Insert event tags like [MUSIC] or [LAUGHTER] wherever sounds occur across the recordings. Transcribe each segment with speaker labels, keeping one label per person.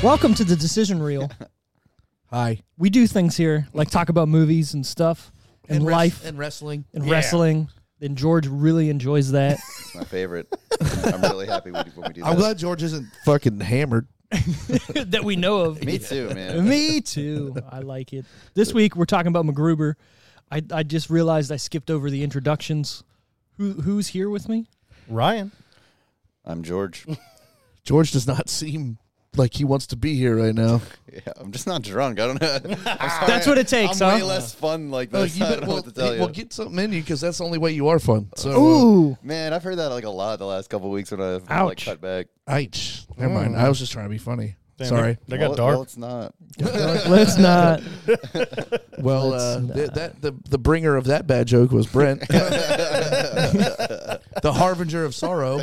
Speaker 1: Welcome to the decision [LAUGHS] reel.
Speaker 2: Hi.
Speaker 1: We do things here, like talk about movies and stuff, and,
Speaker 2: wres-
Speaker 1: life, and,
Speaker 2: and wrestling.
Speaker 1: wrestling. And George really enjoys that.
Speaker 3: It's my favorite. I'm really happy when when we
Speaker 2: [LAUGHS]
Speaker 3: do
Speaker 2: I'm
Speaker 3: that.
Speaker 2: glad George isn't fucking hammered.
Speaker 1: [LAUGHS] that we know of.
Speaker 3: Me too,
Speaker 2: [LAUGHS]
Speaker 3: man.
Speaker 1: Me too. I like it. This week we're talking about MacGruber. I, I just realized I skipped over the introductions. Who who's here with me?
Speaker 4: Ryan.
Speaker 3: I'm George.
Speaker 2: George does not [LAUGHS] seem like he wants to be here right now.
Speaker 3: Yeah, I'm just not drunk. I don't
Speaker 4: [LAUGHS]
Speaker 3: know. I'm sorry.
Speaker 1: That's what it takes,
Speaker 3: I'm
Speaker 1: huh?
Speaker 3: way less fun like
Speaker 2: Like,
Speaker 3: this.
Speaker 2: you
Speaker 3: [LAUGHS] I
Speaker 2: bet-
Speaker 3: don't know
Speaker 2: well,
Speaker 3: what to tell
Speaker 2: hey,
Speaker 3: you.
Speaker 2: well, get something in you because that's the only way you are fun. So, uh,
Speaker 1: Ooh,
Speaker 3: man, I've heard that like a lot the last couple weeks when I've like
Speaker 1: Ouch.
Speaker 3: cut back.
Speaker 2: uh, ouch. Never mind.
Speaker 3: Mm.
Speaker 2: I was just trying to be funny.
Speaker 4: Damn,
Speaker 2: Sorry.
Speaker 4: That, that
Speaker 3: well,
Speaker 4: got dark.
Speaker 3: Well,
Speaker 2: [LAUGHS]
Speaker 3: it's not.
Speaker 1: let's [LAUGHS] not.
Speaker 2: Well, uh, th- that the the bringer of that bad joke was
Speaker 3: [LAUGHS]
Speaker 2: Brent, [LAUGHS] the harbinger of
Speaker 3: [LAUGHS]
Speaker 2: sorrow.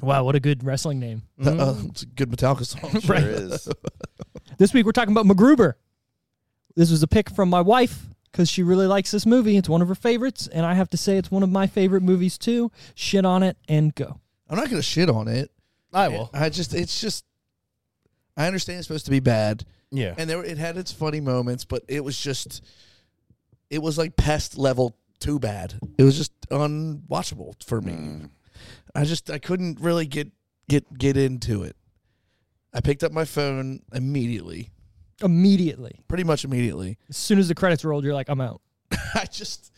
Speaker 1: Wow, what a good wrestling name.
Speaker 2: Uh, it's a good Metallica song. [LAUGHS]
Speaker 3: Sure is.
Speaker 1: This week we're talking about MacGruber. This was a pick from my wife because she really likes this movie. It's one of her favorites, and I have to say it's one of my favorite movies too. Shit on it and go.
Speaker 2: I'm not gonna shit on it.
Speaker 4: I will.
Speaker 2: I just it's just I understand it's supposed to be bad.
Speaker 4: Yeah.
Speaker 2: and there were- it had its funny moments, but it was just, it was like pest level too bad. It was just unwatchable for me. I just I couldn't really get get get into it. I picked up my phone immediately,
Speaker 1: Immediately,
Speaker 2: pretty much immediately.
Speaker 1: as soon as the credits rolled, you're like, I'm out.
Speaker 2: [LAUGHS] I just,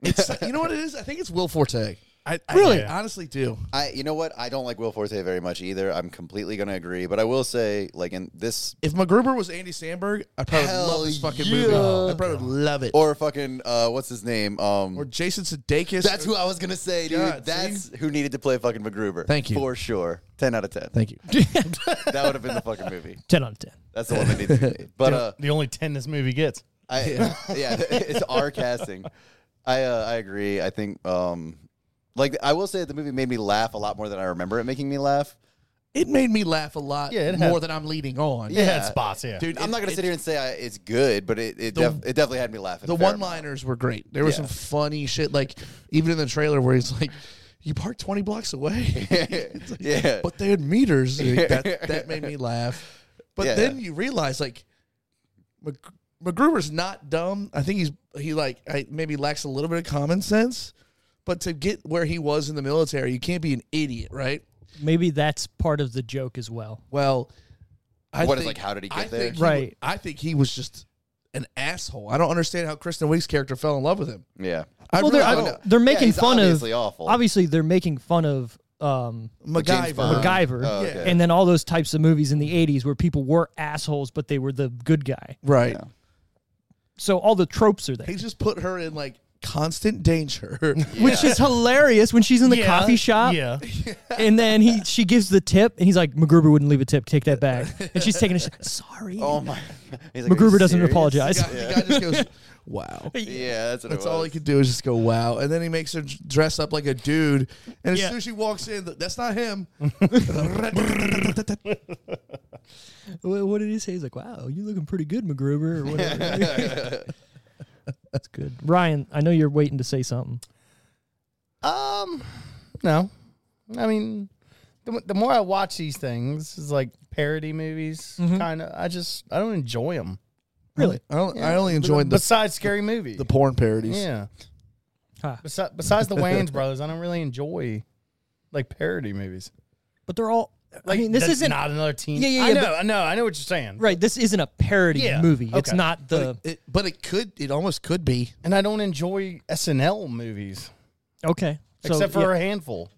Speaker 2: it's [LAUGHS] you know what it is. I think it's Will Forte. I, I
Speaker 1: Really?
Speaker 2: honestly do.
Speaker 3: I, you know what? I don't like Will Forte very much either. I'm completely gonna agree, but I will say, like in this,
Speaker 2: If MacGruber was Andy Samberg, I probably
Speaker 3: Hell
Speaker 2: love this fucking
Speaker 3: yeah.
Speaker 2: movie. I probably love it. Or,
Speaker 3: or fucking, uh, what's his name? Um,
Speaker 2: Jason Sudeikis.
Speaker 3: that's who I was gonna say, dude.
Speaker 2: God, see?
Speaker 3: that's who needed to play fucking MacGruber.
Speaker 2: Thank you.
Speaker 3: for sure. Ten out of ten.
Speaker 2: Thank you.
Speaker 3: that would have been the fucking movie.
Speaker 1: Ten out of ten.
Speaker 3: That's the one that needs
Speaker 2: [LAUGHS]
Speaker 3: to be. made. But uh,
Speaker 4: the only 10 this movie gets.
Speaker 3: I [LAUGHS] yeah, it's our casting. I uh, I agree. I think um, like I will say that the movie made me laugh a lot more than I remember it making me laugh.
Speaker 2: [LAUGHS] It made me laugh a lot
Speaker 4: Yeah, it had-
Speaker 2: more than I'm leading on.
Speaker 4: It had spots, yeah.
Speaker 2: Dude, it-
Speaker 3: I'm not gonna
Speaker 2: it-
Speaker 3: sit here and say I, it's good, but it it, def- it definitely had me laughing.
Speaker 2: The
Speaker 3: a fair
Speaker 2: one liners were great. There was
Speaker 3: Yeah.
Speaker 2: some funny shit, like even in the trailer where he's like, "You parked twenty blocks away," [LAUGHS] It's like,
Speaker 3: [LAUGHS] Yeah.
Speaker 2: but they had meters. Like,
Speaker 3: [LAUGHS]
Speaker 2: that that made me laugh. But
Speaker 3: Yeah.
Speaker 2: then you realize like, Mc, McGruber's not dumb. I think he's he like I, maybe lacks a little bit of common sense. But to get where he was in the military, you can't be an idiot, right?
Speaker 1: Maybe that's part of the joke as well.
Speaker 2: Well, I
Speaker 3: What is, like, how did he get
Speaker 2: I
Speaker 3: there?
Speaker 2: think he
Speaker 1: Right.
Speaker 2: w- I think he was just an asshole. I don't understand how Kristen Wiig's character fell in love with him.
Speaker 3: amount. Yeah.
Speaker 2: I
Speaker 1: well,
Speaker 2: really
Speaker 1: they're
Speaker 2: don't.
Speaker 1: I- they're making
Speaker 3: he's
Speaker 1: fun
Speaker 3: obviously
Speaker 1: of
Speaker 3: awful.
Speaker 1: obviously they're making fun of um,
Speaker 2: MacGyver.
Speaker 3: Bond.
Speaker 1: MacGyver
Speaker 3: Oh, okay.
Speaker 1: and then all those types of movies in the '80s where people were assholes but they were the good guy.
Speaker 2: Right.
Speaker 1: So all the tropes are there,
Speaker 2: He just put her in like constant danger. [LAUGHS]
Speaker 1: which is hilarious when she's in the
Speaker 4: Yeah,
Speaker 1: coffee shop.
Speaker 4: Yeah.
Speaker 1: And then he she gives the tip, and he's like, "MacGruber wouldn't leave a tip. Take that back." And she's taking a shit. Sorry,
Speaker 3: Oh my. [LAUGHS] He's like, "Are you
Speaker 1: MacGruber doesn't
Speaker 3: serious?"
Speaker 1: apologize.
Speaker 2: The guy just goes,
Speaker 1: [LAUGHS]
Speaker 2: wow.
Speaker 3: Yeah, that's what
Speaker 2: That's
Speaker 3: it was.
Speaker 2: all he could do is just go, wow. And then he makes her d- dress up like a dude. And as
Speaker 1: Yeah.
Speaker 2: soon as she walks in, th- that's
Speaker 1: [LAUGHS]
Speaker 2: not him.
Speaker 1: Wha- What did he say? He's like, "Wow, you looking pretty good, MacGruber." Or whatever. That's good, Ryan. I know you're waiting to say something.
Speaker 4: Um, no. I mean, the, mo- the more I watch these things, it's like parody movies,
Speaker 1: Mm-hmm.
Speaker 4: kind of. I just, I don't enjoy them.
Speaker 1: Really?
Speaker 2: I, don't, I only enjoyed the,
Speaker 4: Besides Scary Movie.
Speaker 2: the porn parodies.
Speaker 4: yeah.
Speaker 1: Ah.
Speaker 4: Besi- besides the Wayans Brothers, I don't really enjoy like parody movies.
Speaker 1: But they're all.
Speaker 4: Like,
Speaker 1: I mean, this
Speaker 4: that's
Speaker 1: isn't
Speaker 4: not another teen.
Speaker 1: Yeah, yeah,
Speaker 4: I
Speaker 1: yeah,
Speaker 4: know,
Speaker 1: but-
Speaker 4: I know, I know what you're saying.
Speaker 1: right. This isn't a parody
Speaker 4: Yeah,
Speaker 1: movie. It's
Speaker 4: okay.
Speaker 1: not the.
Speaker 2: It, but it could, it almost could be.
Speaker 4: And I don't enjoy SNL movies
Speaker 1: Okay. So,
Speaker 4: except for
Speaker 1: yeah.
Speaker 4: a handful.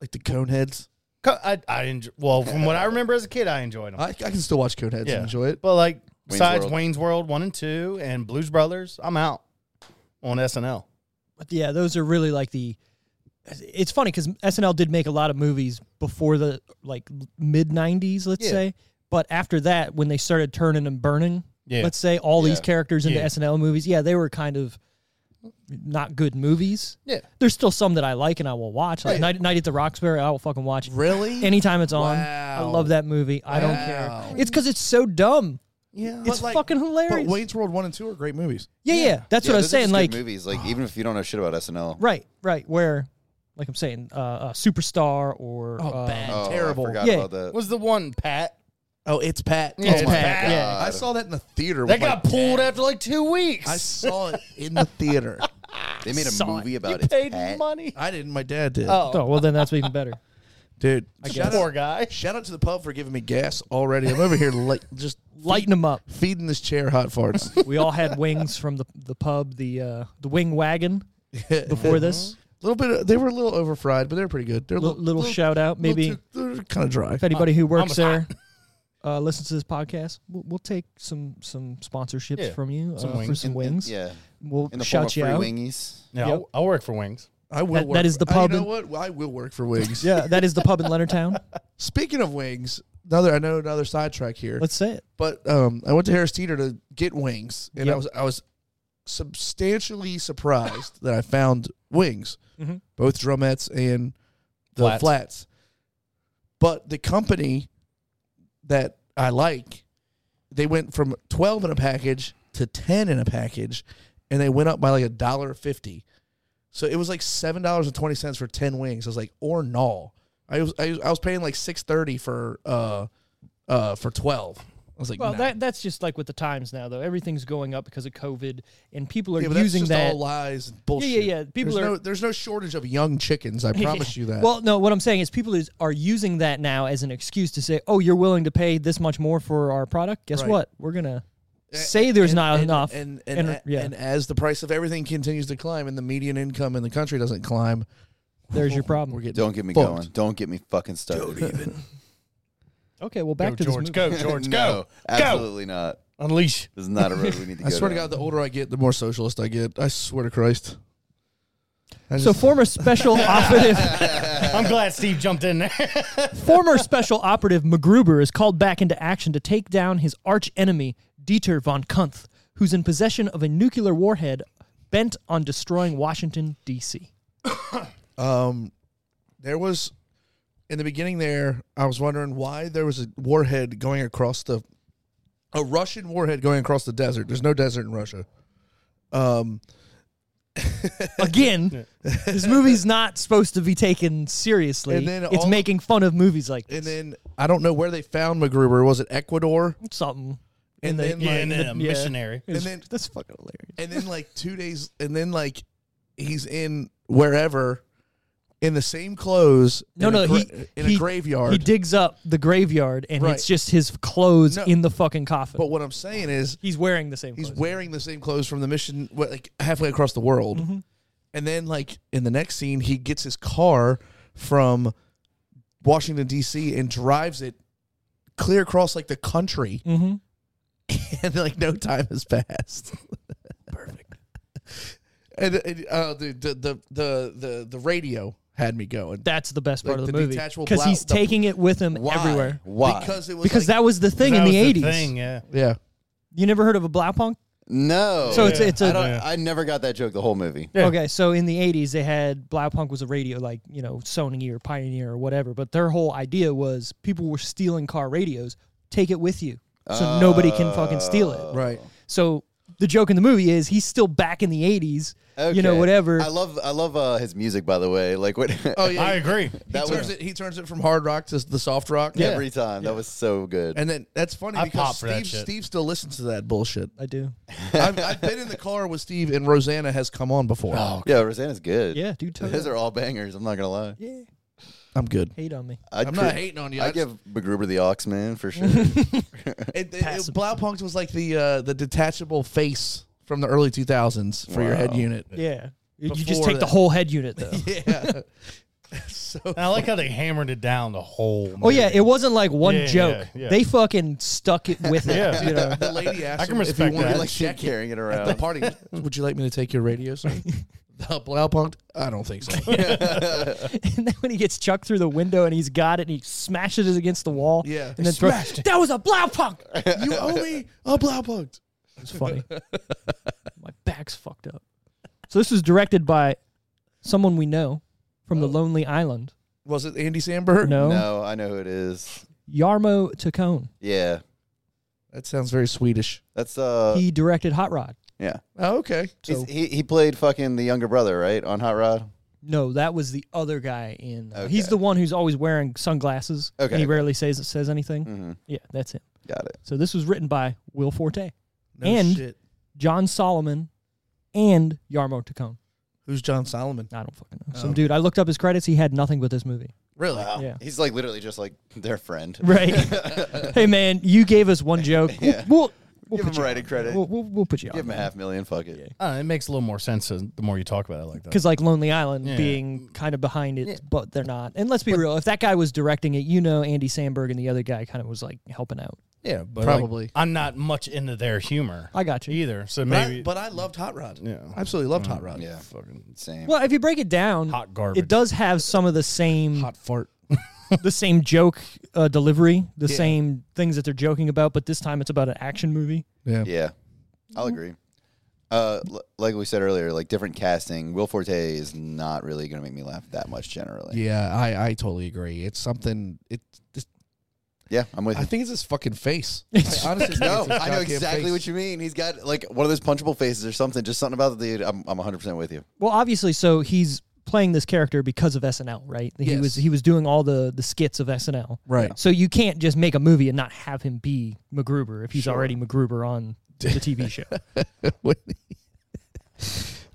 Speaker 2: Like the Coneheads.
Speaker 4: Co- I, I enjoy. Well, from what I remember as a kid, I enjoyed them.
Speaker 2: I, I can still watch Coneheads and enjoy it.
Speaker 4: But like besides
Speaker 3: World.
Speaker 4: Wayne's World one and two and Blues Brothers, I'm out on SNL.
Speaker 1: But yeah, those are really like the it's funny because SNL did make a lot of movies before the like mid '90s, let's
Speaker 3: Yeah.
Speaker 1: say. But after that, when they started turning and burning,
Speaker 4: Yeah.
Speaker 1: let's say all these
Speaker 3: Yeah.
Speaker 1: characters into
Speaker 4: Yeah.
Speaker 1: SNL movies, yeah, they were kind of not good movies.
Speaker 4: Yeah.
Speaker 1: There's still some that I like and I will watch. Like Night, Night at the Roxbury, I will fucking watch
Speaker 2: Really?
Speaker 1: anytime it's on. I
Speaker 2: Wow.
Speaker 1: love that movie. I don't
Speaker 2: Wow.
Speaker 1: care. It's because it's so dumb.
Speaker 4: Yeah.
Speaker 1: It's fucking hilarious.
Speaker 2: But Wayne's World one and two are great movies.
Speaker 1: yeah, yeah, that's
Speaker 3: Yeah,
Speaker 1: what I
Speaker 3: those
Speaker 1: was
Speaker 3: are
Speaker 1: saying.
Speaker 3: just good
Speaker 1: Like,
Speaker 3: movies, like even if you don't know shit about SNL,
Speaker 1: right, right, where, like I'm saying, uh, uh Superstar or
Speaker 2: Oh,
Speaker 1: uh,
Speaker 2: bad,
Speaker 3: Oh,
Speaker 2: terrible.
Speaker 3: I forgot
Speaker 1: Yeah.
Speaker 3: about that.
Speaker 4: Was the one Pat?
Speaker 2: Oh, it's Pat.
Speaker 4: Yeah,
Speaker 2: oh
Speaker 4: it's
Speaker 2: my
Speaker 4: Pat,
Speaker 2: God.
Speaker 4: yeah.
Speaker 2: I saw that in the theater.
Speaker 4: That
Speaker 2: with my
Speaker 4: got pulled
Speaker 2: dad.
Speaker 4: after like two weeks.
Speaker 2: I saw it in the theater.
Speaker 3: They made a
Speaker 1: Saw it.
Speaker 3: movie about
Speaker 4: you
Speaker 3: it.
Speaker 4: paid
Speaker 3: Pat.
Speaker 4: money.
Speaker 2: [LAUGHS] I didn't. My dad did.
Speaker 4: Oh,
Speaker 1: Oh, well, then that's even better.
Speaker 2: dude.
Speaker 1: guess.
Speaker 2: Shout
Speaker 4: poor
Speaker 2: out,
Speaker 4: guy.
Speaker 2: shout out to the pub for giving me gas already. I'm over here like
Speaker 1: [LAUGHS]
Speaker 2: just
Speaker 1: Lighten them up.
Speaker 2: feeding this chair hot farts.
Speaker 1: [LAUGHS] We all had wings from the the pub, the uh, the wing wagon
Speaker 2: a
Speaker 1: before this.
Speaker 2: little bit. Of, they were a little over fried, but they were pretty good. They're a
Speaker 1: Li-
Speaker 2: little,
Speaker 1: little shout out, maybe
Speaker 2: they're kind of dry.
Speaker 1: if anybody who works there uh, listens to this podcast, we'll, we'll take some some sponsorships
Speaker 4: Yeah.
Speaker 1: from you
Speaker 4: Some
Speaker 1: uh, for
Speaker 4: wings.
Speaker 1: some wings.
Speaker 3: Yeah,
Speaker 1: We'll
Speaker 3: in the
Speaker 1: shout you
Speaker 3: form
Speaker 1: out.
Speaker 3: of free wingies.
Speaker 4: No,
Speaker 1: Yep.
Speaker 4: I'll work for wings.
Speaker 2: I will.
Speaker 1: That-
Speaker 2: work
Speaker 1: that is the
Speaker 2: I-
Speaker 1: pub
Speaker 2: you know
Speaker 1: in-
Speaker 2: what? I will work for
Speaker 1: [LAUGHS]
Speaker 2: wings.
Speaker 1: Yeah, that is the pub in Leonardtown.
Speaker 2: Speaking of wings, another. I know another sidetrack here.
Speaker 1: Let's say it.
Speaker 2: but um, I went to Harris Theater to get wings, and
Speaker 1: Yep.
Speaker 2: I was I was substantially surprised that I found wings,
Speaker 1: Mhm.
Speaker 2: both drumettes and the
Speaker 4: Flats.
Speaker 2: flats. But the company that I like, they went from twelve in a package to ten in a package, and they went up by like a dollar fifty. So it was like seven dollars and twenty cents for ten wings. I was like, or no. I was I was, I was paying like six thirty for uh uh for twelve. I was like,
Speaker 1: Well,
Speaker 2: nah.
Speaker 1: that that's just like with the times now, though. Everything's going up because of COVID, and people are
Speaker 2: yeah, but
Speaker 1: using
Speaker 2: that's just
Speaker 1: that.
Speaker 2: all lies and bullshit.
Speaker 1: yeah. People
Speaker 2: there's
Speaker 1: are-
Speaker 2: no, there's no shortage of young
Speaker 1: [LAUGHS]
Speaker 2: chickens. I promise you that.
Speaker 1: Well, no, what I'm saying is people is, are using that now as an excuse to say, "Oh, you're willing to pay this much more for our product? Guess
Speaker 2: Right.
Speaker 1: what? We're gonna
Speaker 2: A-
Speaker 1: say there's
Speaker 2: and-
Speaker 1: not
Speaker 2: and-
Speaker 1: enough."
Speaker 2: and and, and,
Speaker 1: and- yeah.
Speaker 2: as the price of everything continues to climb and the median income in the country doesn't climb,
Speaker 1: There's your
Speaker 2: we're
Speaker 1: problem.
Speaker 2: getting
Speaker 3: Don't get me
Speaker 2: fucked.
Speaker 3: going. Don't get me fucking started. [LAUGHS]
Speaker 1: Okay, well, back
Speaker 4: go,
Speaker 1: to this
Speaker 4: George.
Speaker 1: movie.
Speaker 4: Go, George.
Speaker 3: no,
Speaker 4: Go.
Speaker 3: absolutely not.
Speaker 4: Unleash.
Speaker 3: This is not a road we need to
Speaker 2: [LAUGHS]
Speaker 3: go.
Speaker 2: I swear to
Speaker 3: down.
Speaker 2: God, the older I get, the more socialist I get. I swear to Christ. I
Speaker 1: So
Speaker 2: just-
Speaker 1: former
Speaker 2: [LAUGHS]
Speaker 1: special operative,
Speaker 4: I'm glad Steve jumped in there.
Speaker 1: former special operative MacGruber is called back into action to take down his arch enemy Dieter von Kuntz, who's in possession of a nuclear warhead bent on destroying Washington D.C.
Speaker 2: Um, there was in the beginning there. I was wondering why there was a warhead going across the a Russian warhead going across the desert. There's no desert in Russia. Um,
Speaker 1: [LAUGHS] Again, this movie's not supposed to be taken seriously.
Speaker 2: And then
Speaker 1: it's
Speaker 2: all-
Speaker 1: making fun of movies like
Speaker 2: and then I don't know where they found MacGruber. Was it Ecuador?
Speaker 1: something.
Speaker 2: And
Speaker 1: they-
Speaker 2: then like,
Speaker 4: and then
Speaker 1: [LAUGHS]
Speaker 4: a
Speaker 1: yeah.
Speaker 4: missionary.
Speaker 2: and then
Speaker 1: That's fucking hilarious.
Speaker 2: and then like two days and then like he's in wherever in the same clothes.
Speaker 1: No,
Speaker 2: in
Speaker 1: no,
Speaker 2: a gra-
Speaker 1: he
Speaker 2: in
Speaker 1: he-
Speaker 2: a graveyard.
Speaker 1: He digs up the graveyard, and
Speaker 2: Right.
Speaker 1: it's just his clothes
Speaker 2: No.
Speaker 1: in the fucking coffin.
Speaker 2: But what I'm saying is,
Speaker 1: he's wearing the same.
Speaker 2: he's
Speaker 1: clothes.
Speaker 2: wearing the same clothes from the mission what, like halfway across the world and then like in the next scene he gets his car from washington d.c and drives it clear across like the country
Speaker 1: Mhm.
Speaker 2: [LAUGHS] and like no time has passed perfect [LAUGHS] and, and, uh, the, the, the the the the radio had me going
Speaker 1: That's the best part
Speaker 2: Like
Speaker 1: of the,
Speaker 2: the
Speaker 1: movie
Speaker 2: detachable
Speaker 1: because
Speaker 2: blau-
Speaker 1: he's
Speaker 2: the-
Speaker 1: taking it with him
Speaker 2: Why?
Speaker 1: everywhere.
Speaker 3: Why?
Speaker 2: because it was
Speaker 1: Because that was the thing
Speaker 4: That
Speaker 1: in
Speaker 4: was
Speaker 1: the eighties.
Speaker 4: thing, yeah.
Speaker 2: yeah
Speaker 1: You never heard of a Blaupunk?
Speaker 3: No.
Speaker 1: So it's- it's a-
Speaker 3: I, don't,
Speaker 4: Yeah.
Speaker 3: I never got that joke the whole movie.
Speaker 4: Yeah.
Speaker 1: Okay, so in the eighties they had Blaupunk was a radio like you know Sony or Pioneer or whatever, but their whole idea was people were stealing car radios. Take it with you, so nobody can fucking steal
Speaker 3: Oh.
Speaker 1: it.
Speaker 2: right
Speaker 1: So the joke in the movie is he's still back in the 80s, you know,
Speaker 3: Okay.
Speaker 1: whatever.
Speaker 3: I love I love uh, his music by the way. Like what
Speaker 2: [LAUGHS] oh yeah
Speaker 4: I
Speaker 2: he-
Speaker 4: agree.
Speaker 3: that
Speaker 2: he turns
Speaker 3: was
Speaker 2: it he turns it from hard rock to the soft rock
Speaker 3: [LAUGHS] every time. That was so good.
Speaker 2: And then that's funny
Speaker 4: I pop
Speaker 2: because
Speaker 4: for that
Speaker 2: Steve,
Speaker 4: shit.
Speaker 2: Steve still listens to that
Speaker 4: [LAUGHS]
Speaker 2: bullshit.
Speaker 1: I do.
Speaker 2: I've, I've been in the car with Steve, and Rosanna has come on before.
Speaker 4: Oh.
Speaker 3: yeah, Rosanna's good.
Speaker 1: Yeah, dude, totally.
Speaker 3: [LAUGHS] Those are all bangers, I'm not gonna lie.
Speaker 1: Yeah.
Speaker 2: I'm good.
Speaker 1: Hate on me.
Speaker 3: I'd
Speaker 2: I'm
Speaker 3: cri-
Speaker 2: not hating on you. I
Speaker 3: I
Speaker 2: just-
Speaker 3: give MacGruber the ox man for sure.
Speaker 2: It, it, it,
Speaker 1: Passive.
Speaker 2: Blaupunks was like the uh, the detachable face from the early 2000s for your head unit.
Speaker 1: Yeah. You you just
Speaker 2: Before
Speaker 1: take the
Speaker 2: that.
Speaker 1: whole head unit,
Speaker 3: [LAUGHS]
Speaker 1: though.
Speaker 2: [LAUGHS] Yeah. so
Speaker 4: And I like how they hammered it down the whole.
Speaker 1: Oh, yeah.
Speaker 4: movie.
Speaker 1: It wasn't like one
Speaker 4: Yeah,
Speaker 1: joke.
Speaker 4: yeah, yeah.
Speaker 1: They fucking stuck it
Speaker 3: [LAUGHS]
Speaker 1: with it.
Speaker 4: Yeah.
Speaker 1: You know?
Speaker 2: [LAUGHS] the lady asked
Speaker 4: I can
Speaker 2: him if he
Speaker 4: respect
Speaker 2: wanted
Speaker 4: that.
Speaker 2: to
Speaker 3: like
Speaker 2: check it
Speaker 3: carrying
Speaker 2: [LAUGHS]
Speaker 3: it
Speaker 2: at the [LAUGHS]
Speaker 3: around.
Speaker 2: party. Would you like me to take your radio? sir? Uh, Blaupunkt? I don't think [LAUGHS] so.
Speaker 1: [LAUGHS] and then when he gets chucked through the window and he's got it and he smashes it against the wall.
Speaker 2: Yeah.
Speaker 1: And then throws,
Speaker 2: Smashed it.
Speaker 1: that was a Blaupunkt. It
Speaker 2: you owe me a Blaupunkt.
Speaker 1: was
Speaker 3: [LAUGHS]
Speaker 1: funny. My back's fucked up. So this was directed by someone we know from the Lonely Island.
Speaker 2: Was it Andy Samberg?
Speaker 1: No,
Speaker 3: Oh. No, I know who it is.
Speaker 1: Yarmo Tacone.
Speaker 3: Yeah,
Speaker 2: That sounds very Swedish.
Speaker 3: that's uh,
Speaker 1: He directed Hot Rod.
Speaker 3: yeah.
Speaker 2: Oh, okay.
Speaker 3: He's-
Speaker 2: So
Speaker 3: he he played fucking the younger brother, right, on Hot Rod.
Speaker 1: No, that was the other guy in. uh, He's
Speaker 3: Okay.
Speaker 1: the one who's always wearing sunglasses.
Speaker 3: Okay,
Speaker 1: And he
Speaker 3: okay.
Speaker 1: rarely says says anything.
Speaker 3: Mm-hmm.
Speaker 1: Yeah, that's him.
Speaker 3: Got it.
Speaker 1: So this was written by Will Forte,
Speaker 2: no
Speaker 1: and-
Speaker 2: shit.
Speaker 1: John Solomon, and Yarmo Tacone.
Speaker 2: Who's John Solomon?
Speaker 1: I don't fucking know. Some dude. I looked up his credits. He had nothing but this movie.
Speaker 2: Really?
Speaker 3: Wow.
Speaker 1: Yeah.
Speaker 3: He's like literally just like their friend.
Speaker 1: [LAUGHS] Right. [LAUGHS] hey man, you gave us one joke. We'll-
Speaker 3: [LAUGHS] Yeah.
Speaker 1: We'll, we'll,
Speaker 3: Give
Speaker 1: put
Speaker 3: him
Speaker 1: you
Speaker 3: writing credit.
Speaker 1: We'll, we'll, we'll put you
Speaker 3: Give him a
Speaker 1: on.
Speaker 3: half million. Fuck it.
Speaker 4: I don't know, it makes a little more sense as- the more you talk about it like that.
Speaker 1: Because like Lonely Island
Speaker 4: Yeah.
Speaker 1: being kind of behind it, but they're not. And let's be real, if that guy was directing it, you know, Andy Samberg and the other guy kind of was like helping out.
Speaker 4: yeah, but
Speaker 2: Probably.
Speaker 4: like, I'm not much into their humor
Speaker 1: I got you.
Speaker 4: either. So
Speaker 2: But I-
Speaker 4: maybe,
Speaker 2: But I, loved Hot Rod.
Speaker 4: Yeah.
Speaker 2: Absolutely loved Hot Rod.
Speaker 3: Yeah.
Speaker 4: fucking
Speaker 3: Same.
Speaker 1: Well, if you break it down,
Speaker 4: hot garbage.
Speaker 1: it does have some of the same
Speaker 2: Hot fart.
Speaker 1: the same joke uh, delivery, the
Speaker 2: Yeah.
Speaker 1: same things that they're joking about, but this time it's about an action movie.
Speaker 3: Yeah, I'll agree. Uh, l- like we said earlier, like different casting. Will Forte is not really gonna make me laugh that much generally.
Speaker 2: Yeah, I, I totally agree. It's something. It, it's-
Speaker 3: Yeah, I'm with
Speaker 2: I
Speaker 3: you.
Speaker 2: think it's his fucking face. I honestly think
Speaker 3: No,
Speaker 2: [LAUGHS] it's his
Speaker 3: I know
Speaker 2: goddamn
Speaker 3: exactly
Speaker 2: face.
Speaker 3: what you mean. He's got like one of those punchable faces or something. Just something about the dude. I'm, I'm 100 percent with you.
Speaker 1: Well, obviously, so he's playing this character because of SNL, right? He
Speaker 2: Yes.
Speaker 1: was he was doing all the the skits of SNL,
Speaker 2: Right.
Speaker 1: So you can't just make a movie and not have him be MacGruber if he's already MacGruber on the TV show. [LAUGHS]
Speaker 2: when he,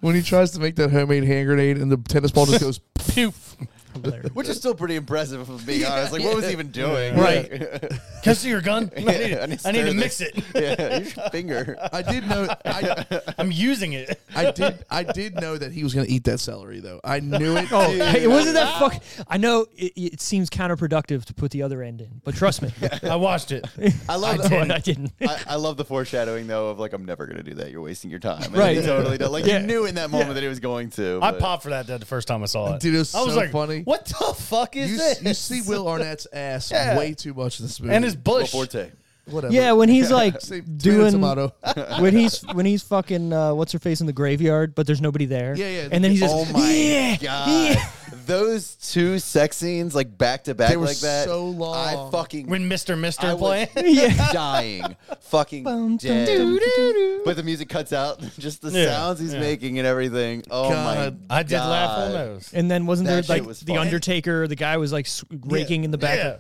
Speaker 2: when he tries to make that homemade hand grenade and the tennis ball [LAUGHS] just goes poof.
Speaker 1: Hilarious.
Speaker 3: Which is still pretty impressive, if I'm being honest. Like, what was he even doing?
Speaker 2: Right.
Speaker 4: Can I see your gun? [LAUGHS] I need,
Speaker 3: I need to
Speaker 4: I need
Speaker 3: stir
Speaker 4: to
Speaker 3: this.
Speaker 4: mix it.
Speaker 3: [LAUGHS] yeah, use your finger.
Speaker 2: I did know. I,
Speaker 4: I'm using it.
Speaker 2: I did. I did know that he was going to eat that celery, though. I knew [LAUGHS] it.
Speaker 1: Oh, hey, it wasn't that fuck. I know it, it seems counterproductive to put the other end in, but trust me,
Speaker 4: I
Speaker 1: [LAUGHS]
Speaker 4: watched it.
Speaker 3: I
Speaker 1: I
Speaker 3: love the-
Speaker 1: didn't. I didn't.
Speaker 3: I, I love the foreshadowing though of like I'm never gonna do that. You're wasting your time. And
Speaker 1: Right.
Speaker 3: He totally. Did. Like
Speaker 1: Yeah.
Speaker 3: you knew in that moment that he was going to.
Speaker 4: I
Speaker 3: but-
Speaker 4: popped for that the first time I saw it.
Speaker 2: Dude, it was
Speaker 4: I was
Speaker 2: so
Speaker 4: like,
Speaker 2: funny.
Speaker 4: What the fuck is
Speaker 2: you,
Speaker 4: this?
Speaker 2: you see Will Arnett's ass
Speaker 4: Yeah.
Speaker 2: way too much in this movie.
Speaker 4: [LAUGHS] and his
Speaker 3: Will
Speaker 4: bush.
Speaker 3: Forte.
Speaker 2: whatever.
Speaker 1: Yeah, when he's like
Speaker 2: Same tomato,
Speaker 1: doing
Speaker 2: tomato.
Speaker 1: [LAUGHS] when he's when he's fucking uh, what's her face in the graveyard, but there's nobody there.
Speaker 2: Yeah, yeah.
Speaker 1: And then he's just
Speaker 3: Oh my
Speaker 1: yeah,
Speaker 3: god.
Speaker 1: yeah."
Speaker 3: Those two sex scenes like back to back
Speaker 2: They were
Speaker 3: like that.
Speaker 2: so long.
Speaker 3: I fucking
Speaker 4: When Mr. Mister
Speaker 3: I
Speaker 4: playing.
Speaker 3: was [LAUGHS] dying. fucking dead. But the music cuts out. [LAUGHS] Just the
Speaker 4: Yeah,
Speaker 3: sounds he's
Speaker 4: yeah.
Speaker 3: making and everything. Oh
Speaker 2: God.
Speaker 3: my!
Speaker 4: [LAUGHS] I did laugh on
Speaker 3: God.
Speaker 4: those.
Speaker 1: And then wasn't
Speaker 3: That
Speaker 1: there
Speaker 3: shit
Speaker 1: like
Speaker 3: was
Speaker 1: the
Speaker 3: fun.
Speaker 1: Undertaker? The guy was like s- raking in the back.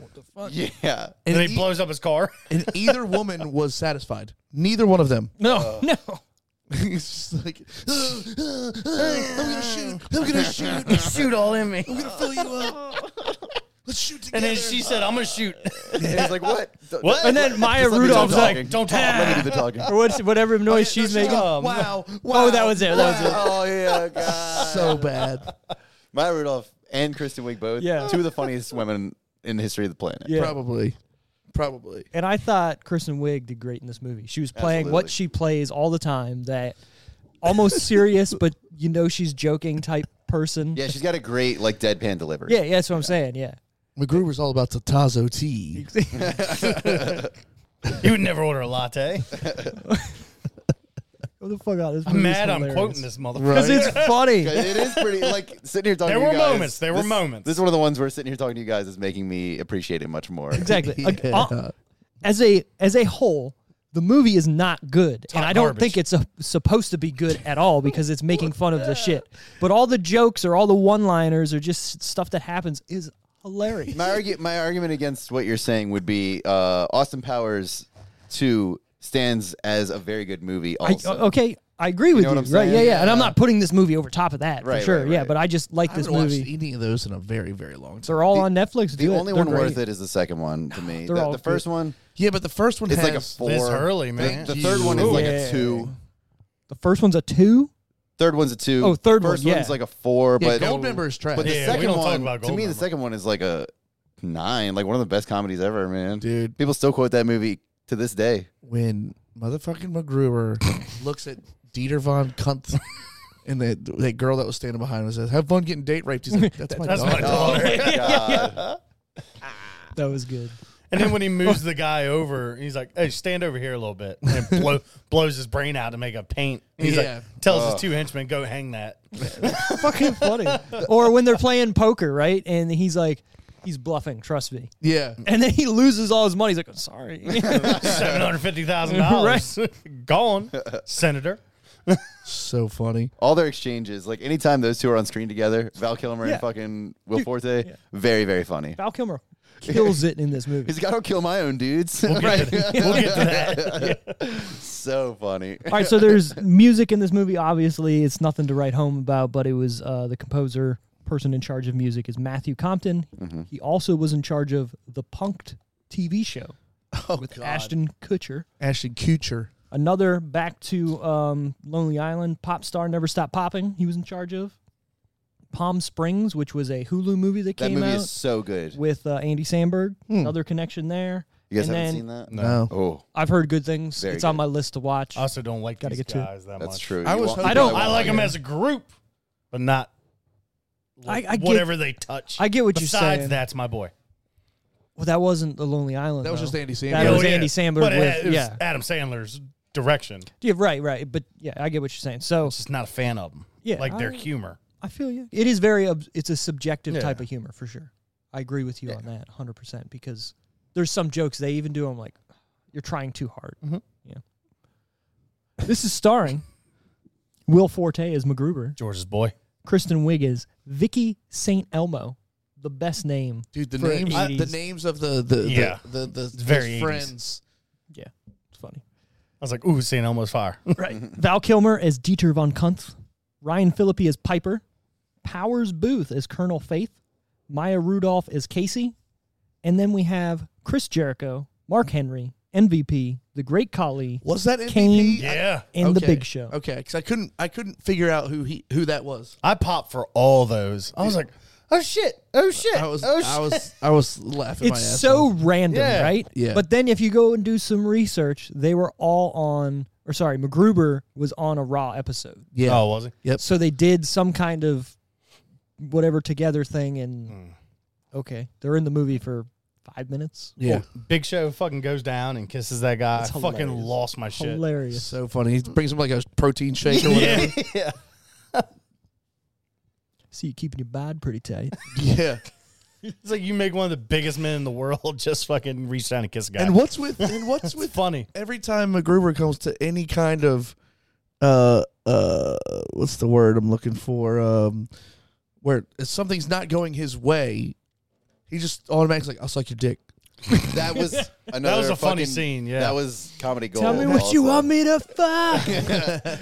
Speaker 4: Yeah.
Speaker 3: Yeah.
Speaker 4: And then
Speaker 2: And
Speaker 4: he
Speaker 2: e-
Speaker 4: blows up his car.
Speaker 2: and either woman was satisfied. Neither one of them.
Speaker 1: No, [LAUGHS] no.
Speaker 2: [LAUGHS] He's just like, "Oh, oh, oh, I'm gonna shoot. I'm
Speaker 1: [LAUGHS]
Speaker 2: gonna shoot. I'm
Speaker 4: shoot all in me.
Speaker 2: gonna fill you up. Let's shoot together.
Speaker 4: [LAUGHS] And then she said, I'm going to shoot. [LAUGHS]
Speaker 3: And [LAUGHS] he's like, what?
Speaker 4: What?
Speaker 1: And then Maya
Speaker 3: Just let me do the
Speaker 1: Rudolph's like,
Speaker 3: talking.
Speaker 4: Don't
Speaker 3: Let me
Speaker 4: talk.
Speaker 3: do the talking.
Speaker 1: or what's, whatever noise she's making.
Speaker 4: Um,
Speaker 2: wow, wow.
Speaker 1: oh, that was it. [LAUGHS] That was it.
Speaker 3: [LAUGHS] Oh yeah, God.
Speaker 2: so bad.
Speaker 3: Maya Rudolph and Kristen Wiig both.
Speaker 1: Yeah.
Speaker 3: Two of the funniest women in the history of the planet.
Speaker 1: [LAUGHS] Yeah.
Speaker 2: Probably, probably.
Speaker 1: And I thought Kristen Wiig did great in this movie. She was playing what
Speaker 3: Absolutely.
Speaker 1: she plays all the time that almost serious, but you know she's joking type person.
Speaker 3: Yeah, she's got a great like deadpan delivery.
Speaker 1: yeah, yeah, that's what I'm saying. Yeah.
Speaker 2: McGruber's all about the Tazo tea. [LAUGHS]
Speaker 4: You would never order a latte.
Speaker 1: What the fuck out this
Speaker 4: I'm
Speaker 1: movie's
Speaker 4: mad I'm
Speaker 1: hilarious.
Speaker 4: quoting this motherfucker.
Speaker 1: Because it's funny.
Speaker 3: [LAUGHS] It is pretty like sitting here talking.
Speaker 4: There
Speaker 3: to
Speaker 4: were
Speaker 3: you guys,
Speaker 4: moments, there were
Speaker 3: this-
Speaker 4: moments.
Speaker 3: This is one of the ones where sitting here talking to you guys is making me appreciate it much more.
Speaker 1: exactly. Like,
Speaker 2: Yeah.
Speaker 1: uh, as a as a whole, the movie is not good, and I don't
Speaker 4: garbage.
Speaker 1: think it's a, supposed to be good at all because it's making fun of the shit. But all the jokes or all the one liners or just stuff that happens is hilarious.
Speaker 3: my argument, my argument against what you're saying would be uh, Austin Powers two stands as a very good movie.
Speaker 1: I, oh,
Speaker 3: Also,
Speaker 1: okay, I agree with
Speaker 3: know
Speaker 1: you,
Speaker 3: what I'm
Speaker 1: right? Yeah, yeah,
Speaker 3: saying?
Speaker 1: And I'm
Speaker 3: Yeah.
Speaker 1: not putting this movie over top of that
Speaker 3: Right,
Speaker 1: for sure.
Speaker 3: right,
Speaker 1: Yeah,
Speaker 3: right.
Speaker 1: but I just like
Speaker 2: I
Speaker 1: this
Speaker 2: haven't watched
Speaker 1: movie.
Speaker 2: any of those in a very, very long time.
Speaker 1: They're all on Netflix.
Speaker 3: the
Speaker 1: Do it.
Speaker 3: only
Speaker 1: They're
Speaker 3: one
Speaker 1: great.
Speaker 3: worth it is the second one to me.
Speaker 1: They're
Speaker 3: The,
Speaker 1: all
Speaker 3: the first one,
Speaker 2: Yeah, but the first one
Speaker 3: it's
Speaker 2: has
Speaker 3: like a four.
Speaker 4: Liz Hurley,
Speaker 3: The-
Speaker 4: man.
Speaker 3: The, third one is like
Speaker 1: Yeah.
Speaker 3: a two.
Speaker 1: The first one's a two.
Speaker 3: Third one's a two.
Speaker 1: Oh, third
Speaker 3: First
Speaker 1: one,
Speaker 3: one's
Speaker 1: yeah.
Speaker 3: like a four.
Speaker 2: yeah,
Speaker 3: but
Speaker 2: Goldmember is trash.
Speaker 3: But the
Speaker 4: Yeah, we
Speaker 3: second
Speaker 4: don't talk
Speaker 3: one,
Speaker 4: about
Speaker 3: to me, the
Speaker 4: Goldmember.
Speaker 3: second one is like a nine, like one of the best comedies ever, man.
Speaker 2: Dude.
Speaker 3: people still quote that movie to this day. [LAUGHS]
Speaker 2: when motherfucking McGruber looks at Dieter von Kunt And the that girl that was standing behind us says, "Have fun getting date raped." He's like, "That's my
Speaker 4: That's
Speaker 2: dog."
Speaker 4: my dog.
Speaker 3: Oh, my
Speaker 1: Yeah,
Speaker 3: God.
Speaker 1: That was good.
Speaker 3: [LAUGHS]
Speaker 4: And then when he moves the guy over, he's like, "Hey, stand over here a little bit," and blow, blows his brain out to make a paint. He's
Speaker 2: Yeah.
Speaker 4: like, tells his two henchmen, "Go hang that."
Speaker 1: Fucking funny. Or when they're playing poker, right? And he's like, he's bluffing. Trust me.
Speaker 2: Yeah,
Speaker 1: And then he loses all his money. He's like, sorry. [LAUGHS]
Speaker 4: Seven hundred fifty thousand dollars [LAUGHS] gone, Senator.
Speaker 2: so funny.
Speaker 3: All their exchanges, like anytime those two are on screen together, Val Kilmer
Speaker 1: Yeah.
Speaker 3: and fucking Will Forte, very, very funny.
Speaker 1: Val
Speaker 3: [LAUGHS]
Speaker 1: Kilmer kills it in this movie.
Speaker 3: He's got to kill my own dudes.
Speaker 4: We'll get, to, that.
Speaker 1: [LAUGHS]
Speaker 4: we'll get to that.
Speaker 3: [LAUGHS] so funny.
Speaker 1: All right, so there's music in this movie. Obviously, it's nothing to write home about, but it was uh, the composer, person in charge of music is Matthew Compton.
Speaker 3: Mm-hmm.
Speaker 1: He also was in charge of the Punked TV show
Speaker 2: Oh
Speaker 1: with
Speaker 2: God.
Speaker 1: Ashton Kutcher.
Speaker 2: Ashton Kutcher.
Speaker 1: Another back to um, Lonely Island pop star, Never Stop Popping. He was in charge of Palm Springs, which was a Hulu movie that,
Speaker 3: That
Speaker 1: came
Speaker 3: movie
Speaker 1: out
Speaker 3: is so good.
Speaker 1: with uh, Andy Samberg. Another connection there.
Speaker 3: You guys
Speaker 1: and
Speaker 3: haven't
Speaker 1: then
Speaker 3: seen that?
Speaker 2: No.
Speaker 3: Oh,
Speaker 1: I've heard good things.
Speaker 3: Very
Speaker 1: it's on
Speaker 3: good.
Speaker 1: my list to watch.
Speaker 4: I also don't like
Speaker 1: Gotta
Speaker 4: these
Speaker 1: get to it.
Speaker 4: guys that
Speaker 3: that's
Speaker 4: much.
Speaker 3: true.
Speaker 2: I
Speaker 3: You
Speaker 2: was
Speaker 3: won't-
Speaker 2: hoping-
Speaker 3: you
Speaker 1: I don't-
Speaker 3: probably
Speaker 4: I
Speaker 3: won't
Speaker 4: like them
Speaker 3: it.
Speaker 4: as a group, but not
Speaker 1: I- I get-
Speaker 4: whatever they touch.
Speaker 1: I get what you're
Speaker 4: Besides,
Speaker 1: saying.
Speaker 4: that's my boy.
Speaker 1: Well, that wasn't the Lonely Island.
Speaker 2: That was
Speaker 1: though.
Speaker 2: just Andy
Speaker 1: That
Speaker 2: Samberg.
Speaker 1: was
Speaker 4: Yeah,
Speaker 1: Andy Samberg
Speaker 4: But uh,
Speaker 1: with-
Speaker 4: it was
Speaker 1: yeah.
Speaker 4: Adam Sandler's direction.
Speaker 1: Yeah, right, right. But yeah, I get what you're saying. So
Speaker 4: Just not a fan of them.
Speaker 1: Yeah,
Speaker 4: like their
Speaker 1: I-
Speaker 4: humor.
Speaker 1: I feel you. It is very. ob- It's a subjective
Speaker 4: Yeah.
Speaker 1: type of humor for sure. I agree with you on that 100 percent because there's some jokes they even do. I'm like, you're trying too hard. Yeah. This is starring Will Forte as MacGruber,
Speaker 4: George's boy.
Speaker 1: Kristen Wiig as Vicky St. Elmo, the best name.
Speaker 2: Dude, the
Speaker 1: For
Speaker 2: names, I- the
Speaker 1: 80s.
Speaker 2: names of the the
Speaker 4: Yeah.
Speaker 2: the the, the, the
Speaker 4: very 80s.
Speaker 2: friends.
Speaker 1: Yeah, it's funny.
Speaker 4: I was like, ooh, St. Elmo's fire. [LAUGHS]
Speaker 1: Right. [LAUGHS] Val Kilmer as Dieter von Kuntz, Ryan Phillippe as Piper, Powers Booth as Colonel Faith, Maya Rudolph as Casey, and then we have Chris Jericho, Mark Henry, MVP, the Great Khali,
Speaker 2: Was that MVP?
Speaker 1: Kane.
Speaker 2: I-
Speaker 4: yeah.
Speaker 1: and the
Speaker 2: Okay.
Speaker 1: Big Show.
Speaker 2: Okay, because I couldn't I couldn't figure out who he who that was.
Speaker 4: I popped for all those. I was like, oh shit. Oh shit.
Speaker 2: I was
Speaker 4: oh shit.
Speaker 2: I was I was laughing.
Speaker 1: It's
Speaker 2: my ass
Speaker 1: so
Speaker 2: off.
Speaker 1: random,
Speaker 4: Yeah.
Speaker 1: right?
Speaker 2: Yeah.
Speaker 1: But then if you go and do some research, they were all on, or sorry, MacGruber was on a Raw episode.
Speaker 2: yeah.
Speaker 4: Oh, was he?
Speaker 1: So they did some kind of whatever together thing, and okay, they're in the movie for five minutes.
Speaker 2: yeah.
Speaker 4: Big Show fucking goes down and kisses that guy. I
Speaker 1: That's
Speaker 4: fucking
Speaker 1: hilarious.
Speaker 4: lost my shit.
Speaker 1: Hilarious.
Speaker 2: So funny. He brings him like a protein shake or whatever.
Speaker 4: [LAUGHS] yeah.
Speaker 1: See you keeping your bod pretty tight.
Speaker 2: yeah.
Speaker 4: It's like you make one of the biggest men in the world [LAUGHS] just fucking reach down and kiss a guy.
Speaker 2: And what's with and what's
Speaker 4: It's
Speaker 2: with
Speaker 4: funny.
Speaker 2: every time MacGruber comes to any kind of uh uh what's the word I'm looking for? Um where if something's not going his way, he just automatically like, I'll suck your dick.
Speaker 3: That was another
Speaker 4: was a funny
Speaker 3: fucking-
Speaker 4: scene, yeah.
Speaker 3: that was comedy gold.
Speaker 1: Tell me what you
Speaker 3: also.
Speaker 1: want me to fuck.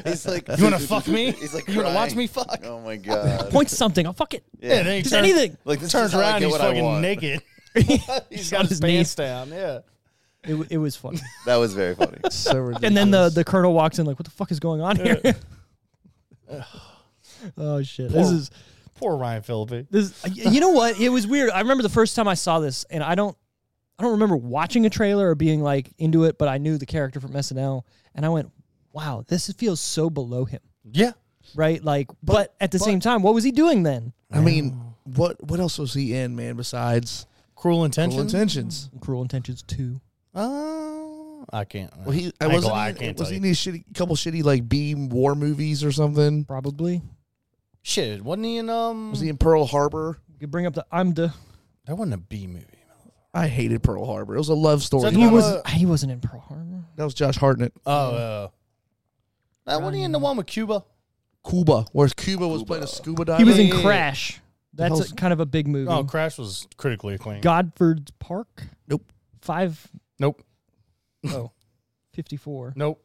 Speaker 3: He's like,
Speaker 4: You wanna fuck
Speaker 3: [LAUGHS]
Speaker 4: me?
Speaker 3: He's like,
Speaker 4: You wanna watch
Speaker 3: crying.
Speaker 4: me fuck? eh?
Speaker 3: Oh my god.
Speaker 1: Point something. I'll fuck it.
Speaker 3: Yeah.
Speaker 4: then he
Speaker 1: Just
Speaker 4: turns-
Speaker 1: anything.
Speaker 3: Like this
Speaker 4: turns
Speaker 3: is how I
Speaker 4: around,
Speaker 3: get
Speaker 4: he's
Speaker 3: what I
Speaker 4: fucking
Speaker 2: [LAUGHS]
Speaker 3: want.
Speaker 4: naked. [LAUGHS]
Speaker 1: He's
Speaker 4: He's
Speaker 1: got
Speaker 4: got
Speaker 1: on his
Speaker 4: his
Speaker 1: his knees.
Speaker 4: pants down. Yeah.
Speaker 1: It, wa- it was funny.
Speaker 3: That was very funny.
Speaker 1: [LAUGHS]
Speaker 2: So ridiculous.
Speaker 1: and then the the colonel walks in like, what the fuck is going on here? [LAUGHS] oh shit. This
Speaker 4: Poor-
Speaker 1: is
Speaker 4: Poor Ryan Phillippe.
Speaker 1: this. y- You know what? It was weird. I remember the first time I saw this, and I don't. I don't remember watching a trailer or being like into it, but I knew the character from SNL, and I went, "Wow, this feels so below him."
Speaker 4: Yeah.
Speaker 1: right? Like, but, at the same time, what was he doing then?
Speaker 2: I mean, what what else was he in, man, besides
Speaker 4: Cruel
Speaker 2: Cruel
Speaker 4: intentions.
Speaker 2: intentions?
Speaker 1: Cruel Intentions two.
Speaker 4: Oh, I can't.
Speaker 2: Well, he I
Speaker 4: ain't
Speaker 2: wasn't.
Speaker 4: gonna lie,
Speaker 2: he
Speaker 4: I
Speaker 2: in-
Speaker 4: can't
Speaker 2: was
Speaker 4: tell
Speaker 2: he
Speaker 4: you.
Speaker 2: in these shitty couple shitty like B war movies or something?
Speaker 1: Probably.
Speaker 4: Shit, wasn't he in um?
Speaker 2: Was he in Pearl Harbor?
Speaker 1: You bring up the I'm the.
Speaker 4: that wasn't a B movie.
Speaker 2: I hated Pearl Harbor. It was a love story.
Speaker 4: that
Speaker 1: He
Speaker 4: I'm
Speaker 1: was.
Speaker 4: a-
Speaker 1: he wasn't in Pearl Harbor.
Speaker 2: that was Josh Hartnett.
Speaker 4: Oh, uh, now, wasn't he in the one with Cuba?
Speaker 2: Cuba, whereas Cuba was playing a scuba diver.
Speaker 1: He was in
Speaker 4: yeah, yeah.
Speaker 1: Crash. That's
Speaker 2: hell's-
Speaker 1: a, kind of a big movie.
Speaker 4: Oh, Crash was critically acclaimed.
Speaker 1: Godford Park.
Speaker 2: Nope.
Speaker 1: Five oh,
Speaker 4: Nope,
Speaker 1: [LAUGHS] fifty four.
Speaker 4: nope.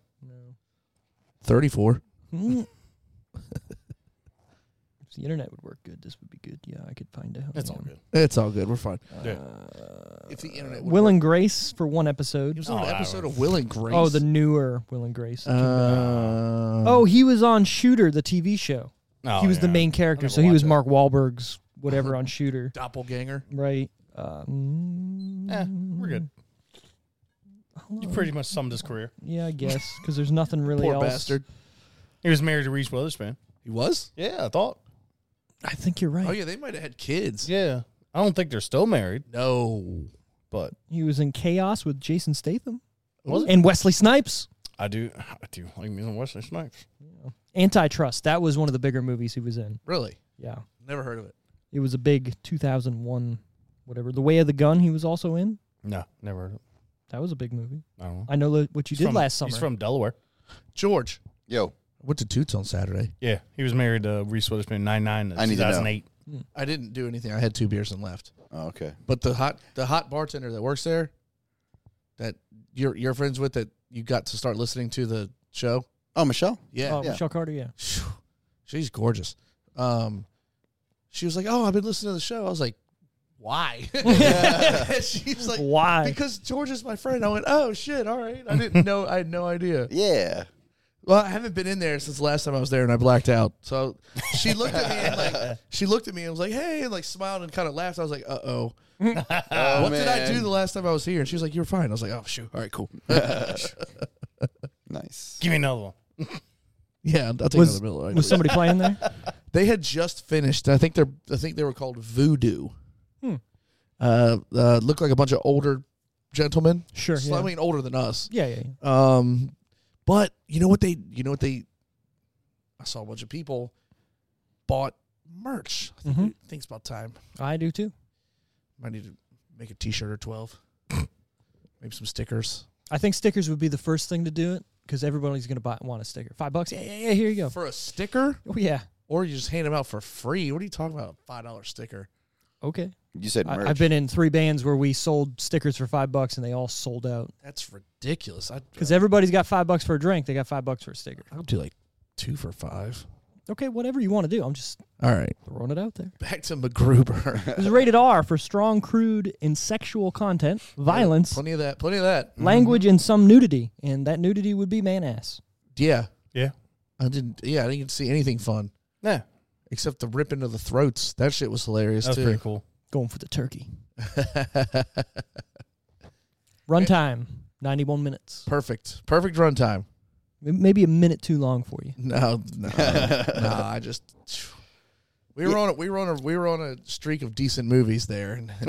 Speaker 2: thirty-four.
Speaker 1: Mm. if the internet would work good, this would be good. Yeah, I could find out.
Speaker 4: It's
Speaker 1: Hang
Speaker 4: all
Speaker 1: on.
Speaker 4: good.
Speaker 2: It's all good. We're fine.
Speaker 4: Yeah.
Speaker 2: If the internet would
Speaker 1: Will
Speaker 2: work.
Speaker 1: and Grace for one
Speaker 2: he
Speaker 1: episode.
Speaker 2: was on
Speaker 4: Oh,
Speaker 2: an
Speaker 4: I
Speaker 2: episode
Speaker 4: don't-
Speaker 2: of Will and Grace.
Speaker 1: Oh, the newer Will and Grace.
Speaker 4: Uh,
Speaker 2: Uh,
Speaker 1: oh, he was on Shooter, the TV show.
Speaker 4: No,
Speaker 1: he was the
Speaker 4: Oh, yeah.
Speaker 1: main character,
Speaker 4: never
Speaker 1: so he was
Speaker 4: watched it.
Speaker 1: Mark Wahlberg's whatever
Speaker 4: [LAUGHS]
Speaker 1: on Shooter,
Speaker 2: doppelganger.
Speaker 1: right? Um,
Speaker 4: Eh, we're good. You pretty much summed his career. [LAUGHS]
Speaker 1: Yeah, I guess because there's nothing really
Speaker 2: Poor
Speaker 1: else.
Speaker 2: bastard.
Speaker 4: He was married to Reese Witherspoon.
Speaker 2: He was?
Speaker 4: Yeah, I thought.
Speaker 1: I think you're right.
Speaker 2: Oh yeah, they might have had kids.
Speaker 4: Yeah, I don't think they're still married,
Speaker 2: No.
Speaker 4: but
Speaker 1: He was in Chaos with Jason Statham
Speaker 4: Was it?
Speaker 1: and Wesley Snipes.
Speaker 4: I do. I do like me and Wesley Snipes.
Speaker 1: Antitrust. That was one of the bigger movies he was in.
Speaker 2: Really?
Speaker 1: Yeah.
Speaker 2: Never heard of it.
Speaker 1: It was a big 2001, whatever. The Way of the Gun, he was also in.
Speaker 4: No, never heard of. It.
Speaker 1: That was a big movie.
Speaker 4: I don't know.
Speaker 1: I know lo- what you
Speaker 4: He's
Speaker 1: did
Speaker 4: from-
Speaker 1: last summer.
Speaker 4: He's from Delaware.
Speaker 2: George.
Speaker 3: Yo,
Speaker 2: I went to Toots on Saturday.
Speaker 4: Yeah, he was married to Reese Witherspoon in nine nine
Speaker 3: I need
Speaker 4: two
Speaker 3: to know.
Speaker 4: thousand eight.
Speaker 2: I didn't do anything. I had two beers and left.
Speaker 3: oh, okay.
Speaker 2: But the hot the hot bartender that works there that you're you're friends with that you got to start listening to the show.
Speaker 3: Oh, Michelle.
Speaker 2: Yeah.
Speaker 1: oh,
Speaker 3: yeah.
Speaker 1: Michelle Carter, yeah.
Speaker 2: Phew. She's gorgeous. Um she was like, "Oh, I've been listening to the show." I was like,
Speaker 1: [LAUGHS]
Speaker 2: "Why?" [LAUGHS] She's like,
Speaker 1: Why?
Speaker 2: Because George is my friend. I went, "Oh shit, all right." I didn't know. I had no idea.
Speaker 3: Yeah.
Speaker 2: Well, I haven't been in there since the last time I was there, and I blacked out. So she looked at me and
Speaker 1: [LAUGHS]
Speaker 2: like she looked at me and was like, "Hey," and like smiled and kind of laughed. I was like, "Uh
Speaker 1: [LAUGHS]
Speaker 2: oh,
Speaker 1: Oh,
Speaker 2: what did I do the last time I was here?" And she was like, "You were fine." I was like, "Oh shoot, all
Speaker 1: [LAUGHS]
Speaker 2: right, cool."
Speaker 3: Nice.
Speaker 4: Give me another one.
Speaker 2: yeah, I'll take
Speaker 1: Was,
Speaker 2: another Miller Lite.
Speaker 1: was somebody playing
Speaker 3: [LAUGHS]
Speaker 1: there?
Speaker 2: They had just finished. I think they're. I think they were called Voodoo.
Speaker 1: Hmm.
Speaker 2: Uh, uh, looked like a bunch of older gentlemen.
Speaker 1: Sure.
Speaker 2: So,
Speaker 1: Yeah.
Speaker 2: I mean, older than us.
Speaker 1: yeah, yeah, yeah.
Speaker 2: Um, but you know what they? You know what they? I saw a bunch of people bought merch. I
Speaker 1: Mm-hmm.
Speaker 2: think, I think it's about time.
Speaker 1: I do too.
Speaker 2: Might need to make a T-shirt or
Speaker 1: [LAUGHS]
Speaker 2: twelve. Maybe some stickers
Speaker 1: I think stickers would be the first thing to do it because everybody's going to buy want a sticker. Five bucks. Yeah, yeah, yeah. Here you go.
Speaker 2: for a sticker,
Speaker 1: Oh, yeah.
Speaker 2: or you just hand them out for free. What are you talking about? A Five dollar sticker.
Speaker 1: Okay.
Speaker 3: You said merch.
Speaker 1: I, I've been in three bands where we sold stickers for five bucks and they all sold out
Speaker 2: That's ridiculous. I
Speaker 1: because everybody's got five bucks for a drink. They got five bucks for a sticker.
Speaker 2: I'll do like two for five.
Speaker 1: Okay, whatever you want to do. I'm just
Speaker 2: All right,
Speaker 1: throwing it out there.
Speaker 2: back to MacGruber. [LAUGHS]
Speaker 1: It was rated R for strong, crude, and sexual content, violence,
Speaker 2: plenty of that. Plenty of that.
Speaker 3: mm-hmm.
Speaker 1: language, and some nudity. And that nudity would be man ass.
Speaker 2: Yeah,
Speaker 4: Yeah.
Speaker 2: I didn't. Yeah, I didn't see anything fun
Speaker 4: Yeah,
Speaker 2: except the ripping of the throats. That shit was hilarious
Speaker 4: that's
Speaker 2: too.
Speaker 4: pretty cool.
Speaker 1: Going for the
Speaker 3: [LAUGHS]
Speaker 1: turkey. Runtime, 91 minutes.
Speaker 2: Perfect. Perfect runtime.
Speaker 1: M- Maybe a minute too long for you.
Speaker 2: No, [LAUGHS] no, no. I just we were on a, we were on a we were on a streak of decent movies there. And, [LAUGHS] hit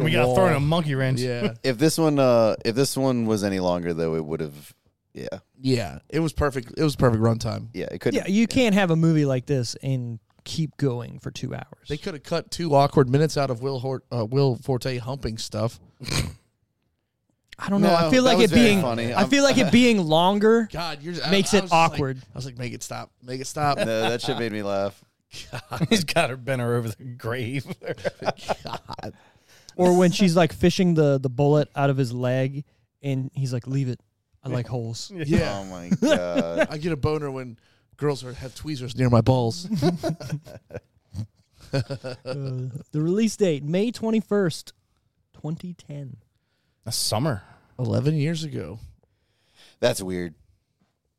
Speaker 2: a
Speaker 4: We got
Speaker 2: wall.
Speaker 4: thrown a monkey wrench.
Speaker 2: Yeah,
Speaker 3: if this one, uh, if this one was any longer, though, it would have. Yeah.
Speaker 2: yeah. It was perfect. It was perfect runtime.
Speaker 3: Yeah. It couldn't.
Speaker 1: Yeah, you can't have a movie like this and keep going for two hours.
Speaker 2: They could have cut two awkward minutes out of Will Hort, uh, Will Forte humping stuff.
Speaker 1: I don't know. I
Speaker 3: No,
Speaker 1: feel
Speaker 3: that
Speaker 1: like
Speaker 3: was
Speaker 1: it
Speaker 3: very
Speaker 1: being
Speaker 3: funny.
Speaker 1: I
Speaker 3: I'm-
Speaker 1: feel like
Speaker 3: [LAUGHS]
Speaker 1: it being longer.
Speaker 2: God, you're I-
Speaker 1: Makes
Speaker 2: I
Speaker 1: it
Speaker 2: was just like-
Speaker 1: awkward.
Speaker 2: I was like, make it stop. Make it stop.
Speaker 3: No, that shit made me laugh.
Speaker 4: [LAUGHS] He's got her bent her over the [LAUGHS] grave.
Speaker 1: Or when she's like fishing the the bullet out of his leg and he's like, "Leave it. I
Speaker 3: [LAUGHS]
Speaker 1: like holes."
Speaker 2: Yeah,
Speaker 3: Oh my
Speaker 2: [LAUGHS]
Speaker 3: god.
Speaker 2: I get a boner when girls are, have tweezers near
Speaker 1: [LAUGHS]
Speaker 2: my balls.
Speaker 1: Uh, the release date May 21st, 2010.
Speaker 4: That's summer.
Speaker 2: Eleven years ago.
Speaker 3: That's weird.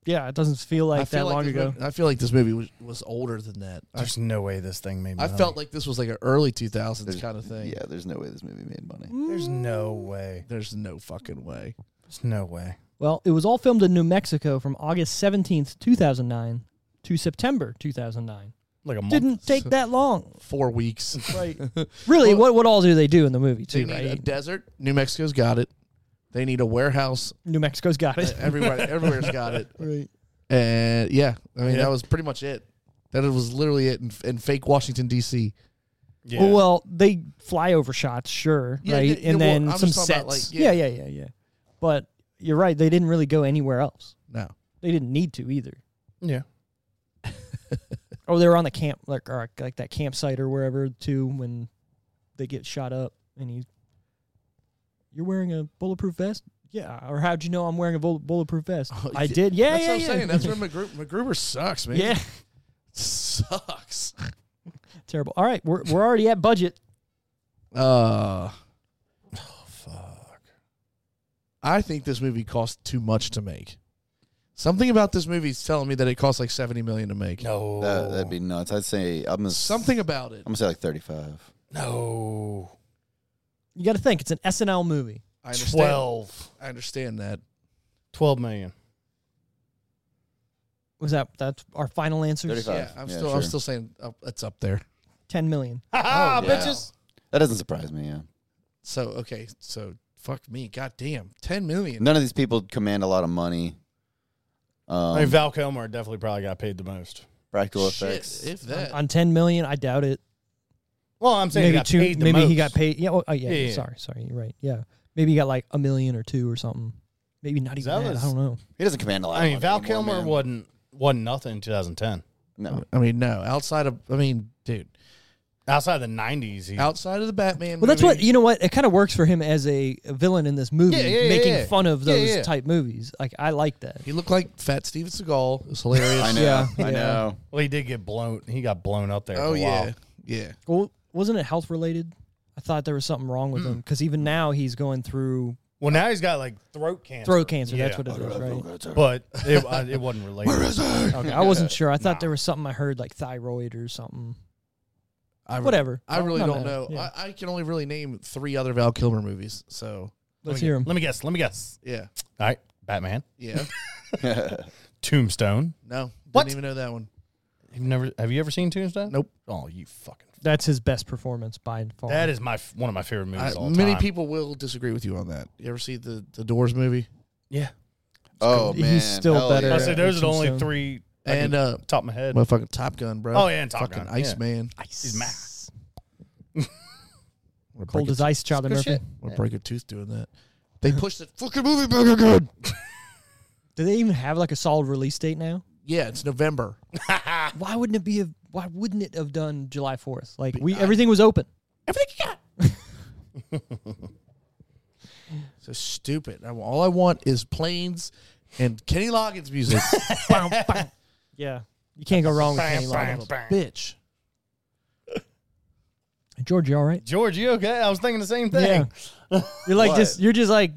Speaker 1: Yeah, it doesn't feel like that
Speaker 2: feel
Speaker 1: long
Speaker 2: this
Speaker 1: ago.
Speaker 2: mo- I feel like this movie was, was older than that. I,
Speaker 4: There's no way this thing made.
Speaker 2: I
Speaker 4: money.
Speaker 2: felt like this was like an early 2000s
Speaker 3: There's-
Speaker 2: kind of thing.
Speaker 3: Yeah. There's no way this movie made money.
Speaker 4: There's no way.
Speaker 2: There's no fucking way.
Speaker 4: There's no way.
Speaker 1: Well, it was all filmed in New Mexico from August 17th, 2009 to September 2009.
Speaker 4: Like a month.
Speaker 1: Didn't take that long. [LAUGHS]
Speaker 2: Four weeks.
Speaker 1: Right. Really, what what all do they do in the movie
Speaker 2: they
Speaker 1: too,
Speaker 2: need
Speaker 1: right?
Speaker 2: a desert. New Mexico's got it. They need
Speaker 1: [LAUGHS]
Speaker 2: a warehouse.
Speaker 1: New Mexico's got it.
Speaker 2: Everybody, everywhere's got it.
Speaker 1: right.
Speaker 2: And yeah, I mean
Speaker 4: Yeah.
Speaker 2: that was pretty much it. That was literally it in, in fake Washington D.C.
Speaker 4: Yeah.
Speaker 1: Well, they fly over shots, sure,
Speaker 2: Yeah,
Speaker 1: right?
Speaker 2: yeah,
Speaker 1: and
Speaker 2: well,
Speaker 1: then
Speaker 2: I'm
Speaker 1: some
Speaker 2: just talking
Speaker 1: sets.
Speaker 2: about, like,
Speaker 1: yeah. yeah, yeah, yeah, But you're right, they didn't really go anywhere else.
Speaker 2: No,
Speaker 1: They didn't need to either.
Speaker 4: yeah.
Speaker 1: Oh, they were on the camp, like or like that campsite or wherever too. When they get shot up, and he, you're wearing a bulletproof vest. Yeah, or how'd you know I'm wearing a bull- bulletproof vest?
Speaker 2: Oh,
Speaker 1: I
Speaker 2: yeah.
Speaker 1: did. Yeah,
Speaker 2: that's
Speaker 1: yeah,
Speaker 2: what I'm
Speaker 1: yeah. [LAUGHS]
Speaker 2: saying. That's where McGru- McGruber sucks, man.
Speaker 1: yeah.
Speaker 2: sucks.
Speaker 1: Terrible. All right, we're we're already at budget.
Speaker 2: Uh, oh, fuck. I think this movie cost too much to make. Something about this movie is telling me that it costs like seventy million to make.
Speaker 4: No.
Speaker 3: That, that'd be nuts. I'd say I'm gonna s-
Speaker 2: Something about it.
Speaker 3: I'm gonna say like 35.
Speaker 4: no.
Speaker 1: You got to think it's an SNL movie.
Speaker 2: I understand.
Speaker 4: Twelve. [LAUGHS]
Speaker 2: I understand that.
Speaker 4: Twelve million.
Speaker 1: was that that's our final answers?
Speaker 3: 35.
Speaker 2: I'm
Speaker 3: Yeah,
Speaker 2: still I'm
Speaker 3: sure.
Speaker 2: still saying up, it's up there.
Speaker 1: Ten million.
Speaker 4: Ah,
Speaker 3: yeah.
Speaker 4: bitches.
Speaker 3: That doesn't surprise me. Yeah.
Speaker 2: So okay, so fuck me, goddamn, ten million.
Speaker 3: None of these people command a lot of money. Um,
Speaker 4: I mean, Val Kilmer definitely probably got paid the most.
Speaker 3: practical
Speaker 2: Shit,
Speaker 3: effects.
Speaker 2: if that.
Speaker 1: On ten million, I doubt it.
Speaker 4: Well, I'm saying
Speaker 1: maybe
Speaker 4: he got
Speaker 1: two.
Speaker 4: paid the
Speaker 1: maybe he
Speaker 4: most.
Speaker 1: got paid. Yeah. Oh, oh, yeah,
Speaker 4: Yeah, yeah.
Speaker 1: Sorry. Sorry. You're right. Yeah. Maybe he got like a million or two or something. Maybe not even
Speaker 4: That
Speaker 1: that.
Speaker 4: was-
Speaker 1: I don't know.
Speaker 3: he doesn't command a lot.
Speaker 4: I mean,
Speaker 3: of money
Speaker 4: Val
Speaker 3: anymore,
Speaker 4: Kilmer
Speaker 3: man.
Speaker 4: wasn't wasn't nothing in 2010.
Speaker 3: No,
Speaker 2: I mean, no. Outside of, I mean, dude,
Speaker 4: Outside the 90s, he,
Speaker 2: outside of the Batman.
Speaker 1: Well, that's
Speaker 2: movie,
Speaker 1: what you know. What it kind of works for him as a, a villain in this movie,
Speaker 2: Yeah, yeah, yeah,
Speaker 1: making
Speaker 2: yeah.
Speaker 1: fun of
Speaker 2: Yeah,
Speaker 1: those
Speaker 2: yeah.
Speaker 1: type movies. Like I like that.
Speaker 2: He looked like Fat Steven Seagal. It was
Speaker 1: [LAUGHS]
Speaker 2: hilarious.
Speaker 3: I know.
Speaker 1: Yeah,
Speaker 3: I
Speaker 1: yeah.
Speaker 3: know.
Speaker 4: well, he did get blown. He got blown up there.
Speaker 2: Oh
Speaker 4: for a while.
Speaker 2: yeah, yeah.
Speaker 1: Well, wasn't it health related? I thought there was something wrong with him because even now he's going through
Speaker 4: Well, now he's got like throat cancer.
Speaker 1: throat cancer.
Speaker 4: Yeah.
Speaker 1: That's what it is, right?
Speaker 4: But it, I, it wasn't related.
Speaker 1: Okay, I wasn't sure. I thought there was something I heard like thyroid or something.
Speaker 2: I re-
Speaker 1: Whatever.
Speaker 2: I
Speaker 1: Well,
Speaker 2: really
Speaker 1: not
Speaker 2: don't
Speaker 1: bad.
Speaker 2: know.
Speaker 1: Yeah.
Speaker 2: I, I can only really name three other Val Kilmer movies. So
Speaker 4: Let me
Speaker 1: Let's hear
Speaker 4: gu-
Speaker 1: him.
Speaker 4: Let me guess. Let me guess.
Speaker 2: yeah,
Speaker 4: All right, Batman,
Speaker 1: [LAUGHS]
Speaker 2: yeah.
Speaker 4: Tombstone.
Speaker 2: No,
Speaker 4: What?
Speaker 2: didn't even know that one.
Speaker 4: You've never have you ever seen Tombstone?
Speaker 2: Nope.
Speaker 4: Oh, you fucking.
Speaker 1: That's his best performance by far.
Speaker 4: That is my f- one of my favorite movies.
Speaker 2: I-
Speaker 4: all
Speaker 2: many
Speaker 4: time.
Speaker 2: people will disagree with you on that. You ever see the the Doors movie?
Speaker 4: Yeah.
Speaker 3: Oh
Speaker 1: He's
Speaker 3: man,
Speaker 1: still
Speaker 3: Hell
Speaker 1: better.
Speaker 4: I
Speaker 3: yeah.
Speaker 4: say those are the only
Speaker 1: Tombstone.
Speaker 4: three. I
Speaker 2: And
Speaker 4: can-
Speaker 2: uh,
Speaker 4: top of my head.
Speaker 2: motherfucking Top Gun, bro.
Speaker 4: Oh, yeah, and Top
Speaker 2: fucking
Speaker 4: Gun, yeah.
Speaker 2: Iceman.
Speaker 4: He's Max.
Speaker 2: [LAUGHS] Wanna break
Speaker 1: Cold
Speaker 2: your-
Speaker 1: as ice, Charlie
Speaker 4: Good
Speaker 1: Murphy.
Speaker 4: shit.
Speaker 2: wanna break your tooth
Speaker 1: [LAUGHS]
Speaker 2: doing that. They pushed the fucking movie back again.
Speaker 1: Do they even have like a solid release date now?
Speaker 2: Yeah, it's November.
Speaker 1: Why wouldn't it be? A, why wouldn't it have done July Fourth? Like we, everything was open.
Speaker 2: Everything you got. [LAUGHS] so stupid. I- All I want is planes and Kenny Loggins [LAUGHS] music.
Speaker 1: [LAUGHS] Yeah, you can't go wrong with
Speaker 4: Bam,
Speaker 1: Kenny
Speaker 4: bam,
Speaker 1: Loggins.
Speaker 4: bam.
Speaker 2: Bitch.
Speaker 1: George, you all right?
Speaker 4: George, you okay? I was thinking the same thing.
Speaker 1: [LAUGHS] You're like
Speaker 3: What?
Speaker 1: just you're just like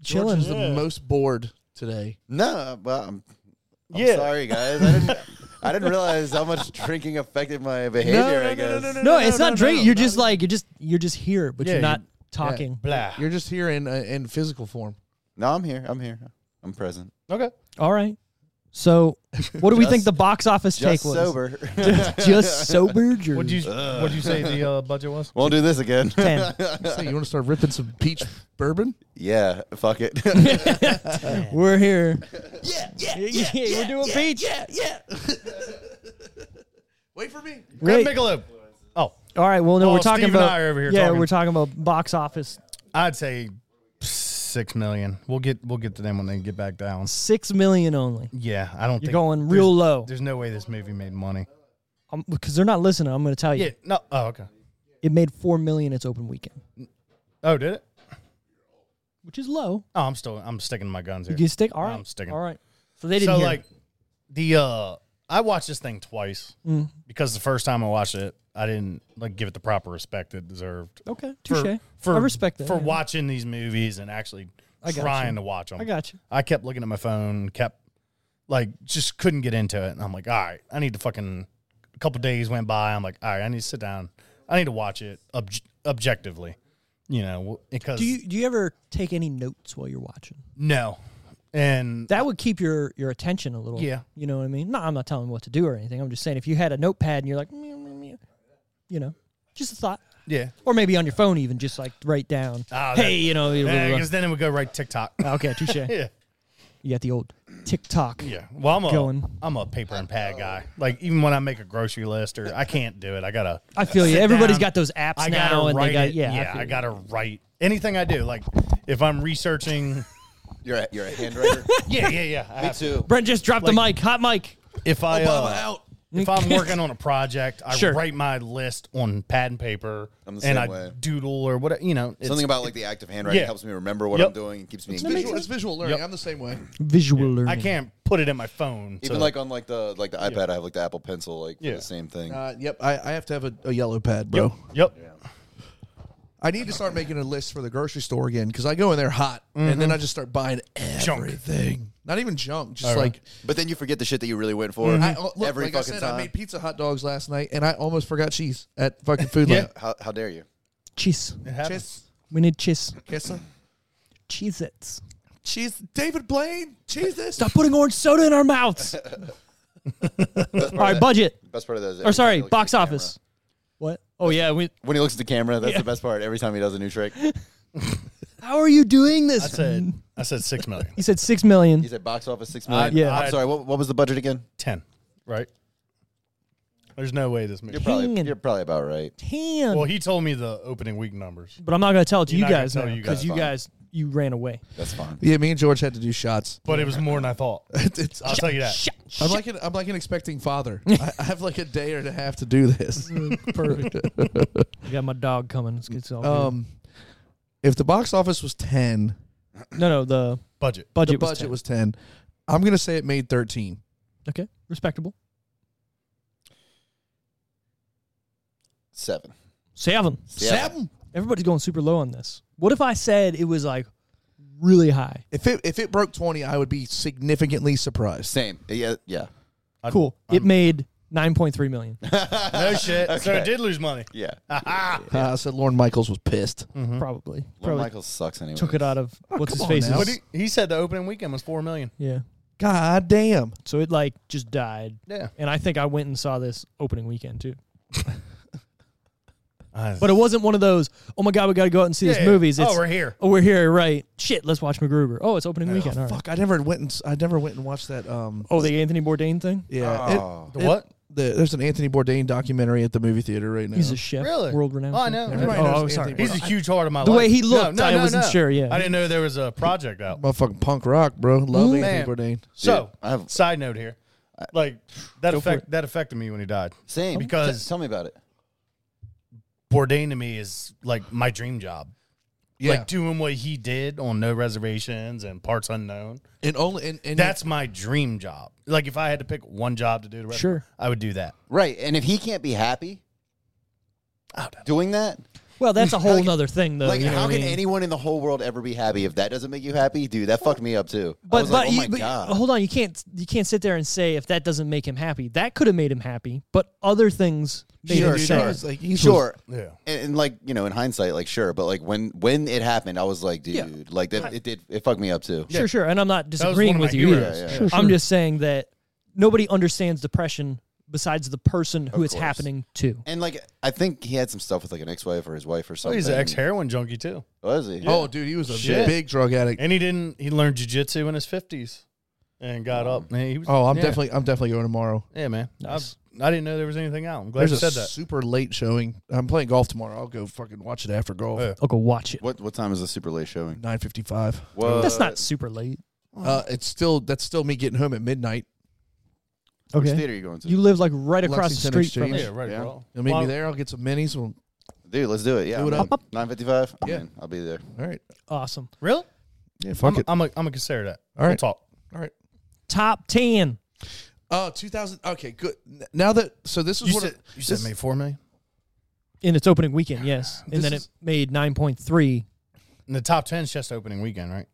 Speaker 2: George
Speaker 1: chilling.
Speaker 2: is the most bored today.
Speaker 3: No, well, I'm, I'm
Speaker 4: Yeah.
Speaker 3: sorry, guys. I
Speaker 1: [LAUGHS]
Speaker 3: didn't, I didn't realize how much drinking affected my behavior. I guess.
Speaker 1: no, it's not drinking. you're just like you're just you're just here, but
Speaker 4: Yeah,
Speaker 1: you're not
Speaker 4: you-
Speaker 1: talking.
Speaker 4: Blah.
Speaker 2: You're just here in uh, in physical [LAUGHS] form.
Speaker 3: No, I'm here. I'm here. I'm present.
Speaker 4: Okay.
Speaker 1: All right. So, what do we think
Speaker 3: Just-
Speaker 1: the box office take
Speaker 3: Just
Speaker 1: was?
Speaker 3: sober.
Speaker 1: [LAUGHS]
Speaker 3: [LAUGHS]
Speaker 1: just
Speaker 4: [LAUGHS]
Speaker 1: sobered. Or
Speaker 4: What'd you What'd you say the uh, budget was?
Speaker 3: Won't do this again.
Speaker 4: [LAUGHS]
Speaker 1: ten?
Speaker 2: So you want to start ripping some peach bourbon?
Speaker 3: yeah, fuck it.
Speaker 1: We're here. Yeah, yeah, yeah. We're doing beach.
Speaker 2: Wait for me.
Speaker 4: Greg
Speaker 1: Wait.
Speaker 4: Michelob. Oh,
Speaker 1: All right. Well, no,
Speaker 4: Well,
Speaker 1: we're talking
Speaker 4: Steve and
Speaker 1: about.
Speaker 4: I are over here
Speaker 1: yeah,
Speaker 4: talking.
Speaker 1: we're talking about box office.
Speaker 4: I'd say six million. We'll get we'll get to them when they get back down.
Speaker 1: Six million only.
Speaker 4: Yeah, I don't.
Speaker 1: You're
Speaker 4: think
Speaker 1: going
Speaker 4: there's-
Speaker 1: real low
Speaker 4: There's no way this movie made money.
Speaker 1: Um, because they're not listening. I'm going to tell you,
Speaker 4: Yeah. No. Oh, okay.
Speaker 1: it made four million its open weekend,
Speaker 4: Oh, did it?
Speaker 1: which is low.
Speaker 4: Oh, I'm still I'm sticking to my guns here.
Speaker 1: You can stick. All
Speaker 4: No,
Speaker 1: right,
Speaker 4: I'm sticking.
Speaker 1: All right. So they didn't.
Speaker 4: so
Speaker 1: hear.
Speaker 4: like the uh I watched this thing twice
Speaker 1: Mm.
Speaker 4: because the first time I watched it, I didn't like give it the proper respect it deserved.
Speaker 1: okay,
Speaker 4: For-
Speaker 1: Oh, touche.
Speaker 4: For,
Speaker 1: I respect that.
Speaker 4: for
Speaker 1: yeah.
Speaker 4: watching these movies and actually
Speaker 1: I got
Speaker 4: trying
Speaker 1: you.
Speaker 4: to watch them.
Speaker 1: I got you.
Speaker 4: I kept looking at my phone, kept like just couldn't get into it, and I'm like, all right, I need to fucking. A couple days went by. I'm like, all right, I need to sit down. I need to watch it obj- objectively, you know, because
Speaker 1: Do you do you ever take any notes while you're watching?
Speaker 4: no, and
Speaker 1: That would keep your your attention a little.
Speaker 4: Yeah.
Speaker 1: You know what I mean? No, I'm not telling you what to do or anything. I'm just saying if you had a notepad and you're like, meow, meow, meow, you know, just a thought,
Speaker 4: yeah,
Speaker 1: or maybe on your phone even, just like write down.
Speaker 4: Ah,
Speaker 1: hey,
Speaker 4: that-
Speaker 1: you know. blah, blah, blah.
Speaker 4: because then it would go right TikTok.
Speaker 1: [LAUGHS] Okay, touche.
Speaker 4: [LAUGHS] yeah.
Speaker 1: You got the old TikTok.
Speaker 4: Yeah. Well, I'm a
Speaker 1: Going.
Speaker 4: am a paper and pad guy. Like even when I make a grocery list or I can't do it. I gotta.
Speaker 1: I feel you.
Speaker 4: sit
Speaker 1: Everybody's
Speaker 4: down.
Speaker 1: got those apps
Speaker 4: I gotta
Speaker 1: now, and
Speaker 4: write
Speaker 1: they got
Speaker 4: it.
Speaker 1: yeah.
Speaker 4: yeah.
Speaker 1: feel
Speaker 4: I
Speaker 1: you.
Speaker 4: gotta write anything I do. Like if
Speaker 3: [LAUGHS]
Speaker 4: I'm researching.
Speaker 3: you're a, you're a handwriter.
Speaker 4: Yeah, yeah, yeah. I
Speaker 3: Me
Speaker 4: have to.
Speaker 3: too.
Speaker 1: Brent just dropped the mic. Hot mic.
Speaker 4: If I
Speaker 2: Obama
Speaker 4: uh,
Speaker 2: out.
Speaker 4: if
Speaker 1: [LAUGHS]
Speaker 4: I'm working on a project, I
Speaker 1: Sure.
Speaker 4: write my list on pad and paper,
Speaker 3: I'm the same
Speaker 4: and I
Speaker 3: way.
Speaker 4: doodle or whatever. You know, it's-
Speaker 3: Something about like the act of handwriting
Speaker 4: Yeah.
Speaker 3: helps me remember what
Speaker 4: Yep.
Speaker 3: I'm doing and keeps me
Speaker 2: It's
Speaker 3: engaged.
Speaker 2: visual, it's visual learning. I'm the same way.
Speaker 1: Visual learning.
Speaker 4: I can't put it in my phone.
Speaker 3: Even
Speaker 4: so-
Speaker 3: like on like the like the iPad, I have like the Apple Pencil, like for
Speaker 4: Yeah.
Speaker 3: the same thing.
Speaker 2: Uh, yep, I, I have to have a, a yellow pad, bro.
Speaker 4: yep, yep.
Speaker 2: I need to start making a list for the grocery store again because I go in there hot and then I just start buying
Speaker 4: Junk.
Speaker 2: everything. Not even junk, just
Speaker 4: right.
Speaker 2: like
Speaker 3: But then you forget the shit that you really went for [LAUGHS]
Speaker 2: I, oh, look,
Speaker 3: every
Speaker 2: like I
Speaker 3: fucking
Speaker 2: said,
Speaker 3: time.
Speaker 2: I made pizza hot dogs last night and I almost forgot cheese at fucking Food Lab.
Speaker 3: how, how dare you?
Speaker 1: Cheese.
Speaker 4: It happens.
Speaker 2: Cheese,
Speaker 1: We need cheese.
Speaker 2: kissa,
Speaker 1: Cheese its.
Speaker 2: cheese. David Blaine, cheese this.
Speaker 1: Stop putting orange soda in our mouths.
Speaker 3: Best part of
Speaker 1: All right,
Speaker 3: that-
Speaker 1: budget.
Speaker 3: Best part of that is
Speaker 1: Or
Speaker 3: every time he
Speaker 1: sorry,
Speaker 3: looks at
Speaker 1: box
Speaker 3: the
Speaker 1: office. What? Oh yeah. We,
Speaker 3: camera. When he looks at the camera, that's
Speaker 1: Yeah.
Speaker 3: the best part. Every time he does a new trick,
Speaker 1: how are you doing this? [LAUGHS]
Speaker 4: I said I said six million.
Speaker 1: He said six million.
Speaker 3: he's at box office six million.
Speaker 4: I-
Speaker 1: Yeah.
Speaker 3: I'm sorry. What, what was the budget again?
Speaker 4: Ten, right? There's no way this
Speaker 3: You're
Speaker 4: movie.
Speaker 3: probably
Speaker 1: Hanging.
Speaker 3: you're probably about right.
Speaker 1: Ten.
Speaker 4: Well, he told me the opening week numbers.
Speaker 1: but I'm not gonna tell it to
Speaker 4: You're
Speaker 1: you
Speaker 4: not gonna
Speaker 1: guys
Speaker 4: tell
Speaker 1: now
Speaker 4: you
Speaker 1: because
Speaker 4: guys.
Speaker 1: you
Speaker 3: Fine.
Speaker 1: guys you ran away.
Speaker 3: That's fine.
Speaker 2: Yeah, me and George had to do shots.
Speaker 4: But it was more than I thought.
Speaker 2: It's-
Speaker 4: I'll tell you that.
Speaker 1: [LAUGHS]
Speaker 2: I'm like an I'm like an expecting father. I, I have like a day or and a half to do this.
Speaker 1: Mm-hmm. Perfect. [LAUGHS] I got my dog coming. Let's get all good.
Speaker 2: Um, if the box office was ten,
Speaker 1: No, no. The
Speaker 4: Budget.
Speaker 1: budget.
Speaker 2: the budget was 10. I'm gonna say it made thirteen.
Speaker 1: okay. Respectable.
Speaker 3: Seven.
Speaker 1: Seven.
Speaker 3: Yeah.
Speaker 1: Everybody's going super low on this. What if I said it was like really high?
Speaker 2: If it if it broke twenty, I would be significantly surprised.
Speaker 3: Same. Yeah. Yeah.
Speaker 4: I-
Speaker 1: Cool. it
Speaker 4: I'm-
Speaker 1: made nine point three million.
Speaker 4: no shit. So
Speaker 3: Okay.
Speaker 4: it did lose money.
Speaker 3: Yeah.
Speaker 2: Uh, I said Lauren Michaels was pissed.
Speaker 1: Mm. Probably.
Speaker 3: Lorne
Speaker 1: Probably
Speaker 3: Michaels sucks anyway.
Speaker 1: took it out of what's his
Speaker 2: come on
Speaker 1: face.
Speaker 2: now.
Speaker 4: But he, he said the opening weekend was four million.
Speaker 1: Yeah.
Speaker 2: God damn.
Speaker 1: So it like just died.
Speaker 4: Yeah.
Speaker 1: And I think I went and saw this opening weekend too.
Speaker 4: but
Speaker 1: But it wasn't one of those, oh my God, we got to go out and see
Speaker 4: Yeah,
Speaker 1: this
Speaker 4: yeah.
Speaker 1: movies.
Speaker 4: Oh,
Speaker 1: It's,
Speaker 4: we're here.
Speaker 1: Oh, we're here, right. Shit, let's watch MacGruber. Oh, it's opening weekend. All right.
Speaker 2: Fuck, I never went and s- I never went and watched that. Um,
Speaker 1: Oh, the Anthony Bourdain thing?
Speaker 2: yeah, it-
Speaker 3: Oh.
Speaker 4: The what?
Speaker 2: the- there's an Anthony Bourdain documentary at the movie theater right now.
Speaker 1: He's a chef.
Speaker 4: Really?
Speaker 1: World renowned.
Speaker 4: Oh, I know. Everybody
Speaker 1: Oh,
Speaker 2: knows
Speaker 1: I'm
Speaker 2: Anthony
Speaker 1: sorry.
Speaker 2: Bourdain.
Speaker 4: he's a huge heart of my
Speaker 1: The
Speaker 4: life.
Speaker 1: way he looked, I wasn't sure, yeah.
Speaker 4: I didn't know there was a project out.
Speaker 2: My fucking punk rock, bro. Love
Speaker 4: Man.
Speaker 2: Anthony Bourdain.
Speaker 4: So,
Speaker 3: I have-
Speaker 4: side note here, like that
Speaker 1: Go for
Speaker 4: affect that affected me when he died.
Speaker 3: Same.
Speaker 4: Because-
Speaker 3: T- tell me about it.
Speaker 4: Bourdain to me is like my dream job.
Speaker 2: Yeah,
Speaker 4: Like doing what he did on No Reservations and Parts Unknown.
Speaker 2: and only and, and
Speaker 4: That's my dream job. Like if I had to pick one job to do, the rest of
Speaker 1: Sure.
Speaker 4: my- I would do that.
Speaker 3: Right. And if he can't be happy doing that,
Speaker 1: Well, that's a whole other thing, though.
Speaker 3: like
Speaker 1: you know
Speaker 3: how
Speaker 1: what I
Speaker 3: can
Speaker 1: mean?
Speaker 3: anyone in the whole world ever be happy if that doesn't make you happy, dude? That fucked me up too. I
Speaker 1: But,
Speaker 3: was
Speaker 1: but,
Speaker 3: like, oh
Speaker 1: you,
Speaker 3: my
Speaker 1: but-
Speaker 3: god.
Speaker 1: hold on, you can't you can't sit there and say if that doesn't make him happy. That could have made him happy, but other things made
Speaker 2: Sure,
Speaker 1: him
Speaker 2: sure.
Speaker 1: sad.
Speaker 2: It's like he's
Speaker 3: sure.
Speaker 4: Yeah.
Speaker 3: And, and, like you know, in hindsight, like sure, but like when when it happened, I was like, dude, like that, it did it fucked me up too.
Speaker 1: Sure, sure. And I'm not
Speaker 4: one of
Speaker 1: disagreeing
Speaker 4: my
Speaker 1: with you. either.
Speaker 4: heroes.
Speaker 3: Yeah, yeah,
Speaker 1: I'm just saying that nobody understands depression besides the person who it's
Speaker 3: course.
Speaker 1: happening to.
Speaker 3: And like I think he had some stuff with like an ex-wife or his wife or
Speaker 4: Oh,
Speaker 3: something.
Speaker 4: he's an ex heroin junkie too,
Speaker 3: Was he?
Speaker 2: Oh, dude, he was a
Speaker 4: Shit.
Speaker 2: big drug addict.
Speaker 4: and he didn't. He learned jujitsu in his fifties and got up. Man, he was,
Speaker 2: Oh, I'm
Speaker 4: yeah.
Speaker 2: definitely I'm definitely going tomorrow.
Speaker 4: yeah, man.
Speaker 1: Nice.
Speaker 4: I've, I didn't know there was anything out. I'm glad
Speaker 2: There's
Speaker 4: you
Speaker 2: a
Speaker 4: said that.
Speaker 2: super late showing. I'm playing golf tomorrow. I'll go fucking watch it after golf.
Speaker 4: Yeah.
Speaker 1: I'll go watch it.
Speaker 3: What what time is the super late showing?
Speaker 2: Nine fifty five.
Speaker 3: Whoa.
Speaker 1: That's not super late.
Speaker 2: Uh, it's still that's still me getting home at midnight.
Speaker 3: Which
Speaker 1: Okay.
Speaker 3: theater are you going to?
Speaker 1: You live like right across
Speaker 2: Lexington
Speaker 1: the street from
Speaker 2: Exchange.
Speaker 4: Yeah, right.
Speaker 3: Yeah.
Speaker 4: bro.
Speaker 2: You'll meet
Speaker 4: Well,
Speaker 2: me there. I'll get some minis. We'll,
Speaker 3: Dude, let's do it. Yeah,
Speaker 2: Do it
Speaker 3: I'm
Speaker 2: up.
Speaker 3: Nine fifty-five. I'm
Speaker 2: Yeah.
Speaker 3: in. I'll be there.
Speaker 2: all right.
Speaker 1: Awesome.
Speaker 4: Really?
Speaker 2: Yeah, fuck
Speaker 4: I'm,
Speaker 2: it.
Speaker 4: I'm a, I'm gonna consider that.
Speaker 2: All
Speaker 4: We'll
Speaker 2: right.
Speaker 4: talk.
Speaker 2: all right.
Speaker 1: Top 10.
Speaker 2: Oh, 2000. Okay, good. N- Now that so this is
Speaker 4: You
Speaker 2: what
Speaker 4: said, you
Speaker 2: this,
Speaker 4: said maybe four million
Speaker 1: In its opening weekend,
Speaker 4: [SIGHS]
Speaker 1: yes. And
Speaker 2: This
Speaker 1: then
Speaker 2: is-
Speaker 1: it made 9.3.
Speaker 4: And the top ten is just opening weekend, right?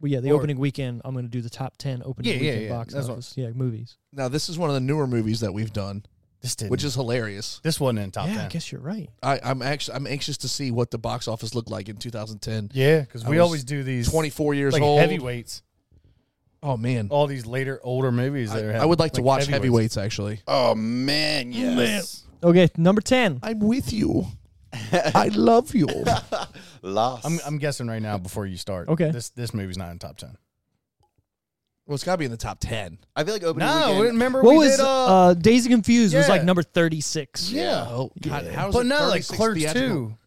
Speaker 1: Well, yeah, the
Speaker 4: Or-
Speaker 1: opening weekend, I'm going to do the top 10 opening
Speaker 4: Yeah, yeah,
Speaker 1: weekend
Speaker 4: yeah.
Speaker 1: box
Speaker 4: That's what-
Speaker 1: office. Yeah, movies.
Speaker 2: now this is one of the newer movies that we've done,
Speaker 4: This did
Speaker 2: which is hilarious.
Speaker 4: this wasn't in top
Speaker 1: yeah, I
Speaker 4: ten.
Speaker 1: guess you're right.
Speaker 2: I, I'm actually I'm anxious to see what the box office looked like in 2010.
Speaker 4: Yeah, because
Speaker 2: I
Speaker 4: we
Speaker 2: was
Speaker 4: always do these
Speaker 2: 24 years
Speaker 4: like
Speaker 2: old.
Speaker 4: heavyweights.
Speaker 2: Oh man,
Speaker 4: All these later older movies that are.
Speaker 2: I, I
Speaker 4: having,
Speaker 2: would like to watch
Speaker 4: heavyweights.
Speaker 2: heavyweights. actually.
Speaker 3: Oh man, yes.
Speaker 1: Okay, number 10.
Speaker 2: I'm with
Speaker 4: [LAUGHS]
Speaker 2: you. I love you.
Speaker 3: Lost.
Speaker 4: I'm I'm guessing right now before you start.
Speaker 1: Okay.
Speaker 4: This this movie's not in top ten.
Speaker 2: Well, it's got to be in the top 10.
Speaker 3: I feel like opening
Speaker 4: No,
Speaker 3: weekend.
Speaker 4: remember
Speaker 1: What
Speaker 4: we
Speaker 1: was
Speaker 4: did. Uh,
Speaker 1: uh, Days and Confused was like
Speaker 4: yeah.
Speaker 1: number 36.
Speaker 4: yeah.
Speaker 2: Oh God, how is
Speaker 4: but
Speaker 2: it
Speaker 4: no, like
Speaker 2: 36
Speaker 4: Clerks
Speaker 2: theatrical?
Speaker 4: two.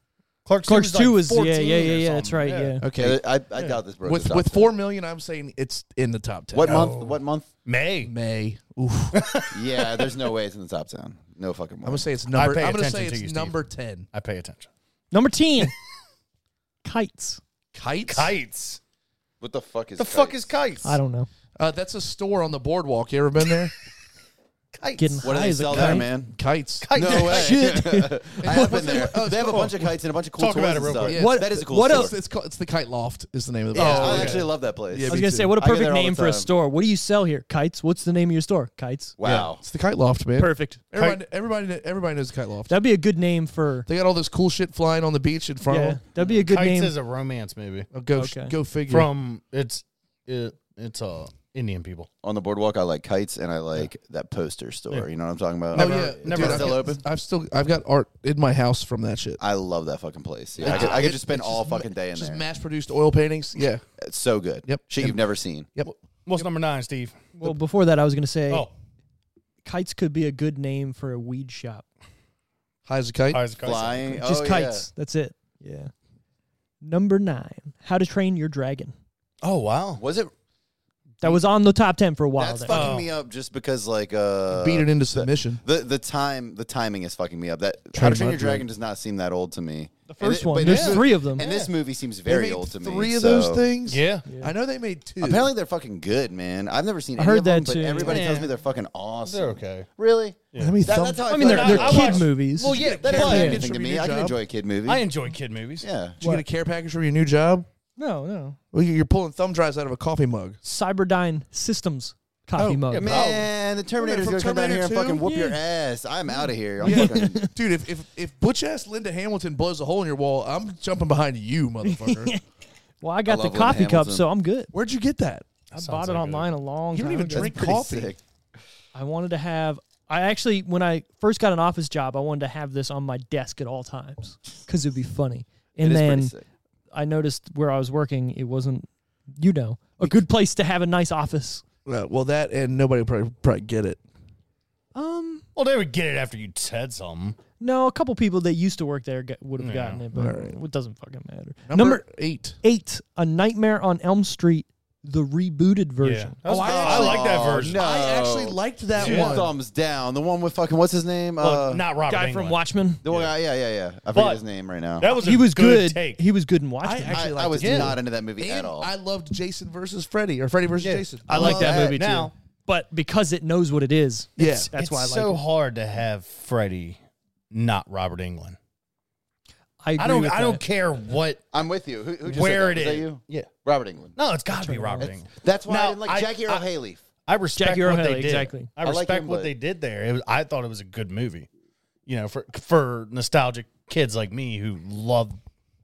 Speaker 4: Clerks,
Speaker 1: Clerks 2 was,
Speaker 4: like
Speaker 1: yeah,
Speaker 4: 14
Speaker 1: yeah,
Speaker 4: or
Speaker 1: yeah, yeah, that's
Speaker 4: something.
Speaker 1: right, yeah.
Speaker 2: Okay,
Speaker 3: Yeah, I, I doubt this broke the
Speaker 2: with
Speaker 3: top
Speaker 2: with
Speaker 3: ten.
Speaker 2: four million, I'm saying it's in the top ten. Oh,
Speaker 3: What month? What month?
Speaker 4: May.
Speaker 2: May?
Speaker 4: [LAUGHS]
Speaker 2: Oof. I'm
Speaker 3: Yeah, there's no way it's in the top ten. No fucking way.
Speaker 2: gonna say it's number.
Speaker 4: pay
Speaker 2: I'm gonna
Speaker 4: attention
Speaker 2: say
Speaker 4: to
Speaker 2: it's
Speaker 4: you, Steve.
Speaker 2: number ten.
Speaker 4: I pay attention.
Speaker 1: Number 10. Kites.
Speaker 2: Kites.
Speaker 4: Kites.
Speaker 3: what the fuck is
Speaker 4: The fuck is kites?
Speaker 1: I don't know.
Speaker 2: Uh, that's a store on the boardwalk. You ever been
Speaker 4: [LAUGHS]
Speaker 2: there?
Speaker 4: kites.
Speaker 1: Getting
Speaker 3: What do
Speaker 1: high
Speaker 3: they
Speaker 1: as a
Speaker 3: sell
Speaker 1: kite.
Speaker 3: there, man?
Speaker 2: Kites.
Speaker 3: No way.
Speaker 1: [LAUGHS] Shit.
Speaker 3: [LAUGHS] I have been there. They have a bunch of kites and a bunch of cool
Speaker 4: Talk
Speaker 3: toys
Speaker 4: about
Speaker 3: and
Speaker 4: it real
Speaker 3: stuff.
Speaker 4: quick.
Speaker 2: Yeah.
Speaker 1: What-
Speaker 3: that is a cool
Speaker 1: what
Speaker 3: store.
Speaker 2: It's, it's called, it's the Kite Loft. Is the name of the.
Speaker 3: Yeah,
Speaker 2: box.
Speaker 3: I actually love that place.
Speaker 2: Oh, Yeah,
Speaker 1: I was gonna say,
Speaker 2: too.
Speaker 1: what a
Speaker 3: I go
Speaker 1: perfect
Speaker 3: there all
Speaker 1: name
Speaker 3: the
Speaker 1: for a
Speaker 3: time.
Speaker 1: store. What do you sell here? Kites. What's the name of your store? Kites.
Speaker 3: Wow.
Speaker 2: It's the Kite Loft, man.
Speaker 1: Perfect.
Speaker 2: Everybody, everybody, kn- everybody knows the Kite Loft.
Speaker 1: That'd be a good name for.
Speaker 2: They got all this cool shit flying on the beach in front of
Speaker 1: Yeah,
Speaker 2: them.
Speaker 1: that'd be a good
Speaker 4: Kites
Speaker 1: name.
Speaker 4: is a romance movie
Speaker 2: Oh, go,
Speaker 1: Okay.
Speaker 2: go figure.
Speaker 4: from it's it, it's a Indian people.
Speaker 3: on the boardwalk. I like kites and I like that poster store. You know what I'm talking about?
Speaker 2: oh yeah,
Speaker 4: never-
Speaker 2: Dude, I
Speaker 3: still
Speaker 2: got-
Speaker 3: open?
Speaker 2: I've still I've got art in my house from that shit.
Speaker 3: I love that fucking place. Yeah, I could, I could just spend all fucking day in
Speaker 2: just
Speaker 3: there.
Speaker 2: mass produced oil paintings. Yeah.
Speaker 3: It's so good.
Speaker 2: Yep.
Speaker 3: Shit you've never seen.
Speaker 2: Yep.
Speaker 4: What's number nine, Steve?
Speaker 1: Well, before that, I was going to say
Speaker 4: Oh,
Speaker 1: kites could be a good name for a weed shop.
Speaker 2: High as a kite.
Speaker 4: Eyes of Christ.
Speaker 3: Flying.
Speaker 1: Just
Speaker 3: oh, yeah.
Speaker 1: kites. That's it. Yeah. Number nine, How to Train Your Dragon.
Speaker 4: Oh wow.
Speaker 3: Was it?
Speaker 1: That was on the top 10 for a while.
Speaker 3: That's
Speaker 1: there.
Speaker 3: fucking
Speaker 4: Oh.
Speaker 3: me up just because like uh
Speaker 2: Beat it into submission.
Speaker 3: the the time the timing is fucking me up. That How to Train
Speaker 2: Trademark
Speaker 3: Your Dragon does not seem that old to me.
Speaker 1: the first
Speaker 3: it-
Speaker 1: one.
Speaker 3: but
Speaker 1: There's
Speaker 3: this-
Speaker 1: three of them.
Speaker 3: And this movie seems
Speaker 2: They
Speaker 3: very
Speaker 2: made
Speaker 3: old to me.
Speaker 2: Three of
Speaker 3: so-
Speaker 2: those things.
Speaker 4: Yeah.
Speaker 2: I know they made two.
Speaker 3: Apparently they're fucking good, man. I've never seen. Any
Speaker 1: heard
Speaker 3: of them,
Speaker 1: that
Speaker 3: but
Speaker 1: too.
Speaker 3: Everybody
Speaker 4: Yeah.
Speaker 3: tells me they're fucking awesome.
Speaker 4: They're okay.
Speaker 3: Really?
Speaker 2: Let me
Speaker 3: That-
Speaker 2: thumb-
Speaker 3: that's how I,
Speaker 1: I mean,
Speaker 3: feel
Speaker 1: they're,
Speaker 3: about
Speaker 1: they're
Speaker 3: it.
Speaker 4: I
Speaker 1: kid
Speaker 4: watched-
Speaker 1: movies.
Speaker 4: Well, yeah.
Speaker 3: That doesn't
Speaker 4: yeah.
Speaker 3: mean anything to me. I can
Speaker 2: job.
Speaker 3: enjoy a kid movie.
Speaker 4: I enjoy kid movies.
Speaker 3: yeah.
Speaker 2: Did you get a care package from your new job?
Speaker 1: No, no.
Speaker 2: Well, you- you're pulling thumb drives out of a coffee mug.
Speaker 1: Cyberdyne Systems coffee
Speaker 2: Oh,
Speaker 1: mug.
Speaker 2: yeah,
Speaker 3: Man, the Terminator's
Speaker 2: from
Speaker 3: gonna come down
Speaker 2: Terminator
Speaker 3: here and fucking
Speaker 2: 2?
Speaker 3: whoop your
Speaker 1: Yeah.
Speaker 3: ass. I'm out of here. I'm fucking-
Speaker 2: [LAUGHS] Dude, if, if, if butch ass Linda Hamilton blows a hole in your wall, I'm jumping behind
Speaker 1: [LAUGHS]
Speaker 2: you, motherfucker.
Speaker 1: Well, I got the
Speaker 3: love Lynn
Speaker 1: coffee cup,
Speaker 3: Hamilton.
Speaker 1: so I'm good.
Speaker 2: Where'd you get that?
Speaker 1: I
Speaker 4: Sounds
Speaker 1: bought it
Speaker 4: like
Speaker 1: online a long
Speaker 2: You
Speaker 1: time
Speaker 2: don't even
Speaker 1: ago.
Speaker 2: drink
Speaker 3: [LAUGHS] pretty
Speaker 2: coffee.
Speaker 3: sick.
Speaker 1: I wanted to have. I actually, when I first got an office job, I wanted to have this on my desk at all times because it'd be funny.
Speaker 3: It
Speaker 1: And
Speaker 3: is pretty
Speaker 1: then
Speaker 3: sick.
Speaker 1: I noticed where I was working, it wasn't, you know, a good place to have a nice office.
Speaker 2: Uh, well, that and nobody would probably, probably get it.
Speaker 1: Um,
Speaker 4: Well, they would get it after you said something.
Speaker 1: no, a couple people that used to work there got, would have gotten it, but
Speaker 2: All right.
Speaker 1: it doesn't fucking matter.
Speaker 2: Number,
Speaker 1: Number,
Speaker 2: eight.
Speaker 1: eight, A Nightmare on Elm Street, the rebooted version.
Speaker 4: That was-
Speaker 2: Oh, I
Speaker 4: I, like that
Speaker 3: Oh,
Speaker 4: version.
Speaker 3: No.
Speaker 2: I actually liked that
Speaker 4: Yeah.
Speaker 2: one.
Speaker 3: Thumbs down. The one with fucking what's his name?
Speaker 4: Well,
Speaker 3: uh,
Speaker 4: not Robert.
Speaker 1: Guy
Speaker 4: Englund.
Speaker 1: from Watchmen.
Speaker 3: the one guy. Yeah, yeah, yeah. I forget
Speaker 4: But-
Speaker 3: his name right now.
Speaker 4: That was a
Speaker 1: He was good.
Speaker 4: take.
Speaker 1: He was good in
Speaker 2: I
Speaker 1: Watchmen.
Speaker 2: actually
Speaker 3: I,
Speaker 2: liked
Speaker 3: I was
Speaker 2: it. too.
Speaker 3: not into that movie at
Speaker 2: And
Speaker 3: all.
Speaker 2: I loved Jason versus Freddy or Freddy versus Jason.
Speaker 1: I like
Speaker 3: Well,
Speaker 1: that
Speaker 3: that-
Speaker 1: movie
Speaker 4: now-
Speaker 1: too. But because it knows what it is,
Speaker 2: Yeah.
Speaker 1: it's- that's
Speaker 4: it's
Speaker 1: why I like
Speaker 4: so
Speaker 1: it.
Speaker 4: hard to have Freddie, not Robert England.
Speaker 1: I, agree
Speaker 4: I don't.
Speaker 1: with
Speaker 4: I don't
Speaker 1: that.
Speaker 4: care what.
Speaker 3: I'm with you. Who, who just
Speaker 4: Where
Speaker 3: said that?
Speaker 4: it
Speaker 3: Was
Speaker 4: is.
Speaker 3: that you?
Speaker 4: Yeah.
Speaker 3: Robert England.
Speaker 4: No, it's got to be Robert
Speaker 3: That's,
Speaker 4: England.
Speaker 3: that's why I
Speaker 4: Now,
Speaker 3: didn't like
Speaker 4: I-
Speaker 3: Jackie Earl
Speaker 4: I-
Speaker 3: Haley.
Speaker 4: I respect
Speaker 1: Jackie
Speaker 4: what
Speaker 1: Earl
Speaker 4: they
Speaker 1: Haley,
Speaker 4: did.
Speaker 1: exactly.
Speaker 4: I
Speaker 3: I like
Speaker 4: respect
Speaker 3: him,
Speaker 4: what
Speaker 3: but-
Speaker 4: they did there. It was, I thought it was a good movie. You know, for for nostalgic kids like me who love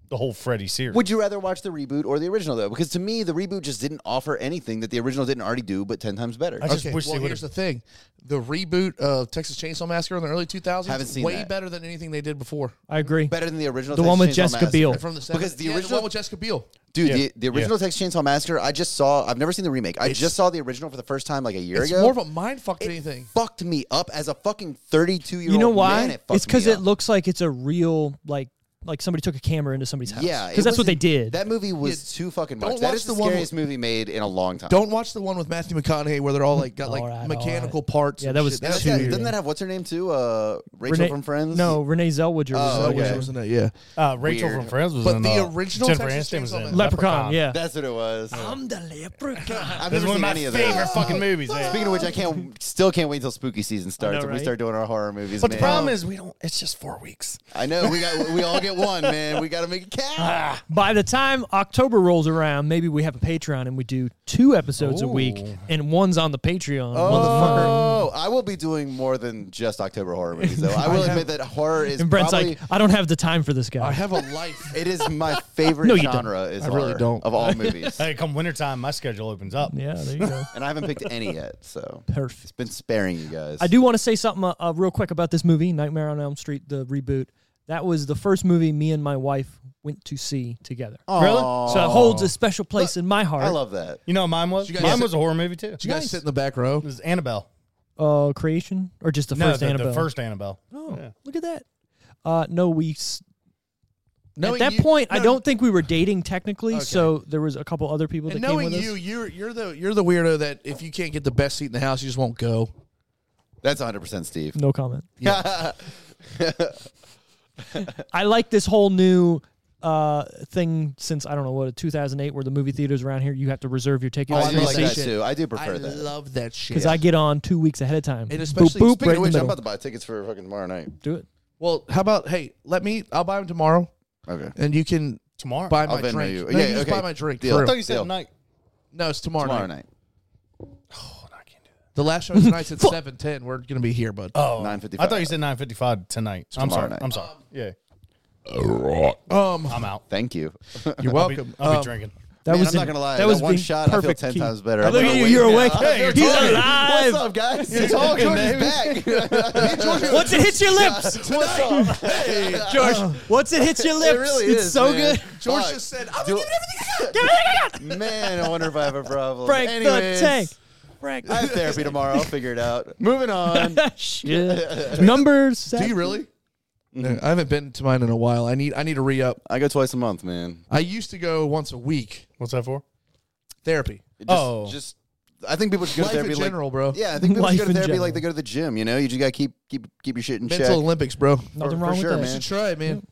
Speaker 4: the whole Freddy series.
Speaker 3: Would you rather watch the reboot or the original though? Because to me, the reboot just didn't offer anything that the original didn't already do, but ten times better.
Speaker 4: I just
Speaker 2: Okay,
Speaker 4: wish
Speaker 2: well,
Speaker 4: they would
Speaker 2: here's
Speaker 4: have.
Speaker 2: the thing: the reboot of Texas Chainsaw Massacre in the early 2000s
Speaker 3: Haven't seen
Speaker 2: way
Speaker 3: that.
Speaker 2: better than anything they did before.
Speaker 1: I agree.
Speaker 3: better than the original.
Speaker 1: The
Speaker 3: Texas
Speaker 1: one with
Speaker 3: Chainsaw
Speaker 1: Jessica
Speaker 3: Massacre.
Speaker 1: Bill.
Speaker 2: From the 70s.
Speaker 3: Oh. Because the
Speaker 2: Yeah,
Speaker 3: original-
Speaker 2: one with Jessica Biel.
Speaker 3: Dude,
Speaker 4: Yeah.
Speaker 3: the, the original Texas Chainsaw Massacre, I just saw. I've never seen the remake. I just saw the original for the first time like a year
Speaker 2: It's
Speaker 3: ago.
Speaker 2: more of a mind fuck than
Speaker 3: it
Speaker 2: anything.
Speaker 3: fucked me up as a fucking thirty-two year old.
Speaker 1: You know why?
Speaker 3: Man, it fucked
Speaker 1: it's because
Speaker 3: me
Speaker 1: it
Speaker 3: up.
Speaker 1: looks like it's a real like like somebody took a camera into somebody's house.
Speaker 3: Yeah,
Speaker 1: because
Speaker 3: it
Speaker 1: that's what
Speaker 3: wasn't-
Speaker 1: they did.
Speaker 3: That movie was too fucking
Speaker 2: don't
Speaker 3: much. That
Speaker 2: watch
Speaker 3: is the,
Speaker 2: the one
Speaker 3: scariest movie made in a long time.
Speaker 2: Don't watch the one with Matthew McConaughey where they're all like got like
Speaker 1: All right, all
Speaker 2: mechanical
Speaker 1: right.
Speaker 2: parts.
Speaker 1: Yeah,
Speaker 2: and
Speaker 1: that was
Speaker 2: shit.
Speaker 3: That's
Speaker 1: too
Speaker 3: got-
Speaker 1: weird.
Speaker 3: doesn't that have what's her name too? Uh, Rachel
Speaker 1: Renee-
Speaker 3: from Friends.
Speaker 1: No, Renee Zellweger was in
Speaker 3: Oh,
Speaker 2: that
Speaker 1: it.
Speaker 2: was,
Speaker 3: okay.
Speaker 2: wasn't it? Yeah.
Speaker 4: Uh, Rachel
Speaker 3: Weird.
Speaker 4: from Friends was
Speaker 2: But
Speaker 4: in
Speaker 2: the
Speaker 4: uh,
Speaker 2: original
Speaker 4: Jennifer
Speaker 2: Texas
Speaker 4: Aniston was
Speaker 2: Chainsaw
Speaker 4: in
Speaker 2: Massacre.
Speaker 1: Leprechaun. Yeah,
Speaker 3: that's what it was.
Speaker 1: I'm the leprechaun.
Speaker 3: I've
Speaker 4: Oh, That's
Speaker 3: never
Speaker 4: one of
Speaker 3: seen
Speaker 4: my
Speaker 3: any of
Speaker 4: favorite
Speaker 3: that.
Speaker 4: fucking movies. eh?
Speaker 3: Speaking of which, I can't. Still can't wait until spooky season starts and we
Speaker 1: right?
Speaker 3: start doing our horror movies.
Speaker 4: but the
Speaker 3: man.
Speaker 4: problem
Speaker 2: Oh.
Speaker 4: is we don't. It's just four weeks.
Speaker 3: I know we got we all get one, man. We got to make it count.
Speaker 1: By the time October rolls around, maybe we have a Patreon and we do two episodes a week,
Speaker 4: Ooh.
Speaker 1: and one's on the Patreon. Motherfucker.
Speaker 3: Oh, I will be doing more than just October horror movies,
Speaker 1: [LAUGHS]
Speaker 3: though. I will admit that horror is
Speaker 1: And Brent's
Speaker 3: probably
Speaker 1: like, I don't have the time for this guy.
Speaker 2: I have a
Speaker 3: [LAUGHS]
Speaker 2: life.
Speaker 3: it is my favorite
Speaker 1: No, you don't.
Speaker 3: genre. Is
Speaker 2: I really
Speaker 3: horror
Speaker 2: don't.
Speaker 3: of all movies,
Speaker 4: Hey, come wintertime, my schedule opens up.
Speaker 1: yeah, there
Speaker 3: [LAUGHS]
Speaker 1: you go.
Speaker 3: and I haven't picked any yet. So
Speaker 1: Perfect.
Speaker 3: it's been sparing you guys.
Speaker 1: I do want to say something uh, uh, real quick about this movie, Nightmare on Elm Street, the reboot. That was the first movie me and my wife went to see together.
Speaker 3: Really?
Speaker 1: So it holds a special place in my heart.
Speaker 3: I love that.
Speaker 4: You know what mine was?
Speaker 2: You guys-
Speaker 4: Mine was a horror movie too.
Speaker 2: You guys sit in the back row.
Speaker 4: It was Annabelle.
Speaker 1: uh, creation or just the
Speaker 4: no,
Speaker 1: first
Speaker 4: the,
Speaker 1: Annabelle.
Speaker 4: the first Annabelle.
Speaker 1: Oh,
Speaker 4: Yeah.
Speaker 1: look at that. Uh, no, we. s-
Speaker 2: Knowing
Speaker 1: at that
Speaker 2: you-
Speaker 1: point, I
Speaker 2: no,
Speaker 1: don't think we were dating technically, so there was a couple other people that
Speaker 2: And
Speaker 1: came
Speaker 2: knowing
Speaker 1: with
Speaker 2: you,
Speaker 1: us.
Speaker 2: you're you're the you're the weirdo that if you can't get the best seat in the house, you just won't go.
Speaker 3: That's 100 percent Steve.
Speaker 1: No
Speaker 3: [LAUGHS]
Speaker 1: comment. I like this whole new uh, thing since I don't know what 2008, where the movie theaters around here you have to reserve your ticket.
Speaker 3: Oh,
Speaker 2: I
Speaker 3: I do
Speaker 2: love
Speaker 3: like
Speaker 2: that
Speaker 3: that
Speaker 2: shit.
Speaker 3: too. I do
Speaker 2: I
Speaker 3: prefer that.
Speaker 2: love that shit.
Speaker 1: because I get on two weeks ahead of time.
Speaker 2: And especially-
Speaker 1: boop, boop,
Speaker 2: speaking
Speaker 1: right in
Speaker 3: Speaking of
Speaker 1: the
Speaker 3: which,
Speaker 1: middle.
Speaker 3: I'm about to buy tickets for fucking tomorrow night.
Speaker 1: Do it.
Speaker 2: Well, how about hey, let me. I'll buy them tomorrow,
Speaker 3: Okay.
Speaker 2: and you can
Speaker 4: Tomorrow.
Speaker 2: buy
Speaker 3: I'll
Speaker 2: my
Speaker 3: Venmo
Speaker 2: drink.
Speaker 3: you.
Speaker 2: No,
Speaker 3: Yeah,
Speaker 2: can just
Speaker 3: okay.
Speaker 2: buy my drink.
Speaker 3: Deal.
Speaker 2: for
Speaker 4: I
Speaker 2: real.
Speaker 4: thought you said
Speaker 3: Deal.
Speaker 4: night.
Speaker 2: No, it's tomorrow,
Speaker 3: Tomorrow
Speaker 2: night.
Speaker 3: night,
Speaker 4: Oh, no, I can't do that.
Speaker 2: The last show tonight's at seven ten. We're gonna be here, bud.
Speaker 4: Oh,
Speaker 3: 9:55.
Speaker 4: I thought you said nine fifty-five tonight. I'm
Speaker 3: tomorrow
Speaker 4: sorry.
Speaker 3: night.
Speaker 4: I'm sorry. Um, Yeah,
Speaker 2: Um,
Speaker 4: I'm out.
Speaker 3: Thank you.
Speaker 2: you're
Speaker 4: I'll be-
Speaker 2: welcome.
Speaker 4: I'll be,
Speaker 2: Um,
Speaker 4: drinking.
Speaker 1: That
Speaker 3: Man,
Speaker 1: was
Speaker 3: I'm not
Speaker 1: in-
Speaker 3: gonna lie.
Speaker 1: that
Speaker 3: That,
Speaker 1: was
Speaker 3: one
Speaker 1: the
Speaker 3: shot, I feel
Speaker 1: perfect
Speaker 3: ten
Speaker 1: key.
Speaker 3: times better.
Speaker 1: Oh,
Speaker 3: I'm
Speaker 1: look at you,
Speaker 3: awake
Speaker 1: you're
Speaker 3: now.
Speaker 1: awake. Hey,
Speaker 3: you're
Speaker 1: he's
Speaker 3: talking.
Speaker 1: alive.
Speaker 3: What's up, guys?
Speaker 4: You're talking,
Speaker 3: Jordan's
Speaker 4: baby.
Speaker 3: back.
Speaker 1: Once it hits your lips,
Speaker 3: What's up? Hey,
Speaker 1: George.
Speaker 3: [LAUGHS]
Speaker 1: Once it hits your lips,
Speaker 3: It really
Speaker 1: it's
Speaker 3: is,
Speaker 1: so
Speaker 3: man.
Speaker 1: good.
Speaker 2: George
Speaker 3: Fuck.
Speaker 2: just said, "I'm
Speaker 3: Do-
Speaker 2: giving everything."
Speaker 3: Man, I wonder if I have a problem.
Speaker 1: Frank the
Speaker 3: Anyways,
Speaker 1: Tank. [LAUGHS]
Speaker 2: Frank,
Speaker 3: I have therapy tomorrow. I'll figure it out. Moving on.
Speaker 1: Shit. Number
Speaker 2: do
Speaker 1: seven.
Speaker 2: you really? No, I haven't been to mine in a while. I need I need to re up.
Speaker 3: I go twice a month, man.
Speaker 2: I used to go once a week
Speaker 4: What's that for?
Speaker 2: therapy.
Speaker 3: It Just,
Speaker 4: Oh.
Speaker 3: just I think people should go
Speaker 2: Life
Speaker 3: to therapy
Speaker 2: in
Speaker 3: like
Speaker 2: general, bro.
Speaker 3: Yeah, I think people should
Speaker 1: Life
Speaker 3: go to
Speaker 1: in
Speaker 3: therapy
Speaker 1: general.
Speaker 3: like they go to the gym. You know, you just gotta keep keep keep your shit in
Speaker 2: Mental
Speaker 3: check.
Speaker 2: Olympics, bro.
Speaker 1: Nothing
Speaker 3: For-
Speaker 1: wrong
Speaker 3: for sure,
Speaker 1: with that.
Speaker 3: man.
Speaker 2: You should try it, man.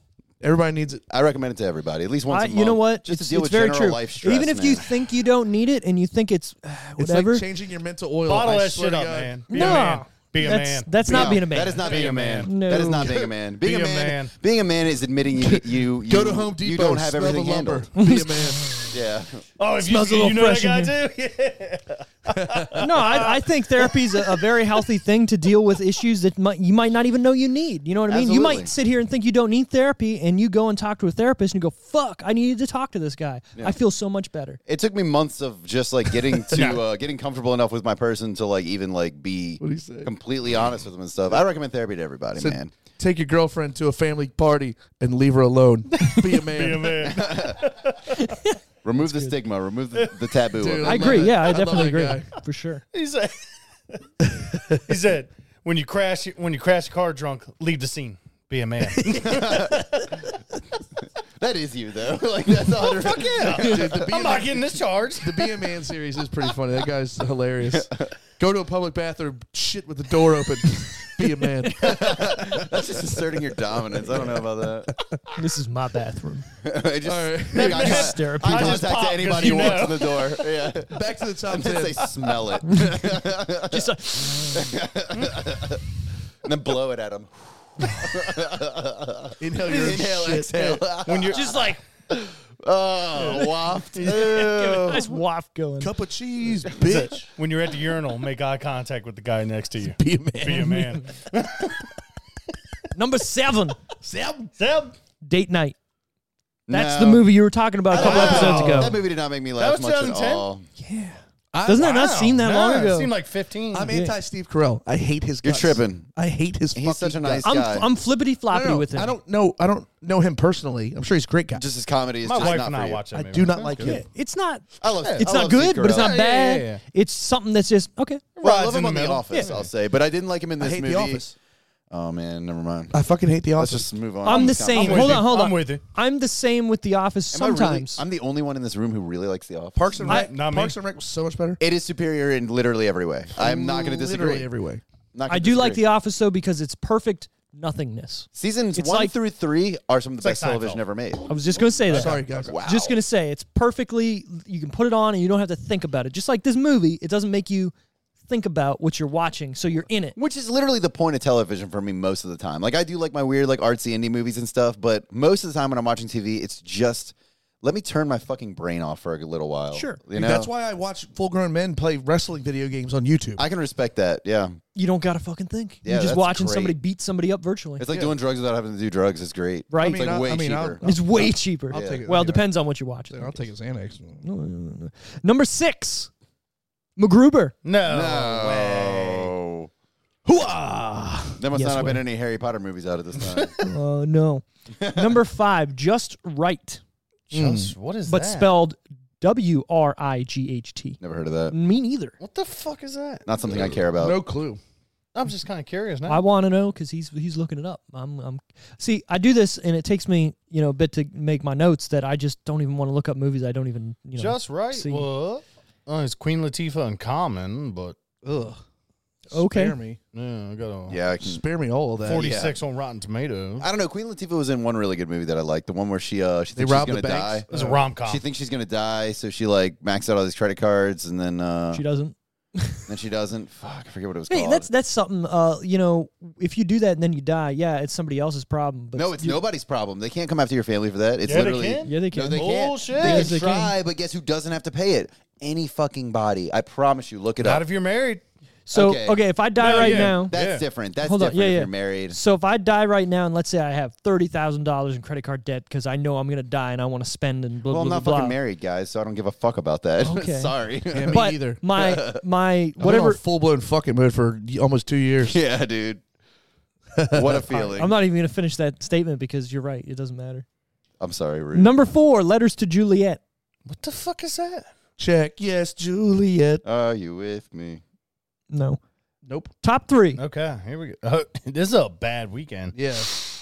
Speaker 2: Everybody needs it.
Speaker 3: I recommend it to everybody at least once.
Speaker 1: I,
Speaker 3: a month,
Speaker 1: you know what?
Speaker 3: Just
Speaker 1: it's
Speaker 3: to deal
Speaker 1: it's
Speaker 3: with
Speaker 1: very
Speaker 3: general
Speaker 1: true.
Speaker 3: life stress.
Speaker 1: Even if you
Speaker 3: man.
Speaker 1: think you don't need it and you think it's uh,
Speaker 2: It's
Speaker 1: whatever,
Speaker 2: like changing your mental oil.
Speaker 4: Bottle
Speaker 2: I
Speaker 4: that
Speaker 2: swear
Speaker 4: shit
Speaker 2: to
Speaker 4: up,
Speaker 2: God.
Speaker 4: man. Be
Speaker 1: No.
Speaker 4: a man. Be a
Speaker 1: that's
Speaker 4: man.
Speaker 1: that's not
Speaker 3: No,
Speaker 1: being a man.
Speaker 3: That
Speaker 1: [LAUGHS]
Speaker 3: is not being a man.
Speaker 1: man.
Speaker 3: That is
Speaker 1: No.
Speaker 3: not being a man. Being
Speaker 4: Be
Speaker 3: a
Speaker 4: a
Speaker 3: man,
Speaker 4: man.
Speaker 3: Being a man is
Speaker 1: [LAUGHS]
Speaker 3: admitting you you, you
Speaker 2: Go to Home Depot.
Speaker 3: You don't have
Speaker 2: snub a
Speaker 3: everything
Speaker 2: lumber.
Speaker 3: handled.
Speaker 2: Be a man.
Speaker 3: [LAUGHS] Yeah.
Speaker 4: oh, if
Speaker 1: Smells a
Speaker 4: you,
Speaker 1: little
Speaker 4: you know
Speaker 1: fresh
Speaker 4: that
Speaker 1: in
Speaker 4: guy too?
Speaker 1: no, I, I think therapy's a, a very healthy thing to deal with issues that might, you might not even know you need. You know what I mean? You might
Speaker 3: Absolutely.
Speaker 1: sit here and think you don't need therapy, and you go and talk to a therapist, and you go, "Fuck, I needed to talk to this guy. I feel so much better."
Speaker 3: It took me months of just
Speaker 1: [LAUGHS]
Speaker 3: like getting to uh, getting comfortable enough with my person to like even like be
Speaker 2: What'd he say?
Speaker 3: completely honest with them and stuff. I recommend therapy to everybody,
Speaker 2: Said,
Speaker 3: man.
Speaker 2: Take your girlfriend to a family party and leave her
Speaker 3: [LAUGHS]
Speaker 2: alone. Be a
Speaker 4: [LAUGHS]
Speaker 2: man.
Speaker 4: Be a man.
Speaker 3: Remove the stigma, remove the, the taboo.
Speaker 2: Dude,
Speaker 3: of
Speaker 1: I
Speaker 3: it.
Speaker 2: I'm
Speaker 1: agree.
Speaker 2: not-
Speaker 1: Yeah, I
Speaker 2: I'm not
Speaker 1: definitely
Speaker 2: that
Speaker 1: agree
Speaker 2: guy.
Speaker 1: [LAUGHS] for sure.
Speaker 4: He said, [LAUGHS] he said, when you crash, when you crash a car drunk, leave the scene. Be a man.
Speaker 3: That is you though. [LAUGHS] like that's all. fuck
Speaker 4: [LAUGHS]
Speaker 3: yeah.
Speaker 2: Dude, the, be
Speaker 4: I'm
Speaker 2: a
Speaker 4: not
Speaker 2: man,
Speaker 4: getting this charge.
Speaker 2: the Be a Man series is pretty funny. That guy's
Speaker 3: [LAUGHS]
Speaker 2: hilarious. Go to a public bathroom, shit with the door open. Be a
Speaker 3: [LAUGHS]
Speaker 2: man.
Speaker 3: That's just asserting your dominance. I don't know about that.
Speaker 1: This is my bathroom.
Speaker 3: [LAUGHS] I just,
Speaker 2: All right.
Speaker 3: Maybe I
Speaker 1: That's
Speaker 3: just, [LAUGHS]
Speaker 1: therapy.
Speaker 3: I
Speaker 4: I
Speaker 3: just talk
Speaker 4: just pop
Speaker 3: to
Speaker 4: 'cause
Speaker 3: anybody who
Speaker 4: you
Speaker 3: walks in
Speaker 4: know.
Speaker 3: the door. Yeah.
Speaker 2: Back to the top
Speaker 3: Just say
Speaker 2: ten.
Speaker 3: smell it, and
Speaker 1: Just like,
Speaker 3: then blow it at them.
Speaker 2: Inhale your own
Speaker 3: Inhale,
Speaker 2: shit.
Speaker 3: exhale.
Speaker 4: When you're just like,
Speaker 3: Oh, waft. Ew.
Speaker 1: nice waft going.
Speaker 2: Cup of cheese, bitch.
Speaker 4: [LAUGHS] when you're at the urinal, make eye contact with the guy next to you.
Speaker 2: Be a man.
Speaker 4: Be a man.
Speaker 1: Number seven,
Speaker 4: Zeb,
Speaker 1: date night. That's
Speaker 3: No. Oh,
Speaker 1: the movie you were talking about a couple
Speaker 4: Wow.
Speaker 1: episodes ago.
Speaker 3: That movie did not make me laugh
Speaker 4: was
Speaker 3: much at
Speaker 4: 2010?
Speaker 3: all.
Speaker 1: Doesn't that not seem that
Speaker 4: Nah,
Speaker 1: long ago?
Speaker 4: It seemed like 15.
Speaker 2: I'm anti Steve Carell. I hate his.
Speaker 3: You're
Speaker 2: guts.
Speaker 3: tripping.
Speaker 2: I hate his.
Speaker 3: He's such a
Speaker 2: fucking
Speaker 3: nice
Speaker 2: guts.
Speaker 1: I'm
Speaker 3: guy.
Speaker 1: I'm flippity floppity
Speaker 2: No, no,
Speaker 1: with him.
Speaker 2: I don't know. I don't know him personally. I'm sure he's a great guy.
Speaker 3: just his comedy is
Speaker 4: My
Speaker 3: just
Speaker 4: wife
Speaker 3: not
Speaker 4: and
Speaker 3: for
Speaker 4: I
Speaker 3: you.
Speaker 4: watch that
Speaker 2: I
Speaker 4: movie.
Speaker 2: do not like him.
Speaker 1: It's not.
Speaker 3: I love.
Speaker 1: It's not
Speaker 3: I love Steve
Speaker 1: good, but it's
Speaker 3: Carell.
Speaker 1: not
Speaker 4: Yeah, yeah,
Speaker 1: bad.
Speaker 4: yeah, yeah.
Speaker 1: It's something that's just okay.
Speaker 3: Well, I
Speaker 4: Rides
Speaker 3: love
Speaker 4: in
Speaker 3: him
Speaker 4: the
Speaker 3: on The
Speaker 4: middle.
Speaker 3: Office.
Speaker 4: Yeah.
Speaker 3: I'll say, but I didn't like him in
Speaker 2: I
Speaker 3: this
Speaker 2: hate
Speaker 3: movie.
Speaker 2: The Office.
Speaker 3: Oh man, never mind.
Speaker 2: I fucking hate The
Speaker 3: Let's
Speaker 2: Office.
Speaker 3: just move on.
Speaker 1: I'm the
Speaker 3: Come-
Speaker 1: same.
Speaker 4: with
Speaker 1: Hold
Speaker 4: you.
Speaker 1: on, hold on.
Speaker 4: I'm with you.
Speaker 1: I'm the same with The Office
Speaker 3: Am I really-
Speaker 1: sometimes.
Speaker 3: I'm the only one in this room who really likes The Office.
Speaker 2: Parks and
Speaker 1: I-
Speaker 2: Rec.
Speaker 4: not me.
Speaker 2: Parks and Rec was so much better.
Speaker 3: It is superior in literally every way. I'm not going to disagree.
Speaker 2: Literally every way.
Speaker 3: Not
Speaker 1: I
Speaker 3: gonna
Speaker 1: do like
Speaker 3: disagree.
Speaker 1: The Office though because it's perfect nothingness.
Speaker 3: seasons
Speaker 1: It's
Speaker 3: one
Speaker 1: like-
Speaker 3: through three are some of the
Speaker 4: like
Speaker 3: best television
Speaker 4: Seinfeld.
Speaker 3: ever made.
Speaker 1: I was just gonna say that.
Speaker 2: Sorry, guys.
Speaker 3: Wow.
Speaker 1: Just gonna say it's perfectly. You can put it on and you don't have to think about it. Just like this movie, it doesn't make you think about what you're watching, so you're in it.
Speaker 3: Which is literally the point of television for me most of the time. Like I do like my weird like artsy indie movies and stuff, but most of the time when I'm watching TV, it's just let me turn my fucking brain off for a little while.
Speaker 1: Sure.
Speaker 3: you know
Speaker 2: That's why I watch full-grown men play wrestling video games on YouTube.
Speaker 3: I can respect that. Yeah,
Speaker 1: You don't gotta fucking think.
Speaker 3: Yeah,
Speaker 1: you're just
Speaker 3: that's
Speaker 1: watching
Speaker 3: great.
Speaker 1: somebody beat somebody up virtually.
Speaker 3: it's like doing drugs without having to do drugs. Is great.
Speaker 1: Right. I
Speaker 3: It's like
Speaker 2: mean, I-
Speaker 3: way
Speaker 2: I mean, I'll-
Speaker 3: cheaper.
Speaker 1: it's way cheaper.
Speaker 2: I'll take it.
Speaker 1: well,
Speaker 2: Anyway.
Speaker 1: depends on what you watch.
Speaker 2: I'll take his Xanax.
Speaker 1: Number six, MacGruber.
Speaker 4: No. way.
Speaker 3: Oh. There must
Speaker 1: Yes,
Speaker 3: not have been
Speaker 1: way.
Speaker 3: any Harry Potter movies out at this time.
Speaker 1: [LAUGHS] Uh, no. Number five, Just Right,
Speaker 4: Just, what is
Speaker 1: Mm. but
Speaker 4: that?
Speaker 1: spelled W R I G H T.
Speaker 3: Never heard of that.
Speaker 1: Me neither.
Speaker 4: What the fuck is that?
Speaker 3: Not something I care about.
Speaker 2: No clue.
Speaker 4: I'm just kind of curious now.
Speaker 1: I want to know because he's he's looking it up. I'm, I'm see. I do this, and it takes me you know a bit to make my notes that I just don't even want to look up movies. I don't even you know.
Speaker 4: just right.
Speaker 1: see.
Speaker 4: Well, oh, it's Queen Latifah and Common, but
Speaker 2: Ugh.
Speaker 1: Okay.
Speaker 2: Spare me.
Speaker 4: yeah, I got a
Speaker 3: Yeah, I can,
Speaker 2: Spare me all of that.
Speaker 4: 46 on Rotten Tomatoes.
Speaker 3: I don't know. Queen Latifah was in one really good movie that I liked. The one where she uh she
Speaker 2: They
Speaker 3: thinks she's
Speaker 2: robbed
Speaker 3: gonna
Speaker 2: the
Speaker 3: die.
Speaker 2: banks.
Speaker 4: It's a rom com.
Speaker 3: Uh, She thinks she's gonna die, so she like maxes out all these credit cards, and then uh,
Speaker 1: she doesn't.
Speaker 3: then she doesn't. Fuck, I forget what it was
Speaker 1: Hey,
Speaker 3: called.
Speaker 1: that's that's something. Uh, you know, if you do that and then you die, yeah, it's somebody else's problem. But
Speaker 3: no, it's nobody's problem. They can't come after your family for that. It's
Speaker 4: Yeah, they
Speaker 3: literally
Speaker 4: can.
Speaker 1: Yeah, they can.
Speaker 3: No, they
Speaker 4: Bullshit.
Speaker 3: can't. They
Speaker 1: Yes,
Speaker 3: can
Speaker 1: they can.
Speaker 3: try, but guess who doesn't have to pay it? Any fucking body. I promise you. Look it
Speaker 4: Not
Speaker 3: up.
Speaker 4: if you're married.
Speaker 1: So okay,
Speaker 3: Okay.
Speaker 1: if I die
Speaker 4: No,
Speaker 1: right
Speaker 4: yeah.
Speaker 1: now,
Speaker 3: That's
Speaker 4: Yeah.
Speaker 3: different. That's
Speaker 1: Hold on,
Speaker 3: different
Speaker 1: yeah,
Speaker 3: if
Speaker 1: yeah.
Speaker 3: you're married.
Speaker 1: so if I die right now, and let's say I have thirty thousand dollars in credit card debt because I know I'm gonna die and I want to spend and blah
Speaker 3: Well, I'm
Speaker 1: blah
Speaker 3: not
Speaker 1: blah.
Speaker 3: fucking
Speaker 1: blah.
Speaker 3: married, guys, so I don't give a fuck about that. [LAUGHS]
Speaker 1: Okay.
Speaker 3: Sorry.
Speaker 2: Yeah, me
Speaker 1: But
Speaker 2: either.
Speaker 3: [LAUGHS]
Speaker 1: my my
Speaker 2: Whatever.
Speaker 1: whatever.
Speaker 2: Full blown fucking mode for y- almost two years.
Speaker 1: [LAUGHS]
Speaker 3: yeah, dude. What a feeling.
Speaker 1: I'm not even gonna finish that statement because you're right. It doesn't matter.
Speaker 3: I'm sorry, Rude.
Speaker 1: Number four, letters to Juliet.
Speaker 4: What the fuck is that?
Speaker 2: Check. Yes, Juliet.
Speaker 3: Are you with me?
Speaker 1: No.
Speaker 2: Nope.
Speaker 1: Top three.
Speaker 4: Okay, here we go. [LAUGHS] Oh, this is a bad weekend.
Speaker 2: Yeah.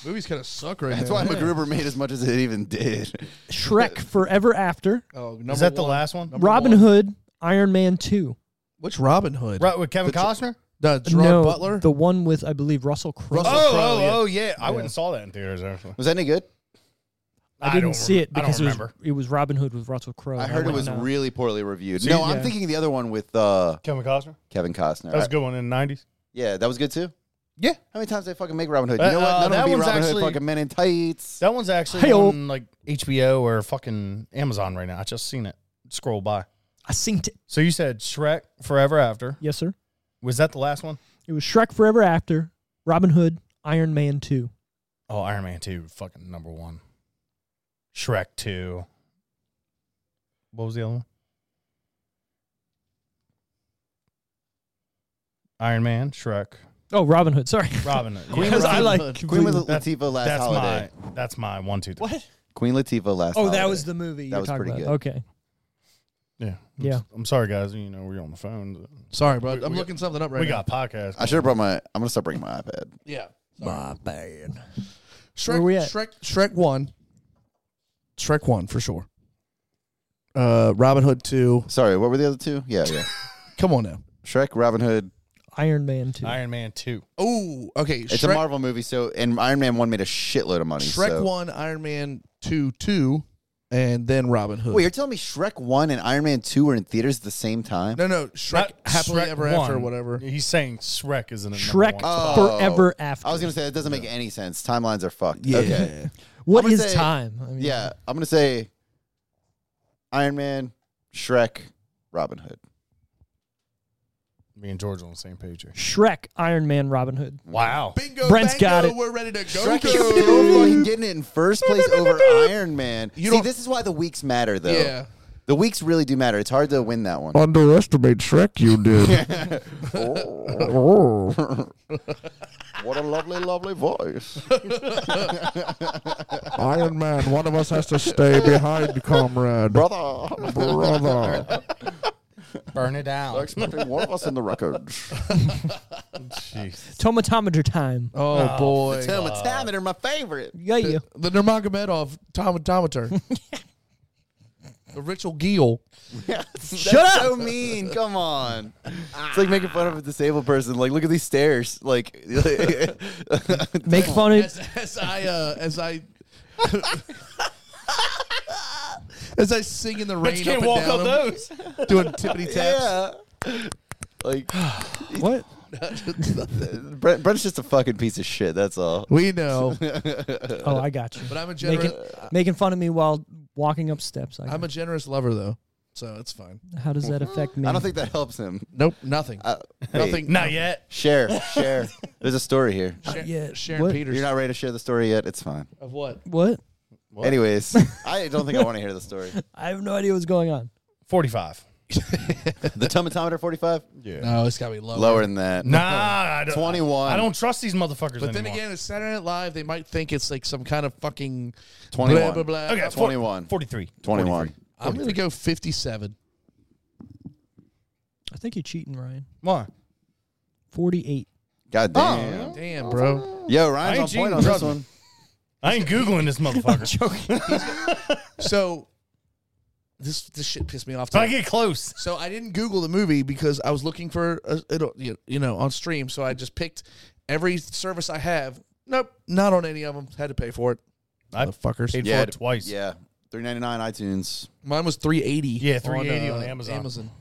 Speaker 2: Movies kind of suck right
Speaker 3: That's
Speaker 2: now.
Speaker 3: why MacGruber made as much as it even did.
Speaker 1: Shrek Forever After.
Speaker 2: Oh, number
Speaker 4: is that the
Speaker 2: one.
Speaker 4: last one?
Speaker 2: Number
Speaker 1: Robin
Speaker 2: one.
Speaker 1: Hood, Iron Man two.
Speaker 2: Which Robin Hood?
Speaker 4: Right with Kevin
Speaker 3: The tr-
Speaker 4: Costner.
Speaker 2: No, Gerard
Speaker 1: no,
Speaker 2: Butler.
Speaker 1: the one with I believe Russell Crowe.
Speaker 2: Russell-
Speaker 4: oh,
Speaker 2: Crowe, yeah.
Speaker 4: oh, oh, yeah. I wouldn't saw that in theaters actually.
Speaker 3: Was that any good?
Speaker 1: I
Speaker 4: don't
Speaker 1: didn't see
Speaker 4: rem-
Speaker 1: it
Speaker 4: I don't
Speaker 1: because it was
Speaker 4: remember.
Speaker 1: it was Robin Hood with Russell Crowe.
Speaker 3: I
Speaker 1: and uh,
Speaker 3: heard it
Speaker 1: went,
Speaker 3: was
Speaker 1: "No."
Speaker 3: really poorly reviewed.
Speaker 4: Uh, See,
Speaker 3: no, I'm
Speaker 1: yeah.
Speaker 3: thinking the other one with uh,
Speaker 4: Kevin Costner.
Speaker 3: Kevin Costner.
Speaker 4: That was a good one in the nineties.
Speaker 3: Yeah, that was good too.
Speaker 4: Yeah.
Speaker 3: How many times they fucking make Robin Hood?
Speaker 4: Uh,
Speaker 3: You know what?
Speaker 4: uh,
Speaker 3: None
Speaker 4: that
Speaker 3: of them be
Speaker 4: one's
Speaker 3: Robin
Speaker 4: actually-
Speaker 3: Hood fucking men in tights.
Speaker 4: That one's actually
Speaker 1: Hey-o.
Speaker 4: on like HBO or fucking Amazon right now. I just seen it. Scroll by.
Speaker 1: I synced it.
Speaker 4: So you said Shrek Forever After.
Speaker 1: Yes, sir.
Speaker 4: Was that the last one?
Speaker 1: It was Shrek Forever After, Robin Hood, Iron Man two.
Speaker 4: Oh, Iron Man Two, fucking number one. Shrek Two. What was the other one? Iron Man, Shrek,
Speaker 1: Oh, Robin Hood. Sorry, [LAUGHS]
Speaker 4: [LAUGHS] Robin. Hood.
Speaker 3: Queen
Speaker 1: because
Speaker 3: Latifah.
Speaker 1: I like
Speaker 3: Queen
Speaker 1: completely-
Speaker 3: with Latifah last
Speaker 4: that's
Speaker 3: holiday.
Speaker 4: my that's my one two three.
Speaker 1: what?
Speaker 3: Queen Latifah last.
Speaker 1: Oh,
Speaker 3: holiday.
Speaker 1: that was the movie.
Speaker 3: That
Speaker 1: you're
Speaker 3: was
Speaker 1: talking
Speaker 3: pretty
Speaker 1: about. Okay,
Speaker 4: Yeah, I'm
Speaker 1: Yeah.
Speaker 4: s- I'm sorry, guys. You know we're on the phone.
Speaker 2: Sorry, bro.
Speaker 4: We-
Speaker 2: I'm
Speaker 4: we
Speaker 2: looking something up right
Speaker 4: we
Speaker 2: now.
Speaker 4: got podcasts.
Speaker 3: I should have brought my. I'm gonna start bringing my iPad.
Speaker 2: Yeah.
Speaker 1: my bad.
Speaker 2: Shrek,
Speaker 1: Where we at?
Speaker 2: Shrek, Shrek 1. Shrek 1 for sure. Uh, Robin Hood 2.
Speaker 3: Sorry, what were the other two? Yeah,
Speaker 4: [LAUGHS]
Speaker 3: yeah.
Speaker 2: Come on now.
Speaker 3: Shrek, Robin Hood.
Speaker 1: Iron Man two.
Speaker 4: Iron Man Two.
Speaker 2: Oh, okay.
Speaker 3: It's
Speaker 2: Shrek,
Speaker 3: a Marvel movie, so and Iron Man one made a shitload of money.
Speaker 2: Shrek
Speaker 3: so.
Speaker 2: 1, Iron Man 2, 2, and then Robin Hood.
Speaker 3: Wait, you're telling me Shrek one and Iron Man two were in theaters at the same time?
Speaker 2: No, no. Shrek
Speaker 4: Not
Speaker 2: Happily
Speaker 4: Shrek
Speaker 2: Ever
Speaker 4: one.
Speaker 2: After or whatever.
Speaker 4: He's saying Shrek isn't it?
Speaker 1: Shrek
Speaker 4: One.
Speaker 3: Oh.
Speaker 1: Forever After.
Speaker 3: I was gonna say that doesn't make any sense. Timelines are fucked.
Speaker 2: Yeah.
Speaker 3: [LAUGHS] Okay.
Speaker 1: What
Speaker 3: I'm gonna
Speaker 1: is
Speaker 3: say-
Speaker 1: time? I mean,
Speaker 3: Yeah, I'm gonna say Iron Man, Shrek, Robin Hood.
Speaker 4: Me and George are on the same page here.
Speaker 1: Shrek, Iron Man, Robin Hood.
Speaker 4: Wow.
Speaker 2: Bingo,
Speaker 1: Brent's
Speaker 2: bango,
Speaker 1: got it.
Speaker 2: We're ready to go.
Speaker 3: Shrek is still fucking getting it in first place over [LAUGHS] Iron Man.
Speaker 2: You
Speaker 3: See,
Speaker 2: don't-
Speaker 3: this is why the weeks matter, though.
Speaker 2: Yeah.
Speaker 3: The weeks really do matter. It's hard to win that one.
Speaker 5: underestimate Shrek, you did.
Speaker 3: [LAUGHS]
Speaker 5: oh.
Speaker 3: What a lovely, lovely [LAUGHS] voice.
Speaker 5: Iron Man, one of us has to stay behind, comrade.
Speaker 3: Brother,
Speaker 5: Brother.
Speaker 4: Burn it down.
Speaker 3: expecting one of us in the records.
Speaker 4: Jeez.
Speaker 1: Tomatometer time.
Speaker 2: Oh, boy.
Speaker 3: Tell me, Tameter, my favorite.
Speaker 1: Yeah, yeah.
Speaker 2: The Nurmagomedov tomatometer. the Ritual Giel.
Speaker 3: Shut [LAUGHS] That's up. so mean. Come on. It's like making fun of a disabled person. Like, look at these stairs. Like, [LAUGHS]
Speaker 1: Make fun of.
Speaker 2: as, as I uh, as I [LAUGHS] as I sing in the rain up
Speaker 4: Can't
Speaker 2: and
Speaker 4: walk
Speaker 2: down,
Speaker 4: on those.
Speaker 2: I'm doing tippity taps.
Speaker 3: yeah. Like,
Speaker 1: What?
Speaker 3: Brent, Brent's just a fucking piece of shit. That's all.
Speaker 2: We know,
Speaker 1: Oh, I got you.
Speaker 2: but I'm a generous.
Speaker 1: Making, making fun of me while walking up steps. I
Speaker 2: I'm a
Speaker 1: got
Speaker 2: generous lover though, so it's fine.
Speaker 1: you. How does that affect me?
Speaker 3: I don't think that helps him.
Speaker 2: Nope, nothing.
Speaker 3: Uh,
Speaker 2: Nothing.
Speaker 3: wait.
Speaker 4: Not yet.
Speaker 3: Share, share. There's a story here.
Speaker 2: Sharon,
Speaker 1: yeah,
Speaker 2: Sharon
Speaker 1: what?
Speaker 2: Peters
Speaker 3: You're not ready to share the story yet. It's fine.
Speaker 2: of what?
Speaker 1: What?
Speaker 3: Anyways, I don't think I want to hear the story.
Speaker 1: I have no idea what's going on.
Speaker 4: Forty-five.
Speaker 3: The tomatometer 45
Speaker 4: Yeah.
Speaker 2: No, Oh, it's gotta be lower.
Speaker 3: lower than that.
Speaker 4: Nah, I don't,
Speaker 3: 21.
Speaker 4: I don't trust these motherfuckers
Speaker 2: But then
Speaker 4: anymore.
Speaker 2: again, it's Saturday Night Live. They might think it's like some kind of fucking
Speaker 3: 21.
Speaker 2: blah blah blah.
Speaker 4: okay,
Speaker 2: I'm-
Speaker 4: four-
Speaker 3: 21.
Speaker 4: 43.
Speaker 3: 21.
Speaker 2: I'm gonna go 57.
Speaker 1: I think you're cheating, Ryan.
Speaker 4: Why?
Speaker 1: 48.
Speaker 3: God damn.
Speaker 2: Damn, bro.
Speaker 3: Yo,
Speaker 4: Oh. I
Speaker 3: Ryan's on
Speaker 4: ain't
Speaker 3: point
Speaker 4: cheating,
Speaker 3: on this
Speaker 4: brother.
Speaker 3: one.
Speaker 4: I ain't googling [LAUGHS] this motherfucker.
Speaker 1: Joking.
Speaker 2: So this this shit pissed me off.
Speaker 4: if I
Speaker 2: today.
Speaker 4: get close,
Speaker 2: So I didn't Google the movie because I was looking for a, it'll- you you know on stream. So I just picked every service I have. Nope, not on any of them. Had to pay for it.
Speaker 4: I
Speaker 2: Motherfuckers.
Speaker 4: paid for it twice.
Speaker 3: Yeah. 399 iTunes.
Speaker 2: Mine was three eighty. uh,
Speaker 4: Yeah, 380 on Amazon.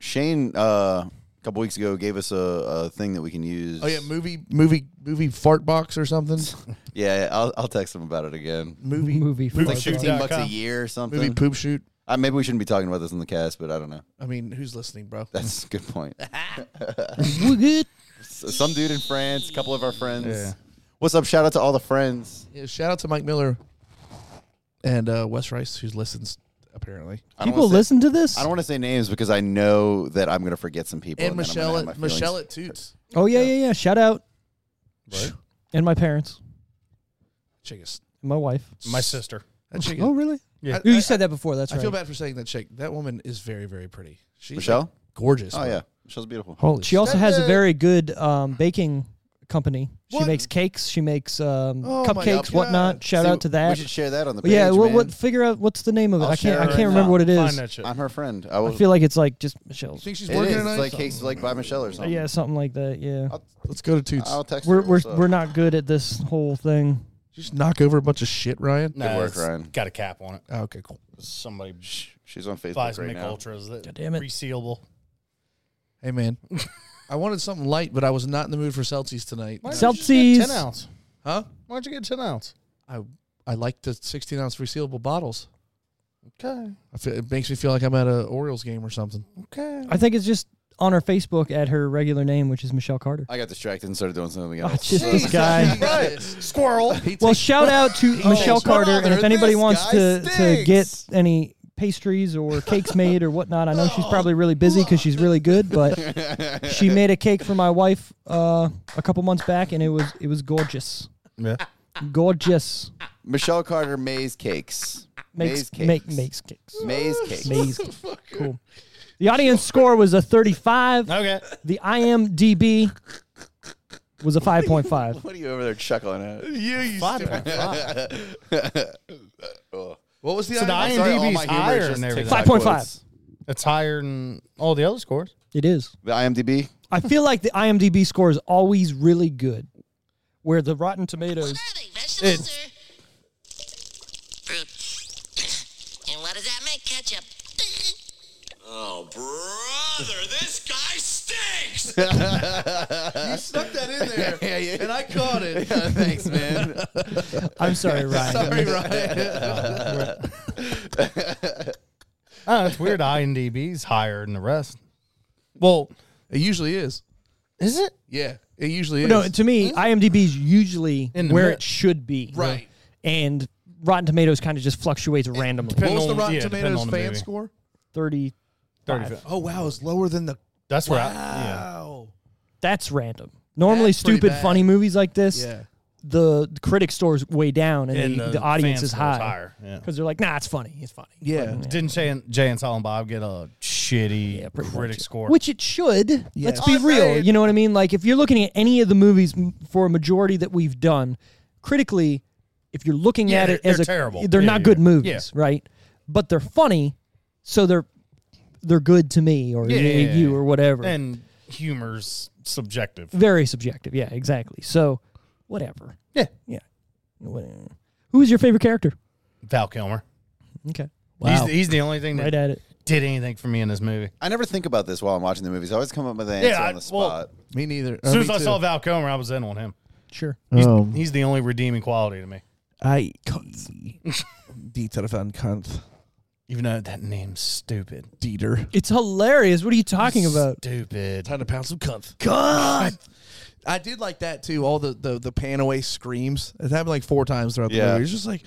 Speaker 3: Shane, uh, a couple weeks ago, gave us a, a thing that we can use.
Speaker 2: Oh yeah, movie movie movie fart box or
Speaker 4: [LAUGHS]
Speaker 2: something.
Speaker 3: Yeah, I'll, I'll text him about it again.
Speaker 2: movie
Speaker 1: Movie.
Speaker 3: It's like
Speaker 4: Shoot
Speaker 3: 15 bucks a
Speaker 4: dot com.
Speaker 3: year or something.
Speaker 2: movie poop shoot.
Speaker 3: Uh, maybe we shouldn't be talking about this in the cast, but I don't know.
Speaker 2: I mean, who's listening, bro?
Speaker 3: That's a good point.
Speaker 1: We're good.
Speaker 3: S- Some dude in France, a couple of our friends.
Speaker 4: Yeah.
Speaker 3: What's up? Shout out to all the friends.
Speaker 2: Yeah, shout out to Mike Miller and uh, Wes Rice, who listens apparently,
Speaker 3: I don't
Speaker 1: People
Speaker 3: wanna say-
Speaker 1: listen to this?
Speaker 3: I don't want to say names because I know that I'm going to forget some people.
Speaker 2: and
Speaker 3: then I'm gonna
Speaker 2: Michelle
Speaker 3: have my
Speaker 2: at
Speaker 3: feelings
Speaker 2: Michelle at Toots.
Speaker 1: Oh yeah, yeah, yeah. Shout out
Speaker 4: What?
Speaker 1: and my parents,
Speaker 2: Chick is
Speaker 1: and my wife.
Speaker 4: My sister.
Speaker 2: that chick. is-
Speaker 1: Oh really?
Speaker 4: Yeah.
Speaker 1: You said that before. That's
Speaker 2: I
Speaker 1: right.
Speaker 2: feel bad for saying that chick. That woman is very, very pretty. She's
Speaker 3: Michelle?
Speaker 2: gorgeous.
Speaker 3: Oh,
Speaker 2: bro.
Speaker 3: yeah. Michelle's beautiful.
Speaker 2: Holy
Speaker 1: She also
Speaker 2: shit.
Speaker 1: has a very good um, baking company. She
Speaker 2: What?
Speaker 1: makes cakes. She makes um,
Speaker 2: Oh my
Speaker 1: cupcakes,
Speaker 2: God.
Speaker 1: whatnot. Shout
Speaker 3: See,
Speaker 1: out to
Speaker 3: We
Speaker 1: that.
Speaker 3: should share that on the
Speaker 1: But
Speaker 3: page.
Speaker 1: yeah, what, what
Speaker 2: [LAUGHS]
Speaker 3: man.
Speaker 1: figure out what's the name of it?
Speaker 3: I'll
Speaker 1: I can't.
Speaker 3: share
Speaker 1: I
Speaker 3: it
Speaker 1: can't
Speaker 3: right
Speaker 1: remember
Speaker 3: now.
Speaker 1: what it
Speaker 4: Find
Speaker 1: is.
Speaker 4: that shit.
Speaker 3: I'm her friend. I will.
Speaker 1: I feel like it's like just Michelle's. Uh,
Speaker 2: Think she's
Speaker 3: it
Speaker 2: working
Speaker 3: is.
Speaker 2: tonight?
Speaker 3: It's like cakes like by Michelle or something.
Speaker 1: Yeah, something like that. Yeah,
Speaker 3: I'll,
Speaker 2: Let's go to Toots.
Speaker 3: I'll text
Speaker 1: we're
Speaker 3: her.
Speaker 1: we're
Speaker 3: what's up.
Speaker 1: we're not good at this whole thing.
Speaker 2: Just knock over a bunch of shit, Ryan.
Speaker 4: Nah,
Speaker 3: work,
Speaker 4: it's
Speaker 3: Ryan.
Speaker 4: Got a cap on it.
Speaker 2: Oh, okay, cool.
Speaker 4: Somebody
Speaker 3: She's on Facebook
Speaker 4: buys
Speaker 3: right
Speaker 4: Mick
Speaker 3: now.
Speaker 4: Ultras that
Speaker 1: God damn it.
Speaker 4: resealable.
Speaker 2: Hey
Speaker 3: [LAUGHS]
Speaker 2: man, I wanted something light, but I was not in the mood for Celsius tonight.
Speaker 4: Why
Speaker 1: Cel-
Speaker 4: don't you
Speaker 1: Celsius.
Speaker 4: get Ten ounce.
Speaker 2: Huh?
Speaker 4: Why don't you get ten ounce?
Speaker 2: I I like the 16 ounce resealable bottles.
Speaker 4: Okay.
Speaker 2: I feel, it makes me feel like I'm at a Orioles game or something.
Speaker 4: Okay.
Speaker 1: I think it's just on her Facebook at her regular name, which is Michelle Carter.
Speaker 3: I got distracted and started doing something
Speaker 1: Oh,
Speaker 3: else.
Speaker 1: just this
Speaker 4: [LAUGHS]
Speaker 1: guy.
Speaker 4: Squirrel.
Speaker 1: Well, shout out to Michelle
Speaker 3: what
Speaker 1: Carter, and
Speaker 3: other?
Speaker 1: if anybody
Speaker 3: This
Speaker 1: wants
Speaker 3: guy
Speaker 1: to, to get
Speaker 3: stinks.
Speaker 1: any pastries
Speaker 3: [LAUGHS]
Speaker 1: or cakes made or whatnot, I know she's probably really busy because she's really good. But
Speaker 3: [LAUGHS]
Speaker 1: she made a cake for my wife uh, a couple months back, and it was it was gorgeous,
Speaker 4: Yeah.
Speaker 1: gorgeous.
Speaker 3: Michelle Carter Maze Cakes. Maze
Speaker 1: Makes
Speaker 3: Cakes.
Speaker 1: make makes
Speaker 3: [LAUGHS]
Speaker 1: cakes.
Speaker 3: Maze Cakes.
Speaker 1: Maze cakes. Cool. The audience score was a 35.
Speaker 4: Okay.
Speaker 1: The IMDb was a 5.5.
Speaker 3: [LAUGHS] What are you over there chuckling at?
Speaker 2: You, you What was the
Speaker 4: So the
Speaker 2: idea?
Speaker 3: sorry, all
Speaker 4: IMDb is
Speaker 3: my humor is
Speaker 4: higher
Speaker 3: just
Speaker 4: than everything.
Speaker 3: TikTok
Speaker 1: Five point five.
Speaker 3: quotes.
Speaker 4: It's higher than all the other scores.
Speaker 1: It is.
Speaker 3: The
Speaker 4: [LAUGHS]
Speaker 3: IMDb.
Speaker 1: I feel like the IMDb score is always really good, where the Rotten Tomatoes.
Speaker 6: Are they vegetables or fruit? And what does that make? Ketchup.
Speaker 7: Oh, brother, this guy stinks!
Speaker 2: You stuck that in there,
Speaker 3: Yeah, yeah.
Speaker 2: and I caught it.
Speaker 3: Thanks, man.
Speaker 1: I'm sorry, Ryan.
Speaker 2: Sorry, Ryan.
Speaker 4: Oh, it's
Speaker 1: [LAUGHS]
Speaker 4: weird. IMDb's higher than the rest. Well,
Speaker 2: It usually is.
Speaker 4: is it?
Speaker 2: Yeah, it usually is.
Speaker 1: No, to me, IMDb is usually
Speaker 4: In the
Speaker 1: where
Speaker 4: mid.
Speaker 1: it should be.
Speaker 2: Right.
Speaker 1: And Rotten Tomatoes kind of just fluctuates randomly.
Speaker 2: what was the
Speaker 4: on-
Speaker 2: Rotten
Speaker 4: yeah, depending
Speaker 2: Tomatoes
Speaker 4: on the
Speaker 2: fan
Speaker 4: movie.
Speaker 2: score?
Speaker 1: 30.
Speaker 4: Thirty.
Speaker 2: Oh wow, it's lower than the.
Speaker 4: That's where I. Yeah.
Speaker 2: Wow.
Speaker 1: That's random. Normally,
Speaker 2: That's pretty
Speaker 1: stupid,
Speaker 2: bad.
Speaker 1: funny movies like this,
Speaker 2: Yeah.
Speaker 1: the, the critic score is way down and,
Speaker 4: And
Speaker 1: the,
Speaker 4: the
Speaker 1: the audience
Speaker 4: fan
Speaker 1: is
Speaker 4: score is
Speaker 1: high.
Speaker 4: higher, yeah.
Speaker 1: Because they're like, nah, it's funny. It's funny.
Speaker 2: Yeah.
Speaker 4: Didn't Jay and, Jay and Silent Bob get a shitty
Speaker 1: Yeah, pretty
Speaker 4: critic
Speaker 1: much.
Speaker 4: score?
Speaker 1: Which it should. Let's be
Speaker 2: I'm
Speaker 1: real.
Speaker 2: saying-
Speaker 1: You know what I mean? Like, if you're looking at any of the movies m- for a majority that we've done, critically, if you're looking
Speaker 4: Yeah,
Speaker 1: at it
Speaker 4: they're-
Speaker 1: as
Speaker 4: they're
Speaker 1: a
Speaker 4: terrible.
Speaker 1: they're
Speaker 4: Yeah,
Speaker 1: not
Speaker 4: yeah,
Speaker 1: good
Speaker 4: yeah.
Speaker 1: movies,
Speaker 4: Yeah.
Speaker 1: right? But they're funny, so they're they're good to me or
Speaker 4: Yeah,
Speaker 1: you,
Speaker 4: yeah, yeah,
Speaker 1: you
Speaker 4: yeah.
Speaker 1: or whatever.
Speaker 4: and humor's subjective.
Speaker 1: Very subjective. Yeah, exactly. So, whatever.
Speaker 4: Yeah.
Speaker 1: Yeah. Whatever. Who is your favorite character?
Speaker 4: Val Kilmer.
Speaker 1: Okay.
Speaker 4: He's, the, E. he's the only thing that
Speaker 1: Right at it.
Speaker 4: did anything for me in this movie.
Speaker 3: I never think about this while I'm watching the movies. I always come up with an answer
Speaker 4: Yeah, I-
Speaker 3: on the
Speaker 4: well-
Speaker 3: spot.
Speaker 2: Me neither.
Speaker 1: Oh,
Speaker 4: As soon as I saw Val Kilmer, I was in on him.
Speaker 1: Sure.
Speaker 4: He's,
Speaker 5: Um,
Speaker 4: he's the only redeeming quality to me.
Speaker 2: I [LAUGHS] Dieter van Kunt.
Speaker 4: Even though that name's stupid.
Speaker 2: Dieter.
Speaker 1: It's hilarious. What are you talking about?
Speaker 4: Stupid.
Speaker 2: Time to pound some cunt. God. I did like that too. All the the the pan away screams. It happened like four times throughout the
Speaker 3: Yeah.
Speaker 2: movie. It's just like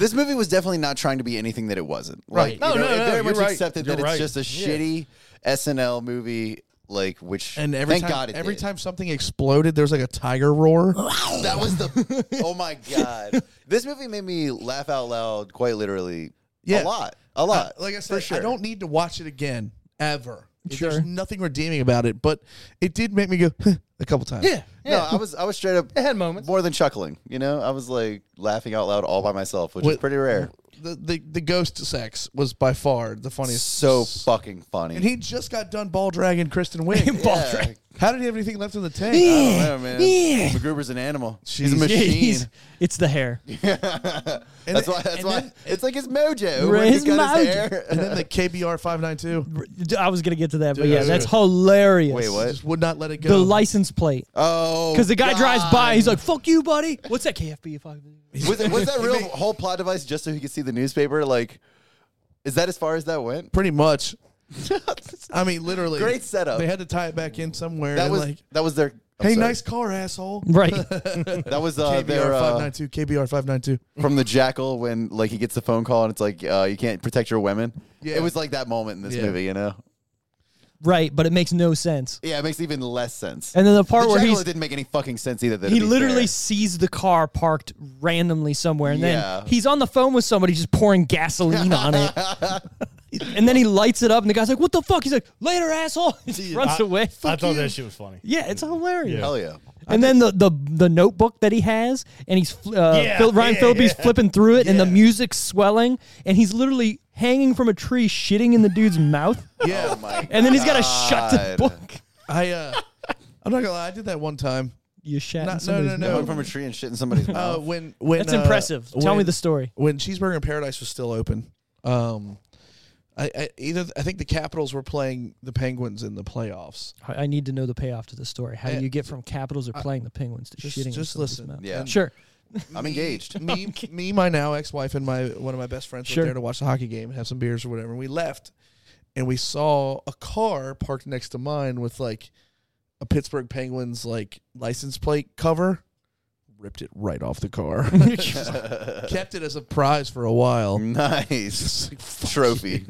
Speaker 3: This movie was definitely not trying to be anything that it wasn't.
Speaker 2: Right.
Speaker 3: Like,
Speaker 4: No,
Speaker 3: you know,
Speaker 4: no,
Speaker 3: it
Speaker 4: no,
Speaker 3: very
Speaker 4: you're
Speaker 3: much
Speaker 4: right.
Speaker 3: accepted
Speaker 4: You're
Speaker 3: that
Speaker 4: right.
Speaker 3: it's just a
Speaker 4: Yeah.
Speaker 3: shitty SNL movie. Like which,
Speaker 2: and every
Speaker 3: thank
Speaker 2: time
Speaker 3: God it
Speaker 2: every
Speaker 3: did.
Speaker 2: time something exploded, there's like a tiger [GASPS] roar. [LAUGHS]
Speaker 3: That was the. oh my god! This movie made me laugh out loud, quite literally.
Speaker 2: Yeah. Uh,
Speaker 3: a lot, a lot.
Speaker 2: [LAUGHS] like I said,
Speaker 3: for sure.
Speaker 2: I don't need to watch it again ever.
Speaker 1: Sure.
Speaker 2: There's nothing redeeming about it, but it did make me go [LAUGHS] "Huh," a couple times.
Speaker 4: Yeah.
Speaker 3: No, I was I was straight up
Speaker 4: It had moments.
Speaker 3: more than chuckling. You know, I was like laughing out loud all by myself, which is
Speaker 2: What-
Speaker 3: pretty rare.
Speaker 2: The, the the ghost sex was by far the funniest.
Speaker 3: So fucking funny.
Speaker 2: and he just got done ball dragging Kristen Wiig.
Speaker 1: Ball
Speaker 3: Yeah.
Speaker 1: drag.
Speaker 2: How did he have anything left in the tank?
Speaker 3: I don't know, man.
Speaker 1: Yeah.
Speaker 3: MacGruber's an animal. She's a
Speaker 2: Jeez.
Speaker 1: Yeah, [LAUGHS]
Speaker 3: machine.
Speaker 1: he's- it's the hair.
Speaker 3: that's why. That's
Speaker 2: and
Speaker 3: why.
Speaker 2: then-
Speaker 3: it's like his mojo.
Speaker 1: Right,
Speaker 3: where
Speaker 1: his
Speaker 3: he's got his
Speaker 1: mojo.
Speaker 3: hair.
Speaker 2: [LAUGHS] And then the KBR five nine two
Speaker 1: I was gonna get to that, but
Speaker 2: Dude.
Speaker 1: yeah, that's hilarious.
Speaker 3: Wait, what?
Speaker 2: just would not let it go.
Speaker 1: The license plate.
Speaker 3: Oh,
Speaker 1: Because the guy
Speaker 3: God.
Speaker 1: drives by, he's like, "Fuck you, buddy." What's that KFB? If I
Speaker 3: [LAUGHS]
Speaker 2: [LAUGHS]
Speaker 3: was, was that real whole plot device just so he could see the newspaper? Like, Is that as far as that went?
Speaker 2: Pretty much. I mean, literally.
Speaker 3: Great setup.
Speaker 2: They had to tie it back in somewhere.
Speaker 3: That
Speaker 2: and
Speaker 3: was
Speaker 2: like,
Speaker 3: that was their. I'm
Speaker 2: hey,
Speaker 3: sorry.
Speaker 2: nice car, asshole.
Speaker 1: Right.
Speaker 3: That was uh,
Speaker 2: KBR
Speaker 3: their uh,
Speaker 2: 592. KBR 592.
Speaker 3: from the jackal when like he gets the phone call and it's like uh, you can't protect your women.
Speaker 2: Yeah.
Speaker 3: It was like that moment in this
Speaker 2: Yeah.
Speaker 3: movie, you know.
Speaker 1: [LAUGHS] right, but it makes no sense.
Speaker 3: Yeah, it makes even less sense.
Speaker 1: And then the part
Speaker 3: the
Speaker 1: where
Speaker 3: jackal
Speaker 1: he's
Speaker 3: it didn't make any fucking sense either. to
Speaker 1: he
Speaker 3: be
Speaker 1: literally
Speaker 3: fair.
Speaker 1: sees the car parked randomly somewhere and
Speaker 3: Yeah.
Speaker 1: then he's on the phone with somebody just pouring gasoline on it. and then he lights it up and the guy's like, "What the fuck?" He's like, "Later, asshole." [LAUGHS] He just runs
Speaker 4: I-
Speaker 1: away.
Speaker 4: I
Speaker 1: Fuck
Speaker 4: thought
Speaker 1: you.
Speaker 4: that shit was funny.
Speaker 1: Yeah, it's hilarious.
Speaker 3: hell
Speaker 1: [LAUGHS]
Speaker 3: yeah.
Speaker 1: And then the, the the notebook that he has, and he's fl- uh,
Speaker 4: Yeah,
Speaker 1: Phil, Ryan
Speaker 4: yeah,
Speaker 1: Philby's
Speaker 4: yeah.
Speaker 1: flipping through it, and the music's swelling, and he's literally hanging from a tree, shitting in the dude's [LAUGHS] mouth,
Speaker 2: Yeah.
Speaker 1: and then he's got to shut the
Speaker 3: Oh God.
Speaker 1: book.
Speaker 2: [LAUGHS] I, uh, I'm not going to lie. I did that one time.
Speaker 1: You shat. in
Speaker 2: Not, no,
Speaker 1: somebody's
Speaker 2: no,
Speaker 1: mouth.
Speaker 2: no.
Speaker 3: Going from a tree and shit in somebody's
Speaker 1: Oh,
Speaker 2: Uh,
Speaker 3: mouth.
Speaker 2: when, when,
Speaker 1: That's
Speaker 2: uh,
Speaker 1: impressive. Tell me
Speaker 2: when-
Speaker 1: the story.
Speaker 2: when Cheeseburger in Paradise was still open, um, I, I either I think the Capitals were playing the Penguins in the playoffs.
Speaker 1: I I need to know the payoff to the story. How do you get from Capitals or playing the Penguins to
Speaker 2: Just,
Speaker 1: shitting? in
Speaker 2: just
Speaker 1: somebody's
Speaker 2: listen.
Speaker 1: mouth?
Speaker 3: Yeah.
Speaker 1: Sure. [LAUGHS]
Speaker 3: I'm engaged.
Speaker 2: Me, me, my now ex-wife, and my one of my best friends
Speaker 1: Sure.
Speaker 2: were there to watch the hockey game and have some beers or whatever. And we left, and we saw a car parked next to mine with like a Pittsburgh Penguins like license plate cover. Ripped it right off
Speaker 1: [LAUGHS]
Speaker 2: the car. Kept it as a prize for a
Speaker 1: [LAUGHS]
Speaker 2: while.
Speaker 3: [LAUGHS] Nice trophy.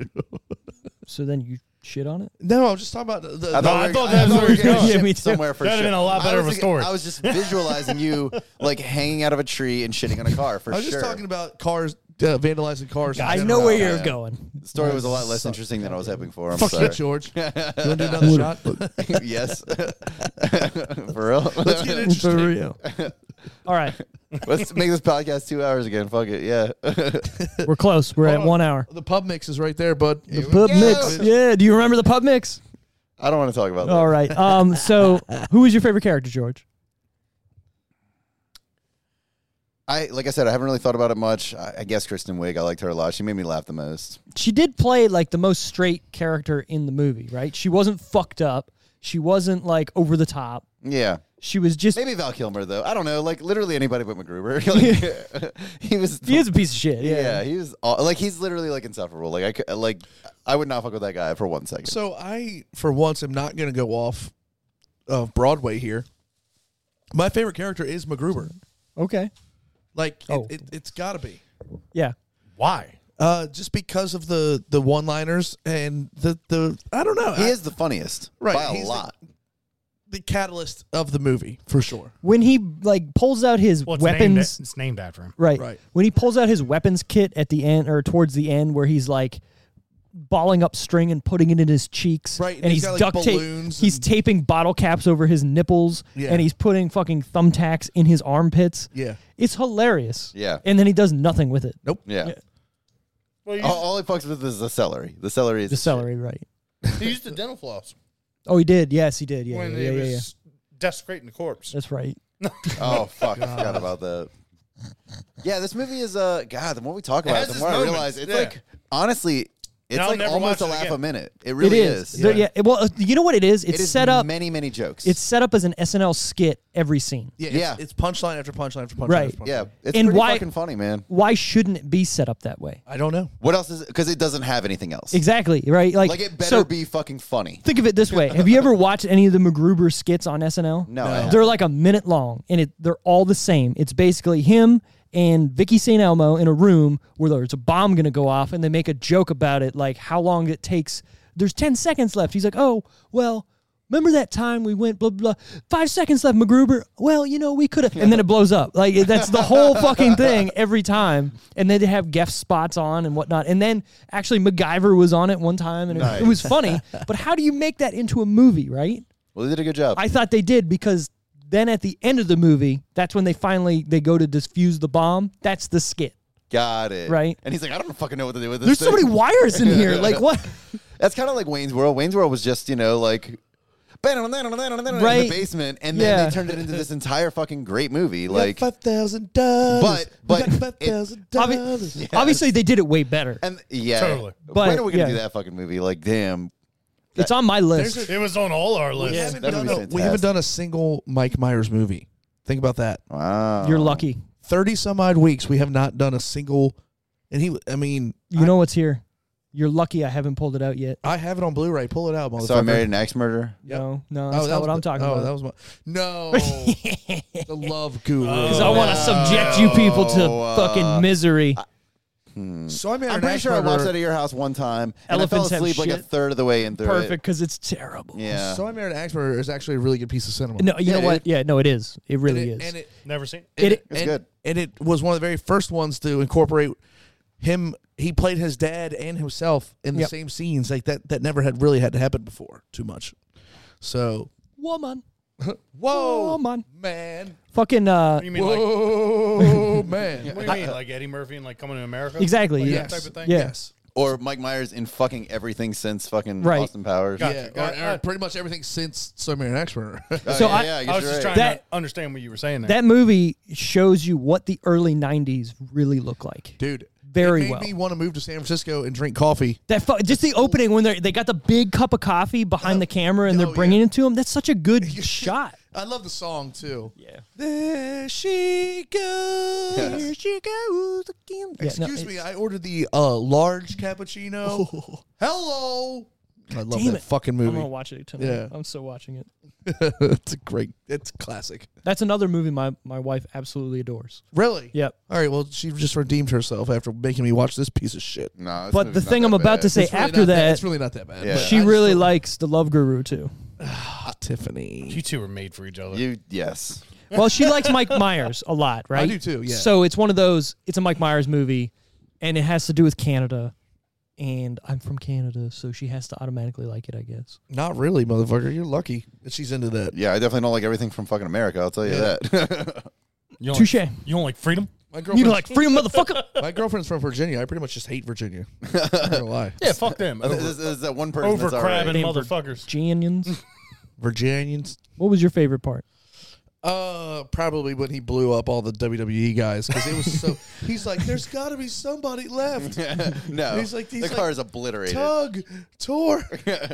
Speaker 1: So then you shit on it.
Speaker 2: No, I was just talking about the. the
Speaker 4: No, I
Speaker 3: we-
Speaker 4: thought that's where
Speaker 3: we [LAUGHS]
Speaker 4: it
Speaker 3: were getting
Speaker 4: was.
Speaker 1: Yeah,
Speaker 3: shit
Speaker 1: me too.
Speaker 3: somewhere for
Speaker 4: That'd have
Speaker 3: sure.
Speaker 4: been a lot
Speaker 3: I
Speaker 4: better
Speaker 3: was
Speaker 4: of a
Speaker 3: thinking-
Speaker 4: story.
Speaker 3: I was just visualizing you like hanging out of a tree and shitting on a car
Speaker 2: [LAUGHS]
Speaker 3: for
Speaker 2: I was
Speaker 3: sure.
Speaker 2: just talking about cars, uh, vandalizing cars. in
Speaker 1: I
Speaker 2: general.
Speaker 1: know where
Speaker 3: yeah,
Speaker 1: you're
Speaker 3: yeah.
Speaker 1: going.
Speaker 3: the story was a lot less interesting than I was hoping for. I'm
Speaker 2: Fuck
Speaker 3: sorry.
Speaker 2: you, George. You want to
Speaker 3: [LAUGHS]
Speaker 2: do another shot?
Speaker 3: yes. [LAUGHS] for real. [LAUGHS] Let's,
Speaker 2: Get interesting.
Speaker 1: All right,
Speaker 3: make this podcast two hours again. Fuck it. Yeah. [LAUGHS]
Speaker 1: we're close. We're at one hour.
Speaker 2: The pub mix is right there, bud. The
Speaker 1: Pub mix. Yeah. Do you remember the pub mix?
Speaker 3: I don't want to talk about that.
Speaker 1: All right. Um. So, who was your favorite character, George?
Speaker 3: I like I said, I haven't really thought about it much. I, I guess Kristen Wiig. I liked her a lot. She made me laugh the most.
Speaker 1: She did play like the most straight character in the movie, right? She wasn't fucked up. She wasn't like over the top.
Speaker 3: Yeah.
Speaker 1: She was just.
Speaker 3: Maybe Val Kilmer though. I don't know. Like literally anybody but MacGruber. [LAUGHS] Like, he was.
Speaker 1: he is a piece of shit.
Speaker 3: yeah.
Speaker 1: Yeah.
Speaker 3: He was aw- like he's literally like insufferable. Like I cou- like I would not fuck with that guy for one second.
Speaker 2: So I, for once, am not going to go off of Broadway here. My favorite character is MacGruber.
Speaker 1: Okay.
Speaker 2: Like,
Speaker 1: Oh.
Speaker 2: it, it, it's got to be.
Speaker 1: Yeah.
Speaker 4: Why?
Speaker 2: Uh, just because of the the one liners and the the I don't know
Speaker 3: he
Speaker 2: I-
Speaker 3: is the funniest
Speaker 2: Right,
Speaker 3: by
Speaker 2: he's
Speaker 3: a
Speaker 2: the-
Speaker 3: lot.
Speaker 2: the catalyst of the movie for sure.
Speaker 1: When he like pulls out his
Speaker 4: Well, it's named,
Speaker 1: weapons.
Speaker 4: it's named after him.
Speaker 1: Right.
Speaker 2: Right.
Speaker 1: When he pulls out his weapons kit at the end or towards the end where he's like balling up string and putting it in his cheeks.
Speaker 2: Right, and
Speaker 1: And,
Speaker 2: he's
Speaker 1: he's,
Speaker 2: got, like,
Speaker 1: duct tape
Speaker 2: balloons
Speaker 1: he's
Speaker 2: and-
Speaker 1: taping bottle caps over his nipples
Speaker 2: Yeah.
Speaker 1: and he's putting fucking thumbtacks in his armpits.
Speaker 2: Yeah.
Speaker 1: It's hilarious.
Speaker 3: Yeah.
Speaker 1: And then he does nothing with it.
Speaker 2: Nope.
Speaker 3: Yeah.
Speaker 4: Well, he
Speaker 3: All, all he fucks with is the celery. The celery is
Speaker 1: The celery, right.
Speaker 4: he used the dental floss
Speaker 1: Oh he did, yes he did. Yeah. Yeah, yeah, yeah, yeah.
Speaker 4: desecrating the corpse.
Speaker 1: That's right.
Speaker 3: [LAUGHS] Oh fuck! I forgot about that. Yeah, this movie is uh God. The more we talk about
Speaker 4: has
Speaker 3: it, the
Speaker 4: its
Speaker 3: more I
Speaker 4: moments,
Speaker 3: realize it's
Speaker 4: yeah.
Speaker 3: like honestly, it's
Speaker 4: I'll
Speaker 3: like
Speaker 4: never
Speaker 3: almost a
Speaker 4: watch it
Speaker 3: laugh a
Speaker 4: again.
Speaker 3: minute. It really
Speaker 1: it is. There- Yeah. Well, uh, you know what it is? It's
Speaker 3: It is
Speaker 1: set up
Speaker 3: many many jokes.
Speaker 1: it's set up as an SNL skit every scene.
Speaker 2: Yeah,
Speaker 3: Yeah.
Speaker 2: It's, it's punchline after punchline after punchline.
Speaker 1: Right.
Speaker 2: After punchline.
Speaker 3: yeah, it's
Speaker 1: And
Speaker 3: pretty
Speaker 1: why-
Speaker 3: fucking funny, man.
Speaker 1: Why shouldn't it be set up that way?
Speaker 2: I don't know.
Speaker 3: What else is because it doesn't have anything else.
Speaker 1: Exactly, right? Like,
Speaker 3: Like it better
Speaker 1: so,
Speaker 3: be fucking funny.
Speaker 1: Think of it this way: Have you ever watched any of the MacGruber skits on SNL?
Speaker 3: No, I haven't.
Speaker 1: they're like a minute long, and it, they're all the same. It's basically him and Vicky St. Elmo in a room where there's a bomb going to go off, and they make a joke about it, like how long it takes. There's ten seconds left. He's like, "Oh, well." Remember that time we went blah blah five seconds left MacGruber. Well, you know we could have, and then it blows up. Like that's the whole fucking thing every time. And then they have guest spots on and whatnot. And then actually MacGyver was on it one time, and it- it was funny. but how do you make that into a movie, right?
Speaker 3: Well, they did a good job.
Speaker 1: I thought they did because then at the end of the movie, that's when they finally they go to defuse the bomb. That's the skit.
Speaker 3: Got it.
Speaker 1: Right.
Speaker 3: And he's like, I don't fucking know what to do with this.
Speaker 1: There's so
Speaker 3: thing."
Speaker 1: many wires in here. Like what?
Speaker 3: [LAUGHS] That's kind of like Wayne's World. Wayne's World was just you know like. Right. In
Speaker 1: Right.
Speaker 3: the basement, and then
Speaker 1: Yeah.
Speaker 3: they turned it into this entire fucking great movie. Like,
Speaker 2: five thousand dollars.
Speaker 3: But- but
Speaker 2: got five thousand
Speaker 1: Obvi-
Speaker 2: dollars.
Speaker 1: Obviously, they did it way better.
Speaker 3: And yeah,
Speaker 4: Totally.
Speaker 3: when
Speaker 1: But,
Speaker 3: are we gonna
Speaker 1: yeah.
Speaker 3: do that fucking movie? Like, damn,
Speaker 1: it's on my list.
Speaker 4: It was on all our
Speaker 2: We
Speaker 4: lists.
Speaker 2: haven't
Speaker 3: That
Speaker 2: done
Speaker 3: would be
Speaker 2: a- we haven't
Speaker 3: fantastic.
Speaker 2: done a single Mike Myers movie. Think about that.
Speaker 3: wow,
Speaker 1: You're lucky.
Speaker 2: Thirty some odd weeks we have not done a single. And he, I mean,
Speaker 1: You know what's here? You're lucky I haven't pulled it out yet.
Speaker 2: I have it on Blu-ray. Pull it out, motherfucker.
Speaker 3: So I married an ex murderer.
Speaker 1: No, no, that's
Speaker 2: that
Speaker 1: not
Speaker 2: was
Speaker 1: what
Speaker 2: my-
Speaker 1: I'm talking
Speaker 2: oh,
Speaker 1: about.
Speaker 2: that was my
Speaker 1: [LAUGHS]
Speaker 2: no. the love guru. Oh,
Speaker 1: Because Oh. I want to subject you people to
Speaker 3: uh,
Speaker 1: fucking misery.
Speaker 2: so I married.
Speaker 3: I'm
Speaker 2: an
Speaker 3: pretty
Speaker 2: axe
Speaker 3: sure I watched
Speaker 2: murderer-
Speaker 3: that at your house one time. And
Speaker 1: Elephants
Speaker 3: I
Speaker 1: have
Speaker 3: fell asleep like a
Speaker 1: shit.
Speaker 3: third of the way in through
Speaker 1: Perfect, because it's terrible.
Speaker 3: it. Yeah.
Speaker 2: So I married an axe murderer is actually a really good piece of cinema.
Speaker 1: No, you
Speaker 3: Yeah,
Speaker 1: know what? Yeah, no, it is. It
Speaker 2: and
Speaker 1: really
Speaker 2: it,
Speaker 1: is.
Speaker 2: and it,
Speaker 4: Never seen. It.
Speaker 1: It-
Speaker 3: It's
Speaker 2: and-
Speaker 3: good.
Speaker 2: and it was one of the very first ones to incorporate him. He played his dad and himself in the
Speaker 1: Yep.
Speaker 2: same scenes, like that. That never had really had to happen before too much. So
Speaker 1: Woman.
Speaker 2: whoa,
Speaker 1: Woman.
Speaker 2: man,
Speaker 1: Fucking, uh,
Speaker 4: What do you mean? Like, [LAUGHS]
Speaker 2: whoa, man.
Speaker 4: what do you mean? like Eddie Murphy and like coming to America?
Speaker 1: exactly.
Speaker 4: Like
Speaker 1: yeah.
Speaker 4: That type of thing.
Speaker 1: Yeah.
Speaker 2: Yes.
Speaker 3: Or Mike Myers in fucking everything since fucking
Speaker 1: Right.
Speaker 3: Austin Powers.
Speaker 4: Got
Speaker 3: Yeah.
Speaker 4: it.
Speaker 2: Yeah,
Speaker 4: Got-
Speaker 2: or- or pretty much everything since So I Married an Axe Murderer.
Speaker 3: Oh,
Speaker 1: So
Speaker 3: yeah,
Speaker 1: I-
Speaker 3: yeah, I,
Speaker 4: I
Speaker 3: guess
Speaker 4: was just
Speaker 3: you're right.
Speaker 4: trying
Speaker 1: That-
Speaker 4: to understand what you were saying there.
Speaker 1: That movie shows you what the early 90s really look like.
Speaker 2: [LAUGHS] Dude,
Speaker 1: Very
Speaker 2: it made
Speaker 1: well.
Speaker 2: me want to move to San Francisco and drink coffee.
Speaker 1: That fu- just the opening when they they got the big cup of coffee behind the camera and
Speaker 2: oh,
Speaker 1: they're bringing it to him. That's such a
Speaker 2: [LAUGHS]
Speaker 1: good shot.
Speaker 2: I love the song too.
Speaker 1: Yeah.
Speaker 2: There she goes.
Speaker 1: Here she goes again. Yeah, no,
Speaker 2: Excuse
Speaker 1: it-
Speaker 2: me, I ordered the uh,
Speaker 1: [LAUGHS]
Speaker 2: large cappuccino. Hello. I love
Speaker 1: Oh. Damn
Speaker 2: that
Speaker 1: it.
Speaker 2: fucking
Speaker 1: I'm
Speaker 2: [LAUGHS]
Speaker 1: gonna
Speaker 2: movie.
Speaker 1: watch it tonight.
Speaker 2: Yeah.
Speaker 1: I'm still watching it.
Speaker 2: it's a great. It's classic.
Speaker 1: That's another movie my, my wife absolutely adores.
Speaker 2: Really?
Speaker 1: Yep.
Speaker 2: All right. Well, she just redeemed herself after making me watch this piece of shit.
Speaker 3: No, this
Speaker 1: But the
Speaker 3: movie's not
Speaker 1: thing
Speaker 3: that
Speaker 1: I'm about
Speaker 3: bad.
Speaker 1: to say
Speaker 2: It's really
Speaker 1: after
Speaker 2: not
Speaker 1: that,
Speaker 2: it's really not that bad.
Speaker 3: Yeah.
Speaker 2: but
Speaker 1: she
Speaker 2: I just
Speaker 1: really
Speaker 2: don't-
Speaker 1: likes The Love Guru too.
Speaker 2: Ah, Tiffany.
Speaker 4: you two were made for each other.
Speaker 3: You yes.
Speaker 1: Well, she likes
Speaker 2: [LAUGHS]
Speaker 1: Mike Myers a lot, right?
Speaker 2: do too, yeah.
Speaker 1: So it's one of those. It's a Mike Myers movie, and it has to do with Canada, and I'm from Canada, so she has to automatically like it, I guess.
Speaker 2: Not really, motherfucker. You're lucky that she's into that.
Speaker 3: Yeah, I definitely don't like everything from fucking America. I'll tell you
Speaker 2: Yeah.
Speaker 3: that. [LAUGHS]
Speaker 4: You don't
Speaker 1: Touche.
Speaker 4: Like, you don't like freedom?
Speaker 2: My
Speaker 1: You
Speaker 2: girlfriend.
Speaker 1: like free motherfucker?
Speaker 2: My girlfriend's from Virginia. I pretty much just
Speaker 1: [LAUGHS]
Speaker 2: hate Virginia. I'm not gonna lie.
Speaker 4: Yeah,
Speaker 3: [LAUGHS]
Speaker 4: fuck them.
Speaker 3: There's there's that one person
Speaker 4: Over
Speaker 3: that's all right.
Speaker 4: crabbing motherfuckers.
Speaker 1: Janians.
Speaker 2: Virginians.
Speaker 1: What was your favorite part?
Speaker 2: Uh, probably when he blew up all the WWE guys because it was so. he's like, "There's got to be somebody left."
Speaker 3: [LAUGHS] no,
Speaker 2: He's like- he's
Speaker 3: the
Speaker 2: like,
Speaker 3: car is obliterated.
Speaker 2: Tug, Tor,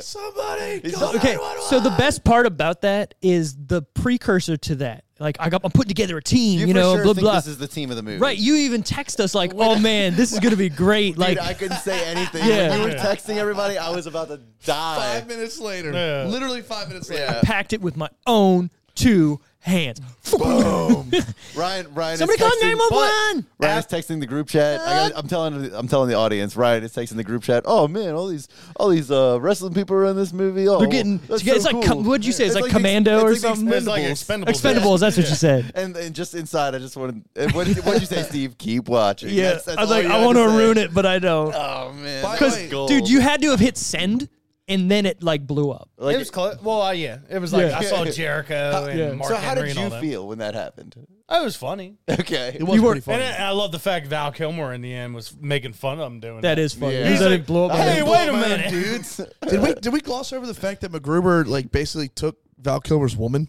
Speaker 2: somebody. call
Speaker 1: Okay,
Speaker 2: 911."
Speaker 1: so the best part about that is the precursor to that. Like I got, I'm putting together a team, you,
Speaker 3: for
Speaker 1: know,
Speaker 3: sure
Speaker 1: blah
Speaker 3: think
Speaker 1: blah.
Speaker 3: This is the team of the movie,
Speaker 1: Right, you even text us like, "Oh man, this is gonna be great!"
Speaker 3: [LAUGHS] Dude,
Speaker 1: like,
Speaker 3: I
Speaker 1: [LAUGHS]
Speaker 3: couldn't say anything.
Speaker 1: Yeah.
Speaker 3: When you were texting everybody, I was about to die.
Speaker 2: [LAUGHS] Five minutes later,
Speaker 4: Yeah.
Speaker 2: literally five minutes later.
Speaker 3: Yeah.
Speaker 1: packed it with my own two hands.
Speaker 3: Boom. Ryan, Ryan.
Speaker 1: Somebody
Speaker 3: is
Speaker 1: call
Speaker 3: texting,
Speaker 1: 911.
Speaker 3: but Ryan's texting the group chat. I got, I'm telling, I'm telling the audience. Ryan is texting the group chat. Oh man, all these, all these uh, wrestling people are in this movie. Oh,
Speaker 1: They're getting-
Speaker 3: that's
Speaker 1: it's
Speaker 3: so
Speaker 1: like
Speaker 3: cool.
Speaker 1: com- what'd you say? It's like
Speaker 3: the-
Speaker 1: Commando or
Speaker 3: it's like the
Speaker 1: something?
Speaker 4: It's like
Speaker 3: Expendables.
Speaker 1: [LAUGHS]
Speaker 4: expendables.
Speaker 1: Expendables, that's what you said.
Speaker 3: [LAUGHS] And, and just inside, I just wanted. and What what you say, Steve? Keep watching.
Speaker 1: Yeah,
Speaker 3: That's- that's
Speaker 1: I was
Speaker 3: all
Speaker 1: like,
Speaker 3: you
Speaker 1: I
Speaker 3: had
Speaker 1: want to
Speaker 3: say.
Speaker 1: ruin it, but I don't.
Speaker 3: Oh man,
Speaker 2: By the
Speaker 3: that's
Speaker 2: way-
Speaker 3: gold.
Speaker 1: Dude, you had to have hit send, and then it like blew up.
Speaker 3: Like,
Speaker 4: it was close. Well, uh, yeah, it was like
Speaker 1: Yeah.
Speaker 4: I saw Jericho and
Speaker 1: yeah.
Speaker 4: Mark
Speaker 3: so how did
Speaker 4: Henry and
Speaker 3: you
Speaker 4: all that.
Speaker 3: feel when that happened? [LAUGHS]
Speaker 4: It was funny,
Speaker 3: Okay,
Speaker 2: [LAUGHS] It was
Speaker 1: You were-
Speaker 2: pretty funny.
Speaker 4: and I, I love the fact Val Kilmer in the end was making fun of him doing
Speaker 1: That is funny.
Speaker 3: Yeah.
Speaker 1: He said it blew up.
Speaker 4: Hey,
Speaker 1: on-
Speaker 4: wait a
Speaker 1: [LAUGHS]
Speaker 3: [LAUGHS]
Speaker 4: minute,
Speaker 3: dudes.
Speaker 2: did we did we gloss over the fact that MacGruber like basically took Val Kilmer's woman?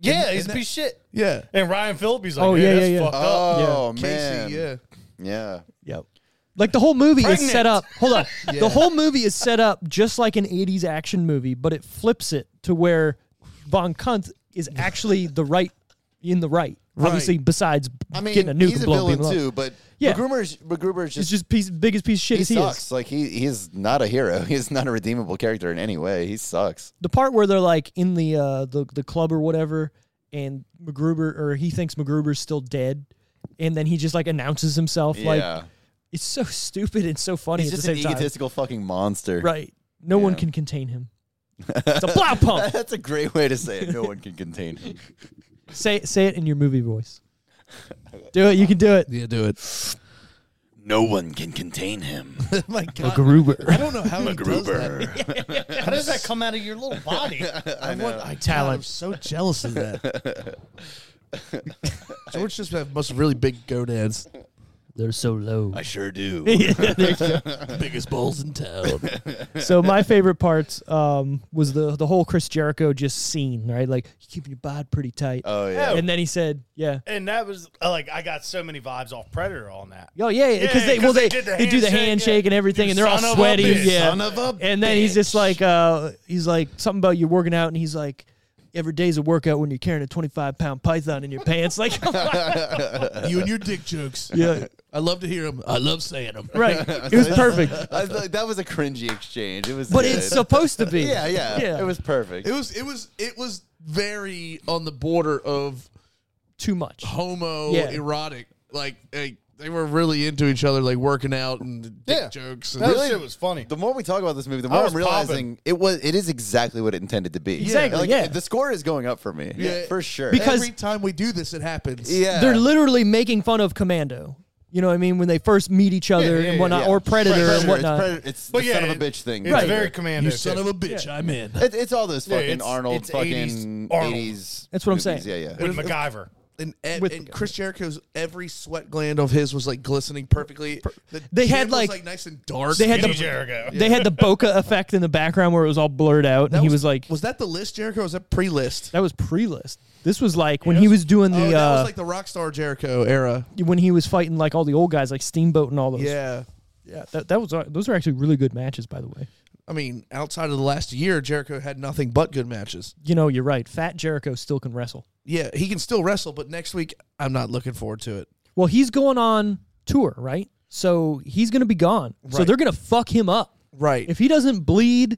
Speaker 4: Yeah, he's a piece of shit.
Speaker 2: Yeah.
Speaker 4: And Ryan Phillippe, like,
Speaker 1: Oh,
Speaker 4: oh yeah,
Speaker 1: yeah,
Speaker 4: that's
Speaker 1: yeah, yeah.
Speaker 4: fucked up.
Speaker 3: Oh
Speaker 2: Casey,
Speaker 3: man,
Speaker 2: yeah.
Speaker 3: yeah.
Speaker 1: Yep. Like the whole movie is
Speaker 4: Pregnant.
Speaker 1: set up. Hold
Speaker 3: [LAUGHS]
Speaker 1: on.
Speaker 2: Yeah.
Speaker 1: The whole movie is set up just like an 80s action movie, but it flips it to where Von Kunt is actually the right in the right. Obviously, besides
Speaker 3: I mean,
Speaker 1: getting a nuke
Speaker 3: he's
Speaker 1: and
Speaker 3: a
Speaker 1: blowing
Speaker 3: villain
Speaker 1: people up.
Speaker 3: too, but
Speaker 1: Yeah.
Speaker 3: MacGruber is MacGruber is
Speaker 1: He's
Speaker 3: just,
Speaker 1: just piece, biggest piece of shit
Speaker 3: he
Speaker 1: as he
Speaker 3: sucks.
Speaker 1: is.
Speaker 3: Like he he's not a hero. [LAUGHS] He's not a redeemable character in any way. He sucks.
Speaker 1: the part where they're like in the uh the, the club or whatever and MacGruber or he thinks MacGruber's still dead and then he just like announces himself
Speaker 3: yeah,
Speaker 1: like it's so stupid and so funny
Speaker 3: he's
Speaker 1: at
Speaker 3: just
Speaker 1: the
Speaker 3: an
Speaker 1: same time.
Speaker 3: egotistical fucking monster.
Speaker 1: Right. No one
Speaker 3: Yeah.
Speaker 1: can contain [LAUGHS] him. It's a plow pump.
Speaker 3: [LAUGHS] That's a great way to say it. No one can contain him.
Speaker 1: Say say it in your movie voice. Do it, you can
Speaker 2: [LAUGHS]
Speaker 1: do it.
Speaker 2: Yeah, do it.
Speaker 3: No one can contain him.
Speaker 2: My God, I
Speaker 1: Gruber.
Speaker 2: don't know how he does that. [LAUGHS]
Speaker 3: MacGruber.
Speaker 4: How does that come out of your little body?
Speaker 2: I want I,
Speaker 1: Talent.
Speaker 2: I'm so jealous of that. George just have, must have really big gonads.
Speaker 1: [LAUGHS] They're so [LAUGHS] low.
Speaker 3: I sure do.
Speaker 2: Biggest balls in town.
Speaker 1: so [LAUGHS] my favorite part um, was the the whole Chris Jericho just scene, right? Like you keeping your bod pretty tight.
Speaker 3: Oh yeah.
Speaker 1: and then he said, Yeah.
Speaker 4: and that was uh, like I got so many vibes off Predator on that.
Speaker 1: Oh yeah,
Speaker 4: Yeah,
Speaker 1: because they well
Speaker 4: 'cause
Speaker 1: they, they,
Speaker 4: they did the
Speaker 1: do the
Speaker 4: handshake,
Speaker 1: handshake
Speaker 4: yeah.
Speaker 1: and everything,
Speaker 4: You
Speaker 1: and they're all
Speaker 4: son of a
Speaker 1: sweaty.
Speaker 4: bitch,
Speaker 1: Yeah,
Speaker 4: son of a
Speaker 1: and then he's just like, uh, he's like something about you working out, and he's like, every day's a workout when you're carrying a 25 pound python in your pants. Like,
Speaker 2: [LAUGHS]
Speaker 1: [LAUGHS]
Speaker 2: you and your dick jokes.
Speaker 1: yeah,
Speaker 2: I love to hear them. I love saying them.
Speaker 1: right. It was perfect,
Speaker 3: I thought that was a cringy exchange. It was,
Speaker 1: but
Speaker 3: good.
Speaker 1: it's supposed to be.
Speaker 3: yeah, yeah,
Speaker 1: Yeah.
Speaker 3: It was perfect.
Speaker 2: It was it was it was very on the border of
Speaker 1: too much.
Speaker 2: homo
Speaker 1: Yeah.
Speaker 2: erotic. Like they, they were really into each other, like working out and dick
Speaker 4: Yeah.
Speaker 2: jokes. And
Speaker 4: That shit was funny.
Speaker 3: the more we talk about this movie, the more
Speaker 4: was
Speaker 3: I'm realizing it was it is exactly what it intended to be.
Speaker 1: Exactly,
Speaker 3: Like,
Speaker 1: yeah.
Speaker 3: The score is going up for me.
Speaker 2: Yeah.
Speaker 3: For sure.
Speaker 1: Because-
Speaker 2: every time we do this, it happens.
Speaker 3: yeah.
Speaker 1: They're literally making fun of Commando. You know what I mean? When they first meet each other
Speaker 4: yeah,
Speaker 1: and whatnot,
Speaker 3: Yeah.
Speaker 1: or Predator,
Speaker 3: Predator,
Speaker 1: and whatnot.
Speaker 3: It's, predator, it's
Speaker 4: But
Speaker 3: the
Speaker 4: yeah,
Speaker 3: son of
Speaker 4: it-
Speaker 3: a bitch thing.
Speaker 4: It's
Speaker 1: Right.
Speaker 4: very commando.
Speaker 2: You son
Speaker 4: too.
Speaker 2: of a bitch, I'm in.
Speaker 3: It, it's all those
Speaker 4: Yeah,
Speaker 3: fucking
Speaker 4: it's-
Speaker 3: Arnold
Speaker 4: it's 80s
Speaker 3: fucking
Speaker 4: Arnold.
Speaker 3: 80s.
Speaker 1: That's what I'm
Speaker 3: movies.
Speaker 1: saying.
Speaker 3: Yeah, yeah.
Speaker 4: with
Speaker 2: [LAUGHS]
Speaker 4: MacGyver.
Speaker 2: And, and,
Speaker 1: With-
Speaker 2: and Chris Jericho's every sweat gland of his was like glistening perfectly. The
Speaker 1: They had,
Speaker 2: gym was,
Speaker 1: like-
Speaker 2: nice and dark.
Speaker 1: They had
Speaker 4: Eddie
Speaker 1: the
Speaker 4: Jericho.
Speaker 1: they had the bokeh effect in the background where it was all blurred out, and
Speaker 2: That
Speaker 1: he was like,
Speaker 2: "Was that the list, Jericho? or Was that pre-list?
Speaker 1: "That was pre-list." This was like when he was doing
Speaker 2: oh,
Speaker 1: the
Speaker 2: that
Speaker 1: uh,
Speaker 2: was like the Rockstar Jericho era.
Speaker 1: when he was fighting like all the old guys, like Steamboat and all those.
Speaker 2: Yeah,
Speaker 1: yeah. That, that was those are actually really good matches, by the way.
Speaker 2: I mean, outside of the last year, Jericho had nothing but good matches.
Speaker 1: You know, you're right. Fat Jericho still can wrestle.
Speaker 2: Yeah, he can still wrestle, but next week I'm not looking forward to it.
Speaker 1: Well, he's going on tour, right? So he's going to be gone. So
Speaker 2: Right.
Speaker 1: they're going to fuck him up.
Speaker 2: Right.
Speaker 1: If he doesn't bleed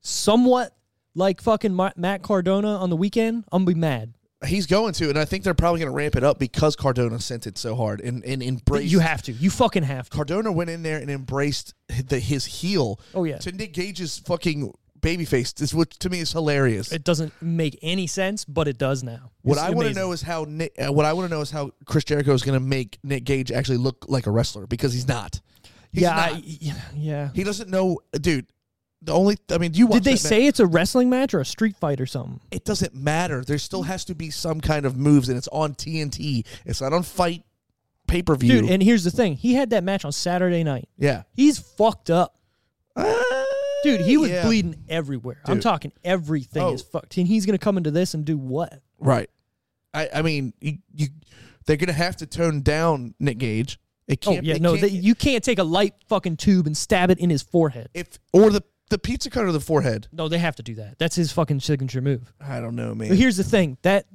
Speaker 1: somewhat like fucking Ma- Matt Cardona on the weekend, I'm going to be mad.
Speaker 2: He's going to, and I think they're probably going to ramp it up because Cardona sent it so hard and and embraced.
Speaker 1: You have to. You fucking have to.
Speaker 2: Cardona went in there and embraced the, his heel.
Speaker 1: Oh, yeah.
Speaker 2: to Nick Gage's fucking babyface. This which to me is hilarious.
Speaker 1: it doesn't make any sense, but it does now.
Speaker 2: what
Speaker 1: It's
Speaker 2: I want to
Speaker 1: amazing.
Speaker 2: know is how Nick, uh, what I want to know is how Chris Jericho is going to make Nick Gage actually look like a wrestler because he's not. He's
Speaker 1: yeah,
Speaker 2: not.
Speaker 1: I- yeah.
Speaker 2: he doesn't know, dude. The only I mean, you watch
Speaker 1: Did they
Speaker 2: that match.
Speaker 1: say it's a wrestling match or a street fight or something?
Speaker 2: it doesn't matter. There still has to be some kind of moves, and it's on TNT. It's not on Fight pay per view.
Speaker 1: Dude, and here's the thing: he had that match on Saturday night.
Speaker 2: yeah,
Speaker 1: He's fucked up, Ah. dude. He was
Speaker 2: Yeah.
Speaker 1: bleeding everywhere. I'm
Speaker 2: Dude.
Speaker 1: talking everything is
Speaker 2: Oh.
Speaker 1: fucked, and he's gonna come into this and do what?
Speaker 2: right. I I mean, you, you they're gonna have to tone down Nick Gage. It
Speaker 1: Oh
Speaker 2: can't.
Speaker 1: yeah,
Speaker 2: it
Speaker 1: no,
Speaker 2: can't-
Speaker 1: they- you can't take a light fucking tube and stab it in his forehead.
Speaker 2: if or the the pizza cutter to the forehead.
Speaker 1: No, they have to do that. That's his fucking signature move.
Speaker 2: I don't know, man.
Speaker 1: But here's the thing: that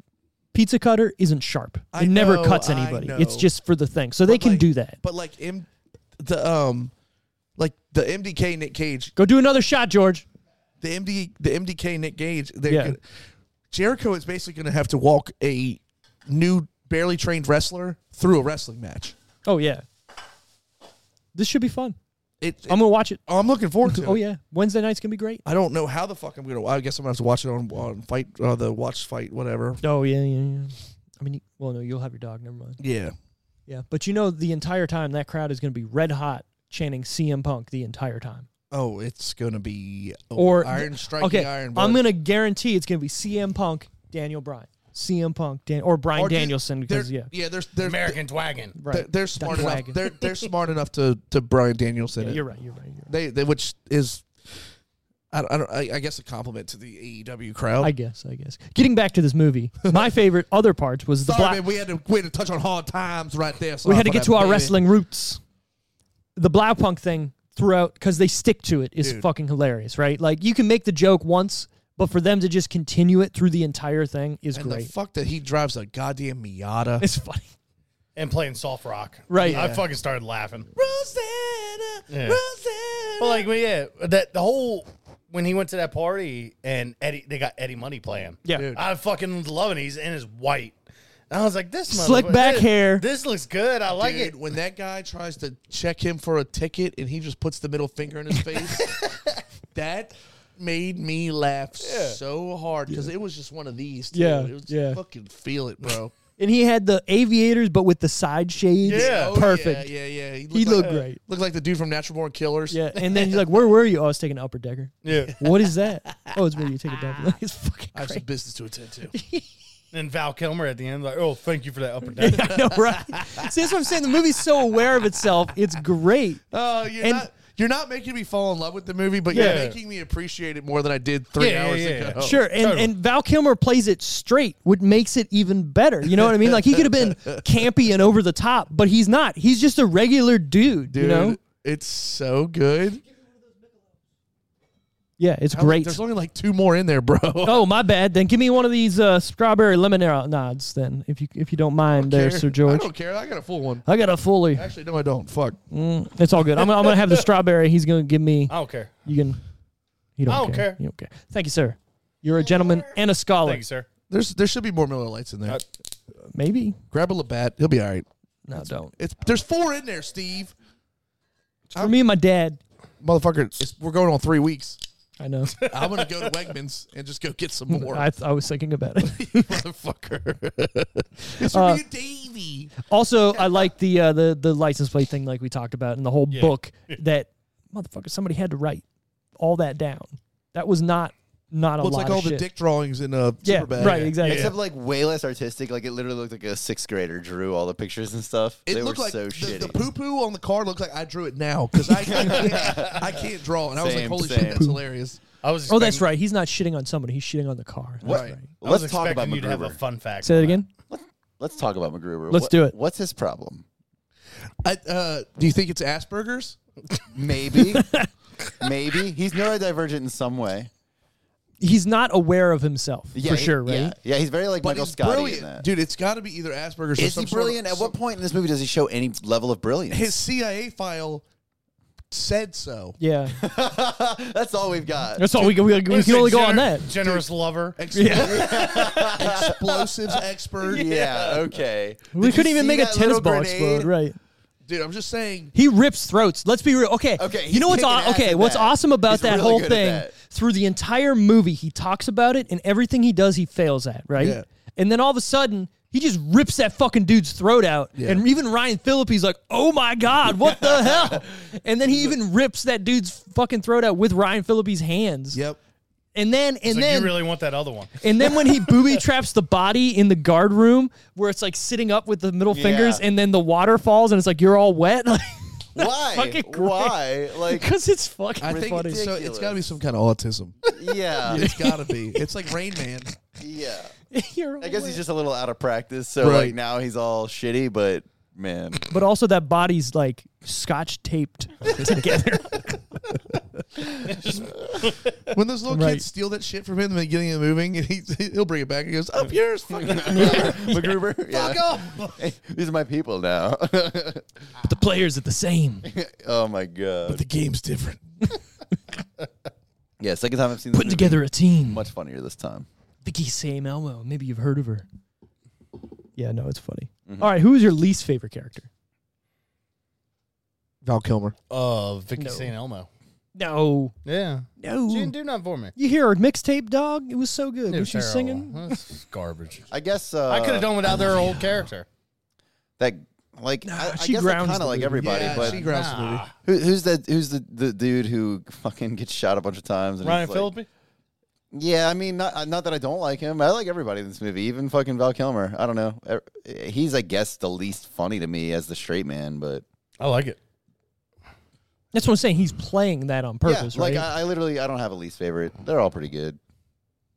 Speaker 1: pizza cutter isn't sharp. It
Speaker 2: I
Speaker 1: never
Speaker 2: know,
Speaker 1: cuts
Speaker 2: I
Speaker 1: anybody.
Speaker 2: know.
Speaker 1: It's just for the thing, so they
Speaker 2: But
Speaker 1: can
Speaker 2: like-
Speaker 1: do that.
Speaker 2: But like M, the um, like the MDK Nick Cage,
Speaker 1: Go do another shot, George.
Speaker 2: the MD the MDK Nick Gage. They're
Speaker 1: Yeah.
Speaker 2: gonna, Jericho is basically going to have to walk a new barely trained wrestler through a wrestling match.
Speaker 1: Oh yeah, this should be fun.
Speaker 2: It,
Speaker 1: I'm
Speaker 2: I'm,
Speaker 1: gonna watch it.
Speaker 2: I'm looking forward to.
Speaker 1: Oh
Speaker 2: it.
Speaker 1: yeah, Wednesday night's gonna be great.
Speaker 2: I don't know how the fuck I'm gonna. I guess I'm gonna have to watch it on on fight uh, the watch fight whatever.
Speaker 1: Oh yeah, yeah, yeah. I mean, you- well, no, you'll have your dog. Never mind.
Speaker 2: Yeah,
Speaker 1: Yeah, but you know, the entire time that crowd is going to be red hot chanting CM Punk the entire time.
Speaker 2: Oh, it's gonna be oh,
Speaker 1: Or
Speaker 2: Iron Strike
Speaker 1: okay,
Speaker 2: Iron.
Speaker 1: I'm
Speaker 2: Bud.
Speaker 1: going to guarantee it's going to be CM Punk, Daniel Bryan, CM Punk, Dan, or Brian
Speaker 2: Or do-
Speaker 1: Danielson
Speaker 2: they're-
Speaker 1: because yeah,
Speaker 2: yeah, there's there's
Speaker 4: American Wagon.
Speaker 1: right.
Speaker 2: they're, they're smart
Speaker 1: That
Speaker 2: enough.
Speaker 1: wagon.
Speaker 2: They're
Speaker 1: [LAUGHS]
Speaker 2: they're smart enough to to Brian Danielson.
Speaker 1: Yeah,
Speaker 2: it.
Speaker 1: you're right. You're right. You're right.
Speaker 2: They they which is. I don't, I, don't, I, I guess a compliment to the AEW crowd.
Speaker 1: I guess. I guess. Getting back to this
Speaker 2: [LAUGHS]
Speaker 1: movie, my favorite other part was the
Speaker 2: Sorry,
Speaker 1: black.
Speaker 2: man, we had to we had to touch on hard times right there.
Speaker 1: we
Speaker 2: Sorry
Speaker 1: had to
Speaker 2: for
Speaker 1: get
Speaker 2: that,
Speaker 1: to our
Speaker 2: baby.
Speaker 1: wrestling roots. The Blaupunk thing throughout, because they stick to it, is
Speaker 2: Dude.
Speaker 1: fucking hilarious, right? Like you can make the joke once, but for them to just continue it through the entire thing is
Speaker 2: And
Speaker 1: great.
Speaker 2: the fuck that he drives a goddamn
Speaker 1: [LAUGHS]
Speaker 2: Miata.
Speaker 1: it's funny.
Speaker 4: and playing soft rock.
Speaker 1: Right.
Speaker 4: I
Speaker 1: Yeah.
Speaker 4: fucking started laughing.
Speaker 2: Rosanna,
Speaker 4: Yeah.
Speaker 2: Rosanna.
Speaker 4: But like, well, yeah, that the whole when he went to that party and Eddie, they got Eddie Money playing.
Speaker 1: Yeah. Dude.
Speaker 4: I fucking love it. He's in his white. And I was like, this
Speaker 1: Slick
Speaker 4: motherfucker-
Speaker 1: back
Speaker 4: this-
Speaker 1: hair.
Speaker 4: This looks good. I like
Speaker 2: Dude,
Speaker 4: it.
Speaker 2: when that guy tries to check him for a ticket and he just puts the middle
Speaker 1: [LAUGHS]
Speaker 2: finger in his face, that made me laugh so hard because it was just one of these. Too.
Speaker 1: Yeah,
Speaker 2: it was
Speaker 1: yeah.
Speaker 2: fucking feel it, bro.
Speaker 1: And he had the aviators, but with the side shades.
Speaker 4: Yeah.
Speaker 2: Oh,
Speaker 1: perfect.
Speaker 2: Yeah, yeah, yeah.
Speaker 1: He
Speaker 2: like-
Speaker 1: looked great.
Speaker 2: Looked like the dude from Natural Born Killers.
Speaker 1: Yeah. And then he's like, "Where were you? Oh, I was taking an upper decker.
Speaker 4: Yeah.
Speaker 1: What is that? Oh, it's where you take a double. Like, [LAUGHS] it's fucking
Speaker 2: I have some
Speaker 1: great.
Speaker 2: business to attend
Speaker 1: [LAUGHS]
Speaker 2: to.
Speaker 4: And Val Kilmer at the end, like, oh, thank you for that upper
Speaker 1: [LAUGHS]
Speaker 4: deck.
Speaker 1: I know, right? See, that's what I'm saying. The movie's so aware of itself. It's great.
Speaker 2: Oh, you're
Speaker 1: And-
Speaker 2: not you're not making me fall in love with the movie, but
Speaker 4: Yeah.
Speaker 2: you're making me appreciate it more than I did three
Speaker 4: Yeah, yeah,
Speaker 2: hours
Speaker 4: yeah, yeah.
Speaker 2: ago.
Speaker 1: Sure, and,
Speaker 4: totally.
Speaker 1: and Val Kilmer plays it straight, which makes it even better. You know what I mean? Like he could have
Speaker 4: [LAUGHS]
Speaker 1: been campy and over the top, but he's not. He's just a regular dude.
Speaker 2: dude,
Speaker 1: you know?
Speaker 2: it's so good.
Speaker 1: Yeah, it's
Speaker 2: How-
Speaker 1: great.
Speaker 2: There's only like two more in there, bro.
Speaker 1: [LAUGHS] Oh, my bad. Then give me one of these uh, strawberry lemonades, then, if you if you don't mind, there, Sir
Speaker 2: I
Speaker 1: George.
Speaker 2: don't care. I got a full one.
Speaker 1: I got a fully.
Speaker 2: Actually, no, I don't. Fuck.
Speaker 1: It's all good. I'm, I'm gonna have
Speaker 4: [LAUGHS]
Speaker 1: the strawberry. He's gonna give me.
Speaker 4: I don't care.
Speaker 1: You can. You don't,
Speaker 4: I don't care.
Speaker 1: You don't care. Thank you, sir. You're a gentleman and a scholar.
Speaker 4: Thank you, sir.
Speaker 2: There's there should be more Miller Lights in there.
Speaker 1: Maybe.
Speaker 2: Grab a Labatt. He'll be all right.
Speaker 1: No, don't.
Speaker 2: It's there's four in there, Steve.
Speaker 1: It's for me and my dad.
Speaker 2: Motherfucker, it's, we're going on three weeks.
Speaker 1: I
Speaker 4: [LAUGHS]
Speaker 1: know.
Speaker 2: I'm gonna go to Wegmans and just go get some more.
Speaker 1: [LAUGHS] I, I was thinking about it.
Speaker 2: Motherfucker. [LAUGHS] it's for
Speaker 1: Uh,
Speaker 2: me and Davey.
Speaker 1: Also, I like the uh, the the license plate thing, like we talked about, and the whole book [LAUGHS] that motherfucker somebody had to write all that down. That was not not a
Speaker 2: Looks
Speaker 1: lot
Speaker 2: like
Speaker 1: of
Speaker 2: all the
Speaker 1: shit.
Speaker 2: dick drawings in a
Speaker 1: yeah,
Speaker 2: Superbad.
Speaker 1: right, exactly.
Speaker 3: Except like way less artistic. Like it literally looked like a sixth grader drew all the pictures and stuff.
Speaker 2: It
Speaker 3: they were
Speaker 2: looked like
Speaker 3: so
Speaker 2: the,
Speaker 3: shitty.
Speaker 2: the poo poo on the car looked like I drew it now because I, I, can't, I can't draw. And I was like,
Speaker 3: Same,
Speaker 2: holy
Speaker 3: same.
Speaker 2: shit, that's hilarious.
Speaker 4: I was.
Speaker 1: Oh, that's
Speaker 4: expecting-
Speaker 1: right. He's not shitting on somebody. He's shitting on the car.
Speaker 3: What-
Speaker 2: Right.
Speaker 4: I was
Speaker 3: Let's talk about
Speaker 4: expecting you to have a
Speaker 3: McGruber.
Speaker 4: fun fact.
Speaker 1: Say that again.
Speaker 3: Let's talk about McGruber.
Speaker 1: Let's
Speaker 3: What-
Speaker 1: do it.
Speaker 3: What's his problem?
Speaker 2: I, uh, do you think it's Asperger's?
Speaker 3: Maybe, maybe he's neurodivergent in some way.
Speaker 1: He's not aware of himself for
Speaker 3: he-
Speaker 1: sure, right?
Speaker 3: Yeah, yeah, he's very like
Speaker 2: But
Speaker 3: Michael
Speaker 2: he's
Speaker 3: Scott in
Speaker 2: brilliant,
Speaker 3: that.
Speaker 2: dude. It's got to be either Asperger's. or
Speaker 3: Is
Speaker 2: some
Speaker 3: he brilliant?
Speaker 2: Sort of,
Speaker 3: At what point in this movie does he show any level of brilliance?
Speaker 2: his CIA file said so.
Speaker 1: Yeah,
Speaker 3: [LAUGHS] That's all we've
Speaker 1: [LAUGHS]
Speaker 3: got.
Speaker 1: that's all we can. We, we
Speaker 4: Listen,
Speaker 1: can only go on
Speaker 4: gener-
Speaker 1: that.
Speaker 4: Generous lover.
Speaker 2: [LAUGHS] Explosives expert.
Speaker 3: yeah. Okay.
Speaker 1: We
Speaker 3: Did you
Speaker 1: couldn't even
Speaker 3: see
Speaker 1: make a
Speaker 3: that
Speaker 1: tennis
Speaker 3: little
Speaker 1: ball
Speaker 3: grenade?
Speaker 1: explode, right?
Speaker 2: Dude, I'm just saying.
Speaker 1: He rips throats. Let's be real. Okay.
Speaker 3: Okay, he's
Speaker 1: You know what's
Speaker 3: kicking
Speaker 1: aw-
Speaker 3: ass
Speaker 1: okay?
Speaker 3: at
Speaker 1: What's
Speaker 3: that.
Speaker 1: awesome about
Speaker 3: He's
Speaker 1: that
Speaker 3: really
Speaker 1: whole
Speaker 3: good at
Speaker 1: thing?
Speaker 3: that.
Speaker 1: Through the entire movie, he talks about it, and everything he does, he fails at. Right.
Speaker 2: Yeah.
Speaker 1: And then all of a sudden, he just rips that fucking dude's throat out.
Speaker 2: Yeah.
Speaker 1: And even Ryan Phillippe's like, "Oh my god, what the
Speaker 3: [LAUGHS]
Speaker 1: hell?" And then he even rips that dude's fucking throat out with Ryan Phillippe's hands.
Speaker 2: Yep.
Speaker 1: And then and
Speaker 4: It's like,
Speaker 1: then
Speaker 4: you really want that other one.
Speaker 1: and then
Speaker 3: [LAUGHS]
Speaker 1: when he booby traps the body in the guard room where it's like sitting up with the middle fingers
Speaker 3: Yeah.
Speaker 1: and then the water falls and it's like you're all wet. [LAUGHS]
Speaker 3: Why?
Speaker 1: fucking great.
Speaker 3: Why?
Speaker 1: [LAUGHS]
Speaker 3: Like,
Speaker 1: Because it's fucking
Speaker 2: I think
Speaker 1: funny.
Speaker 2: it's, so it's
Speaker 3: Ridiculous.
Speaker 2: got to be some kind of autism.
Speaker 3: yeah,
Speaker 2: it's got to
Speaker 3: [LAUGHS]
Speaker 2: be. It's like Rain Man.
Speaker 3: yeah.
Speaker 1: [LAUGHS] You're
Speaker 3: I guess
Speaker 1: aware.
Speaker 3: he's just a little out of practice, so
Speaker 2: Right.
Speaker 3: like now he's all shitty. But man,
Speaker 1: But also that body's like scotch taped together.
Speaker 2: When those little
Speaker 1: Right.
Speaker 2: kids steal that shit from him in the beginning of the movie, and he, he'll bring it back and he goes, up yours. Fuck, [LAUGHS]
Speaker 3: [LAUGHS] MacGruber, [LAUGHS] yeah.
Speaker 2: fuck off.
Speaker 3: Hey, these are my people now. [LAUGHS]
Speaker 1: but the players are the same.
Speaker 3: oh my god.
Speaker 2: The game's different.
Speaker 3: [LAUGHS] Yeah, second time I've seen this
Speaker 1: Putting
Speaker 3: movie.
Speaker 1: together a team.
Speaker 3: Much funnier this time.
Speaker 1: Vicky Sam Elmo. Maybe you've heard of her. Yeah, no, it's funny. All right, who is your least favorite character?
Speaker 2: Val Kilmer.
Speaker 4: Oh, Vicky
Speaker 1: No.
Speaker 4: St. Elmo.
Speaker 1: No.
Speaker 4: Yeah.
Speaker 1: No.
Speaker 4: She didn't do nothing for me.
Speaker 1: You hear her mixtape, dog? It was so good.
Speaker 4: It
Speaker 1: when
Speaker 4: was
Speaker 1: she was
Speaker 4: terrible.
Speaker 1: singing.
Speaker 4: That's garbage.
Speaker 3: I guess uh,
Speaker 4: I could have done without their old character.
Speaker 3: that. Like, I, I
Speaker 1: she
Speaker 3: guess
Speaker 1: grounds
Speaker 3: kind
Speaker 1: the
Speaker 3: of like
Speaker 1: movie.
Speaker 3: everybody,
Speaker 2: Yeah,
Speaker 3: but
Speaker 2: she grounds the movie.
Speaker 3: who, who's that? Who's the, the dude who fucking gets shot a bunch of times? And
Speaker 4: Ryan
Speaker 3: he's like-
Speaker 4: Phillippe?
Speaker 3: Yeah, I mean, not not that I don't like him. I like everybody in this movie, even fucking Val Kilmer. I don't know. Er- He's, I guess, the least funny to me as the straight man, but
Speaker 4: I like it.
Speaker 1: That's what I'm saying. He's playing that on purpose,
Speaker 3: yeah, like
Speaker 1: right?
Speaker 3: I, I literally, I don't have a least favorite. They're all pretty good.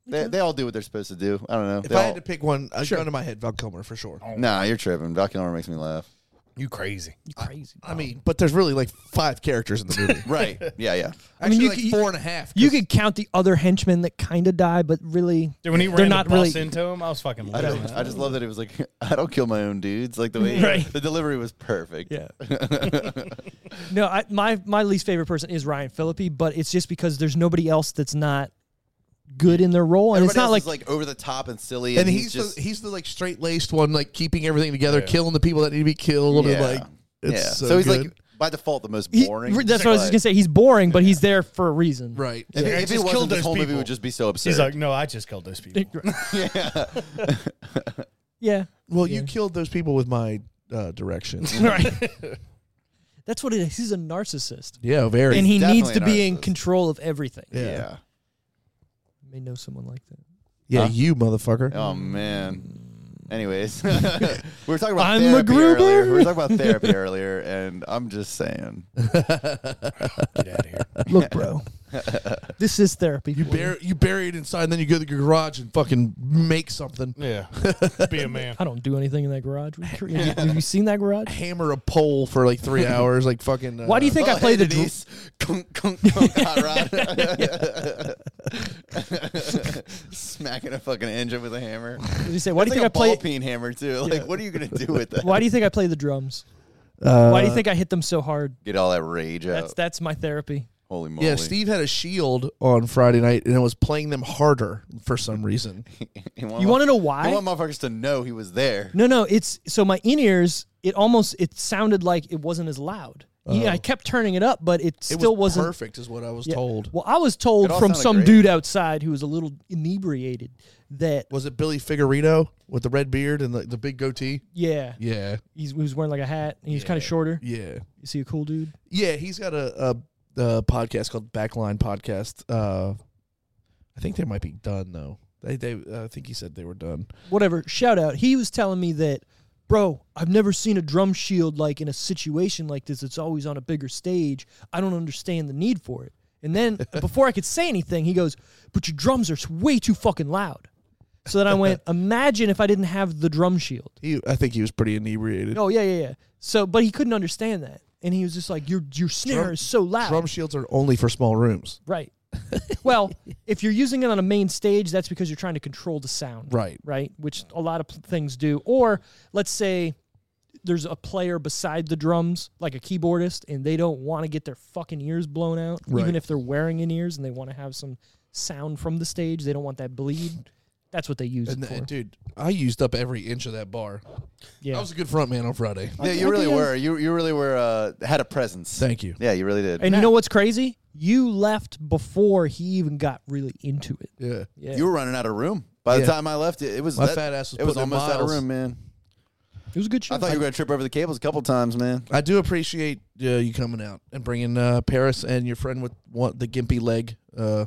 Speaker 3: They, they all do what they're supposed to do. I don't know.
Speaker 2: If
Speaker 3: They
Speaker 2: I
Speaker 3: all-
Speaker 2: had to pick one, I'd go to my head, Val Kilmer for sure.
Speaker 3: nah, you're tripping. Val Kilmer makes me laugh.
Speaker 4: You crazy.
Speaker 1: You crazy.
Speaker 2: I mean, but there's really like five characters in the movie.
Speaker 3: [LAUGHS] Right? yeah, yeah.
Speaker 2: Actually,
Speaker 1: mean, you
Speaker 2: like
Speaker 1: could-
Speaker 2: four and a half. 'cause
Speaker 1: you could count the other henchmen that kind of die, but really,
Speaker 4: Dude, when he
Speaker 1: They're
Speaker 4: ran
Speaker 1: not
Speaker 4: the bus
Speaker 1: really-
Speaker 4: into him, I was fucking
Speaker 3: I
Speaker 4: losing.
Speaker 3: just, I just love that it was like, [LAUGHS] I don't kill my own dudes. Like the way
Speaker 1: [LAUGHS] Right.
Speaker 3: the delivery was perfect.
Speaker 1: Yeah. [LAUGHS] no, I, my my least favorite person is Ryan Phillippe, but it's just because there's nobody else that's not good in their role, and
Speaker 3: Everybody
Speaker 1: it's not like,
Speaker 3: else is like over the top and silly, and,
Speaker 2: and he's
Speaker 3: just
Speaker 2: the he's the like straight laced one, like keeping everything together, killing the people that need to be killed, and like it's
Speaker 3: yeah.
Speaker 2: so,
Speaker 3: So, he's
Speaker 2: good.
Speaker 3: like by default the most
Speaker 1: he-
Speaker 3: boring.
Speaker 1: that's what I was just gonna say. He's boring, but he's there for a reason. [LAUGHS]
Speaker 2: right.
Speaker 3: If,
Speaker 4: Yeah,
Speaker 3: if
Speaker 4: he
Speaker 3: it
Speaker 4: just
Speaker 3: wasn't,
Speaker 4: killed
Speaker 3: this
Speaker 4: those
Speaker 3: whole movie
Speaker 4: people.
Speaker 3: would just be so absurd.
Speaker 4: He's like, no, I just
Speaker 1: [LAUGHS]
Speaker 4: killed
Speaker 3: [LAUGHS]
Speaker 4: those people.
Speaker 1: Yeah.
Speaker 2: Well, you killed those people with my uh, direction.
Speaker 3: [LAUGHS]
Speaker 1: Right. that's what it is. He's a narcissist,
Speaker 2: yeah, very.
Speaker 1: and he needs
Speaker 3: definitely
Speaker 1: to
Speaker 3: a
Speaker 1: be in
Speaker 3: narcissist.
Speaker 1: control of everything.
Speaker 2: yeah.
Speaker 3: yeah.
Speaker 1: You may know someone like that.
Speaker 2: Yeah, you motherfucker.
Speaker 3: Oh man. Anyways, [LAUGHS] we were talking about
Speaker 1: I'm
Speaker 3: therapy
Speaker 1: MacGruber.
Speaker 3: earlier. We were talking about
Speaker 1: [LAUGHS]
Speaker 3: therapy earlier, and I'm just saying,
Speaker 4: Get out of here.
Speaker 3: [LAUGHS]
Speaker 1: Look, bro, This is therapy.
Speaker 2: You bury you bury it inside, and then you go to your garage and fucking make something.
Speaker 4: Yeah. Be a man.
Speaker 1: I don't do anything in that garage. Have
Speaker 3: [LAUGHS]
Speaker 1: you, have you seen that garage?
Speaker 2: Hammer a pole for like
Speaker 1: [LAUGHS]
Speaker 2: three hours, like fucking. Uh,
Speaker 1: Why do you think I play the dr-
Speaker 3: Denise. Kunk, kunk, kunk, hot rod. [LAUGHS] Smacking a fucking engine with a hammer.
Speaker 1: As you say, why do
Speaker 3: It's
Speaker 1: you
Speaker 3: like a
Speaker 1: think I play?
Speaker 3: ball peen hammer too? Like, what are you gonna do with that?
Speaker 1: Why do you think I play the drums?
Speaker 2: Uh,
Speaker 1: Why do you think I hit them so hard?
Speaker 3: Get all that rage
Speaker 1: That's
Speaker 3: out.
Speaker 1: that's my therapy.
Speaker 3: Holy moly!
Speaker 2: Yeah,
Speaker 3: [LAUGHS]
Speaker 2: Steve had a shield on Friday night, and it was playing them harder for
Speaker 1: [LAUGHS]
Speaker 2: some reason.
Speaker 1: You want to know why?
Speaker 3: I want motherfuckers to know he was there.
Speaker 1: No, no, it's so my in ears. It almost it sounded like it wasn't as loud. Yeah, I kept turning it up, but it,
Speaker 2: It
Speaker 1: still
Speaker 2: was
Speaker 1: wasn't
Speaker 2: perfect, is what I was
Speaker 1: Yeah.
Speaker 2: told.
Speaker 1: Well, I was
Speaker 3: It
Speaker 1: told
Speaker 3: all
Speaker 1: from
Speaker 3: sounded
Speaker 1: some
Speaker 3: great.
Speaker 1: dude outside who was a little inebriated that
Speaker 2: Was it Billy Figueredo with the red beard and the, the big goatee?
Speaker 1: yeah,
Speaker 2: Yeah,
Speaker 1: He's, he was wearing like a hat. And he was kind of shorter.
Speaker 2: yeah,
Speaker 1: Is he a cool dude?
Speaker 2: yeah. He's got a a, a podcast called Backline Podcast. Uh, I think they might be done though. They they uh, I think he said they were done.
Speaker 1: Whatever. Shout out. He was telling me that, bro. I've never seen a drum shield like in a situation like this. It's always on a bigger stage. I don't understand the need for it. And
Speaker 2: [LAUGHS]
Speaker 1: then before I could say anything, he goes, "But your drums are way too fucking loud." So then I
Speaker 2: [LAUGHS]
Speaker 1: went, "Imagine if I didn't have the drum shield."
Speaker 2: He I think he was pretty inebriated.
Speaker 1: Oh yeah, yeah, yeah. So, but he couldn't understand that, and he was just like, "Your your snare
Speaker 2: Drum-
Speaker 1: is so loud."
Speaker 2: Drum shields are only for small rooms.
Speaker 1: Right. [LAUGHS] well, if you're using it on a main stage, that's because you're trying to control the sound.
Speaker 2: Right.
Speaker 1: Right. Which a lot of pl- things do. Or let's say there's a player beside the drums, like a keyboardist, and they don't want to get their fucking ears blown out,
Speaker 2: Right.
Speaker 1: even if they're wearing in ears and they want to have some sound from the stage. They don't want that bleed. That's what they use
Speaker 2: And
Speaker 1: it for.
Speaker 2: th- dude, I used up every inch of that bar.
Speaker 1: yeah.
Speaker 2: I was a good front man on Friday.
Speaker 3: Yeah, you
Speaker 1: I
Speaker 3: really
Speaker 1: think I-
Speaker 3: were. You you really were. Uh, had a presence.
Speaker 2: Thank you.
Speaker 3: Yeah, you really did.
Speaker 1: and you know what's crazy? You left before he even got really into it.
Speaker 2: Yeah.
Speaker 1: Yeah.
Speaker 3: you were running out of room by the
Speaker 2: Yeah.
Speaker 3: time I left. It, it was
Speaker 2: My
Speaker 3: that-
Speaker 2: fat ass was
Speaker 3: It was
Speaker 2: putting in
Speaker 3: almost out of
Speaker 2: miles.
Speaker 3: room, man.
Speaker 1: it was a good show.
Speaker 3: I thought you were gonna trip over the cables a couple times, man.
Speaker 2: I do appreciate uh, you coming out and bringing uh, Paris and your friend with one, the gimpy leg. Uh,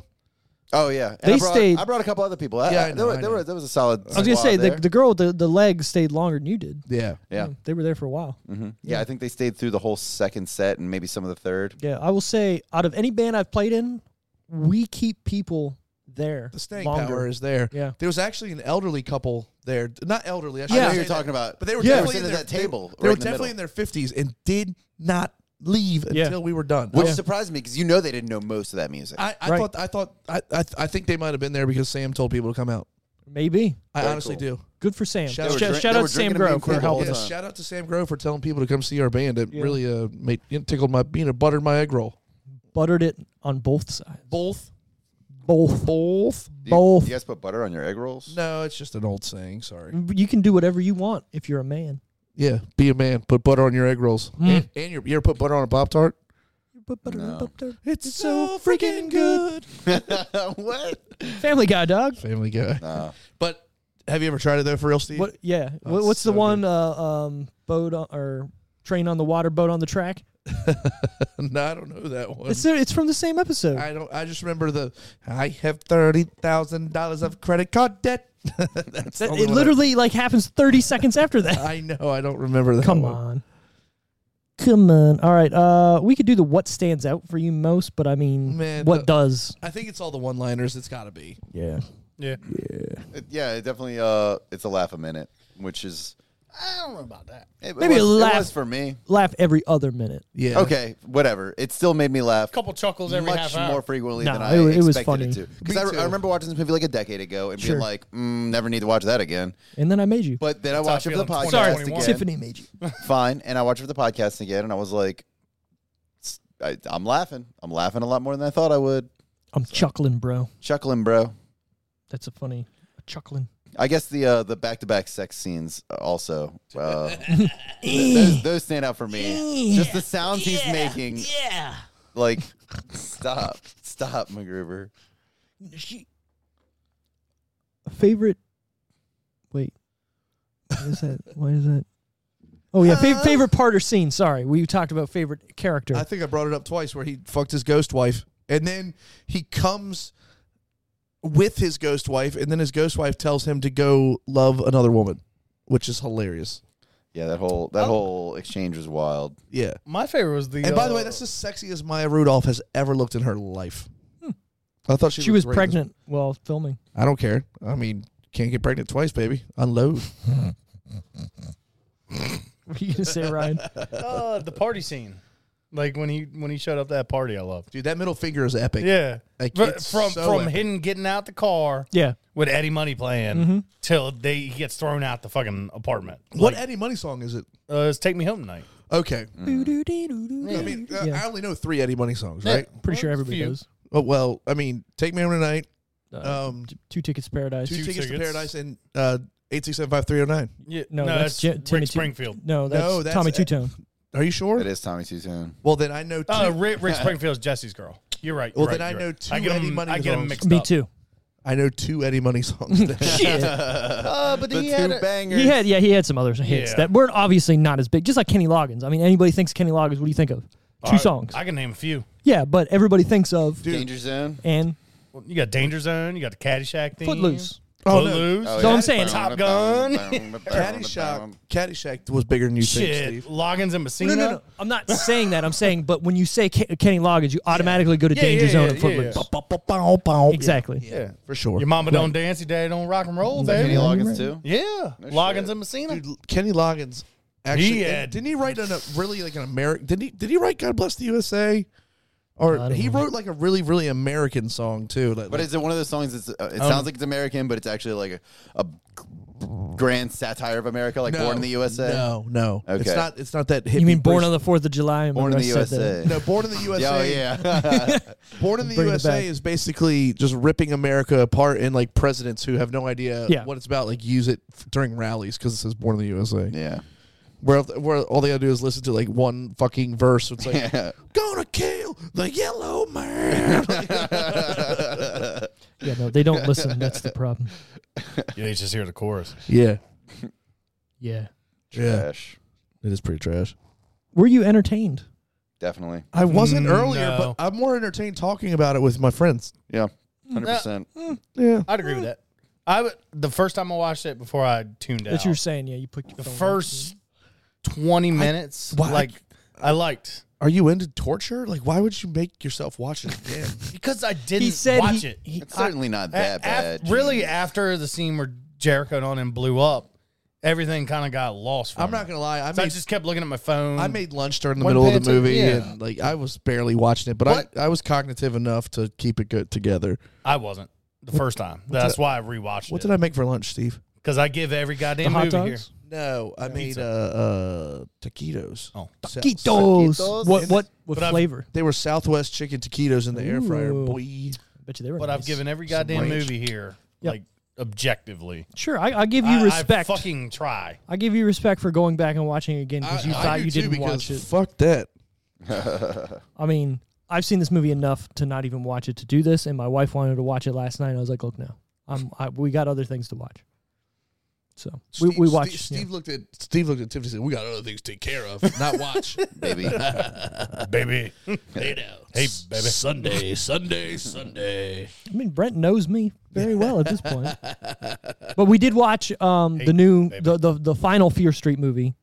Speaker 3: Oh yeah, and
Speaker 1: They
Speaker 3: I brought,
Speaker 1: stayed-
Speaker 3: I brought a couple other people. I,
Speaker 2: Yeah,
Speaker 3: yeah,
Speaker 2: I know,
Speaker 3: there, were,
Speaker 2: I
Speaker 3: there
Speaker 2: know.
Speaker 3: were there was a solid.
Speaker 1: I was gonna say the,
Speaker 3: there.
Speaker 1: the girl with the, the leg stayed longer than you did.
Speaker 2: yeah.
Speaker 3: yeah.
Speaker 1: They were there for a while.
Speaker 3: hmm yeah, I think they stayed through the whole second set and maybe some of the third.
Speaker 1: Yeah, I will say, out of any band I've played in, we keep people there.
Speaker 2: The staying
Speaker 1: longer.
Speaker 2: power is there.
Speaker 1: Yeah.
Speaker 2: There was actually an elderly couple there. Not elderly. I
Speaker 3: I know
Speaker 2: shouldn't
Speaker 3: who
Speaker 2: say
Speaker 3: you're
Speaker 2: that.
Speaker 3: talking about,
Speaker 2: But they were
Speaker 3: yeah,
Speaker 2: definitely
Speaker 3: sitting
Speaker 2: in
Speaker 3: at
Speaker 2: their,
Speaker 3: that table.
Speaker 2: They, they
Speaker 3: right
Speaker 2: were
Speaker 3: in the
Speaker 2: definitely
Speaker 3: middle.
Speaker 2: in their 50s and did not leave
Speaker 1: Yeah.
Speaker 2: until we were done.
Speaker 3: which
Speaker 1: Yeah.
Speaker 3: surprised me because you know they didn't know most of that music.
Speaker 2: I, I
Speaker 1: Right.
Speaker 2: thought I thought I, I I think they might have been there because Sam told people to come out.
Speaker 1: Maybe.
Speaker 2: I
Speaker 3: Very
Speaker 2: honestly
Speaker 3: cool.
Speaker 2: do.
Speaker 1: Good for Sam.
Speaker 2: Shout
Speaker 1: Shout,
Speaker 2: out-
Speaker 1: shout,
Speaker 3: They
Speaker 1: out to
Speaker 3: were
Speaker 1: Sam
Speaker 3: drinking a mean
Speaker 1: Grove for
Speaker 3: Coke all
Speaker 1: helping
Speaker 3: the
Speaker 2: Yeah,
Speaker 1: us.
Speaker 3: time.
Speaker 2: shout out to Sam Grove for telling people to come see our band. It
Speaker 1: Yeah.
Speaker 2: really uh, made it tickled my bean. It buttered my egg roll.
Speaker 1: Buttered it on both sides.
Speaker 2: Both.
Speaker 1: Both. Both.
Speaker 3: Do you,
Speaker 1: Both.
Speaker 3: do you guys put butter on your egg rolls?
Speaker 2: No, it's just an old saying. Sorry.
Speaker 1: You can do whatever you want if you're a man.
Speaker 2: Yeah, Hmm. be a man. Put butter on your egg rolls. And, and your, you ever put butter on a pop tart?
Speaker 1: Put butter on
Speaker 3: No.
Speaker 1: pop tart.
Speaker 2: It's so freaking good. [LAUGHS]
Speaker 3: what?
Speaker 1: Family Guy, dog.
Speaker 2: Family Guy.
Speaker 3: Nah.
Speaker 2: [LAUGHS] But have you ever tried it though, for real, Steve? [LAUGHS]
Speaker 1: What? Yeah.
Speaker 2: Oh,
Speaker 1: What-
Speaker 2: it's
Speaker 1: What's the
Speaker 2: so
Speaker 1: one? Uh, um, boat on, or train on the water, boat on the track.
Speaker 2: no, I don't know that one.
Speaker 1: It's it's from the same episode.
Speaker 2: Um, I don't. I just remember the. I have thirty thousand dollars of credit card debt. [LAUGHS] That's the
Speaker 1: That-
Speaker 2: only
Speaker 1: it
Speaker 2: one I-
Speaker 1: literally like happens 30 seconds after that.
Speaker 2: I know. I don't remember that.
Speaker 1: Come
Speaker 2: one.
Speaker 1: on. Come on. All right. Uh we could do the what stands out for you most, but I mean
Speaker 2: Man,
Speaker 1: what
Speaker 2: the-
Speaker 1: does.
Speaker 2: I think it's all the one-liners. It's got to be.
Speaker 1: Yeah.
Speaker 4: Yeah.
Speaker 3: It- yeah, it definitely. Uh, it's a laugh a minute, which is I don't know about that. It,
Speaker 1: Maybe
Speaker 3: it
Speaker 1: a
Speaker 3: was,
Speaker 1: laugh-
Speaker 3: It was for me.
Speaker 1: Laugh every other minute.
Speaker 2: Yeah.
Speaker 3: Okay, whatever. It still made me laugh.
Speaker 4: Couple chuckles every
Speaker 3: much
Speaker 4: half hour.
Speaker 3: more frequently
Speaker 1: No,
Speaker 3: than
Speaker 1: it
Speaker 3: I
Speaker 1: wa- it
Speaker 3: expected
Speaker 1: was
Speaker 3: it
Speaker 1: funny.
Speaker 3: to. Because
Speaker 2: Me
Speaker 3: I, re-
Speaker 2: too.
Speaker 3: I remember watching this movie like a decade ago and
Speaker 1: Sure.
Speaker 3: being like, mm, never need to watch that again.
Speaker 1: And then I made you.
Speaker 3: But then I
Speaker 4: That's how I
Speaker 3: watched it for
Speaker 4: feel
Speaker 3: the
Speaker 4: in
Speaker 3: podcast
Speaker 4: 2021.
Speaker 3: again.
Speaker 1: Tiffany made you.
Speaker 3: Fine, and I watched it for the podcast again, and I was like, s- I, am laughing. I'm laughing a lot more than I thought I would.
Speaker 1: I'm chuckling, bro.
Speaker 3: Chuckling, bro.
Speaker 1: That's a funny chuckling.
Speaker 3: I guess the uh, the back to back sex scenes also
Speaker 4: [LAUGHS]
Speaker 3: uh, th- those, those stand out for me. Just the sounds he's making. Yeah. Like, stop, stop, MacGruber.
Speaker 1: Favorite Wait. What is that? Why is that? Oh yeah, fav- favorite part or scene. Sorry, we talked about favorite character.
Speaker 2: Uh, I think I brought it up twice where he fucked his ghost wife, and then he comes with his ghost wife, and then his ghost wife tells him to go love another woman, which is hilarious.
Speaker 3: Yeah, that whole
Speaker 4: Oh.
Speaker 3: that whole exchange was wild.
Speaker 2: Yeah.
Speaker 4: My favorite was the.
Speaker 2: And by the
Speaker 4: uh,
Speaker 2: way, that's the sexiest Maya Rudolph has ever looked in her life. I thought she,
Speaker 1: She was
Speaker 2: raped.
Speaker 1: pregnant while filming. [LAUGHS]
Speaker 2: I don't care. I mean, can't get pregnant twice, baby. Unload.
Speaker 1: What are you gonna say,
Speaker 2: [LAUGHS]
Speaker 1: Ryan?
Speaker 4: Uh, the party scene, like when he when he showed up that party, I loved.
Speaker 2: Dude, that middle finger is epic.
Speaker 4: Yeah,
Speaker 2: Like,
Speaker 4: Fr-
Speaker 2: it's
Speaker 4: from
Speaker 2: so
Speaker 4: from
Speaker 2: epic.
Speaker 4: hidden getting out the car
Speaker 1: Yeah.
Speaker 4: with Eddie Money playing till they he gets thrown out the fucking apartment.
Speaker 2: What
Speaker 4: Like,
Speaker 2: Eddie Money song is it?
Speaker 4: uh, it's Take Me Home Tonight.
Speaker 2: Okay. Mm. I
Speaker 1: I
Speaker 2: mean, uh,
Speaker 1: yeah.
Speaker 2: I only know three Eddie Money songs,
Speaker 4: Yeah.
Speaker 2: right?
Speaker 1: pretty sure
Speaker 4: Well,
Speaker 1: everybody
Speaker 4: few.
Speaker 1: does.
Speaker 2: Oh, well, I mean, Take Me Home Tonight,
Speaker 1: Uh,
Speaker 2: um,
Speaker 1: t- two tickets to paradise.
Speaker 2: Two,
Speaker 4: Two
Speaker 2: tickets, to
Speaker 4: Tickets.
Speaker 2: Paradise, and uh, 8675309.
Speaker 4: Yeah,
Speaker 1: no, that's, Je-
Speaker 4: Rick
Speaker 1: Timmy Tu-
Speaker 4: Springfield.
Speaker 1: No, that's,
Speaker 2: No, that's-
Speaker 1: Tommy Two Tone.
Speaker 2: Are you sure?
Speaker 3: It is Tommy Too Soon.
Speaker 2: Well, then I know two.
Speaker 4: Uh,
Speaker 2: [LAUGHS]
Speaker 4: Rick, Rick Springfield's Jesse's girl. You're right.
Speaker 2: Well,
Speaker 4: you're
Speaker 2: then I
Speaker 4: right,
Speaker 2: know
Speaker 4: you're right.
Speaker 2: two
Speaker 4: get 'em-
Speaker 2: Eddie Money
Speaker 4: I get 'em
Speaker 2: songs.
Speaker 4: mixed
Speaker 1: Me
Speaker 4: up.
Speaker 1: too.
Speaker 2: I know two Eddie Money songs.
Speaker 1: Shit.
Speaker 2: Uh,
Speaker 3: but the two bangers.
Speaker 1: He had yeah, he had some other hits
Speaker 4: Yeah.
Speaker 1: that weren't obviously not as big. Just like Kenny Loggins. I mean, anybody thinks Kenny Loggins, what do you think of? Two
Speaker 4: I-
Speaker 1: songs.
Speaker 4: Uh, I can name a few.
Speaker 1: yeah, but everybody thinks of
Speaker 3: Danger [LAUGHS] Zone.
Speaker 1: and
Speaker 4: You got Danger Zone. You got the Caddyshack thing.
Speaker 1: Footloose.
Speaker 2: Oh, no.
Speaker 4: Footloose.
Speaker 3: Oh,
Speaker 1: So I'm saying-
Speaker 4: Top Gun.
Speaker 2: Caddyshack, Caddyshack was bigger than you think,
Speaker 4: Shit.
Speaker 2: Steve.
Speaker 4: Loggins and Messina.
Speaker 1: No, no, no. I'm not saying that. I'm saying, but when you say Ke- Kenny Loggins, you automatically go to
Speaker 4: Yeah,
Speaker 1: Danger
Speaker 4: yeah,
Speaker 1: Zone
Speaker 4: yeah,
Speaker 1: and Footloose.
Speaker 4: yeah.
Speaker 2: Bow, bow, bow, bow.
Speaker 1: Exactly.
Speaker 4: Yeah.
Speaker 2: For sure.
Speaker 4: Your mama don't dance. Your daddy don't rock and roll,
Speaker 3: Kenny
Speaker 4: baby.
Speaker 3: Loggins too.
Speaker 4: Yeah. Loggins
Speaker 3: shit.
Speaker 4: and Messina.
Speaker 2: Dude, Kenny Loggins actually
Speaker 4: He had-
Speaker 2: didn't he write an, a really like an American? Did he did he write "God Bless the USA"? Or he wrote like a really really American song too. Like,
Speaker 3: But is it one of those songs? That's, uh, it sounds like it's American, but it's actually like a, a grand satire of America, like Born in the USA.
Speaker 2: No, no, it's
Speaker 3: Okay.
Speaker 2: not. It's not that. Hippie
Speaker 1: You mean Born
Speaker 2: Bruce-
Speaker 1: on the Fourth of July? I
Speaker 3: Born in the
Speaker 1: remember I said that.
Speaker 3: USA.
Speaker 2: No, Born in the USA.
Speaker 3: Oh yeah.
Speaker 2: Born in the
Speaker 1: Bring it
Speaker 2: USA
Speaker 1: back.
Speaker 2: is basically just ripping America apart and like presidents who have no idea
Speaker 1: Yeah.
Speaker 2: what it's about. Like use it f- during rallies because it says Born in the USA.
Speaker 3: [LAUGHS] yeah.
Speaker 2: Where where all they gotta do is listen to like one fucking verse. It's like
Speaker 3: Yeah.
Speaker 2: gonna kill the yellow [LAUGHS] man.
Speaker 1: Yeah, no, they don't listen. That's the problem.
Speaker 4: Yeah, you just hear the chorus.
Speaker 2: yeah,
Speaker 1: Yeah.
Speaker 2: yeah.
Speaker 3: Trash.
Speaker 2: It is pretty trash.
Speaker 1: Were you entertained?
Speaker 3: Definitely.
Speaker 2: I wasn't
Speaker 4: Mm,
Speaker 2: earlier,
Speaker 4: no.
Speaker 2: but I'm more entertained talking about it with my friends.
Speaker 3: Yeah. Hundred percent.
Speaker 2: Yeah.
Speaker 4: I'd agree with that. I would, the first time I watched it before I tuned out.
Speaker 1: That you were saying, yeah, you put your
Speaker 4: the
Speaker 1: phone
Speaker 4: first twenty minutes,
Speaker 2: why-
Speaker 4: like I liked
Speaker 2: Are you into torture? Like, why would you make yourself watch it again?
Speaker 4: because I
Speaker 1: on.
Speaker 4: didn't
Speaker 1: He said
Speaker 4: watch
Speaker 1: he,
Speaker 4: it.
Speaker 1: he-
Speaker 3: It's certainly not that
Speaker 4: A- af-
Speaker 3: bad.
Speaker 4: really,
Speaker 3: Gene.
Speaker 4: after the scene where Jericho and on him blew up, everything kind of got lost. For
Speaker 2: I'm
Speaker 4: me.
Speaker 2: not gonna lie. I
Speaker 4: So I
Speaker 2: made
Speaker 4: just kept looking at my phone.
Speaker 2: I made lunch during the
Speaker 4: Mm. One
Speaker 2: middle of
Speaker 4: pants
Speaker 2: the
Speaker 4: and-
Speaker 2: movie,
Speaker 4: yeah.
Speaker 2: and like I was barely watching it, but
Speaker 4: What?
Speaker 2: I, I was cognitive enough to keep it good together.
Speaker 4: I wasn't the first time. That's why I rewatched
Speaker 2: What
Speaker 4: it
Speaker 2: did I make for lunch, Steve?
Speaker 4: because I give every
Speaker 1: the
Speaker 4: goddamn
Speaker 1: hot
Speaker 4: movie
Speaker 1: dogs.
Speaker 2: No, I made
Speaker 4: pizza.
Speaker 2: uh, uh taquitos.
Speaker 4: Oh.
Speaker 2: Sa-
Speaker 1: Taquitos. What what what
Speaker 4: But I've-
Speaker 1: flavor?
Speaker 2: They were Southwest chicken taquitos in the air fryer.
Speaker 1: Ooh.
Speaker 2: Boy,
Speaker 1: I bet you they were.
Speaker 4: here, but I've
Speaker 1: nice.
Speaker 4: given every goddamn
Speaker 2: ranch.
Speaker 4: movie here
Speaker 1: Yep.
Speaker 4: like objectively.
Speaker 1: Sure, I, I give you
Speaker 4: I- I
Speaker 1: respect. I,
Speaker 4: fucking try.
Speaker 1: give you respect for going back and watching it again because you thought you didn't watch it.
Speaker 2: Fuck that.
Speaker 1: I mean, I've seen this movie enough to not even watch it to do this, and my wife wanted to watch it last night. And I was like, look, no, I'm, I, we got other things to watch. So we, we
Speaker 2: Steve-
Speaker 1: watched.
Speaker 2: Steve,
Speaker 1: yeah.
Speaker 2: looked at Steve looked at Tiffany. and Said, "We got other things to take care of, not watch." Oh,
Speaker 3: baby.
Speaker 4: baby.
Speaker 7: Hey now.
Speaker 4: [LAUGHS] Hey, baby.
Speaker 7: Sunday, Sunday, Sunday.
Speaker 1: I mean, Brent knows me very well at
Speaker 2: [LAUGHS]
Speaker 1: this point. but we did watch um, the new
Speaker 4: baby.
Speaker 1: the, the the final Fear Street movie.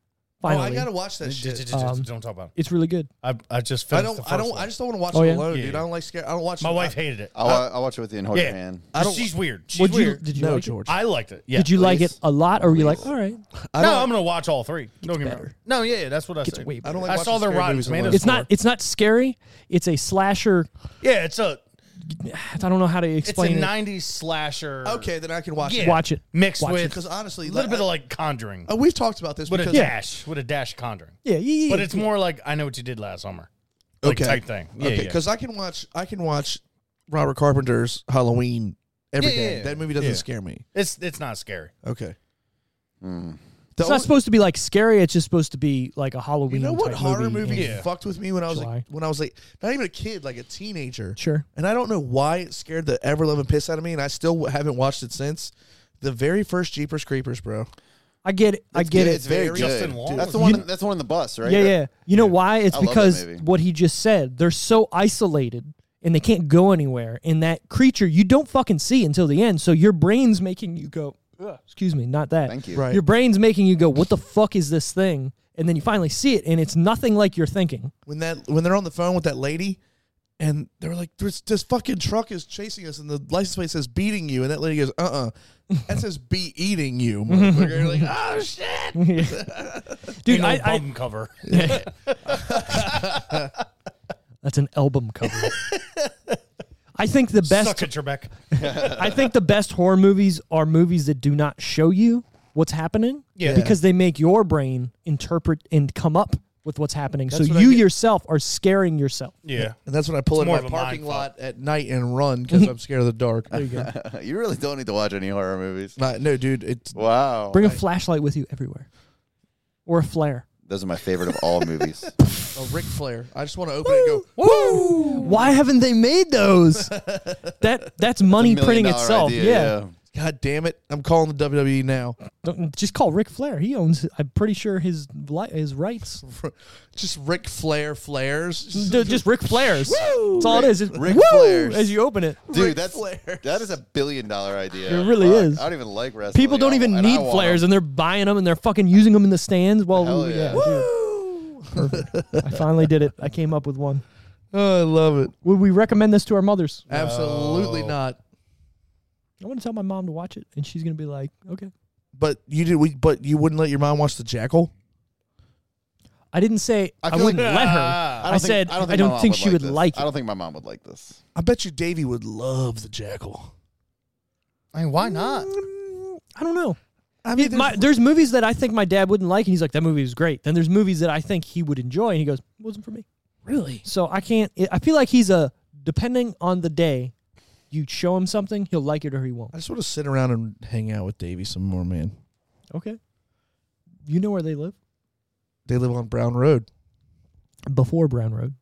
Speaker 2: oh,
Speaker 1: Finally,
Speaker 2: I gotta watch that shit.
Speaker 1: Um,
Speaker 4: don't talk about it.
Speaker 1: it's really good.
Speaker 4: I, I just
Speaker 2: I
Speaker 4: finished
Speaker 2: don't.
Speaker 4: the first
Speaker 2: I don't.
Speaker 4: one.
Speaker 2: I just don't want to watch
Speaker 1: Oh,
Speaker 2: it
Speaker 1: yeah?
Speaker 2: alone,
Speaker 4: Yeah,
Speaker 2: dude.
Speaker 4: yeah.
Speaker 2: I don't like scare. I don't watch.
Speaker 4: My wife
Speaker 2: I,
Speaker 4: hated it. Uh,
Speaker 3: I'll, I'll watch it with you and hold
Speaker 4: yeah.
Speaker 3: your hand.
Speaker 2: I don't.
Speaker 4: She's weird. She's
Speaker 1: Would you
Speaker 4: weird.
Speaker 1: did you
Speaker 2: no,
Speaker 1: like it?
Speaker 2: George.
Speaker 4: I liked it. Yeah.
Speaker 1: Did you like it
Speaker 3: please.
Speaker 1: a lot, or were you like, all right?
Speaker 2: I
Speaker 4: no,
Speaker 2: don't-
Speaker 4: I'm gonna watch all three. Don't get me
Speaker 1: better.
Speaker 4: wrong. No, yeah, yeah, that's what I
Speaker 1: Gets
Speaker 4: said.
Speaker 1: way better.
Speaker 2: I don't like
Speaker 4: I
Speaker 2: watching
Speaker 4: saw their
Speaker 2: scary
Speaker 4: Rotten
Speaker 2: movies alone.
Speaker 4: Tomatoes.
Speaker 1: It's not it's not scary. It's a slasher.
Speaker 4: Yeah, it's a
Speaker 1: I don't know how to
Speaker 4: it's a
Speaker 1: explain it.
Speaker 4: '90s slasher.
Speaker 2: Okay, then I can watch
Speaker 4: Yeah.
Speaker 2: it.
Speaker 1: Watch it.
Speaker 4: mixed
Speaker 1: Watch it.
Speaker 4: with
Speaker 2: Because honestly,
Speaker 4: a little
Speaker 2: like,
Speaker 4: bit of like Conjuring
Speaker 2: Uh, we've talked about this
Speaker 4: with a
Speaker 2: because
Speaker 4: dash, with a dash Conjuring.
Speaker 1: Yeah, yeah, yeah.
Speaker 4: But
Speaker 1: yeah.
Speaker 4: it's more like I know what you did last summer, like
Speaker 2: Okay.
Speaker 4: type thing. Yeah,
Speaker 2: okay,
Speaker 4: yeah.
Speaker 2: because I can watch I can watch Robert Carpenter's Halloween every
Speaker 4: Yeah,
Speaker 2: day.
Speaker 4: yeah, yeah.
Speaker 2: That movie doesn't
Speaker 4: Yeah.
Speaker 2: scare me.
Speaker 4: it's it's not scary.
Speaker 2: Okay. The
Speaker 1: It's not
Speaker 2: only-
Speaker 1: supposed to be like scary. It's just supposed to be like a Halloween.
Speaker 2: you know what
Speaker 1: type
Speaker 2: horror
Speaker 1: movie?
Speaker 2: movie
Speaker 1: and-
Speaker 4: Yeah.
Speaker 2: fucked with me when I was
Speaker 1: July.
Speaker 2: like, when I was like not even a kid, like a teenager.
Speaker 1: Sure.
Speaker 2: And I don't know why it scared the ever loving piss out of me, and I still haven't watched it since. The very first Jeepers Creepers, bro.
Speaker 1: I get it. I
Speaker 3: It's
Speaker 1: get
Speaker 3: good.
Speaker 1: it.
Speaker 3: It's very
Speaker 4: Justin Long.
Speaker 3: good. That's the
Speaker 4: You-
Speaker 3: one. that's the one in the bus, right?
Speaker 1: yeah, yeah. You know why? It's
Speaker 3: I love that
Speaker 1: because
Speaker 3: movie.
Speaker 1: what he just said. They're so isolated and they can't go anywhere. And that creature you don't fucking see until the end. So your brain's making you go. "Ugh," Excuse me, not that.
Speaker 3: Thank you.
Speaker 2: Right.
Speaker 1: Your brain's making you go. What the fuck is this thing? And then you finally see it, and it's nothing like you're thinking.
Speaker 2: When that when they're on the phone with that lady And they were like, this, this fucking truck is chasing us, and the license plate says beating you. And that lady goes, uh
Speaker 4: [LAUGHS]
Speaker 2: uh That says be eating you. motherfucker." You're like, oh, shit.
Speaker 1: Dude,
Speaker 4: Ain't no
Speaker 1: I, I-
Speaker 4: bum cover.
Speaker 1: that's an album cover. I think the best
Speaker 4: Suck it, Trebek.
Speaker 1: I think the best horror movies are movies that do not show you what's happening.
Speaker 4: Yeah.
Speaker 1: Because they make your brain interpret and come up with what's happening.
Speaker 2: That's
Speaker 1: so
Speaker 2: what I
Speaker 1: you
Speaker 2: get.
Speaker 1: yourself are scaring yourself.
Speaker 4: Yeah.
Speaker 2: And that's when I pull
Speaker 4: It's
Speaker 2: in
Speaker 4: more
Speaker 2: my
Speaker 4: of a
Speaker 2: parking
Speaker 4: mind fuck.
Speaker 2: lot at night and run because I'm scared of the
Speaker 4: [LAUGHS]
Speaker 2: dark. There you go.
Speaker 3: [LAUGHS] you really don't need to watch any horror movies.
Speaker 2: no, dude, it's
Speaker 1: [LAUGHS]
Speaker 3: Wow.
Speaker 1: Bring a flashlight with you everywhere. Or a flare.
Speaker 3: Those are my favorite of all movies.
Speaker 1: [LAUGHS]
Speaker 2: a Ric Flair. I just want to open it and go,
Speaker 1: Why haven't they made those? that that's money
Speaker 3: Million
Speaker 1: printing
Speaker 3: dollar
Speaker 1: itself.
Speaker 3: idea,
Speaker 1: yeah.
Speaker 2: God damn it. I'm calling the WWE now.
Speaker 1: Don't- just call Ric Flair. He owns I'm pretty sure his li- his rights.
Speaker 2: Just Ric Flair flares. Just-
Speaker 1: D-
Speaker 4: [LAUGHS]
Speaker 1: just Ric Flair's. That's all it is. It's
Speaker 3: Ric
Speaker 1: woo
Speaker 3: Flares.
Speaker 1: as you open it.
Speaker 3: Dude,
Speaker 2: Ric
Speaker 3: that's
Speaker 2: Flair.
Speaker 3: that is a billion dollar idea.
Speaker 1: It really
Speaker 3: Fuck,
Speaker 1: is.
Speaker 3: I don't even like wrestling.
Speaker 1: People don't
Speaker 3: I-
Speaker 1: even
Speaker 3: and I
Speaker 1: need
Speaker 3: want
Speaker 1: flares,
Speaker 3: them.
Speaker 1: and they're buying them, and they're fucking using them in the stands. While
Speaker 3: Hell yeah.
Speaker 1: I finally did it. I came up with one.
Speaker 2: Oh, I love it.
Speaker 1: Would we recommend this to our mothers?
Speaker 2: Absolutely not.
Speaker 1: I want to tell my mom to watch it, and she's gonna be like, "Okay."
Speaker 2: But you did. We, but you wouldn't let your mom watch the Jackal.
Speaker 1: I didn't say I,
Speaker 3: I feel
Speaker 1: wouldn't
Speaker 3: like-
Speaker 1: let
Speaker 3: [LAUGHS]
Speaker 1: her.
Speaker 4: Ah.
Speaker 1: I,
Speaker 3: don't think-
Speaker 1: said I don't think,
Speaker 3: my mom would
Speaker 1: she would
Speaker 3: this.
Speaker 1: like
Speaker 3: I
Speaker 1: it.
Speaker 3: don't think my mom would like this.
Speaker 2: I bet you Davy would love the Jackal.
Speaker 4: I mean, why not?
Speaker 1: I don't know.
Speaker 2: I
Speaker 1: It- my- there's movies that I think my dad wouldn't like, and he's like, "That movie was great." Then there's movies that I think he would enjoy, and he goes, "Wasn't for me."
Speaker 2: really?
Speaker 1: So I can't. It, I feel like he's a depending on the day. You show him something, he'll like it or he won't.
Speaker 2: I just want to sit around and hang out with Davy some more, man.
Speaker 1: Okay. You know where they live?
Speaker 2: They live on Brown Road.
Speaker 1: Before Brown Road.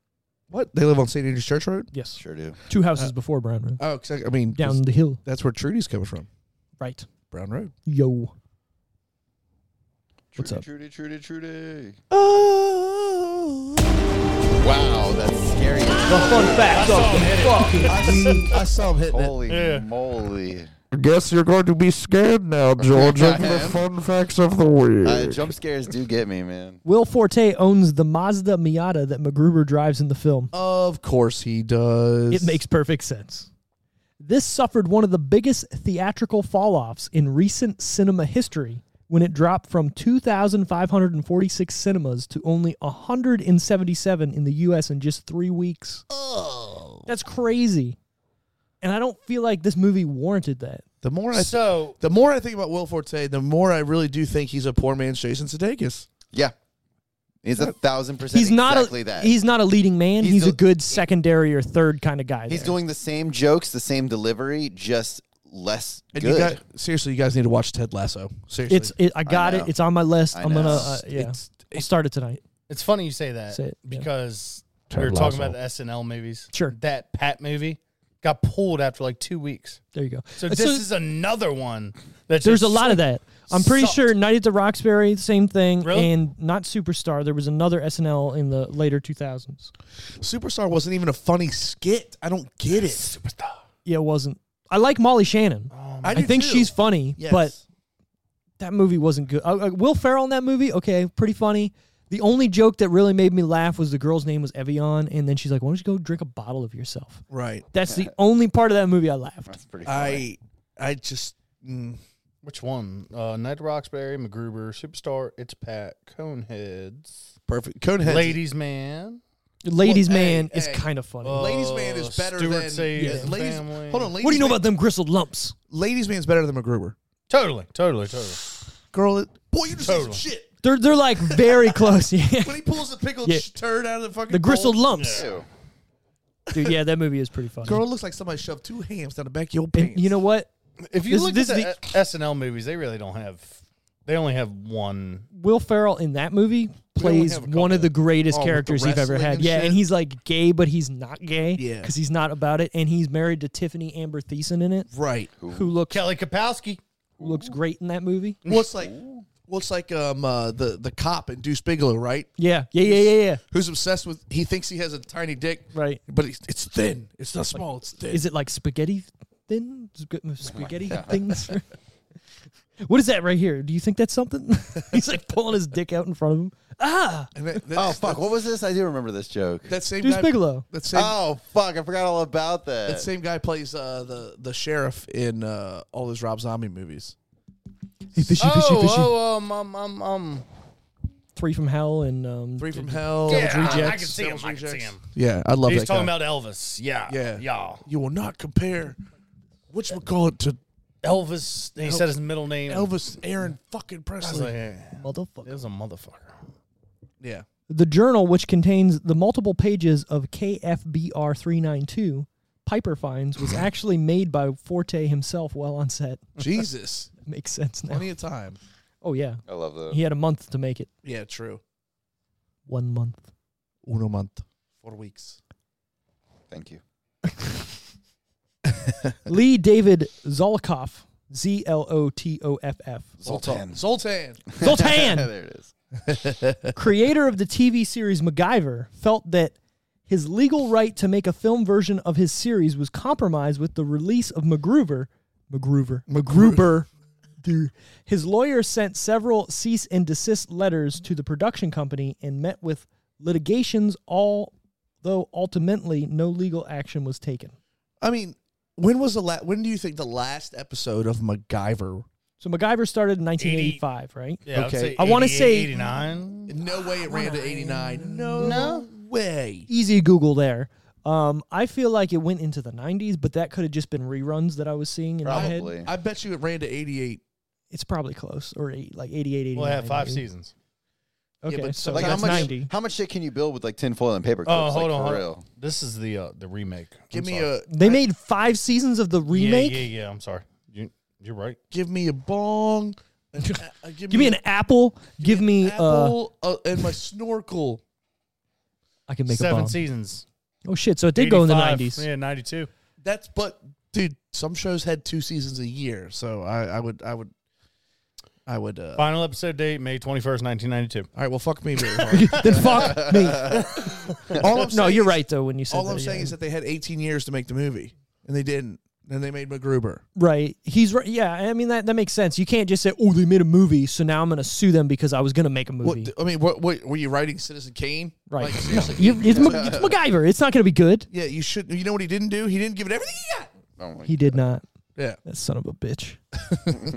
Speaker 2: What? They live on St. Andrew's Church Road.
Speaker 1: Yes. Uh,
Speaker 3: Sure do.
Speaker 1: Two houses before Brown Road.
Speaker 2: Oh, 'cause I, I mean, 'cause
Speaker 1: Down the hill.
Speaker 2: That's where Trudy's coming from.
Speaker 1: Right.
Speaker 2: Brown Road.
Speaker 1: Yo. What's
Speaker 3: Trudy,
Speaker 1: up?
Speaker 3: Trudy, Trudy, Trudy.
Speaker 2: Oh.
Speaker 3: Wow, that's scary.
Speaker 2: I saw him hitting
Speaker 3: Holy
Speaker 4: Yeah.
Speaker 3: moly.
Speaker 5: Guess you're going to be
Speaker 3: [LAUGHS]
Speaker 5: scared now, George,
Speaker 3: I
Speaker 5: of the
Speaker 3: am.
Speaker 5: fun facts of the week.
Speaker 3: Uh, jump scares do get me, man.
Speaker 1: Will Forte owns the Mazda Miata that MacGruber drives in the film.
Speaker 2: Of course he does.
Speaker 1: It makes perfect sense. This suffered one of the biggest theatrical fall offs in recent cinema history when it dropped from 2,546 cinemas to only 177 in the U.S. in just three weeks. Oh. That's crazy. And I don't feel like this movie warranted that.
Speaker 2: the more I
Speaker 4: So
Speaker 2: the more I think about Will Forte, the more I really do think he's a poor man's Jason Sudeikis.
Speaker 3: Yeah. He's a thousand percent
Speaker 1: He's not
Speaker 3: exactly
Speaker 1: a
Speaker 3: that.
Speaker 1: he's not a leading man. He's,
Speaker 3: He's
Speaker 1: a
Speaker 3: do-
Speaker 1: good secondary or third kind of guy.
Speaker 3: He's
Speaker 1: there.
Speaker 3: doing the same jokes, the same delivery, just less
Speaker 2: And
Speaker 3: good.
Speaker 2: you guys, seriously, you guys need to watch Ted Lasso. Seriously,
Speaker 1: It's it, I got
Speaker 3: I
Speaker 1: it.
Speaker 3: know.
Speaker 1: It's on my list. I
Speaker 3: I
Speaker 1: am gonna
Speaker 3: know.
Speaker 1: uh, yeah.
Speaker 2: It's-
Speaker 1: I'll start it tonight.
Speaker 4: it's funny you say that
Speaker 1: Say it, yeah.
Speaker 4: because we were talking about the SNL movies.
Speaker 1: Sure.
Speaker 4: That Pat movie got pulled after like two weeks.
Speaker 1: There you go.
Speaker 4: So
Speaker 1: Uh,
Speaker 4: this is another one that
Speaker 1: there's a lot of that. I'm pretty
Speaker 4: sucked.
Speaker 1: sure Night at the Roxbury, same thing,
Speaker 4: Really?
Speaker 1: and not Superstar. There was another SNL in the later 2000s.
Speaker 2: Superstar wasn't even a funny skit. I don't get it. Superstar.
Speaker 1: Yeah, it wasn't. I like Molly Shannon.
Speaker 2: I,
Speaker 1: I
Speaker 2: do
Speaker 1: think
Speaker 2: Oh, too.
Speaker 1: she's funny,
Speaker 2: Yes.
Speaker 1: but that movie wasn't good. Uh, uh, Will Ferrell in that movie, okay, pretty funny. The only joke that really made me laugh was the girl's name was Evian, and then she's like, "Why don't you go drink a bottle of yourself?"
Speaker 2: right.
Speaker 1: That's the only part of that movie I laughed.
Speaker 3: That's pretty funny.
Speaker 2: I I just mm,
Speaker 4: Which one? Uh, Ned Roxbury, MacGruber, Superstar, It's Pat, Coneheads,
Speaker 2: perfect. Conehead.
Speaker 4: Ladies Man.
Speaker 1: Ladies'
Speaker 2: Well, hey,
Speaker 1: Man is
Speaker 2: hey.
Speaker 1: kind of funny.
Speaker 2: Ladies Man is
Speaker 4: Uh,
Speaker 2: better
Speaker 4: Stuart
Speaker 2: than
Speaker 4: Sayers
Speaker 2: yeah,
Speaker 4: and
Speaker 2: Ladies.
Speaker 4: Family.
Speaker 2: Hold on. Ladies
Speaker 1: what do you know
Speaker 2: Man,
Speaker 1: about them gristled lumps?
Speaker 2: Ladies Man's better than MacGruber.
Speaker 4: Totally, totally, totally.
Speaker 2: Girl, it, boy, you just said some
Speaker 4: Totally.
Speaker 2: shit.
Speaker 1: They're they're like
Speaker 2: [LAUGHS]
Speaker 1: very close. Yeah,
Speaker 2: When he pulls the pickled
Speaker 1: Yeah.
Speaker 2: sh- turd out of the fucking
Speaker 1: the gristled
Speaker 2: bowl,
Speaker 1: lumps.
Speaker 3: Ew.
Speaker 1: Dude, yeah, that movie is pretty funny.
Speaker 2: Girl, it looks like somebody shoved two hams down the back of your pants.
Speaker 1: and you know what?
Speaker 4: If you
Speaker 1: This-
Speaker 4: look
Speaker 1: this
Speaker 4: at
Speaker 1: is
Speaker 4: the, E- SNL movies, they really don't have. They only have one.
Speaker 1: Will Ferrell in that movie
Speaker 4: only
Speaker 1: plays
Speaker 4: have a
Speaker 1: one of the greatest
Speaker 2: Oh, with the
Speaker 1: characters you've ever
Speaker 2: wrestling
Speaker 1: had.
Speaker 2: and
Speaker 1: yeah,
Speaker 2: shit?
Speaker 1: and he's like gay, but he's not gay.
Speaker 2: Yeah.
Speaker 1: because he's not about it, and he's married to Tiffany Amber Thiessen in it,
Speaker 2: right?
Speaker 1: who looks
Speaker 4: Kelly Kapowski.
Speaker 1: who looks great in that movie.
Speaker 2: Well, it's like, well, it's like um uh, the the cop in Deuce Bigelow, right?
Speaker 1: Yeah, yeah, yeah, yeah, yeah.
Speaker 2: Who's obsessed with? He thinks he has a tiny dick,
Speaker 1: Right.
Speaker 2: But it's, it's thin. It's not small. It's thin. Oh
Speaker 1: Is it like spaghetti thin? Spaghetti things? [LAUGHS] What is that right here? Do you think that's something? [LAUGHS] He's like pulling his dick out in front
Speaker 2: [LAUGHS]
Speaker 1: of him. Ah,
Speaker 2: And that,
Speaker 3: Oh
Speaker 2: that's-
Speaker 3: fuck! What was this? I do remember this joke.
Speaker 2: That same
Speaker 1: Deuce
Speaker 2: guy,
Speaker 1: Bigelow.
Speaker 2: That same,
Speaker 3: [LAUGHS] Oh fuck! I forgot all about that.
Speaker 2: that same guy plays uh, the the sheriff in uh, all those Rob Zombie movies.
Speaker 1: hey, fishy,
Speaker 4: Oh,
Speaker 1: fishy, fishy.
Speaker 4: oh, um, um, um, um.
Speaker 1: Three from Hell and um,
Speaker 2: Three from Hell.
Speaker 4: Yeah, I can
Speaker 2: Rejects.
Speaker 4: see him.
Speaker 2: Devil's
Speaker 4: I can see
Speaker 2: Rejects.
Speaker 4: him.
Speaker 2: Yeah, I love
Speaker 4: He's
Speaker 2: that
Speaker 4: talking
Speaker 2: guy.
Speaker 4: about Elvis. Yeah,
Speaker 2: Yeah.
Speaker 4: yeah.
Speaker 2: you will not compare which we call it to
Speaker 4: Elvis. He said his middle name.
Speaker 2: Elvis Aaron fucking
Speaker 4: I was
Speaker 2: Presley.
Speaker 4: like, eh,
Speaker 1: Motherfucker.
Speaker 4: it was a motherfucker.
Speaker 2: yeah.
Speaker 1: The journal, which contains the multiple pages of KFBR 392, Piper finds was actually made by Forte himself while on set.
Speaker 2: Jesus.
Speaker 1: Makes sense now.
Speaker 2: Plenty of time.
Speaker 1: Oh, yeah.
Speaker 3: I love that.
Speaker 1: He had a month to make it.
Speaker 2: Yeah, true.
Speaker 1: One month.
Speaker 2: Uno month. Four weeks.
Speaker 3: Thank you.
Speaker 1: Lee David Zolikoff, Z L O T O F F,
Speaker 3: Zoltan.
Speaker 2: Zoltan.
Speaker 1: Zoltan,
Speaker 3: there it is.
Speaker 1: creator of the TV series MacGyver, felt that his legal right to make a film version of his series was compromised with the release of MacGruber. MacGruber. MacGruber. Dude. His lawyer sent several cease and desist letters to the production company and met with litigations, although ultimately no legal action was taken.
Speaker 2: I mean, when was the last? When do you think the last episode of MacGyver?
Speaker 1: So MacGyver started in 1985, right?
Speaker 4: Yeah, I'd
Speaker 2: Okay.
Speaker 4: say
Speaker 1: I wanna
Speaker 4: 88,
Speaker 1: say-
Speaker 4: 89.
Speaker 2: No way it ran to eighty nine. No, no way.
Speaker 1: easy Google there. Um, I feel like it went into the 90s, but that could have just been reruns that I was seeing in my head.
Speaker 3: Probably.
Speaker 2: I bet you it ran to eighty eight.
Speaker 1: It's probably close or eight, like 88, 89.
Speaker 4: Well, it had five
Speaker 1: maybe.
Speaker 4: seasons.
Speaker 1: Okay,
Speaker 2: Yeah, but
Speaker 1: so
Speaker 2: like,
Speaker 3: how
Speaker 1: that's
Speaker 3: much?
Speaker 1: 90.
Speaker 3: How much shit can you build with like tinfoil and paper clips?
Speaker 4: Oh, hold
Speaker 3: like,
Speaker 4: on,
Speaker 3: for
Speaker 4: hold on.
Speaker 3: real.
Speaker 4: This is the uh, the remake. I'm
Speaker 2: Give me
Speaker 4: sorry.
Speaker 2: a
Speaker 1: They made five seasons of the
Speaker 4: Yeah,
Speaker 1: remake.
Speaker 4: Yeah, yeah, I'm sorry. You you're right.
Speaker 2: give me
Speaker 1: [LAUGHS]
Speaker 2: a bong. an- uh,
Speaker 1: Give me an apple. Give me. Uh,
Speaker 2: apple uh, and my snorkel.
Speaker 1: I can make a
Speaker 4: Seven
Speaker 1: bomb.
Speaker 4: seasons.
Speaker 1: Oh shit! So it did go in the
Speaker 4: 85.
Speaker 1: nineties.
Speaker 4: Yeah, 92.
Speaker 2: That's but dude, some shows had two seasons a year, so I, I would I would I would uh,
Speaker 4: Final episode date May 21st, 1992.
Speaker 2: all right, well fuck me
Speaker 1: [LAUGHS]
Speaker 2: very hard.
Speaker 1: then fuck me.
Speaker 2: all
Speaker 1: [LAUGHS]
Speaker 2: I'm
Speaker 1: No,
Speaker 2: saying
Speaker 1: you're
Speaker 2: is-
Speaker 1: right though. When you said
Speaker 2: All
Speaker 1: that,
Speaker 2: I'm saying
Speaker 1: yeah.
Speaker 2: is that they had 18 years to make the movie, and they didn't. And they made MacGruber.
Speaker 1: right. He's right. Yeah, I mean that, that makes sense. You can't just say, "Oh, they made a movie, so now I'm going to sue them because I was going to make a movie."
Speaker 2: What, I mean, what, what were you writing, Citizen Kane?
Speaker 1: right?
Speaker 2: Like,
Speaker 1: [LAUGHS] no,
Speaker 2: seriously,
Speaker 1: you, it's, Ma- it's MacGyver. It's not going to be good.
Speaker 2: yeah, you should. You know what he didn't do? He didn't give it everything he got.
Speaker 3: Oh my-
Speaker 1: He did not.
Speaker 2: Yeah,
Speaker 1: That son of a bitch. [LAUGHS]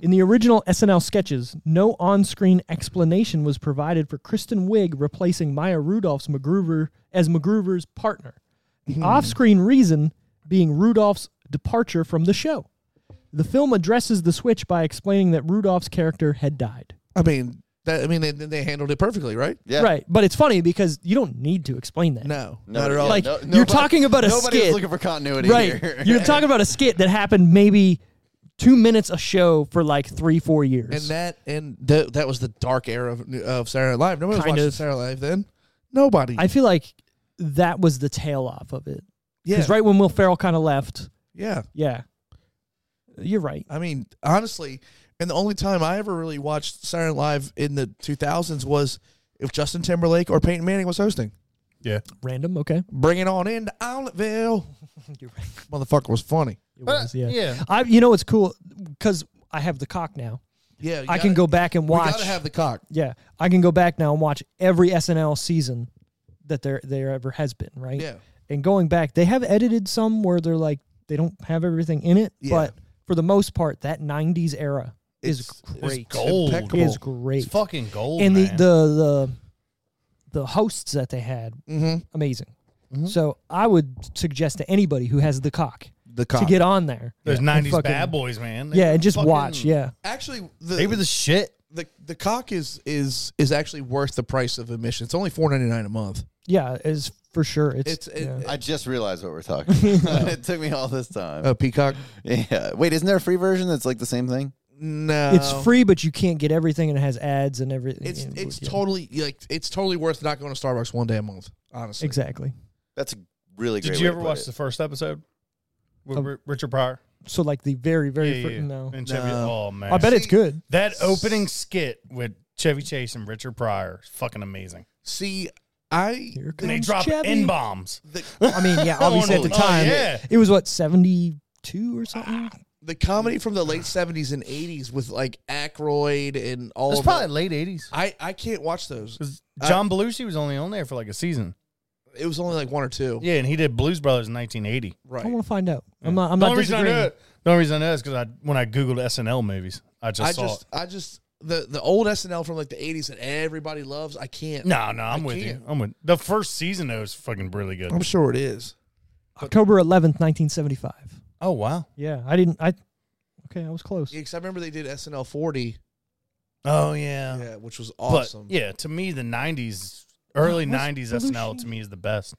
Speaker 1: In the original SNL sketches, no on-screen explanation was provided for Kristen Wiig replacing Maya Rudolph's MacGruber as MacGruber's partner.
Speaker 3: Hmm.
Speaker 1: The off-screen reason being Rudolph's departure from the show. The film addresses the switch by explaining that Rudolph's character had died.
Speaker 2: I mean, that, I mean, they, they handled it perfectly, right?
Speaker 3: Yeah.
Speaker 1: Right, but it's funny because you don't need to explain that.
Speaker 2: No,
Speaker 3: No,
Speaker 2: not at
Speaker 3: yeah,
Speaker 2: all.
Speaker 1: Like
Speaker 3: no-
Speaker 1: you're
Speaker 3: nobody-
Speaker 1: talking about a
Speaker 3: Nobody's
Speaker 1: skit.
Speaker 3: looking for continuity
Speaker 1: Right.
Speaker 3: here.
Speaker 1: [LAUGHS] You're talking about a skit that happened maybe two minutes a show for like three, four years.
Speaker 2: and that and th- that was the dark era of, of Saturday Night Live. Nobody was
Speaker 1: Kind
Speaker 2: watching
Speaker 1: of.
Speaker 2: Saturday Night Live then. Nobody.
Speaker 1: I feel like that was the tail off of it.
Speaker 2: yeah,
Speaker 1: Because right when Will Ferrell kind of left,
Speaker 2: yeah.
Speaker 1: yeah, you're right.
Speaker 2: I mean, honestly, and the only time I ever really watched Saturday Night Live in the 2000s was if Justin Timberlake or Peyton Manning was hosting.
Speaker 4: Yeah.
Speaker 1: Random, okay.
Speaker 2: Bring it on in to Olivetville.
Speaker 1: [LAUGHS] You're right.
Speaker 2: Motherfucker was funny.
Speaker 1: It was, yeah.
Speaker 4: yeah.
Speaker 1: I, you know, it's cool because I have the cock now.
Speaker 2: Yeah,
Speaker 1: I can go back and
Speaker 2: We
Speaker 1: watch.
Speaker 2: gotta have the cock.
Speaker 1: yeah, I can go back now and watch every SNL season that there there ever has been. Right.
Speaker 2: Yeah,
Speaker 1: and going back, they have edited some where they're like they don't have everything in it,
Speaker 2: Yeah.
Speaker 1: but for the most part, that '90s era is
Speaker 2: It's- it's
Speaker 1: great.
Speaker 4: gold.
Speaker 2: impeccable.
Speaker 1: Is great.
Speaker 4: It's fucking gold.
Speaker 1: and the,
Speaker 4: man.
Speaker 1: the the the hosts that they had,
Speaker 2: Mhm.
Speaker 1: amazing. So I would suggest to anybody who has the cock,
Speaker 2: the cock.
Speaker 1: to get on there.
Speaker 4: those
Speaker 1: and
Speaker 4: 90s
Speaker 1: fucking-
Speaker 4: bad boys, man. They
Speaker 1: Yeah,
Speaker 4: were
Speaker 1: and just
Speaker 4: fucking-
Speaker 1: watch. Yeah,
Speaker 2: actually, the,
Speaker 4: They were the shit.
Speaker 2: the the cock is is is actually worth the price of admission. It's only four ninety nine a month.
Speaker 1: yeah, is for sure. It's,
Speaker 2: It's it,
Speaker 1: yeah.
Speaker 3: [LAUGHS] I just realized what we're talking. about. [LAUGHS] it took me all this time.
Speaker 2: uh, peacock.
Speaker 3: Yeah. Wait, isn't there a free version that's like the same thing?
Speaker 2: No,
Speaker 1: it's free, but you can't get everything, and it has ads and everything.
Speaker 2: uh, It's
Speaker 1: and-
Speaker 2: it's
Speaker 1: yeah.
Speaker 2: totally like it's totally worth not going to Starbucks one day a month. Honestly,
Speaker 1: exactly.
Speaker 3: That's a really great.
Speaker 4: Did
Speaker 3: way
Speaker 4: you
Speaker 3: to
Speaker 4: ever
Speaker 3: put
Speaker 4: watch
Speaker 3: it.
Speaker 4: the first episode? With
Speaker 1: Um,
Speaker 4: Ri- Richard Pryor?
Speaker 1: So like the very very fir- no,
Speaker 4: And Chevy-
Speaker 2: No.
Speaker 4: Oh, man.
Speaker 1: I bet it's
Speaker 2: [LAUGHS]
Speaker 1: good.
Speaker 4: That opening skit with Chevy Chase and Richard Pryor is fucking amazing.
Speaker 2: See, I
Speaker 1: Here
Speaker 4: And they
Speaker 1: comes
Speaker 4: drop
Speaker 1: Chevy.
Speaker 4: N bombs.
Speaker 2: the,
Speaker 1: I mean, yeah, obviously at the
Speaker 4: Oh,
Speaker 1: time
Speaker 4: yeah.
Speaker 1: it was what seventy two or something.
Speaker 2: the comedy from the late seventies and eighties with like Aykroyd and all.
Speaker 4: It's
Speaker 2: of
Speaker 4: probably
Speaker 2: the-
Speaker 4: late '80s.
Speaker 2: I I can't watch those.
Speaker 4: 'Cause John Belushi was only on there for like a season.
Speaker 2: It was only like one or two.
Speaker 4: Yeah, and he did Blues Brothers in 1980.
Speaker 2: Right.
Speaker 1: I want to find out. I'm not. I'm
Speaker 4: the
Speaker 1: not
Speaker 4: only reason I
Speaker 1: disagreeing.
Speaker 4: know, it- the only reason I know is because I when I googled SNL movies, I just
Speaker 2: I
Speaker 4: saw.
Speaker 2: just I just the the old SNL from like the eighties that everybody loves. I can't.
Speaker 4: it. No, no, I'm
Speaker 2: I
Speaker 4: with you.
Speaker 2: can't.
Speaker 4: I'm with the first season though is fucking really good.
Speaker 2: I'm sure it is.
Speaker 1: October 11th, 1975.
Speaker 4: Oh wow.
Speaker 1: Yeah, I didn't. I okay, I was close.
Speaker 2: Yeah, 'cause I remember they did SNL forty.
Speaker 4: Oh yeah.
Speaker 2: Yeah, which was
Speaker 4: But
Speaker 2: awesome.
Speaker 4: yeah, to me the '90s, early
Speaker 1: What was
Speaker 4: '90s SNL
Speaker 1: Belushi?
Speaker 4: to me is the best.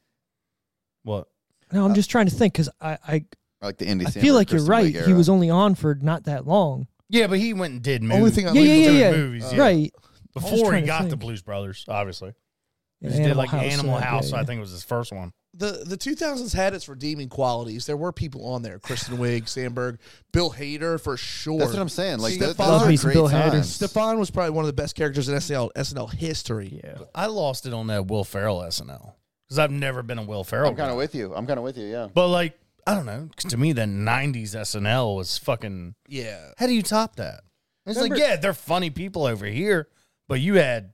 Speaker 4: What?
Speaker 1: No,
Speaker 3: uh,
Speaker 1: I'm just trying to think because I I,
Speaker 3: like the indie.
Speaker 1: I
Speaker 3: Sandberg,
Speaker 1: feel like you're
Speaker 3: Kristen
Speaker 1: right.
Speaker 3: Wiig
Speaker 1: He
Speaker 3: era.
Speaker 1: was only on for not that long.
Speaker 4: Yeah, but he went and did movies.
Speaker 2: Only thing I
Speaker 1: Yeah,
Speaker 2: leave
Speaker 1: yeah,
Speaker 2: with
Speaker 1: yeah,
Speaker 2: it-
Speaker 1: yeah.
Speaker 4: movies, yeah.
Speaker 1: Right.
Speaker 4: before
Speaker 1: trying
Speaker 4: he
Speaker 1: to
Speaker 4: got the
Speaker 1: think.
Speaker 4: Blues Brothers, obviously. He
Speaker 1: Yeah,
Speaker 4: just did like Animal
Speaker 1: yeah,
Speaker 4: House.
Speaker 1: yeah,
Speaker 4: I
Speaker 1: yeah.
Speaker 4: think was his first one.
Speaker 2: the the 2000s had its redeeming qualities. There were people on there: Kristen Wiig, Sandberg, Bill Hader for sure.
Speaker 3: That's what I'm saying. Like
Speaker 2: See,
Speaker 3: those,
Speaker 2: Stefan-
Speaker 3: those
Speaker 1: Love me
Speaker 3: are
Speaker 1: some
Speaker 3: great
Speaker 1: Bill Hader.
Speaker 3: times.
Speaker 2: Stefan was probably one of the best characters in SNL SNL history.
Speaker 1: Yeah.
Speaker 4: I lost it on that Will Ferrell SNL because I've never been a Will Ferrell.
Speaker 3: I'm kind
Speaker 4: guy.
Speaker 3: of with you. I'm kind of with you. Yeah.
Speaker 4: But like, I don't know. 'cause to me, the '90s SNL was fucking.
Speaker 2: Yeah,
Speaker 4: How do you top that? It's like,
Speaker 1: Remember-
Speaker 4: yeah, they're funny people over here, but you had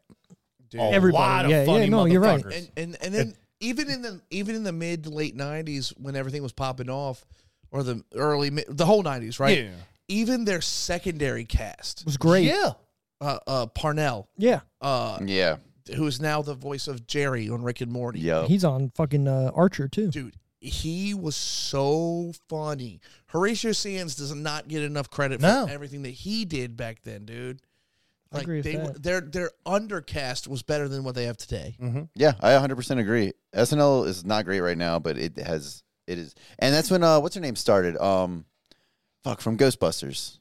Speaker 4: a
Speaker 1: Everybody.
Speaker 4: lot of
Speaker 1: Yeah, yeah,
Speaker 4: funny
Speaker 1: no,
Speaker 4: motherfuckers.
Speaker 1: you're right.
Speaker 2: and and and then even in the even in the mid to late 90s when everything was popping off, or the early mi- the whole 90s, right?
Speaker 4: Yeah.
Speaker 2: Even their secondary cast,
Speaker 1: It was great. Yeah.
Speaker 4: Yeah,
Speaker 2: uh, uh, Parnell, uh,
Speaker 3: Yeah.
Speaker 2: who is now the voice of Jerry on Rick and Morty.
Speaker 3: Yo.
Speaker 1: He's on fucking uh, Archer too.
Speaker 2: dude he was so funny horatio sands does not get enough credit for
Speaker 4: No.
Speaker 2: everything that he did back then dude
Speaker 1: I agree with
Speaker 2: they
Speaker 1: that.
Speaker 2: were- their their undercast was better than what they have today
Speaker 3: Yeah. I 100 percent agree. SNL is not great right now, but it has. It is, and that's when uh, what's her name started. Um, fuck from Ghostbusters.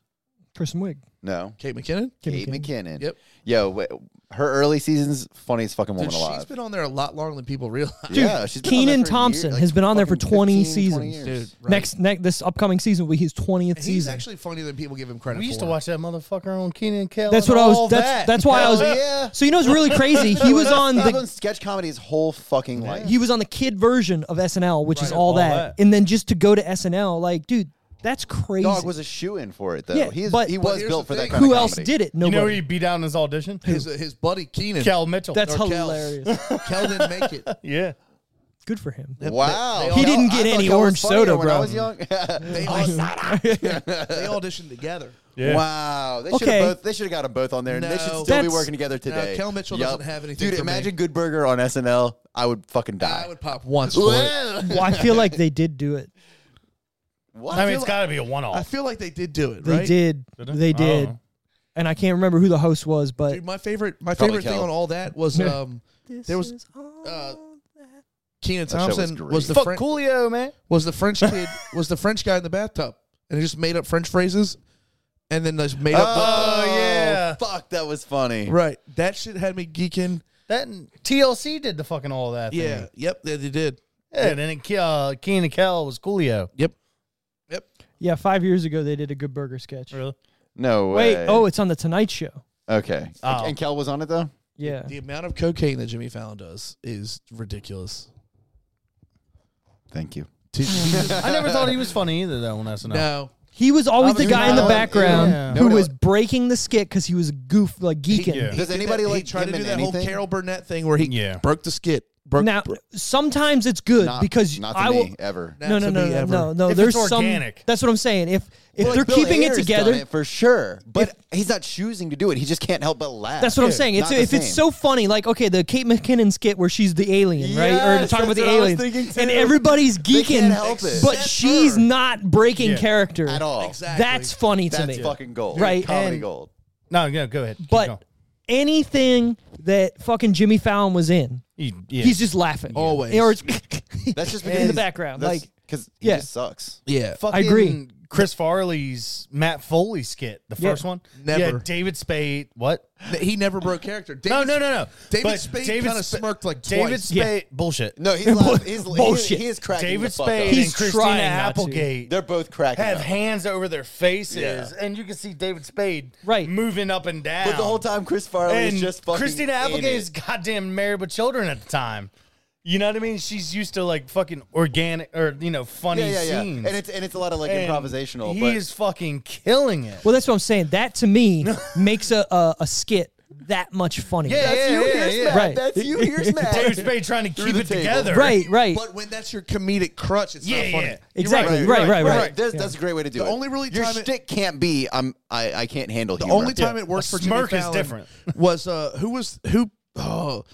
Speaker 1: Kristen Wiig.
Speaker 3: No.
Speaker 2: kate mckinnon
Speaker 1: Kimmy
Speaker 3: Kate McKinnon.
Speaker 2: Yep.
Speaker 3: Yo, wait, her early seasons, funniest fucking
Speaker 2: Dude,
Speaker 3: woman
Speaker 2: she's
Speaker 3: alive.
Speaker 2: been on there a lot longer than people realize
Speaker 3: yeah, she's been on
Speaker 1: Kenan
Speaker 3: there for years,
Speaker 1: Thompson
Speaker 3: like,
Speaker 1: has been on there for
Speaker 3: fucking
Speaker 1: 20
Speaker 3: 15,
Speaker 1: seasons.
Speaker 3: years.
Speaker 2: right.
Speaker 1: Next, next, this upcoming season will be his twentieth
Speaker 2: he's
Speaker 1: season.
Speaker 2: actually funnier than people give him credit
Speaker 4: we used
Speaker 2: for
Speaker 4: to watch that motherfucker on Keenan and Kel.
Speaker 1: that's
Speaker 4: and
Speaker 1: what I
Speaker 4: all
Speaker 1: was. That's
Speaker 4: that.
Speaker 1: that's why I was.
Speaker 3: Hell yeah.
Speaker 1: So you know, it's really crazy. He
Speaker 3: [LAUGHS]
Speaker 1: was on
Speaker 3: He's been
Speaker 1: the
Speaker 3: on sketch comedy his whole fucking life.
Speaker 1: he was on the kid version of SNL, which is all,
Speaker 4: all
Speaker 1: that.
Speaker 4: that.
Speaker 1: And then just to go to SNL, like, dude, that's crazy.
Speaker 3: Dog was a shoe in for it though.
Speaker 1: Yeah,
Speaker 3: he is,
Speaker 1: but-
Speaker 3: he
Speaker 1: But
Speaker 3: was
Speaker 2: here's
Speaker 3: built
Speaker 2: the
Speaker 3: for that
Speaker 2: thing.
Speaker 3: kind
Speaker 1: Who
Speaker 3: of
Speaker 1: else
Speaker 3: comedy.
Speaker 1: did it?
Speaker 4: You
Speaker 1: Nobody.
Speaker 4: know who he beat out in his audition?
Speaker 2: his, his buddy keenan
Speaker 4: Kel Mitchell.
Speaker 1: that's
Speaker 2: Or Kels.
Speaker 4: [LAUGHS]
Speaker 1: hilarious.
Speaker 2: kel didn't make it
Speaker 4: yeah.
Speaker 1: Good for
Speaker 3: [LAUGHS]
Speaker 1: him.
Speaker 3: Wow,
Speaker 2: He
Speaker 1: didn't get
Speaker 3: I thought
Speaker 1: any
Speaker 3: that was
Speaker 1: orange
Speaker 3: funny
Speaker 1: soda,
Speaker 3: when
Speaker 1: bro.
Speaker 3: I was young.
Speaker 1: [LAUGHS]
Speaker 3: [LAUGHS]
Speaker 2: they,
Speaker 1: Oh,
Speaker 2: aud- they auditioned together
Speaker 4: Yeah.
Speaker 3: Wow, they should
Speaker 1: Okay.
Speaker 3: have both. They should have got them both on there, and they should
Speaker 2: No.
Speaker 3: still be
Speaker 1: That's-
Speaker 3: working together today.
Speaker 2: Kel Mitchell
Speaker 3: Yup.
Speaker 2: doesn't have anything
Speaker 3: Dude,
Speaker 2: for me.
Speaker 3: imagine Good Burger on SNL. I would fucking die.
Speaker 2: i would pop once for it.
Speaker 3: [LAUGHS] Whoa.
Speaker 1: Well, I feel like they did do it.
Speaker 3: What?
Speaker 4: I mean, it's got to be a one
Speaker 2: i
Speaker 4: off.
Speaker 2: feel like they did do it
Speaker 1: They
Speaker 2: right
Speaker 1: did.
Speaker 4: Did they?
Speaker 1: They
Speaker 4: I don't
Speaker 1: did.
Speaker 4: know.
Speaker 1: And I can't remember who the host was, but
Speaker 2: Dude, my favorite my
Speaker 3: Probably
Speaker 2: favorite thing
Speaker 3: Kel.
Speaker 2: on all that was um there was, uh, Keenan
Speaker 3: That show was
Speaker 2: Thompson was,
Speaker 3: great.
Speaker 2: the
Speaker 4: Fuck
Speaker 2: Fren-
Speaker 4: Coolio, man.
Speaker 2: was the French kid was the French guy in the bathtub, and he just made up French phrases, and then just made
Speaker 3: Oh,
Speaker 2: up.
Speaker 4: yeah.
Speaker 3: fuck, that was funny.
Speaker 2: right. That shit had me geeking.
Speaker 4: That and TLC did the fucking all that.
Speaker 2: Yeah,
Speaker 4: Thing.
Speaker 2: yep, yeah, they did.
Speaker 4: Yeah. And then it, uh, Keenan and Kel was Coolio.
Speaker 2: Yep, yep.
Speaker 1: yeah, five years ago they did a Good Burger sketch.
Speaker 4: Really?
Speaker 3: No way.
Speaker 1: Wait, oh, it's on the Tonight Show.
Speaker 3: okay.
Speaker 4: Oh.
Speaker 3: And Kel was on it though.
Speaker 1: Yeah,
Speaker 2: The amount of cocaine that Jimmy Fallon does is ridiculous.
Speaker 3: Thank you.
Speaker 4: I never thought [LAUGHS] he was funny either, though, on SNL.
Speaker 2: no,
Speaker 1: he was always the
Speaker 3: Obviously
Speaker 1: guy in
Speaker 3: not.
Speaker 1: the background
Speaker 4: Yeah.
Speaker 1: who
Speaker 3: Nobody-
Speaker 1: was breaking the skit because he was goof like geeking.
Speaker 4: Yeah.
Speaker 3: Does
Speaker 2: He did
Speaker 3: anybody
Speaker 2: that- he
Speaker 3: like
Speaker 2: tried to
Speaker 3: him
Speaker 2: do
Speaker 3: in
Speaker 2: that whole
Speaker 3: anything?
Speaker 2: Carol Burnett thing where he
Speaker 4: Yeah.
Speaker 2: broke the skit? Broke,
Speaker 1: Now,
Speaker 2: broke-
Speaker 1: sometimes it's good
Speaker 3: Not,
Speaker 1: because
Speaker 3: not to
Speaker 1: I
Speaker 3: me
Speaker 1: will.
Speaker 3: ever.
Speaker 2: not
Speaker 1: no, no,
Speaker 2: to
Speaker 1: no,
Speaker 2: me
Speaker 1: no,
Speaker 2: ever.
Speaker 1: no, no.
Speaker 4: If
Speaker 1: There's
Speaker 4: it's
Speaker 1: some.
Speaker 4: organic.
Speaker 1: That's what I'm saying. If if
Speaker 3: Well,
Speaker 1: they're
Speaker 3: like, Bill
Speaker 1: keeping it
Speaker 3: Hader's
Speaker 1: together,
Speaker 3: done it for sure, but he's not choosing to do it. He just can't help but laugh.
Speaker 1: that's what I'm saying. It's
Speaker 3: Not the
Speaker 1: if it's
Speaker 3: same.
Speaker 1: so funny, like okay, the Kate McKinnon skit where she's the alien, right? Or
Speaker 3: Yes,
Speaker 1: talking about the
Speaker 3: that's what I
Speaker 1: aliens,
Speaker 3: was thinking too.
Speaker 1: and everybody's
Speaker 3: They
Speaker 1: geeking,
Speaker 3: can't help it.
Speaker 1: but
Speaker 2: Except
Speaker 1: she's
Speaker 2: her.
Speaker 1: not breaking
Speaker 4: Yeah.
Speaker 1: character
Speaker 3: at all.
Speaker 2: Exactly.
Speaker 1: That's funny to
Speaker 3: That's
Speaker 1: me.
Speaker 3: fucking gold.
Speaker 1: Right,
Speaker 3: Comedy
Speaker 1: and-
Speaker 3: gold.
Speaker 4: No, no, go ahead. Keep going.
Speaker 1: but anything that fucking Jimmy Fallon was in,
Speaker 4: He- yeah.
Speaker 1: he's just laughing
Speaker 2: Always.
Speaker 1: Or it's
Speaker 3: [LAUGHS] That's
Speaker 1: [LAUGHS]
Speaker 3: just
Speaker 1: in the background, like
Speaker 3: because he
Speaker 1: yeah.
Speaker 3: just sucks.
Speaker 2: yeah,
Speaker 4: fucking
Speaker 1: agree.
Speaker 4: Chris Farley's Matt Foley skit, the
Speaker 1: Yeah.
Speaker 4: first one.
Speaker 2: Never.
Speaker 4: Yeah, David Spade. What?
Speaker 2: he never broke character.
Speaker 4: No,
Speaker 2: David-
Speaker 4: no, no, no.
Speaker 2: David
Speaker 4: But
Speaker 2: Spade kinda smirked, like,
Speaker 4: David
Speaker 2: twice.
Speaker 4: Spade. Bullshit.
Speaker 3: No, he's laughing. He's,
Speaker 1: Bullshit.
Speaker 3: He, he is cracking
Speaker 4: David
Speaker 3: the fuck
Speaker 4: Spade
Speaker 3: up.
Speaker 1: He's
Speaker 4: and Christina
Speaker 1: trying not to.
Speaker 4: Applegate
Speaker 3: They're both cracking
Speaker 4: have
Speaker 3: up.
Speaker 4: hands over their faces,
Speaker 3: Yeah.
Speaker 4: and you can see David Spade
Speaker 1: Right.
Speaker 4: moving up and down.
Speaker 3: But the whole time, Chris Farley
Speaker 4: and
Speaker 3: is just fucking
Speaker 4: Christina
Speaker 3: in
Speaker 4: Applegate
Speaker 3: it.
Speaker 4: is goddamn married with children at the time. You know what I mean? She's used to like fucking organic or you know funny
Speaker 3: yeah, yeah, yeah.
Speaker 4: scenes.
Speaker 3: And it's and it's a lot of like
Speaker 4: And
Speaker 3: improvisational.
Speaker 4: He
Speaker 3: but
Speaker 4: is fucking killing it.
Speaker 1: Well, that's what I'm saying. That to
Speaker 3: [LAUGHS]
Speaker 1: me makes a, a, a skit that much funnier.
Speaker 3: that's
Speaker 4: yeah,
Speaker 3: you
Speaker 4: yeah,
Speaker 3: here's
Speaker 4: yeah.
Speaker 3: Matt.
Speaker 1: Right.
Speaker 3: That's you here's Matt.
Speaker 4: David Spade trying to
Speaker 3: [LAUGHS] Through
Speaker 4: keep
Speaker 3: the
Speaker 4: it
Speaker 3: table.
Speaker 4: together.
Speaker 1: Right, right.
Speaker 2: But when that's your comedic crutch, it's
Speaker 4: Yeah,
Speaker 2: not funny.
Speaker 4: yeah.
Speaker 1: exactly. Right, right, right.
Speaker 3: That's, that's a great way to do
Speaker 2: The
Speaker 3: it.
Speaker 2: only really
Speaker 3: your
Speaker 2: time it-
Speaker 3: shtick can't be I'm I, I can't handle
Speaker 2: The
Speaker 3: humor.
Speaker 2: only time it worked
Speaker 4: A
Speaker 2: for
Speaker 4: smirk
Speaker 2: Jimmy
Speaker 4: is
Speaker 2: Fallon
Speaker 4: different.
Speaker 2: was uh, who was who? Oh,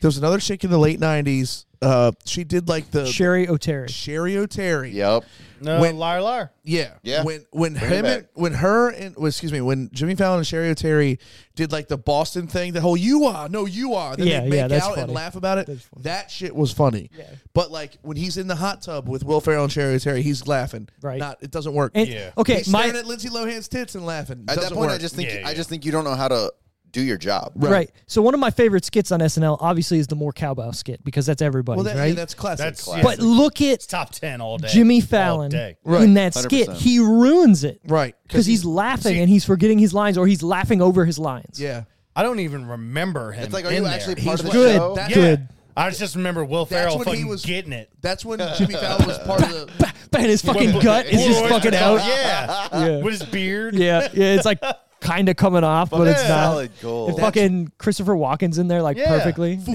Speaker 2: there was another chick in the late '90s. Uh, she did like the
Speaker 1: Sherry O'Terry.
Speaker 2: Sherry O'Terry.
Speaker 3: Yep.
Speaker 4: No,
Speaker 2: When-
Speaker 4: liar, liar.
Speaker 2: Yeah.
Speaker 3: Yeah.
Speaker 2: When when
Speaker 3: Bring it
Speaker 2: him and,
Speaker 3: back.
Speaker 2: when her and well, excuse me when Jimmy Fallon and Sherry O'Terry did like the Boston thing, the whole "you are no you are," then
Speaker 1: Yeah,
Speaker 2: they make
Speaker 1: yeah, that's
Speaker 2: out and
Speaker 1: funny.
Speaker 2: laugh about it.
Speaker 1: That's funny.
Speaker 2: That shit was funny. Yeah. But like when he's in the hot tub with Will Ferrell and Sherry O'Terry, he's laughing.
Speaker 1: Right.
Speaker 2: Not it doesn't work.
Speaker 1: And-
Speaker 4: Yeah.
Speaker 1: Okay,
Speaker 2: he's
Speaker 1: my
Speaker 2: staring at Lindsay Lohan's tits and laughing.
Speaker 3: At that
Speaker 2: Doesn't
Speaker 3: point, I
Speaker 2: work.
Speaker 3: just think
Speaker 4: Yeah,
Speaker 3: I
Speaker 4: yeah.
Speaker 3: just think you don't know how to do your job.
Speaker 1: right. So one of my favorite skits on SNL obviously is the more cowbell skit because that's everybody,
Speaker 2: well, that, yeah,
Speaker 1: right?
Speaker 2: that's classic.
Speaker 4: That's
Speaker 3: classic.
Speaker 4: yeah,
Speaker 1: but look at
Speaker 4: it's top ten all day.
Speaker 1: Jimmy
Speaker 4: All
Speaker 1: Fallon
Speaker 4: day.
Speaker 2: Right.
Speaker 1: in that skit.
Speaker 3: 100%.
Speaker 1: He ruins it.
Speaker 2: right
Speaker 1: Because he's laughing
Speaker 4: See-
Speaker 1: and he's forgetting his lines or he's laughing over his lines.
Speaker 2: yeah.
Speaker 4: I don't even remember him.
Speaker 3: It's like, are
Speaker 4: in
Speaker 3: you
Speaker 4: there.
Speaker 3: actually
Speaker 4: He-
Speaker 3: part of the
Speaker 1: Good.
Speaker 3: show?
Speaker 2: That's-
Speaker 4: yeah.
Speaker 1: Good.
Speaker 4: I just remember Will Ferrell
Speaker 2: when he
Speaker 4: fucking
Speaker 2: was-
Speaker 4: getting it.
Speaker 2: That's when Jimmy Fallon was part
Speaker 1: [LAUGHS]
Speaker 2: of the.
Speaker 1: But his fucking
Speaker 4: When-
Speaker 1: gut is just
Speaker 4: Polaroid
Speaker 1: fucking
Speaker 4: comes
Speaker 1: out.
Speaker 4: Yeah.
Speaker 1: Yeah.
Speaker 4: [LAUGHS] With his beard.
Speaker 1: Yeah, yeah, it's like kind of coming off, but it's not.
Speaker 3: Solid goal.
Speaker 1: And fucking Christopher Walken's in there like
Speaker 4: Yeah.
Speaker 1: perfectly.
Speaker 2: Foo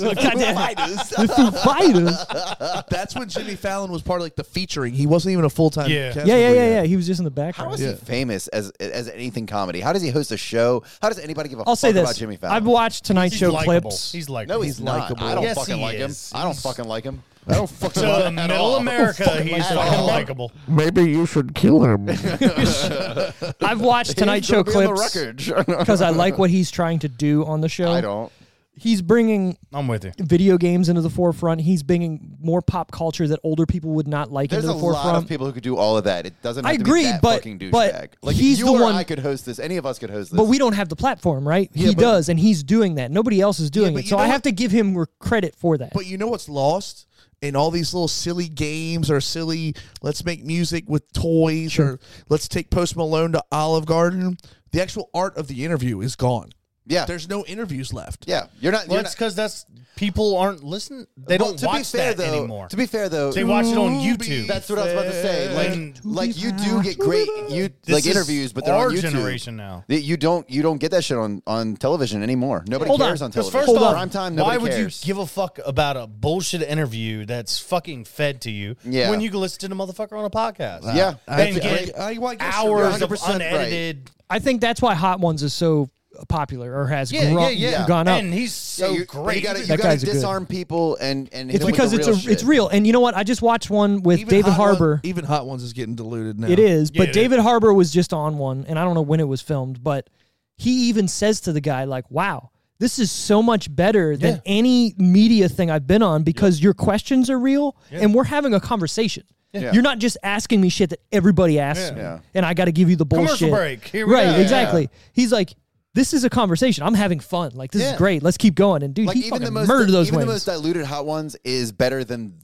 Speaker 1: [LAUGHS] Goddamn. The Foo Fighters.
Speaker 2: That's when Jimmy Fallon was part of like the featuring. He wasn't even a full time.
Speaker 4: Yeah.
Speaker 1: Yeah, yeah, yeah, yeah. He was just in the background.
Speaker 3: How is he famous as as anything comedy? How does he host a show? How does anybody give a
Speaker 1: I'll
Speaker 3: fuck
Speaker 1: say this.
Speaker 3: about Jimmy Fallon?
Speaker 1: I've watched Tonight
Speaker 4: He's
Speaker 1: Show
Speaker 4: likable.
Speaker 1: clips.
Speaker 3: [LAUGHS]
Speaker 4: He's like
Speaker 3: no, he's, not. I don't
Speaker 4: Yes,
Speaker 3: fucking
Speaker 4: he
Speaker 3: like him.
Speaker 4: is.
Speaker 3: I don't fucking like him. I don't fucking like
Speaker 4: to
Speaker 3: him at
Speaker 4: middle
Speaker 3: all.
Speaker 4: America, he's
Speaker 3: At
Speaker 4: fucking
Speaker 3: all.
Speaker 4: likable.
Speaker 5: Maybe you should kill him.
Speaker 3: [LAUGHS]
Speaker 1: [LAUGHS] I've watched Tonight
Speaker 3: He's
Speaker 1: Show
Speaker 3: gonna be on
Speaker 1: clips
Speaker 3: the record. [LAUGHS]
Speaker 1: because I like what he's trying to do on the show.
Speaker 3: I don't.
Speaker 1: He's bringing
Speaker 4: I'm with you.
Speaker 1: video games into the forefront. He's bringing more pop culture that older people would not like
Speaker 3: There's
Speaker 1: into
Speaker 3: a
Speaker 1: the
Speaker 3: lot
Speaker 1: forefront.
Speaker 3: of people who could do all of that. It doesn't. Have
Speaker 1: I
Speaker 3: to
Speaker 1: agree,
Speaker 3: be that
Speaker 1: but-
Speaker 3: fucking douchebag.
Speaker 1: but
Speaker 3: like
Speaker 1: he's
Speaker 3: you
Speaker 1: the
Speaker 3: or
Speaker 1: one-
Speaker 3: I could host this. Any of us could host this.
Speaker 1: but we don't have the platform, right? he
Speaker 2: but-
Speaker 1: does, and he's doing that. Nobody else is doing
Speaker 2: but
Speaker 1: it.
Speaker 2: you
Speaker 1: So
Speaker 2: know
Speaker 1: I have
Speaker 2: what-
Speaker 1: to give him re- credit for that.
Speaker 2: But you know what's lost in all these little silly games or silly let's make music with toys or let's take Post Malone to Olive Garden. The actual art of the interview is gone.
Speaker 3: Yeah.
Speaker 2: There's no interviews left.
Speaker 3: yeah. You're not.
Speaker 4: Well,
Speaker 3: You're
Speaker 4: it's
Speaker 3: not
Speaker 4: because that's people aren't listening. They
Speaker 3: Well,
Speaker 4: don't watch that
Speaker 3: though,
Speaker 4: anymore.
Speaker 3: To be fair, though,
Speaker 4: they watch it on YouTube.
Speaker 3: That's what I was about to say.
Speaker 4: When-
Speaker 3: Like, like you do get great you
Speaker 4: This
Speaker 3: like
Speaker 4: is
Speaker 3: interviews, but they're
Speaker 4: our
Speaker 3: on YouTube.
Speaker 4: generation now.
Speaker 3: That You don't you don't get that shit on, on television anymore. Nobody
Speaker 1: Hold on,
Speaker 3: cares on,
Speaker 4: 'Cause
Speaker 3: television.
Speaker 4: first off,
Speaker 3: prime time.
Speaker 4: why
Speaker 3: Nobody
Speaker 4: would
Speaker 3: cares.
Speaker 4: you give a fuck about a bullshit interview that's fucking fed to you
Speaker 3: Yeah.
Speaker 4: when you can listen to the motherfucker on a podcast?
Speaker 3: Yeah.
Speaker 4: and
Speaker 3: That's
Speaker 4: get
Speaker 2: I- I- well, I guess you're
Speaker 4: hours of
Speaker 3: 100% right.
Speaker 4: unedited.
Speaker 1: I think that's why Hot Ones is so popular or has
Speaker 4: Yeah,
Speaker 1: gro-
Speaker 4: yeah, yeah.
Speaker 1: gone up.
Speaker 4: And he's so
Speaker 3: you,
Speaker 4: great.
Speaker 3: You gotta, you
Speaker 1: That
Speaker 3: gotta
Speaker 1: guy's a good-
Speaker 3: disarm people and and hit
Speaker 1: it's
Speaker 3: them with
Speaker 1: because
Speaker 3: the
Speaker 1: it's
Speaker 3: real
Speaker 1: a
Speaker 3: shit.
Speaker 1: it's real. And you know what? I just watched one with
Speaker 2: Even
Speaker 1: David
Speaker 2: Hot One-
Speaker 1: Harbor.
Speaker 2: even Hot Ones is getting diluted now.
Speaker 1: It is, but
Speaker 4: it
Speaker 1: David Harbour was just on one, and I don't know when it was filmed, but he even says to the guy, like, wow, this is so much better than any media thing I've been on because your questions are real and we're having a conversation.
Speaker 3: Yeah.
Speaker 1: You're not just asking me shit that everybody asks me,
Speaker 3: Yeah.
Speaker 1: and I got to give you the
Speaker 4: Commercial
Speaker 1: bullshit.
Speaker 4: break. Here we
Speaker 1: right,
Speaker 4: go.
Speaker 1: exactly. He's like, this is a conversation. I'm having fun. Like this
Speaker 3: Yeah.
Speaker 1: is great. Let's keep going. And dude,
Speaker 3: Like
Speaker 1: he
Speaker 3: even
Speaker 1: fucking
Speaker 3: the most
Speaker 1: murdered those
Speaker 3: even
Speaker 1: wings.
Speaker 3: the most diluted hot ones is better than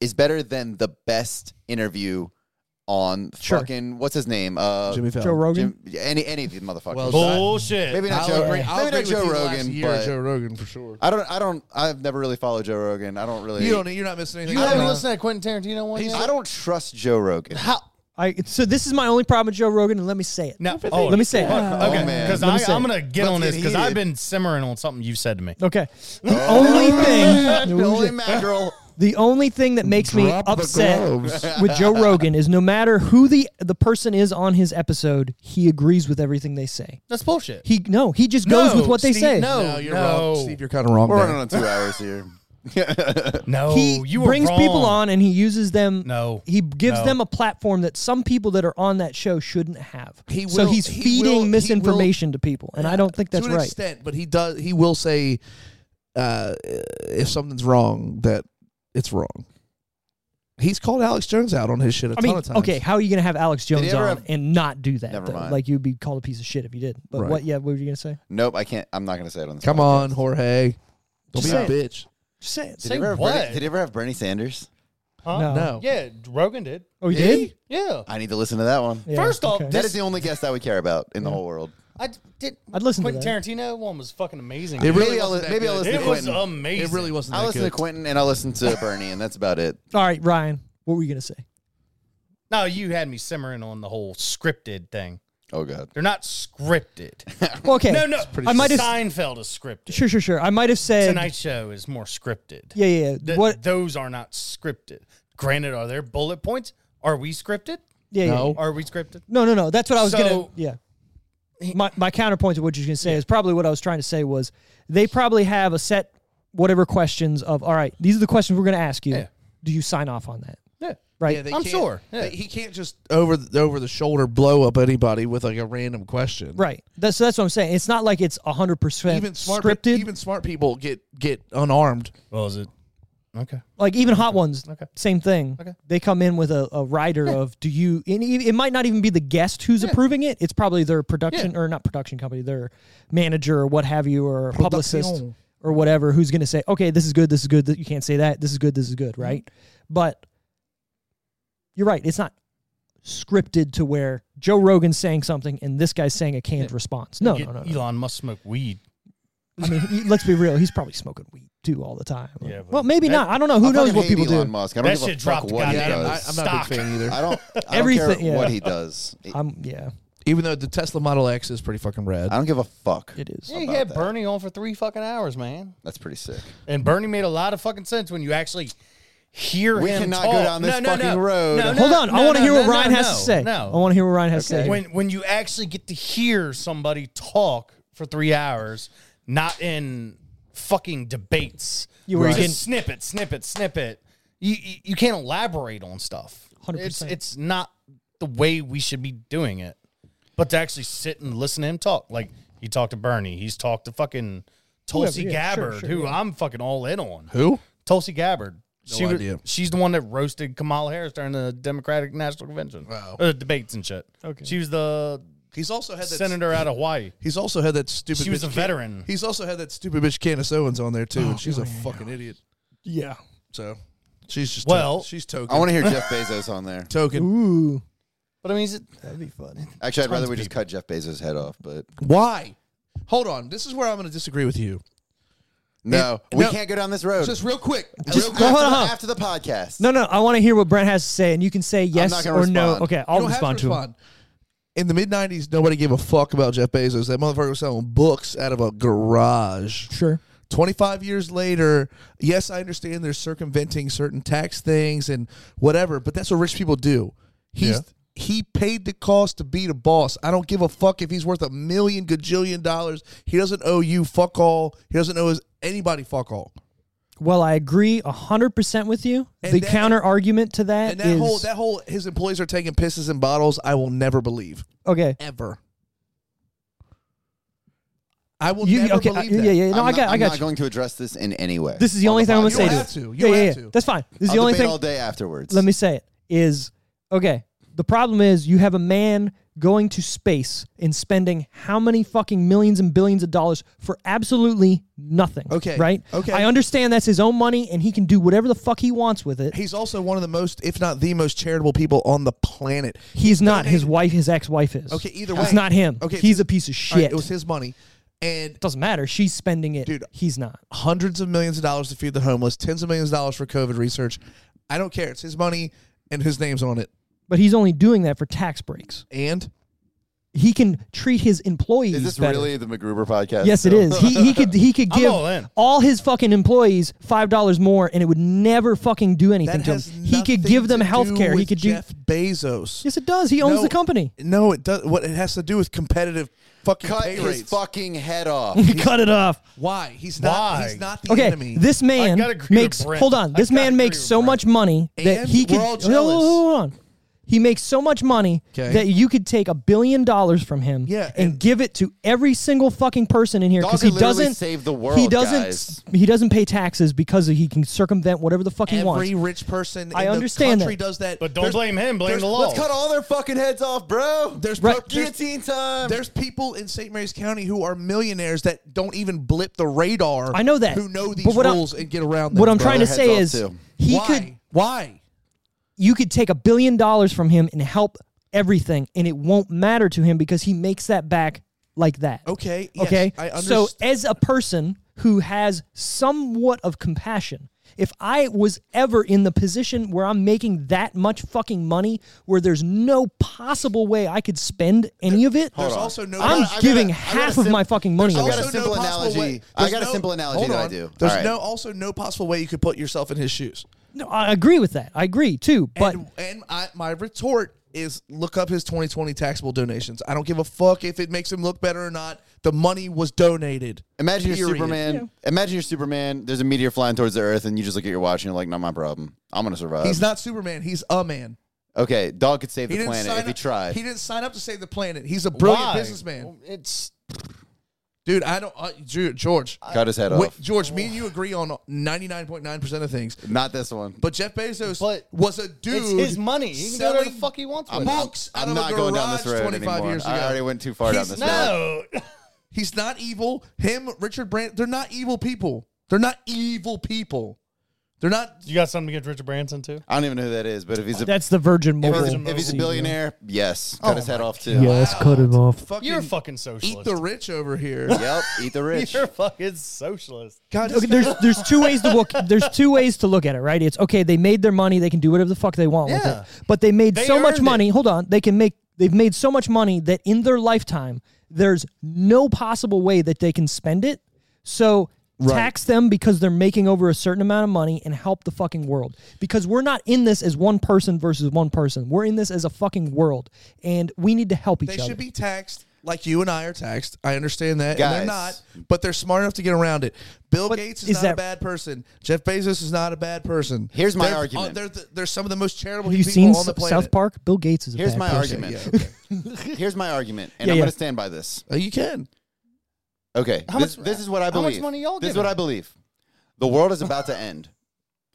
Speaker 3: is better than the best interview on
Speaker 1: Sure.
Speaker 3: fucking what's his name uh
Speaker 2: Jimmy Fallon.
Speaker 1: Joe Rogan.
Speaker 3: Jim, any any of these motherfuckers.
Speaker 2: Well,
Speaker 4: Bullshit.
Speaker 3: maybe not
Speaker 2: I'll
Speaker 3: Joe.
Speaker 2: agree-
Speaker 3: maybe
Speaker 2: I'll
Speaker 3: not
Speaker 2: agree
Speaker 3: Joe
Speaker 2: with you the last
Speaker 3: Rogan.
Speaker 2: year,
Speaker 3: but
Speaker 2: Joe Rogan for sure.
Speaker 3: I don't. I don't. I've never really followed Joe Rogan. I don't really.
Speaker 2: You don't. You're not missing anything.
Speaker 4: You
Speaker 2: I
Speaker 4: haven't
Speaker 2: don't know.
Speaker 4: listened to Quentin Tarantino one yet?
Speaker 3: I don't trust Joe Rogan.
Speaker 4: How?
Speaker 1: I, so this is my only problem with Joe Rogan, and let me say it.
Speaker 4: No. Oh,
Speaker 1: Let me say it.
Speaker 4: Okay,
Speaker 3: man.
Speaker 4: because
Speaker 1: Let me say
Speaker 4: I'm
Speaker 1: it.
Speaker 4: gonna get
Speaker 3: Let's
Speaker 4: on
Speaker 3: get
Speaker 4: this because I've
Speaker 3: heated.
Speaker 4: been simmering on something you've said to me.
Speaker 1: Okay. The
Speaker 5: Oh.
Speaker 1: only
Speaker 5: [LAUGHS]
Speaker 1: thing,
Speaker 3: The only mackerel.
Speaker 1: the only thing that makes me
Speaker 5: Drop the
Speaker 1: upset
Speaker 5: gloves.
Speaker 1: with Joe Rogan is no matter who the the person is on his episode, he agrees with everything they say.
Speaker 4: That's bullshit.
Speaker 1: He no, he just goes
Speaker 4: No,
Speaker 1: with what they
Speaker 4: Steve,
Speaker 1: say.
Speaker 4: no.
Speaker 2: No, you're
Speaker 4: No.
Speaker 2: wrong, Steve. You're kind of wrong.
Speaker 3: We're
Speaker 2: there.
Speaker 3: running on two hours here.
Speaker 4: No,
Speaker 1: He
Speaker 4: you were
Speaker 1: brings
Speaker 4: wrong.
Speaker 1: people on and he uses them.
Speaker 4: No.
Speaker 1: he gives
Speaker 4: No.
Speaker 1: them a platform that some people that are on that show shouldn't have.
Speaker 2: He
Speaker 1: so
Speaker 2: will-
Speaker 1: he's
Speaker 2: he
Speaker 1: feeding
Speaker 2: will- he will-
Speaker 1: misinformation to people, and I don't think that's
Speaker 2: to an
Speaker 1: right.
Speaker 2: extent, but he does. He will say uh, if something's wrong that it's wrong. He's called Alex Jones out on his shit a
Speaker 1: I
Speaker 2: ton
Speaker 1: mean,
Speaker 2: of times.
Speaker 1: okay, how are you going to have Alex
Speaker 3: he
Speaker 1: Jones
Speaker 3: ever
Speaker 1: on
Speaker 3: have-
Speaker 1: and not do that?
Speaker 3: Never
Speaker 1: though?
Speaker 3: mind.
Speaker 1: Like you'd be called a piece of shit if you did. But
Speaker 2: Right.
Speaker 1: what? Yeah, what were you going to say?
Speaker 3: Nope, I can't. I'm not going to say it on this.
Speaker 2: come on, Jorge, don't
Speaker 1: Just
Speaker 2: be
Speaker 1: say
Speaker 2: a bitch.
Speaker 1: Just say it.
Speaker 3: Did
Speaker 4: Say
Speaker 3: you ever have
Speaker 4: what?
Speaker 3: Bernie, did you ever have Bernie Sanders?
Speaker 4: Huh?
Speaker 1: No.
Speaker 2: No,
Speaker 4: Yeah, Rogan did.
Speaker 1: Oh, you did?
Speaker 4: Yeah.
Speaker 3: I need to listen to that one.
Speaker 1: Yeah,
Speaker 4: First off,
Speaker 1: okay.
Speaker 4: this-
Speaker 3: That is the only guest I would care about in the whole world.
Speaker 4: I d- did.
Speaker 1: I'd listen to
Speaker 4: Quentin
Speaker 1: that.
Speaker 4: Tarantino one was fucking amazing.
Speaker 2: It really
Speaker 3: Maybe I'll,
Speaker 2: wasn't that
Speaker 3: maybe I'll
Speaker 2: good.
Speaker 3: listen
Speaker 4: It
Speaker 3: to
Speaker 4: was um,
Speaker 3: Quentin.
Speaker 4: amazing.
Speaker 2: It really wasn't.
Speaker 3: I
Speaker 2: That
Speaker 3: listen
Speaker 2: good.
Speaker 3: to Quentin and I listen to Bernie, and that's about it.
Speaker 1: All right, Ryan, what were you gonna say?
Speaker 4: No, you had me simmering on the whole scripted thing.
Speaker 3: Oh god.
Speaker 4: They're not scripted.
Speaker 1: Well, okay,
Speaker 4: no, no.
Speaker 1: I might have
Speaker 4: Seinfeld is scripted.
Speaker 1: sure, sure, sure. I might have said
Speaker 4: Tonight Show is more scripted.
Speaker 1: Yeah, yeah. yeah.
Speaker 4: Th-
Speaker 1: what?
Speaker 4: Those are not scripted. Granted, are there bullet points? Are we scripted?
Speaker 1: Yeah, yeah, yeah.
Speaker 4: Are we scripted?
Speaker 1: No, no, no. That's what I was gonna.
Speaker 4: So-
Speaker 1: Yeah. My my counterpoint to what you're gonna say is probably what I was trying to say was they probably have a set whatever questions of all right. These are the questions we're gonna ask you.
Speaker 4: Yeah.
Speaker 1: Do you sign off on that?
Speaker 4: Yeah.
Speaker 1: Right.
Speaker 2: Yeah, they
Speaker 4: I'm
Speaker 2: can't-
Speaker 4: sure, yeah.
Speaker 2: they- he can't just over the, over the shoulder blow up anybody with like a random question.
Speaker 1: right. That's so that's what I'm saying. It's not like it's hundred percent
Speaker 2: Even smart pe-
Speaker 1: scripted.
Speaker 2: even smart people get get unarmed.
Speaker 4: Well, is it? Okay.
Speaker 1: like even hot ones.
Speaker 4: Okay.
Speaker 1: Same thing.
Speaker 4: Okay.
Speaker 1: They come in with a, a writer of do you? And e- it might not even be the guest who's approving it. It's probably their production or not production company, their manager or what have you, or publicist
Speaker 2: Production.
Speaker 1: or whatever who's going to say, okay, this is good, this is good. That you can't say that. This is good, this is
Speaker 4: Mm-hmm.
Speaker 1: good, right? But you're right. It's not scripted to where Joe Rogan's saying something and this guy's saying a canned response. No,
Speaker 4: You-
Speaker 1: no, no, no.
Speaker 4: Elon must smoke weed.
Speaker 1: I mean, he- let's be real. He's probably smoking weed too all the time.
Speaker 4: Yeah, but
Speaker 1: well, maybe
Speaker 4: that-
Speaker 1: not. I don't know. Who
Speaker 3: I
Speaker 1: knows
Speaker 3: fucking
Speaker 1: what
Speaker 3: hate
Speaker 1: people
Speaker 3: Elon
Speaker 1: do.
Speaker 3: Musk. I
Speaker 4: That
Speaker 3: don't give a
Speaker 4: shit
Speaker 3: fuck
Speaker 4: dropped
Speaker 3: what he
Speaker 2: [LAUGHS]
Speaker 4: goddamn
Speaker 2: I,
Speaker 3: does.
Speaker 2: I'm not a
Speaker 4: Stock.
Speaker 2: big fan either.
Speaker 3: I don't. I don't
Speaker 1: Everything,
Speaker 3: care
Speaker 1: yeah.
Speaker 3: what he does. I
Speaker 1: I'm yeah.
Speaker 2: Even though the Tesla Model X is pretty fucking rad.
Speaker 3: don't give a fuck.
Speaker 1: It is.
Speaker 4: Yeah, he
Speaker 3: about
Speaker 4: had
Speaker 3: that?
Speaker 4: Bernie on for three fucking hours, man.
Speaker 3: That's pretty sick.
Speaker 4: And Bernie made a lot of fucking sense when you actually hear
Speaker 3: We
Speaker 4: him
Speaker 3: cannot go
Speaker 4: talk.
Speaker 3: down this
Speaker 4: No, no,
Speaker 3: fucking
Speaker 4: no.
Speaker 3: road.
Speaker 4: No, no,
Speaker 1: Hold on. I
Speaker 4: no,
Speaker 1: want to
Speaker 4: no,
Speaker 1: hear what
Speaker 4: no,
Speaker 1: Ryan
Speaker 4: no,
Speaker 1: has
Speaker 4: no,
Speaker 1: to say.
Speaker 4: No.
Speaker 1: I want to hear what Ryan has to say.
Speaker 4: when when you actually get to hear somebody talk for three hours, not in fucking debates.
Speaker 1: You were
Speaker 4: Just
Speaker 1: getting-
Speaker 4: snippet, snippet, snippet. You you, you can't elaborate on stuff.
Speaker 1: 100%.
Speaker 4: It's it's not the way we should be doing it. But to actually sit and listen to him talk, like he talked to Bernie, he's talked to fucking Tulsi
Speaker 1: Whoever, yeah, sure,
Speaker 4: Gabbard,
Speaker 1: sure,
Speaker 4: who
Speaker 1: yeah.
Speaker 4: I'm fucking all in on.
Speaker 2: Who?
Speaker 4: Tulsi Gabbard. she was-
Speaker 2: idea.
Speaker 4: she's the one that roasted Kamala Harris during the Democratic National Convention,
Speaker 2: Wow.
Speaker 4: Uh, debates and shit. Okay, she was the
Speaker 2: He's also had that
Speaker 4: senator out of Hawaii.
Speaker 2: He's also had that stupid.
Speaker 4: She was
Speaker 2: bitch
Speaker 4: a
Speaker 2: Can-
Speaker 4: veteran. Oh,
Speaker 2: he's also had that stupid bitch Candace Owens on there too, and she's a fucking idiot.
Speaker 1: yeah.
Speaker 2: So she's just
Speaker 4: Well-
Speaker 2: to- she's token.
Speaker 3: I want to hear Jeff Bezos on there.
Speaker 2: token.
Speaker 1: Ooh.
Speaker 4: But I mean, is it,
Speaker 1: That'd be fun.
Speaker 3: Actually, I'd rather
Speaker 4: of
Speaker 3: we just cut Jeff Bezos' head off, but
Speaker 2: Why? Hold on. This is where I'm going to disagree with you.
Speaker 3: no, we
Speaker 2: no.
Speaker 3: can't go down this road.
Speaker 2: Just real quick.
Speaker 3: Just
Speaker 2: real
Speaker 3: after,
Speaker 2: quick.
Speaker 1: hold on, hold on.
Speaker 3: after the podcast.
Speaker 1: No, no. I want to hear what Brent has to say, and you can say
Speaker 3: not
Speaker 1: yes or
Speaker 3: gonna
Speaker 1: no.
Speaker 3: respond.
Speaker 1: Okay,
Speaker 2: You
Speaker 1: I'll
Speaker 2: don't have
Speaker 1: respond to, him.
Speaker 2: respond. In the mid '90s, nobody gave a fuck about Jeff Bezos. That motherfucker was selling books out of a garage.
Speaker 1: Sure.
Speaker 2: 25 years later, yes, I understand they're circumventing certain tax things and whatever, but that's what rich people do. He's he paid the cost to be the boss. I don't give a fuck if he's worth a million gajillion dollars. He doesn't owe you fuck all. He doesn't owe his, anybody fuck all.
Speaker 1: Well, I agree hundred percent with you.
Speaker 2: And
Speaker 1: the
Speaker 2: that-
Speaker 1: counter argument to that
Speaker 2: And that
Speaker 1: is-
Speaker 2: whole that whole his employees are taking pisses in bottles. I will never believe
Speaker 1: okay.
Speaker 2: ever. I will
Speaker 1: You,
Speaker 2: never
Speaker 1: okay. I-
Speaker 2: believe
Speaker 1: yeah,
Speaker 2: that.
Speaker 1: yeah, yeah. No,
Speaker 3: I'm
Speaker 1: I got.
Speaker 3: Not,
Speaker 1: I
Speaker 3: am
Speaker 1: got.
Speaker 3: not
Speaker 1: you.
Speaker 3: going to address this in any way.
Speaker 1: This is the
Speaker 3: on
Speaker 1: only thing I'm gonna
Speaker 2: You
Speaker 3: podcast.
Speaker 1: say.
Speaker 2: don't
Speaker 1: to
Speaker 2: have
Speaker 1: this.
Speaker 2: to. You
Speaker 1: yeah,
Speaker 2: don't
Speaker 1: yeah,
Speaker 2: have
Speaker 1: yeah.
Speaker 2: to.
Speaker 1: That's fine. This is
Speaker 3: I'll
Speaker 1: the only
Speaker 3: debate
Speaker 1: thing.
Speaker 3: all day afterwards.
Speaker 1: Let me say it. Is okay. The problem is you have a man going to space and spending how many fucking millions and billions of dollars for absolutely nothing.
Speaker 2: Okay,
Speaker 1: Right.
Speaker 2: okay.
Speaker 1: I understand that's his own money and he can do whatever the fuck he wants with it.
Speaker 2: He's also one of the most, if not the most, charitable people on the planet.
Speaker 1: He's not. His wife, his ex-wife is.
Speaker 2: Okay, either
Speaker 1: It's
Speaker 2: way.
Speaker 1: not him.
Speaker 2: Okay,
Speaker 1: he's a piece of shit.
Speaker 2: All right, it was his money, and
Speaker 1: Doesn't matter. She's spending it.
Speaker 2: Dude.
Speaker 1: he's not.
Speaker 2: hundreds of millions of dollars to feed the homeless, tens of millions of dollars for COVID research. I don't care. It's his money, and his name's on it.
Speaker 1: But he's only doing that for tax breaks.
Speaker 2: And
Speaker 1: He can treat his employees
Speaker 3: Is this
Speaker 1: better.
Speaker 3: really the MacGruber podcast?
Speaker 1: Yes, it
Speaker 3: still?
Speaker 1: is. He, he could he could
Speaker 4: I'm
Speaker 1: give
Speaker 4: all in.
Speaker 1: all his fucking employees five dollars more, and it would never fucking do anything
Speaker 2: that
Speaker 1: to them.
Speaker 2: has
Speaker 1: He could give them health care. He could
Speaker 2: Jeff
Speaker 1: do.
Speaker 2: Bezos.
Speaker 1: Yes, it does. He owns
Speaker 2: No.
Speaker 1: the company.
Speaker 2: No, it does. What it has to do with competitive fucking
Speaker 3: Cut
Speaker 2: pay
Speaker 3: his
Speaker 2: rates.
Speaker 3: fucking
Speaker 1: [LAUGHS]
Speaker 3: head off.
Speaker 1: Cut it off.
Speaker 2: Why? He's not.
Speaker 4: Why?
Speaker 2: He's not the
Speaker 1: Okay,
Speaker 2: enemy.
Speaker 1: this man
Speaker 4: gotta agree with
Speaker 1: makes.
Speaker 4: Brent.
Speaker 1: Hold on,
Speaker 4: I
Speaker 1: this
Speaker 4: gotta
Speaker 1: man
Speaker 4: agree
Speaker 1: makes
Speaker 4: with
Speaker 1: so
Speaker 4: Brent.
Speaker 1: much money that
Speaker 2: And
Speaker 1: he
Speaker 2: we're
Speaker 1: could.
Speaker 2: all
Speaker 1: Hold on, hold on,
Speaker 2: jealous.
Speaker 1: hold on. He makes so much money
Speaker 2: 'Kay.
Speaker 1: that you could take a billion dollars from him
Speaker 2: Yeah,
Speaker 1: and,
Speaker 2: and-
Speaker 1: give it to every single fucking person in here
Speaker 3: Dog
Speaker 1: because he
Speaker 3: could literally
Speaker 1: doesn't
Speaker 3: save the world,
Speaker 1: He doesn't.
Speaker 3: guys.
Speaker 1: He doesn't pay taxes because he can circumvent whatever the fuck he wants.
Speaker 2: Every rich person
Speaker 1: I
Speaker 2: in
Speaker 1: understand
Speaker 2: the country
Speaker 1: that.
Speaker 2: does that.
Speaker 4: but don't
Speaker 2: There's-
Speaker 4: blame him. Blame
Speaker 2: there's-
Speaker 4: the law.
Speaker 3: Let's cut all their fucking heads off, bro.
Speaker 2: There's
Speaker 1: Right.
Speaker 2: pro- there's-
Speaker 3: guillotine time.
Speaker 2: There's people in St. Mary's County who are millionaires that don't even blip the radar.
Speaker 1: I know that.
Speaker 2: Who know
Speaker 1: But
Speaker 2: these
Speaker 1: what I'm-
Speaker 2: rules and get around them.
Speaker 1: what I'm
Speaker 3: Bro,
Speaker 1: trying to
Speaker 3: their
Speaker 1: say is
Speaker 3: heads off, too.
Speaker 1: he
Speaker 2: Why?
Speaker 1: could
Speaker 2: Why?
Speaker 1: you could take a billion dollars from him and help everything and it won't matter to him because he makes that back like that.
Speaker 2: Okay, Oh, yes,
Speaker 1: Okay.
Speaker 2: I
Speaker 1: So
Speaker 2: underst-
Speaker 1: as a person who has somewhat of compassion, if I was ever in the position where I'm making that much fucking money where there's no possible way I could spend any of it,
Speaker 2: There's also no.
Speaker 1: I'm
Speaker 3: I gotta-
Speaker 1: giving
Speaker 3: I gotta
Speaker 1: half of
Speaker 3: sim-
Speaker 1: my fucking money
Speaker 3: I
Speaker 1: away.
Speaker 3: gotta sim- simple analogy. I
Speaker 2: There's
Speaker 3: got a simple analogy
Speaker 2: hold
Speaker 3: that I
Speaker 2: on.
Speaker 3: do.
Speaker 2: There's
Speaker 3: All right.
Speaker 2: no also no possible way you could put yourself in his shoes.
Speaker 1: No, I agree with that. I agree too. But
Speaker 2: and, and I, my retort is look up his 2020 taxable donations. I don't give a fuck if it makes him look better or not. The money was donated.
Speaker 3: Imagine you're
Speaker 2: Period.
Speaker 3: Superman. Imagine you're Superman. There's a meteor flying towards the Earth, and you just look at your watch and you're like, "Not my problem. I'm gonna survive."
Speaker 2: He's not Superman. He's a man.
Speaker 3: okay. Dog could save
Speaker 2: He
Speaker 3: the
Speaker 2: didn't
Speaker 3: planet
Speaker 2: sign
Speaker 3: if he
Speaker 2: up,
Speaker 3: tried.
Speaker 2: He didn't sign up to save the planet. He's a brilliant
Speaker 4: Why?
Speaker 2: businessman,
Speaker 4: It's
Speaker 2: dude. I don't, uh, Ju- George.
Speaker 3: Cut his head
Speaker 2: Wait,
Speaker 3: off.
Speaker 2: George, me and you agree on 99.9% of things.
Speaker 3: Not this one.
Speaker 2: But Jeff Bezos
Speaker 4: But
Speaker 2: was a dude.
Speaker 4: it's his money. He can do whatever the
Speaker 2: selling
Speaker 4: fuck he wants with
Speaker 3: I'm,
Speaker 4: it.
Speaker 3: I'm,
Speaker 2: books out
Speaker 3: I'm
Speaker 2: of a
Speaker 3: not going down this
Speaker 2: garage
Speaker 3: road
Speaker 2: 25
Speaker 3: anymore.
Speaker 2: years
Speaker 3: I
Speaker 2: ago.
Speaker 3: already went too far
Speaker 2: He's
Speaker 3: down this road.
Speaker 4: No.
Speaker 2: He's not evil. Him, Richard Branson, they're not evil people. They're not evil people. They're not.
Speaker 4: You got something against Richard Branson too?
Speaker 3: I don't even know who that is, but if he's a
Speaker 1: that's the Virgin
Speaker 3: if
Speaker 1: Mobile.
Speaker 3: he's, if he's a billionaire, yes,
Speaker 2: Oh
Speaker 3: cut his head off too. [LAUGHS]
Speaker 1: Yes, cut him off.
Speaker 2: Fucking
Speaker 4: You're a fucking socialist.
Speaker 2: eat the rich over
Speaker 4: [LAUGHS]
Speaker 2: here.
Speaker 3: Yep, eat the rich.
Speaker 4: You're a fucking socialist.
Speaker 2: God, this
Speaker 1: Okay, there's there's two ways to look. There's two ways to look at it, right? It's okay. They made their money. They can do whatever the fuck they want
Speaker 4: Yeah.
Speaker 1: with it. But they made
Speaker 4: They
Speaker 1: so much
Speaker 4: earned
Speaker 1: money. Hold on. They can make. They've made so much money that in their lifetime, there's no possible way that they can spend it. So tax them because they're making over a certain amount of money and help the fucking world. Because we're not in this as one person versus one person. We're in this as a fucking world, and we need to help each
Speaker 2: They
Speaker 1: other.
Speaker 2: should be taxed like you and I are taxed. I understand that. And
Speaker 3: Guys.
Speaker 2: they're not, but they're smart enough to get around it. Bill
Speaker 1: But
Speaker 2: Gates is,
Speaker 1: is
Speaker 2: not
Speaker 1: that-
Speaker 2: a bad person. Jeff Bezos is not a bad person.
Speaker 3: Here's my
Speaker 2: They're-
Speaker 3: argument.
Speaker 2: uh, they're, the, they're some of the most charitable
Speaker 1: Have you
Speaker 2: people
Speaker 1: seen
Speaker 2: on
Speaker 1: S-
Speaker 2: the planet.
Speaker 1: South Park? Bill Gates is a
Speaker 3: Here's
Speaker 1: bad
Speaker 3: my
Speaker 1: person.
Speaker 3: argument.
Speaker 2: Yeah, okay.
Speaker 3: Here's my argument, and
Speaker 1: Yeah,
Speaker 3: I'm
Speaker 1: yeah.
Speaker 3: going to stand by this.
Speaker 2: Uh, you can.
Speaker 3: Okay. this, this is what I
Speaker 4: how
Speaker 3: believe.
Speaker 4: much money y'all
Speaker 3: this is
Speaker 4: giving?
Speaker 3: what I believe. The world is about to end.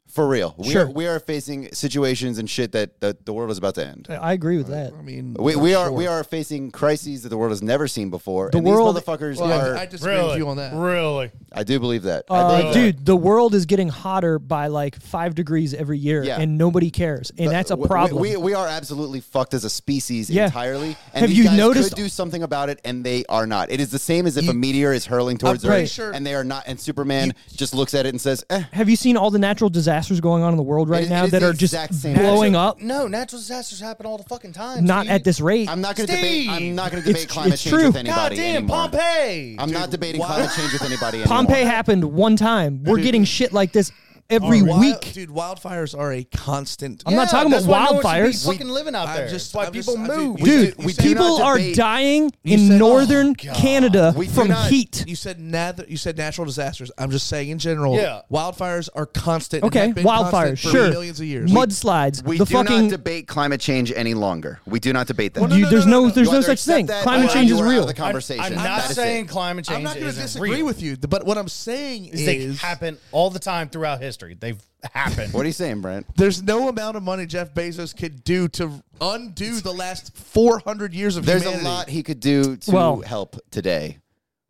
Speaker 3: For real. We,
Speaker 1: Sure.
Speaker 3: are, we are facing situations and shit that, that the world is about to end.
Speaker 1: I agree with that.
Speaker 2: I mean,
Speaker 3: We, we are we
Speaker 2: sure.
Speaker 3: are facing crises that the world has never seen before.
Speaker 1: The
Speaker 3: and
Speaker 1: world-
Speaker 3: these motherfuckers
Speaker 2: Well,
Speaker 3: are.
Speaker 2: I, I
Speaker 3: I,
Speaker 2: disagree with you on that.
Speaker 4: Really?
Speaker 3: do believe that. I
Speaker 1: Uh,
Speaker 3: believe that.
Speaker 1: dude, the world is getting hotter by like five degrees every year,
Speaker 3: Yeah.
Speaker 1: and nobody cares, and that's a
Speaker 3: We- we-
Speaker 1: problem.
Speaker 3: We, we, are absolutely fucked as a species
Speaker 1: Yeah.
Speaker 3: entirely. And
Speaker 1: Have
Speaker 3: these
Speaker 1: you
Speaker 3: guys
Speaker 1: noticed-
Speaker 3: could do something about it, and they are not. It is the same as if a meteor is hurling towards
Speaker 2: pretty
Speaker 3: Earth,
Speaker 2: sure-
Speaker 3: and they are not. And Superman just looks at it and says, eh,
Speaker 1: Have you seen all the natural disasters going on in the world right
Speaker 3: It-
Speaker 1: now
Speaker 3: it is
Speaker 1: that
Speaker 3: the
Speaker 1: are just
Speaker 3: exact same
Speaker 1: blowing up?
Speaker 4: No, natural disasters happen all the fucking time.
Speaker 1: Not
Speaker 4: dude.
Speaker 1: at this rate.
Speaker 3: I'm not going to debate. I'm
Speaker 4: Steve!
Speaker 3: not going to debate
Speaker 1: It's-
Speaker 3: climate
Speaker 1: it's
Speaker 3: change
Speaker 1: true.
Speaker 3: with
Speaker 4: God
Speaker 3: anybody
Speaker 4: damn,
Speaker 3: anymore.
Speaker 4: Pompeii.
Speaker 3: I'm not debating climate change with anybody anymore.
Speaker 1: Pompeii happened one time. We're getting shit like this every
Speaker 2: Wild-
Speaker 1: week.
Speaker 2: dude. Wildfires are a constant.
Speaker 1: I'm not
Speaker 4: Yeah,
Speaker 1: talking about
Speaker 4: that's why no one should be
Speaker 1: wildfires.
Speaker 4: Fucking living out
Speaker 2: I'm
Speaker 4: there.
Speaker 2: just-
Speaker 4: That's why
Speaker 2: I'm
Speaker 4: people
Speaker 2: just- I-
Speaker 4: move.
Speaker 2: dude,
Speaker 1: Dude,
Speaker 3: we do
Speaker 1: people
Speaker 3: not
Speaker 1: are
Speaker 3: debate- oh,
Speaker 1: dying
Speaker 2: You
Speaker 1: in
Speaker 2: said-
Speaker 1: northern Canada
Speaker 3: We do
Speaker 1: from
Speaker 3: not-
Speaker 1: heat.
Speaker 2: You said nath- you said natural disasters. I'm just saying in general.
Speaker 4: Yeah.
Speaker 2: wildfires are constant. and
Speaker 1: Okay,
Speaker 2: have been constant
Speaker 1: wildfires,
Speaker 2: for
Speaker 1: sure.
Speaker 2: millions of years.
Speaker 1: Mudslides.
Speaker 3: We
Speaker 1: the
Speaker 3: do
Speaker 1: fucking
Speaker 3: not debate climate change any longer. We do not debate that.
Speaker 2: Well, no,
Speaker 1: you- there's no,
Speaker 2: no, no.
Speaker 1: there's
Speaker 3: You
Speaker 1: no
Speaker 3: either
Speaker 1: such
Speaker 3: accept
Speaker 1: thing.
Speaker 3: that
Speaker 1: Climate
Speaker 3: or
Speaker 1: change
Speaker 3: you
Speaker 1: is
Speaker 3: are out of
Speaker 1: real.
Speaker 3: the conversation.
Speaker 4: I'm
Speaker 3: That
Speaker 4: not
Speaker 3: is it.
Speaker 4: saying climate change
Speaker 2: I'm not going to
Speaker 4: isn't
Speaker 2: disagree
Speaker 4: real.
Speaker 2: with you, th- but what I'm saying is,
Speaker 4: Is they happen all the time throughout history. They've happened.
Speaker 3: What are you saying, Brent?
Speaker 2: there's no amount of money Jeff Bezos could do to undo the last 400 years of
Speaker 3: There's
Speaker 2: humanity.
Speaker 3: a lot he could do to
Speaker 1: Well-
Speaker 3: help today.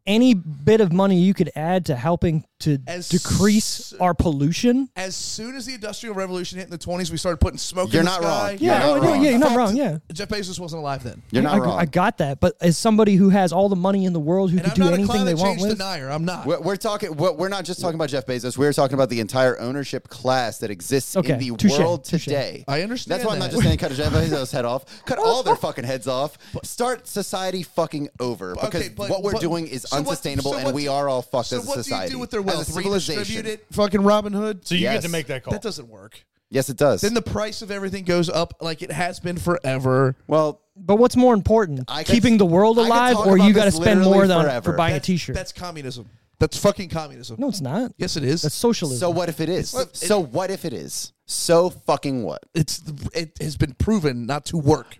Speaker 1: any bit of money you could add to helping to
Speaker 2: As
Speaker 1: decrease our pollution.
Speaker 2: As soon as the Industrial Revolution hit in the 20s, we started putting smoke
Speaker 3: You're
Speaker 2: in the
Speaker 3: not
Speaker 2: sky.
Speaker 3: wrong. Yeah, You're no, not no, wrong.
Speaker 1: yeah, you're not
Speaker 2: Fucked-
Speaker 1: wrong, yeah.
Speaker 2: Jeff Bezos wasn't alive then.
Speaker 3: You're not
Speaker 1: I,
Speaker 3: wrong.
Speaker 1: I got that, but as somebody who has all the money in the world, who
Speaker 2: And
Speaker 1: can
Speaker 2: I'm
Speaker 1: do
Speaker 2: not a
Speaker 1: anything they
Speaker 2: climate
Speaker 1: want
Speaker 2: change
Speaker 1: with,
Speaker 2: denier. I'm not.
Speaker 3: we're, we're talking. We're, we're not just talking about Jeff Bezos. We're talking about the entire ownership class that exists
Speaker 1: Okay,
Speaker 3: in the
Speaker 1: touche,
Speaker 3: world
Speaker 1: touche.
Speaker 3: today.
Speaker 2: I understand
Speaker 3: That's why I'm not
Speaker 2: that.
Speaker 3: just saying cut Jeff Bezos' head off.
Speaker 1: [LAUGHS]
Speaker 3: Cut all their fucking heads off. Start society fucking over because
Speaker 2: Okay, but-
Speaker 3: what we're
Speaker 2: but-
Speaker 3: doing is
Speaker 2: so what-
Speaker 3: unsustainable
Speaker 2: so
Speaker 3: and
Speaker 2: what-
Speaker 3: we are all fucked
Speaker 2: so
Speaker 3: as a
Speaker 2: what
Speaker 3: society.
Speaker 2: do you do with their
Speaker 3: as a
Speaker 2: wealth?
Speaker 3: civilization.
Speaker 2: Redistribute it, fucking Robin Hood.
Speaker 4: so you
Speaker 3: Yes.
Speaker 4: get to make that call.
Speaker 2: that doesn't work.
Speaker 3: Yes, it does.
Speaker 2: Then the price of everything goes up like it has been forever.
Speaker 3: well,
Speaker 1: but what's more important,
Speaker 3: I could-
Speaker 1: keeping the world
Speaker 3: I could
Speaker 1: alive,
Speaker 3: talk
Speaker 1: or
Speaker 3: about
Speaker 1: you got to
Speaker 3: this
Speaker 1: spend more
Speaker 3: literally
Speaker 1: than for
Speaker 3: forever.
Speaker 1: buying
Speaker 2: That's-
Speaker 1: a T-shirt?
Speaker 2: That's communism. That's fucking communism.
Speaker 1: no, it's not.
Speaker 2: Yes, it is.
Speaker 1: That's socialism.
Speaker 3: so what if it is?
Speaker 2: Well, it-
Speaker 3: so what if it is? So fucking what?
Speaker 2: it's it has been proven not to work.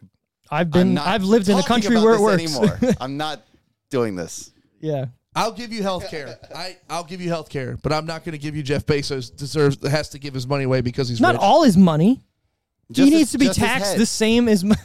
Speaker 1: I've
Speaker 3: I'm
Speaker 1: been,
Speaker 3: not
Speaker 1: I've lived in a
Speaker 3: talking
Speaker 1: country
Speaker 3: about
Speaker 1: where it works.
Speaker 3: this Anymore. I'm not doing this.
Speaker 1: [LAUGHS] yeah,
Speaker 2: I'll give you health
Speaker 3: [LAUGHS]
Speaker 2: care. I I'll give you health care, but I'm not going to give you Jeff Bezos deserves has to give his money away because he's
Speaker 1: not
Speaker 2: rich.
Speaker 1: all his money.
Speaker 3: Just
Speaker 1: he
Speaker 3: his-
Speaker 1: needs to be
Speaker 3: just his
Speaker 1: taxed
Speaker 3: head.
Speaker 1: the same as.
Speaker 3: [LAUGHS]
Speaker 1: My,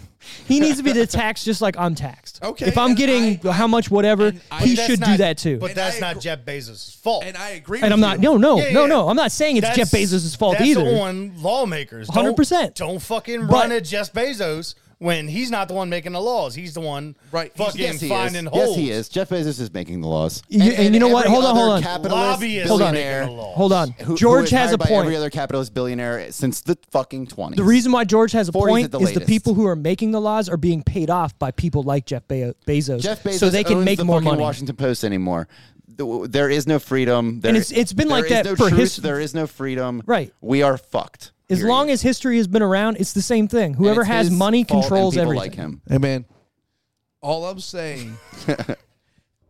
Speaker 1: he needs to be taxed just like I'm taxed.
Speaker 2: Okay,
Speaker 1: If I'm
Speaker 2: and
Speaker 1: getting
Speaker 2: I-
Speaker 1: how much whatever,
Speaker 2: I-
Speaker 1: he
Speaker 2: but that's
Speaker 1: should do
Speaker 4: not-
Speaker 1: that too.
Speaker 4: But
Speaker 2: And
Speaker 4: that's
Speaker 2: I
Speaker 4: not
Speaker 2: agree-
Speaker 4: Jeff Bezos' fault.
Speaker 2: And I agree.
Speaker 1: and
Speaker 2: with
Speaker 1: I'm not.
Speaker 2: you.
Speaker 1: No, no,
Speaker 4: Yeah,
Speaker 1: no,
Speaker 4: yeah.
Speaker 1: no. I'm not saying it's Jeff Bezos' fault
Speaker 4: that's
Speaker 1: either.
Speaker 4: on lawmakers. Don't-
Speaker 1: 100%.
Speaker 4: Don't fucking
Speaker 1: But-
Speaker 4: run at Jeff Bezos when he's not the one making the laws. He's the one
Speaker 2: Right.
Speaker 4: fucking
Speaker 3: Yes, he is.
Speaker 4: finding holes.
Speaker 3: Yes, he is. Jeff Bezos is making the laws.
Speaker 1: You- and you know what?
Speaker 3: every
Speaker 1: Hold on, hold
Speaker 3: other
Speaker 1: on.
Speaker 3: Capitalist
Speaker 4: Lobbyists
Speaker 1: Hold on.
Speaker 3: billionaire
Speaker 4: making the laws.
Speaker 1: Hold on.
Speaker 3: who- who
Speaker 1: George
Speaker 3: is
Speaker 1: has a
Speaker 3: hired by
Speaker 1: point.
Speaker 3: Every other capitalist billionaire since the fucking twenties.
Speaker 1: The reason why George has a
Speaker 3: 40s
Speaker 1: point
Speaker 3: at the
Speaker 1: is the
Speaker 3: latest.
Speaker 1: people who are making the laws are being paid off by people like Jeff Be- Bezos,
Speaker 3: Jeff Bezos
Speaker 1: so they can
Speaker 3: owns
Speaker 1: make
Speaker 3: the
Speaker 1: more
Speaker 3: fucking
Speaker 1: money.
Speaker 3: Washington Post anymore. Th- There is no freedom. There,
Speaker 1: it's- it's been
Speaker 3: there
Speaker 1: like
Speaker 3: is
Speaker 1: that
Speaker 3: no
Speaker 1: for
Speaker 3: truth,
Speaker 1: his-
Speaker 3: There is no freedom.
Speaker 1: Right.
Speaker 3: We are fucked.
Speaker 1: As
Speaker 3: period.
Speaker 1: long as history has been around, it's the same thing.
Speaker 3: And
Speaker 1: Whoever
Speaker 3: it's
Speaker 1: has
Speaker 3: his
Speaker 1: money
Speaker 3: fault and
Speaker 1: controls
Speaker 3: people
Speaker 1: everything.
Speaker 3: Like him,
Speaker 2: Hey man, all I'm
Speaker 3: [LAUGHS]
Speaker 2: saying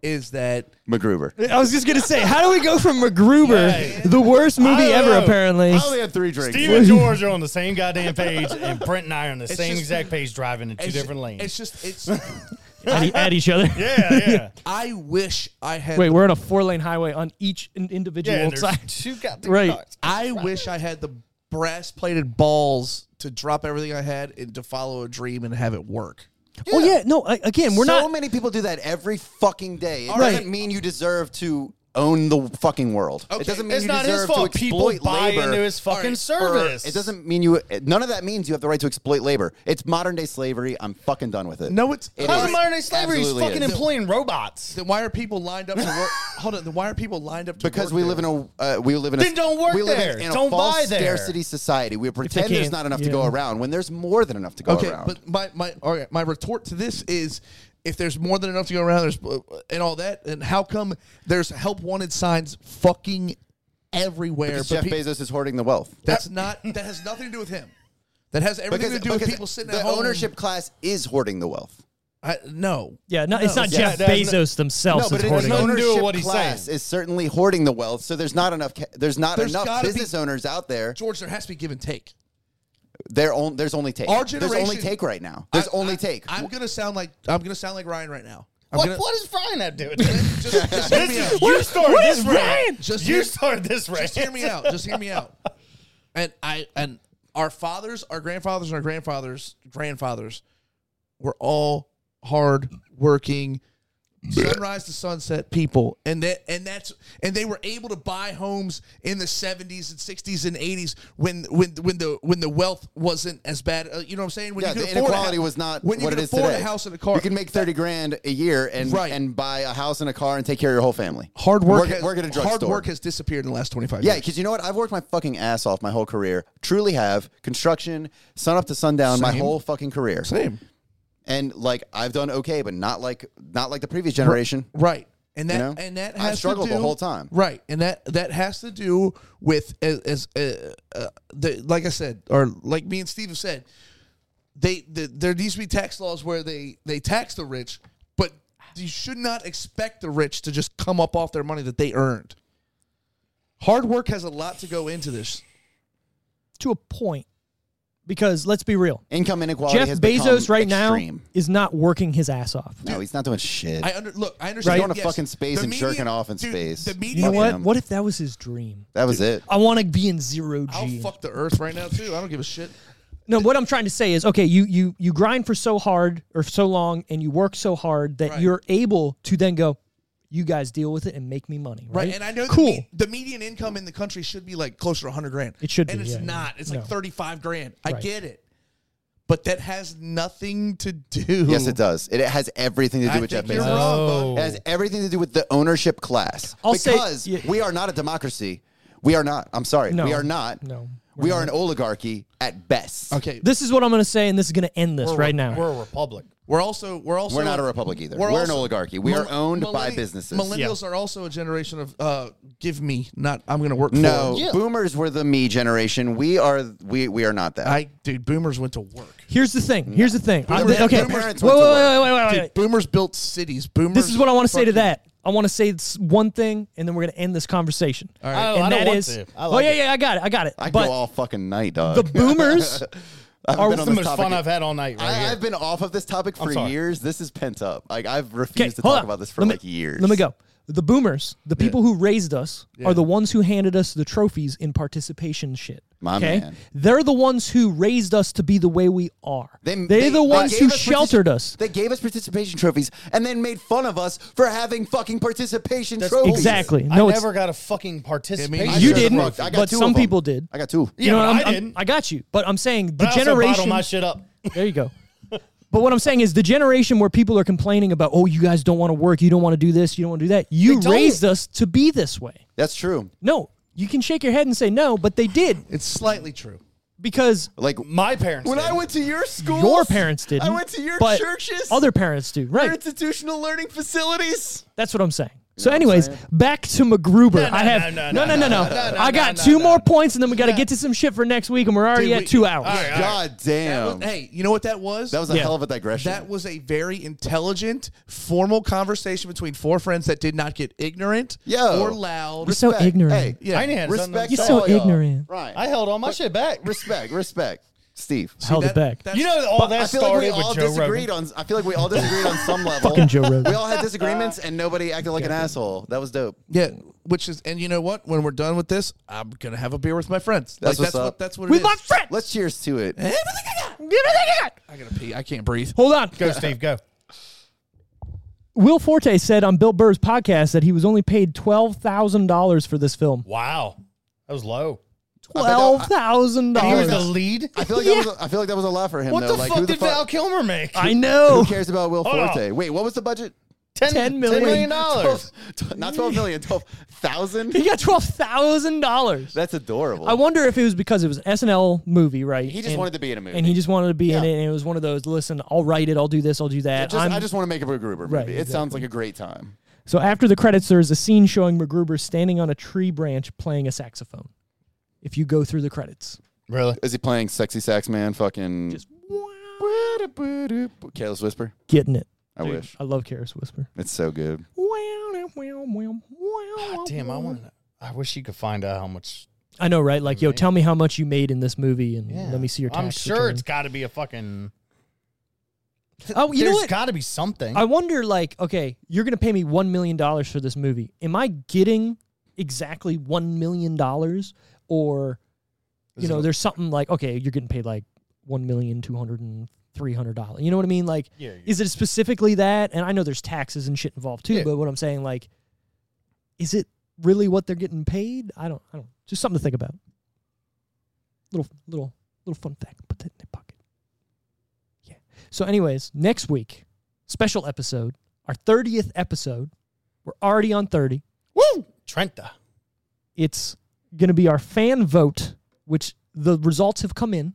Speaker 2: is that
Speaker 3: MacGruber.
Speaker 1: I was just gonna say, how do we go from MacGruber,
Speaker 4: Right.
Speaker 1: the worst
Speaker 4: I
Speaker 1: movie
Speaker 4: don't
Speaker 1: ever,
Speaker 4: know.
Speaker 1: apparently?
Speaker 3: had three drinks.
Speaker 4: Steve
Speaker 1: [LAUGHS]
Speaker 4: and George are on the same goddamn page, and Brent and I are on the same
Speaker 2: just-
Speaker 4: exact page, driving in two
Speaker 2: it's-
Speaker 4: different lanes.
Speaker 2: It's just
Speaker 4: [LAUGHS]
Speaker 2: it's.
Speaker 1: At, each other. [LAUGHS]
Speaker 4: yeah, yeah,
Speaker 2: I wish I had.
Speaker 1: Wait, we're on a four-lane highway on each in-
Speaker 4: yeah.
Speaker 1: individual
Speaker 4: and There's
Speaker 1: side. [LAUGHS]
Speaker 4: two goddamn
Speaker 1: Right.
Speaker 4: cars.
Speaker 2: I wish I had the brass plated balls to drop everything I had and to follow a dream and have it work.
Speaker 1: Oh yeah, no. I, again, we're
Speaker 3: so
Speaker 1: not.
Speaker 3: many people do that every fucking day. It
Speaker 2: All
Speaker 3: doesn't
Speaker 2: right.
Speaker 3: mean you deserve to own the fucking world.
Speaker 2: Okay,
Speaker 3: It doesn't mean
Speaker 4: It's
Speaker 3: you
Speaker 4: not his
Speaker 3: deserve
Speaker 4: fault.
Speaker 3: to
Speaker 4: People
Speaker 3: exploit
Speaker 4: buy
Speaker 3: labor.
Speaker 4: into his fucking
Speaker 3: or-
Speaker 4: service.
Speaker 3: It doesn't mean you. None of that means you have the right to exploit labor. It's modern day slavery. I'm fucking done with it.
Speaker 2: No, it's-
Speaker 3: It
Speaker 4: How's
Speaker 3: is.
Speaker 4: modern day slavery? He's
Speaker 3: Absolutely
Speaker 4: fucking
Speaker 3: is.
Speaker 4: employing robots.
Speaker 2: Then why are people lined up to
Speaker 4: [LAUGHS]
Speaker 2: work? Hold on. Then why are people lined up to work
Speaker 3: Because we
Speaker 2: there?
Speaker 3: live in a uh, we live in a
Speaker 4: Then don't work
Speaker 3: we live in-
Speaker 4: there.
Speaker 3: In, a
Speaker 4: Don't
Speaker 3: false
Speaker 4: buy there.
Speaker 3: scarcity society. We pretend
Speaker 1: can't-
Speaker 3: there's not enough to go
Speaker 1: yeah.
Speaker 3: around when there's more than enough to go
Speaker 2: Okay,
Speaker 3: around.
Speaker 2: but my my all right, my retort to this is if there's more than enough to go around, there's uh, and all that, and how come there's help wanted signs fucking everywhere?
Speaker 3: Because
Speaker 2: but
Speaker 3: Jeff
Speaker 2: pe-
Speaker 3: Bezos is hoarding the wealth.
Speaker 2: that's not that has nothing to do with him. That has everything to do with
Speaker 3: because
Speaker 2: people sitting
Speaker 3: the
Speaker 2: at home.
Speaker 3: ownership class is hoarding the wealth.
Speaker 2: I, no,
Speaker 1: Yeah, no, it's not
Speaker 4: yeah,
Speaker 1: Jeff
Speaker 4: that-
Speaker 1: Bezos themselves.
Speaker 3: no,
Speaker 1: is
Speaker 3: but
Speaker 1: hoarding
Speaker 3: the
Speaker 1: it.
Speaker 4: nothing to do with
Speaker 3: ownership
Speaker 4: what he's
Speaker 3: class
Speaker 4: saying.
Speaker 3: is certainly hoarding the wealth. So there's not enough. Ca- there's not
Speaker 2: There's
Speaker 3: enough
Speaker 2: gotta be-
Speaker 3: business owners out there.
Speaker 2: George, there has to be give and take.
Speaker 3: They're on, there's only take.
Speaker 2: Our
Speaker 3: there's only
Speaker 2: generation-
Speaker 3: take right now. There's
Speaker 2: I-
Speaker 3: only
Speaker 2: I-
Speaker 3: take.
Speaker 2: I'm gonna sound like I'm gonna sound like Ryan right now. I'm
Speaker 4: What,
Speaker 2: gonna-
Speaker 4: what is Brian up doing? This
Speaker 2: [LAUGHS] Just, just
Speaker 4: [LAUGHS]
Speaker 2: hear me
Speaker 4: is-
Speaker 2: out.
Speaker 4: you started
Speaker 1: what
Speaker 4: this
Speaker 1: is Brian?
Speaker 4: rant.
Speaker 2: Just
Speaker 4: you
Speaker 2: hear-
Speaker 4: started this rant.
Speaker 2: Just hear me out. Just hear me out. And I and our fathers, our grandfathers, and our grandfathers, grandfathers, were all hard working, sunrise to sunset people, and that and that's and they were able to buy homes in the seventies and sixties and eighties when when when the when the wealth wasn't as bad. Uh, you know what I'm saying? When
Speaker 3: yeah,
Speaker 2: could
Speaker 3: the
Speaker 2: afford a
Speaker 3: inequality
Speaker 2: hou-
Speaker 3: was not
Speaker 2: when you
Speaker 3: what
Speaker 2: could
Speaker 3: it is
Speaker 2: afford
Speaker 3: today.
Speaker 2: a house and a car.
Speaker 3: You can make thirty grand a year and
Speaker 2: Right.
Speaker 3: and buy a house and a car and take care of your whole family.
Speaker 2: hard work.
Speaker 3: Work,
Speaker 2: has,
Speaker 3: work at a
Speaker 2: hard
Speaker 3: drugstore.
Speaker 2: work has disappeared in the last twenty five.
Speaker 3: Yeah,
Speaker 2: years.
Speaker 3: because you know what? I've worked my fucking ass off my whole career. Truly have construction, sun up to sundown, my
Speaker 2: Same.
Speaker 3: whole fucking career.
Speaker 2: same.
Speaker 3: And like I've done okay, but not like not like the previous generation.
Speaker 2: Right. And that
Speaker 3: You know?
Speaker 2: and that
Speaker 3: I
Speaker 2: has
Speaker 3: struggled
Speaker 2: to
Speaker 3: the
Speaker 2: do,
Speaker 3: whole time.
Speaker 2: Right. And that that has to do with as, as uh, uh, the like I said or like me and Steve have said they the, there needs to be tax laws where they they tax the rich, but you should not expect the rich to just come up off their money that they earned. Hard work has a lot to go into this.
Speaker 1: to a point, because let's be real.
Speaker 3: Income inequality
Speaker 1: Jeff
Speaker 3: has become
Speaker 1: Bezos right
Speaker 3: extreme.
Speaker 1: now is not working his ass off.
Speaker 3: No, he's not doing shit.
Speaker 2: I under look. I understand.
Speaker 1: Right.
Speaker 3: Going to
Speaker 2: yes,
Speaker 3: fucking space
Speaker 2: the
Speaker 3: and
Speaker 2: median-
Speaker 3: jerking off in
Speaker 2: dude,
Speaker 3: space.
Speaker 2: The
Speaker 3: You
Speaker 1: You
Speaker 2: median.
Speaker 1: know what?
Speaker 3: him.
Speaker 1: What if that was his dream?
Speaker 3: that was it.
Speaker 1: I want to be in zero
Speaker 2: I'll
Speaker 1: G.
Speaker 2: fuck the earth right now too. I don't give a shit.
Speaker 1: No, what I'm trying to say is, okay, you you you grind for so hard or so long, and you work so hard that
Speaker 2: Right.
Speaker 1: you're able to then go. You guys deal with it and make me money, right?
Speaker 2: Right, and I know
Speaker 1: cool.
Speaker 2: the, me- the median income in the country should be like closer to 100 grand.
Speaker 1: It should
Speaker 2: and
Speaker 1: be,
Speaker 2: it's
Speaker 1: yeah, yeah.
Speaker 2: not. It's
Speaker 1: No.
Speaker 2: like 35 grand. I
Speaker 1: Right.
Speaker 2: get it, but that has nothing to do.
Speaker 3: Yes, it does. It has everything to do
Speaker 2: I
Speaker 3: with Jeff
Speaker 2: think
Speaker 3: Bezos.
Speaker 2: you're wrong,
Speaker 4: Oh.
Speaker 2: bud.
Speaker 3: It has everything to do with the ownership class.
Speaker 1: I'll say-
Speaker 3: because
Speaker 1: yeah.
Speaker 3: we are not a democracy. We are not. I'm sorry.
Speaker 1: No.
Speaker 3: We are not.
Speaker 1: No,
Speaker 3: We are an oligarchy at best.
Speaker 2: Okay,
Speaker 1: this is what I'm going to say, and this is going to end this right now.
Speaker 4: We're a republic.
Speaker 2: we're also we're also
Speaker 3: We're not a republic either. We're, an
Speaker 2: also-
Speaker 3: oligarchy. We are
Speaker 2: Mil-
Speaker 3: owned by
Speaker 2: millenni-
Speaker 3: businesses.
Speaker 2: Millennials are also a generation of uh, give me, not I'm going to work.
Speaker 3: No,
Speaker 2: for it.
Speaker 3: boomers were the me generation. We are we we are not that.
Speaker 2: I dude, boomers went to work.
Speaker 1: Here's the thing. Here's the thing. I'm the-
Speaker 3: their
Speaker 1: okay. Wait, wait,
Speaker 3: parents
Speaker 1: wait,
Speaker 3: went to
Speaker 1: wait, wait, wait, wait.
Speaker 2: Dude, boomers built cities. Boomers.
Speaker 1: This is what I want to say to
Speaker 2: fucking-
Speaker 1: that. I want to say this one thing, and then we're going to end this conversation. All
Speaker 4: right. Oh, I
Speaker 1: and
Speaker 4: don't
Speaker 1: that
Speaker 4: want
Speaker 1: is-
Speaker 4: to. I
Speaker 1: oh
Speaker 4: like
Speaker 1: yeah,
Speaker 4: it.
Speaker 1: yeah, I got it, I got it.
Speaker 3: I
Speaker 1: but
Speaker 3: go all fucking night, dog. [LAUGHS]
Speaker 1: the boomers
Speaker 3: I've
Speaker 1: are
Speaker 3: been on
Speaker 4: It's the
Speaker 3: this
Speaker 4: most
Speaker 3: topic-
Speaker 4: fun I've had all night right
Speaker 3: I,
Speaker 4: here.
Speaker 3: I've been off of this topic for
Speaker 4: sorry.
Speaker 3: years. This is pent up. Like I've
Speaker 1: Okay,
Speaker 3: refused to
Speaker 1: hold
Speaker 3: talk
Speaker 1: on.
Speaker 3: about this for
Speaker 1: Let
Speaker 3: like
Speaker 1: me,
Speaker 3: years.
Speaker 1: Let me go. The boomers, the people who raised us, are the ones who handed us the trophies in participation shit.
Speaker 3: My
Speaker 1: okay?
Speaker 3: man.
Speaker 1: They're the ones who raised us to be the way we are.
Speaker 3: They,
Speaker 1: are the
Speaker 3: they- they
Speaker 1: ones
Speaker 3: gave
Speaker 1: who
Speaker 3: us partici-
Speaker 1: sheltered us.
Speaker 3: They gave us participation trophies and then made fun of us for having fucking participation trophies.
Speaker 1: Exactly.
Speaker 4: I
Speaker 1: No, it's
Speaker 4: never got a fucking participation.
Speaker 3: I
Speaker 1: you
Speaker 3: sure
Speaker 1: didn't,
Speaker 3: looked. I got
Speaker 1: but
Speaker 3: two
Speaker 1: some
Speaker 3: of 'em.
Speaker 1: people did.
Speaker 3: I got two.
Speaker 4: Yeah,
Speaker 1: you know,
Speaker 4: but
Speaker 1: I'm-
Speaker 4: I
Speaker 1: I'm-
Speaker 4: didn't.
Speaker 1: I got you, but I'm saying the
Speaker 4: But I also bottle
Speaker 1: generation.
Speaker 4: my shit up.
Speaker 1: There you go. But what I'm saying is the generation where people are complaining about, oh, you guys don't want to work, you don't want to do this, you don't want to do that. You raised us to be this way.
Speaker 3: That's true.
Speaker 1: No, you can shake your head and say no, but they did
Speaker 2: It's slightly true.
Speaker 1: because
Speaker 3: Like
Speaker 4: My parents.
Speaker 3: when
Speaker 4: did.
Speaker 3: I went to your school,
Speaker 1: your parents didn't.
Speaker 3: I went to your
Speaker 1: but
Speaker 3: churches,
Speaker 1: Other parents do,
Speaker 3: your
Speaker 1: right?
Speaker 3: institutional learning facilities.
Speaker 1: That's what I'm saying. So, anyways, back to MacGruber. I have
Speaker 4: no,
Speaker 1: no, no,
Speaker 4: no,
Speaker 1: no,
Speaker 4: no,
Speaker 1: no.
Speaker 4: no, no,
Speaker 1: I got
Speaker 4: no,
Speaker 1: two
Speaker 4: no,
Speaker 1: more points, and then we got to get to some shit for next week, and we're already
Speaker 2: Dude,
Speaker 1: at
Speaker 2: we-
Speaker 1: two hours.
Speaker 4: all right, all right.
Speaker 3: God damn,
Speaker 2: Hey, you know what that was?
Speaker 3: Um, that was a
Speaker 1: Yeah.
Speaker 3: hell of a digression.
Speaker 2: That was a very intelligent, formal conversation between four friends that did not get ignorant
Speaker 3: Yo.
Speaker 2: or loud.
Speaker 1: You're so
Speaker 3: Respect.
Speaker 1: ignorant.
Speaker 3: Hey,
Speaker 2: Yeah.
Speaker 4: I had something
Speaker 3: respect.
Speaker 4: to
Speaker 1: You're
Speaker 4: say.
Speaker 3: to
Speaker 1: so
Speaker 3: all y'all.
Speaker 1: ignorant.
Speaker 3: Right.
Speaker 4: I held all my shit back.
Speaker 3: respect. Respect. Steve.
Speaker 1: Held it
Speaker 2: That-
Speaker 1: back.
Speaker 2: that's-
Speaker 4: You know, all that
Speaker 3: I feel like we
Speaker 4: started
Speaker 3: all
Speaker 4: with Joe
Speaker 3: disagreed
Speaker 4: Rogan.
Speaker 3: on. I feel like we all disagreed on some level.
Speaker 1: Fucking Joe Rogan.
Speaker 3: We all had disagreements, and nobody acted like an asshole. That was dope.
Speaker 2: yeah, which is, and you know what? When we're done with this, I'm gonna have a beer with my friends.
Speaker 3: That's
Speaker 2: like,
Speaker 3: what's
Speaker 2: that's
Speaker 3: up.
Speaker 2: what that's what
Speaker 1: We
Speaker 2: it is.
Speaker 1: my friends.
Speaker 3: Let's cheers to it.
Speaker 2: I gotta pee. I can't breathe.
Speaker 1: Hold on.
Speaker 4: Go, Steve. Go.
Speaker 1: Will Forte said on Bill Burr's podcast that he was only paid twelve thousand dollars for this film.
Speaker 4: Wow, that was low.
Speaker 3: uh,
Speaker 1: Twelve thousand
Speaker 4: He was the
Speaker 1: dollars.
Speaker 4: lead.
Speaker 3: I feel like that was. A, I feel like that was a lot for him.
Speaker 4: What
Speaker 3: though.
Speaker 4: the
Speaker 3: like, who
Speaker 4: fuck Uh,
Speaker 3: the
Speaker 4: did
Speaker 3: fuck,
Speaker 4: Val Kilmer make?
Speaker 1: I
Speaker 3: Who
Speaker 1: know.
Speaker 3: cares about Will
Speaker 4: Hold
Speaker 3: Forte? Wait, what was the budget? [LAUGHS]
Speaker 4: Ten,
Speaker 1: $10
Speaker 4: $10
Speaker 1: million.
Speaker 4: million dollars.
Speaker 3: Tw- Not twelve million. Twelve thousand.
Speaker 1: He [LAUGHS] got twelve thousand dollars.
Speaker 3: That's adorable.
Speaker 1: I wonder if it was because it was an SNL movie, right?
Speaker 3: He just wanted to be in a movie.
Speaker 1: and he just wanted to be in
Speaker 3: Yeah.
Speaker 1: it. And it was one of those. Listen, I'll write it. I'll do this. I'll do that.
Speaker 3: Just,
Speaker 1: I'm-
Speaker 3: I just want to make a MacGruber movie.
Speaker 1: Right,
Speaker 3: it sounds like a great time.
Speaker 1: so after the credits, there is a scene showing MacGruber standing on a tree branch playing a saxophone. If you go through the credits,
Speaker 4: Really?
Speaker 3: Is he playing sexy sax man? Fucking
Speaker 1: just
Speaker 3: careless whisper.
Speaker 1: getting it.
Speaker 3: I wish
Speaker 1: I love Karis Whisper.
Speaker 3: it's so good.
Speaker 4: Damn, I want. I wish you could find out how much.
Speaker 1: I know, right? Like, yo, tell me how much you made in this movie, and let me see your tax
Speaker 4: I'm sure
Speaker 1: return.
Speaker 4: it's got to be a fucking.
Speaker 1: Oh, you know
Speaker 4: There's
Speaker 1: what?
Speaker 4: got to be something.
Speaker 1: I wonder, like, okay, you're gonna pay me one million dollars for this movie. Am I getting exactly one million dollars, or you know, there's something like, okay, you're getting paid like one million two hundred and three hundred dollars. You know what I mean? Like,
Speaker 4: Yeah, yeah.
Speaker 1: is it specifically that? And I know there's taxes and shit involved too.
Speaker 4: Yeah.
Speaker 1: But what I'm saying, like, is it really what they're getting paid? I don't. I don't. Just something to think about. Little little little fun fact. Put that in their pocket. Yeah. So, anyways, next week special episode, our 30th episode. We're already on 30.
Speaker 4: Woo! Trenta.
Speaker 1: It's going to be our fan vote, which the results have come in.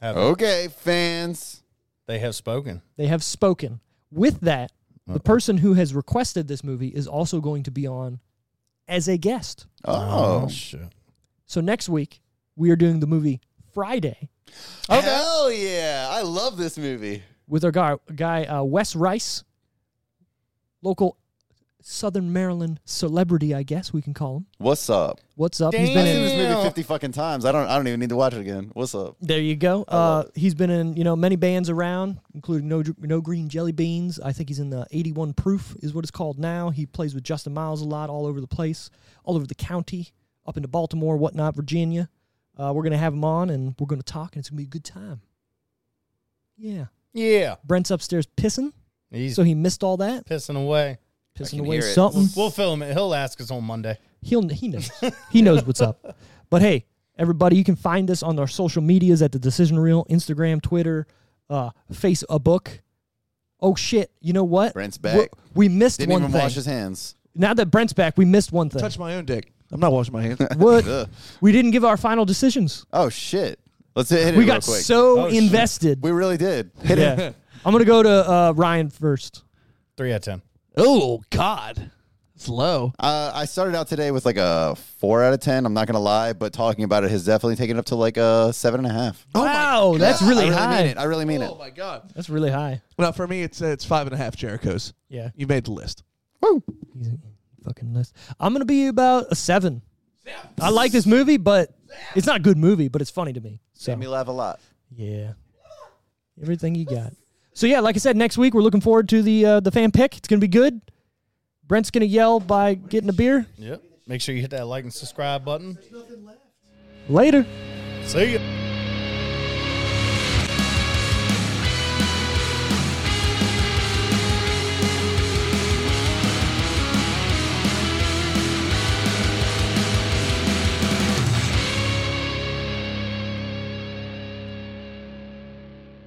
Speaker 4: Have-
Speaker 3: Okay, fans.
Speaker 4: They have spoken.
Speaker 1: They have spoken. With that, the person who has requested this movie is also going to be on as a guest.
Speaker 3: Oh,
Speaker 4: shit.
Speaker 1: So next week, we are doing the movie Friday
Speaker 3: hell yeah! I love this movie.
Speaker 1: with our guy, guy uh, Wes Rice, local Southern Maryland celebrity, I guess we can call him.
Speaker 3: What's up?
Speaker 1: What's up? He's
Speaker 3: I've
Speaker 1: been
Speaker 3: seen
Speaker 1: in
Speaker 3: this movie fifty fucking times. I don't. I don't even need to watch it again. What's up?
Speaker 1: There you go. Uh, he's been in you know many bands around, including No Dr- No Green Jelly Beans. I think he's in the 81 Proof is what it's called now. He plays with Justin Miles a lot, all over the place, all over the county, up into Baltimore, whatnot, Virginia. Uh, we're gonna have him on, and we're gonna talk, and it's gonna be a good time. Yeah,
Speaker 4: Yeah.
Speaker 1: Brent's upstairs pissing,
Speaker 4: He's
Speaker 1: so he missed all that,
Speaker 4: pissing away.
Speaker 1: pissing
Speaker 3: can
Speaker 1: away
Speaker 3: hear it.
Speaker 1: something.
Speaker 4: We'll film it. He'll ask us on Monday.
Speaker 1: He'll he knows. he knows what's up. But hey, everybody, you can find us on our social medias at the Decision Reel, Instagram, Twitter, uh, Facebook. Oh shit! You know what?
Speaker 3: Brent's
Speaker 1: We-
Speaker 3: back.
Speaker 1: We, missed
Speaker 3: Didn't
Speaker 1: one
Speaker 3: even
Speaker 1: thing.
Speaker 3: wash his hands.
Speaker 1: now that Brent's back, we missed one thing.
Speaker 2: Touch my own dick. I'm not washing my hands.
Speaker 1: What?
Speaker 3: Ugh.
Speaker 1: we didn't give our final decisions.
Speaker 3: Oh shit! Let's hit it
Speaker 1: We
Speaker 3: real
Speaker 1: got
Speaker 3: quick.
Speaker 1: so
Speaker 4: Oh, shit.
Speaker 1: invested.
Speaker 3: we really did. Hit it.
Speaker 1: Yeah. I'm gonna go to uh, Ryan first.
Speaker 4: Three out of ten.
Speaker 2: [LAUGHS] oh God, it's low.
Speaker 3: Uh, I started out today with like a four out of ten. I'm not gonna lie, but talking about it has definitely taken it up to like a seven and a half.
Speaker 1: wow, that's really,
Speaker 3: Oh I really
Speaker 1: high.
Speaker 3: mean it. I really mean it.
Speaker 2: Oh, my God.
Speaker 1: That's really high.
Speaker 2: Well, for me, it's uh, it's five and a half Jerichos.
Speaker 1: Yeah.
Speaker 2: You made the list.
Speaker 1: He's a fucking list. I'm gonna be about a seven. I like this movie, but it's not a good movie, but it's funny to me. So
Speaker 3: Made me laugh a lot.
Speaker 1: yeah, everything you got. So yeah, like I said, next week we're looking forward to the uh, the fan pick. It's gonna be good. Brent's gonna yell by getting a beer
Speaker 4: Yep. Make sure you hit that like and subscribe button.
Speaker 1: later.
Speaker 4: See ya.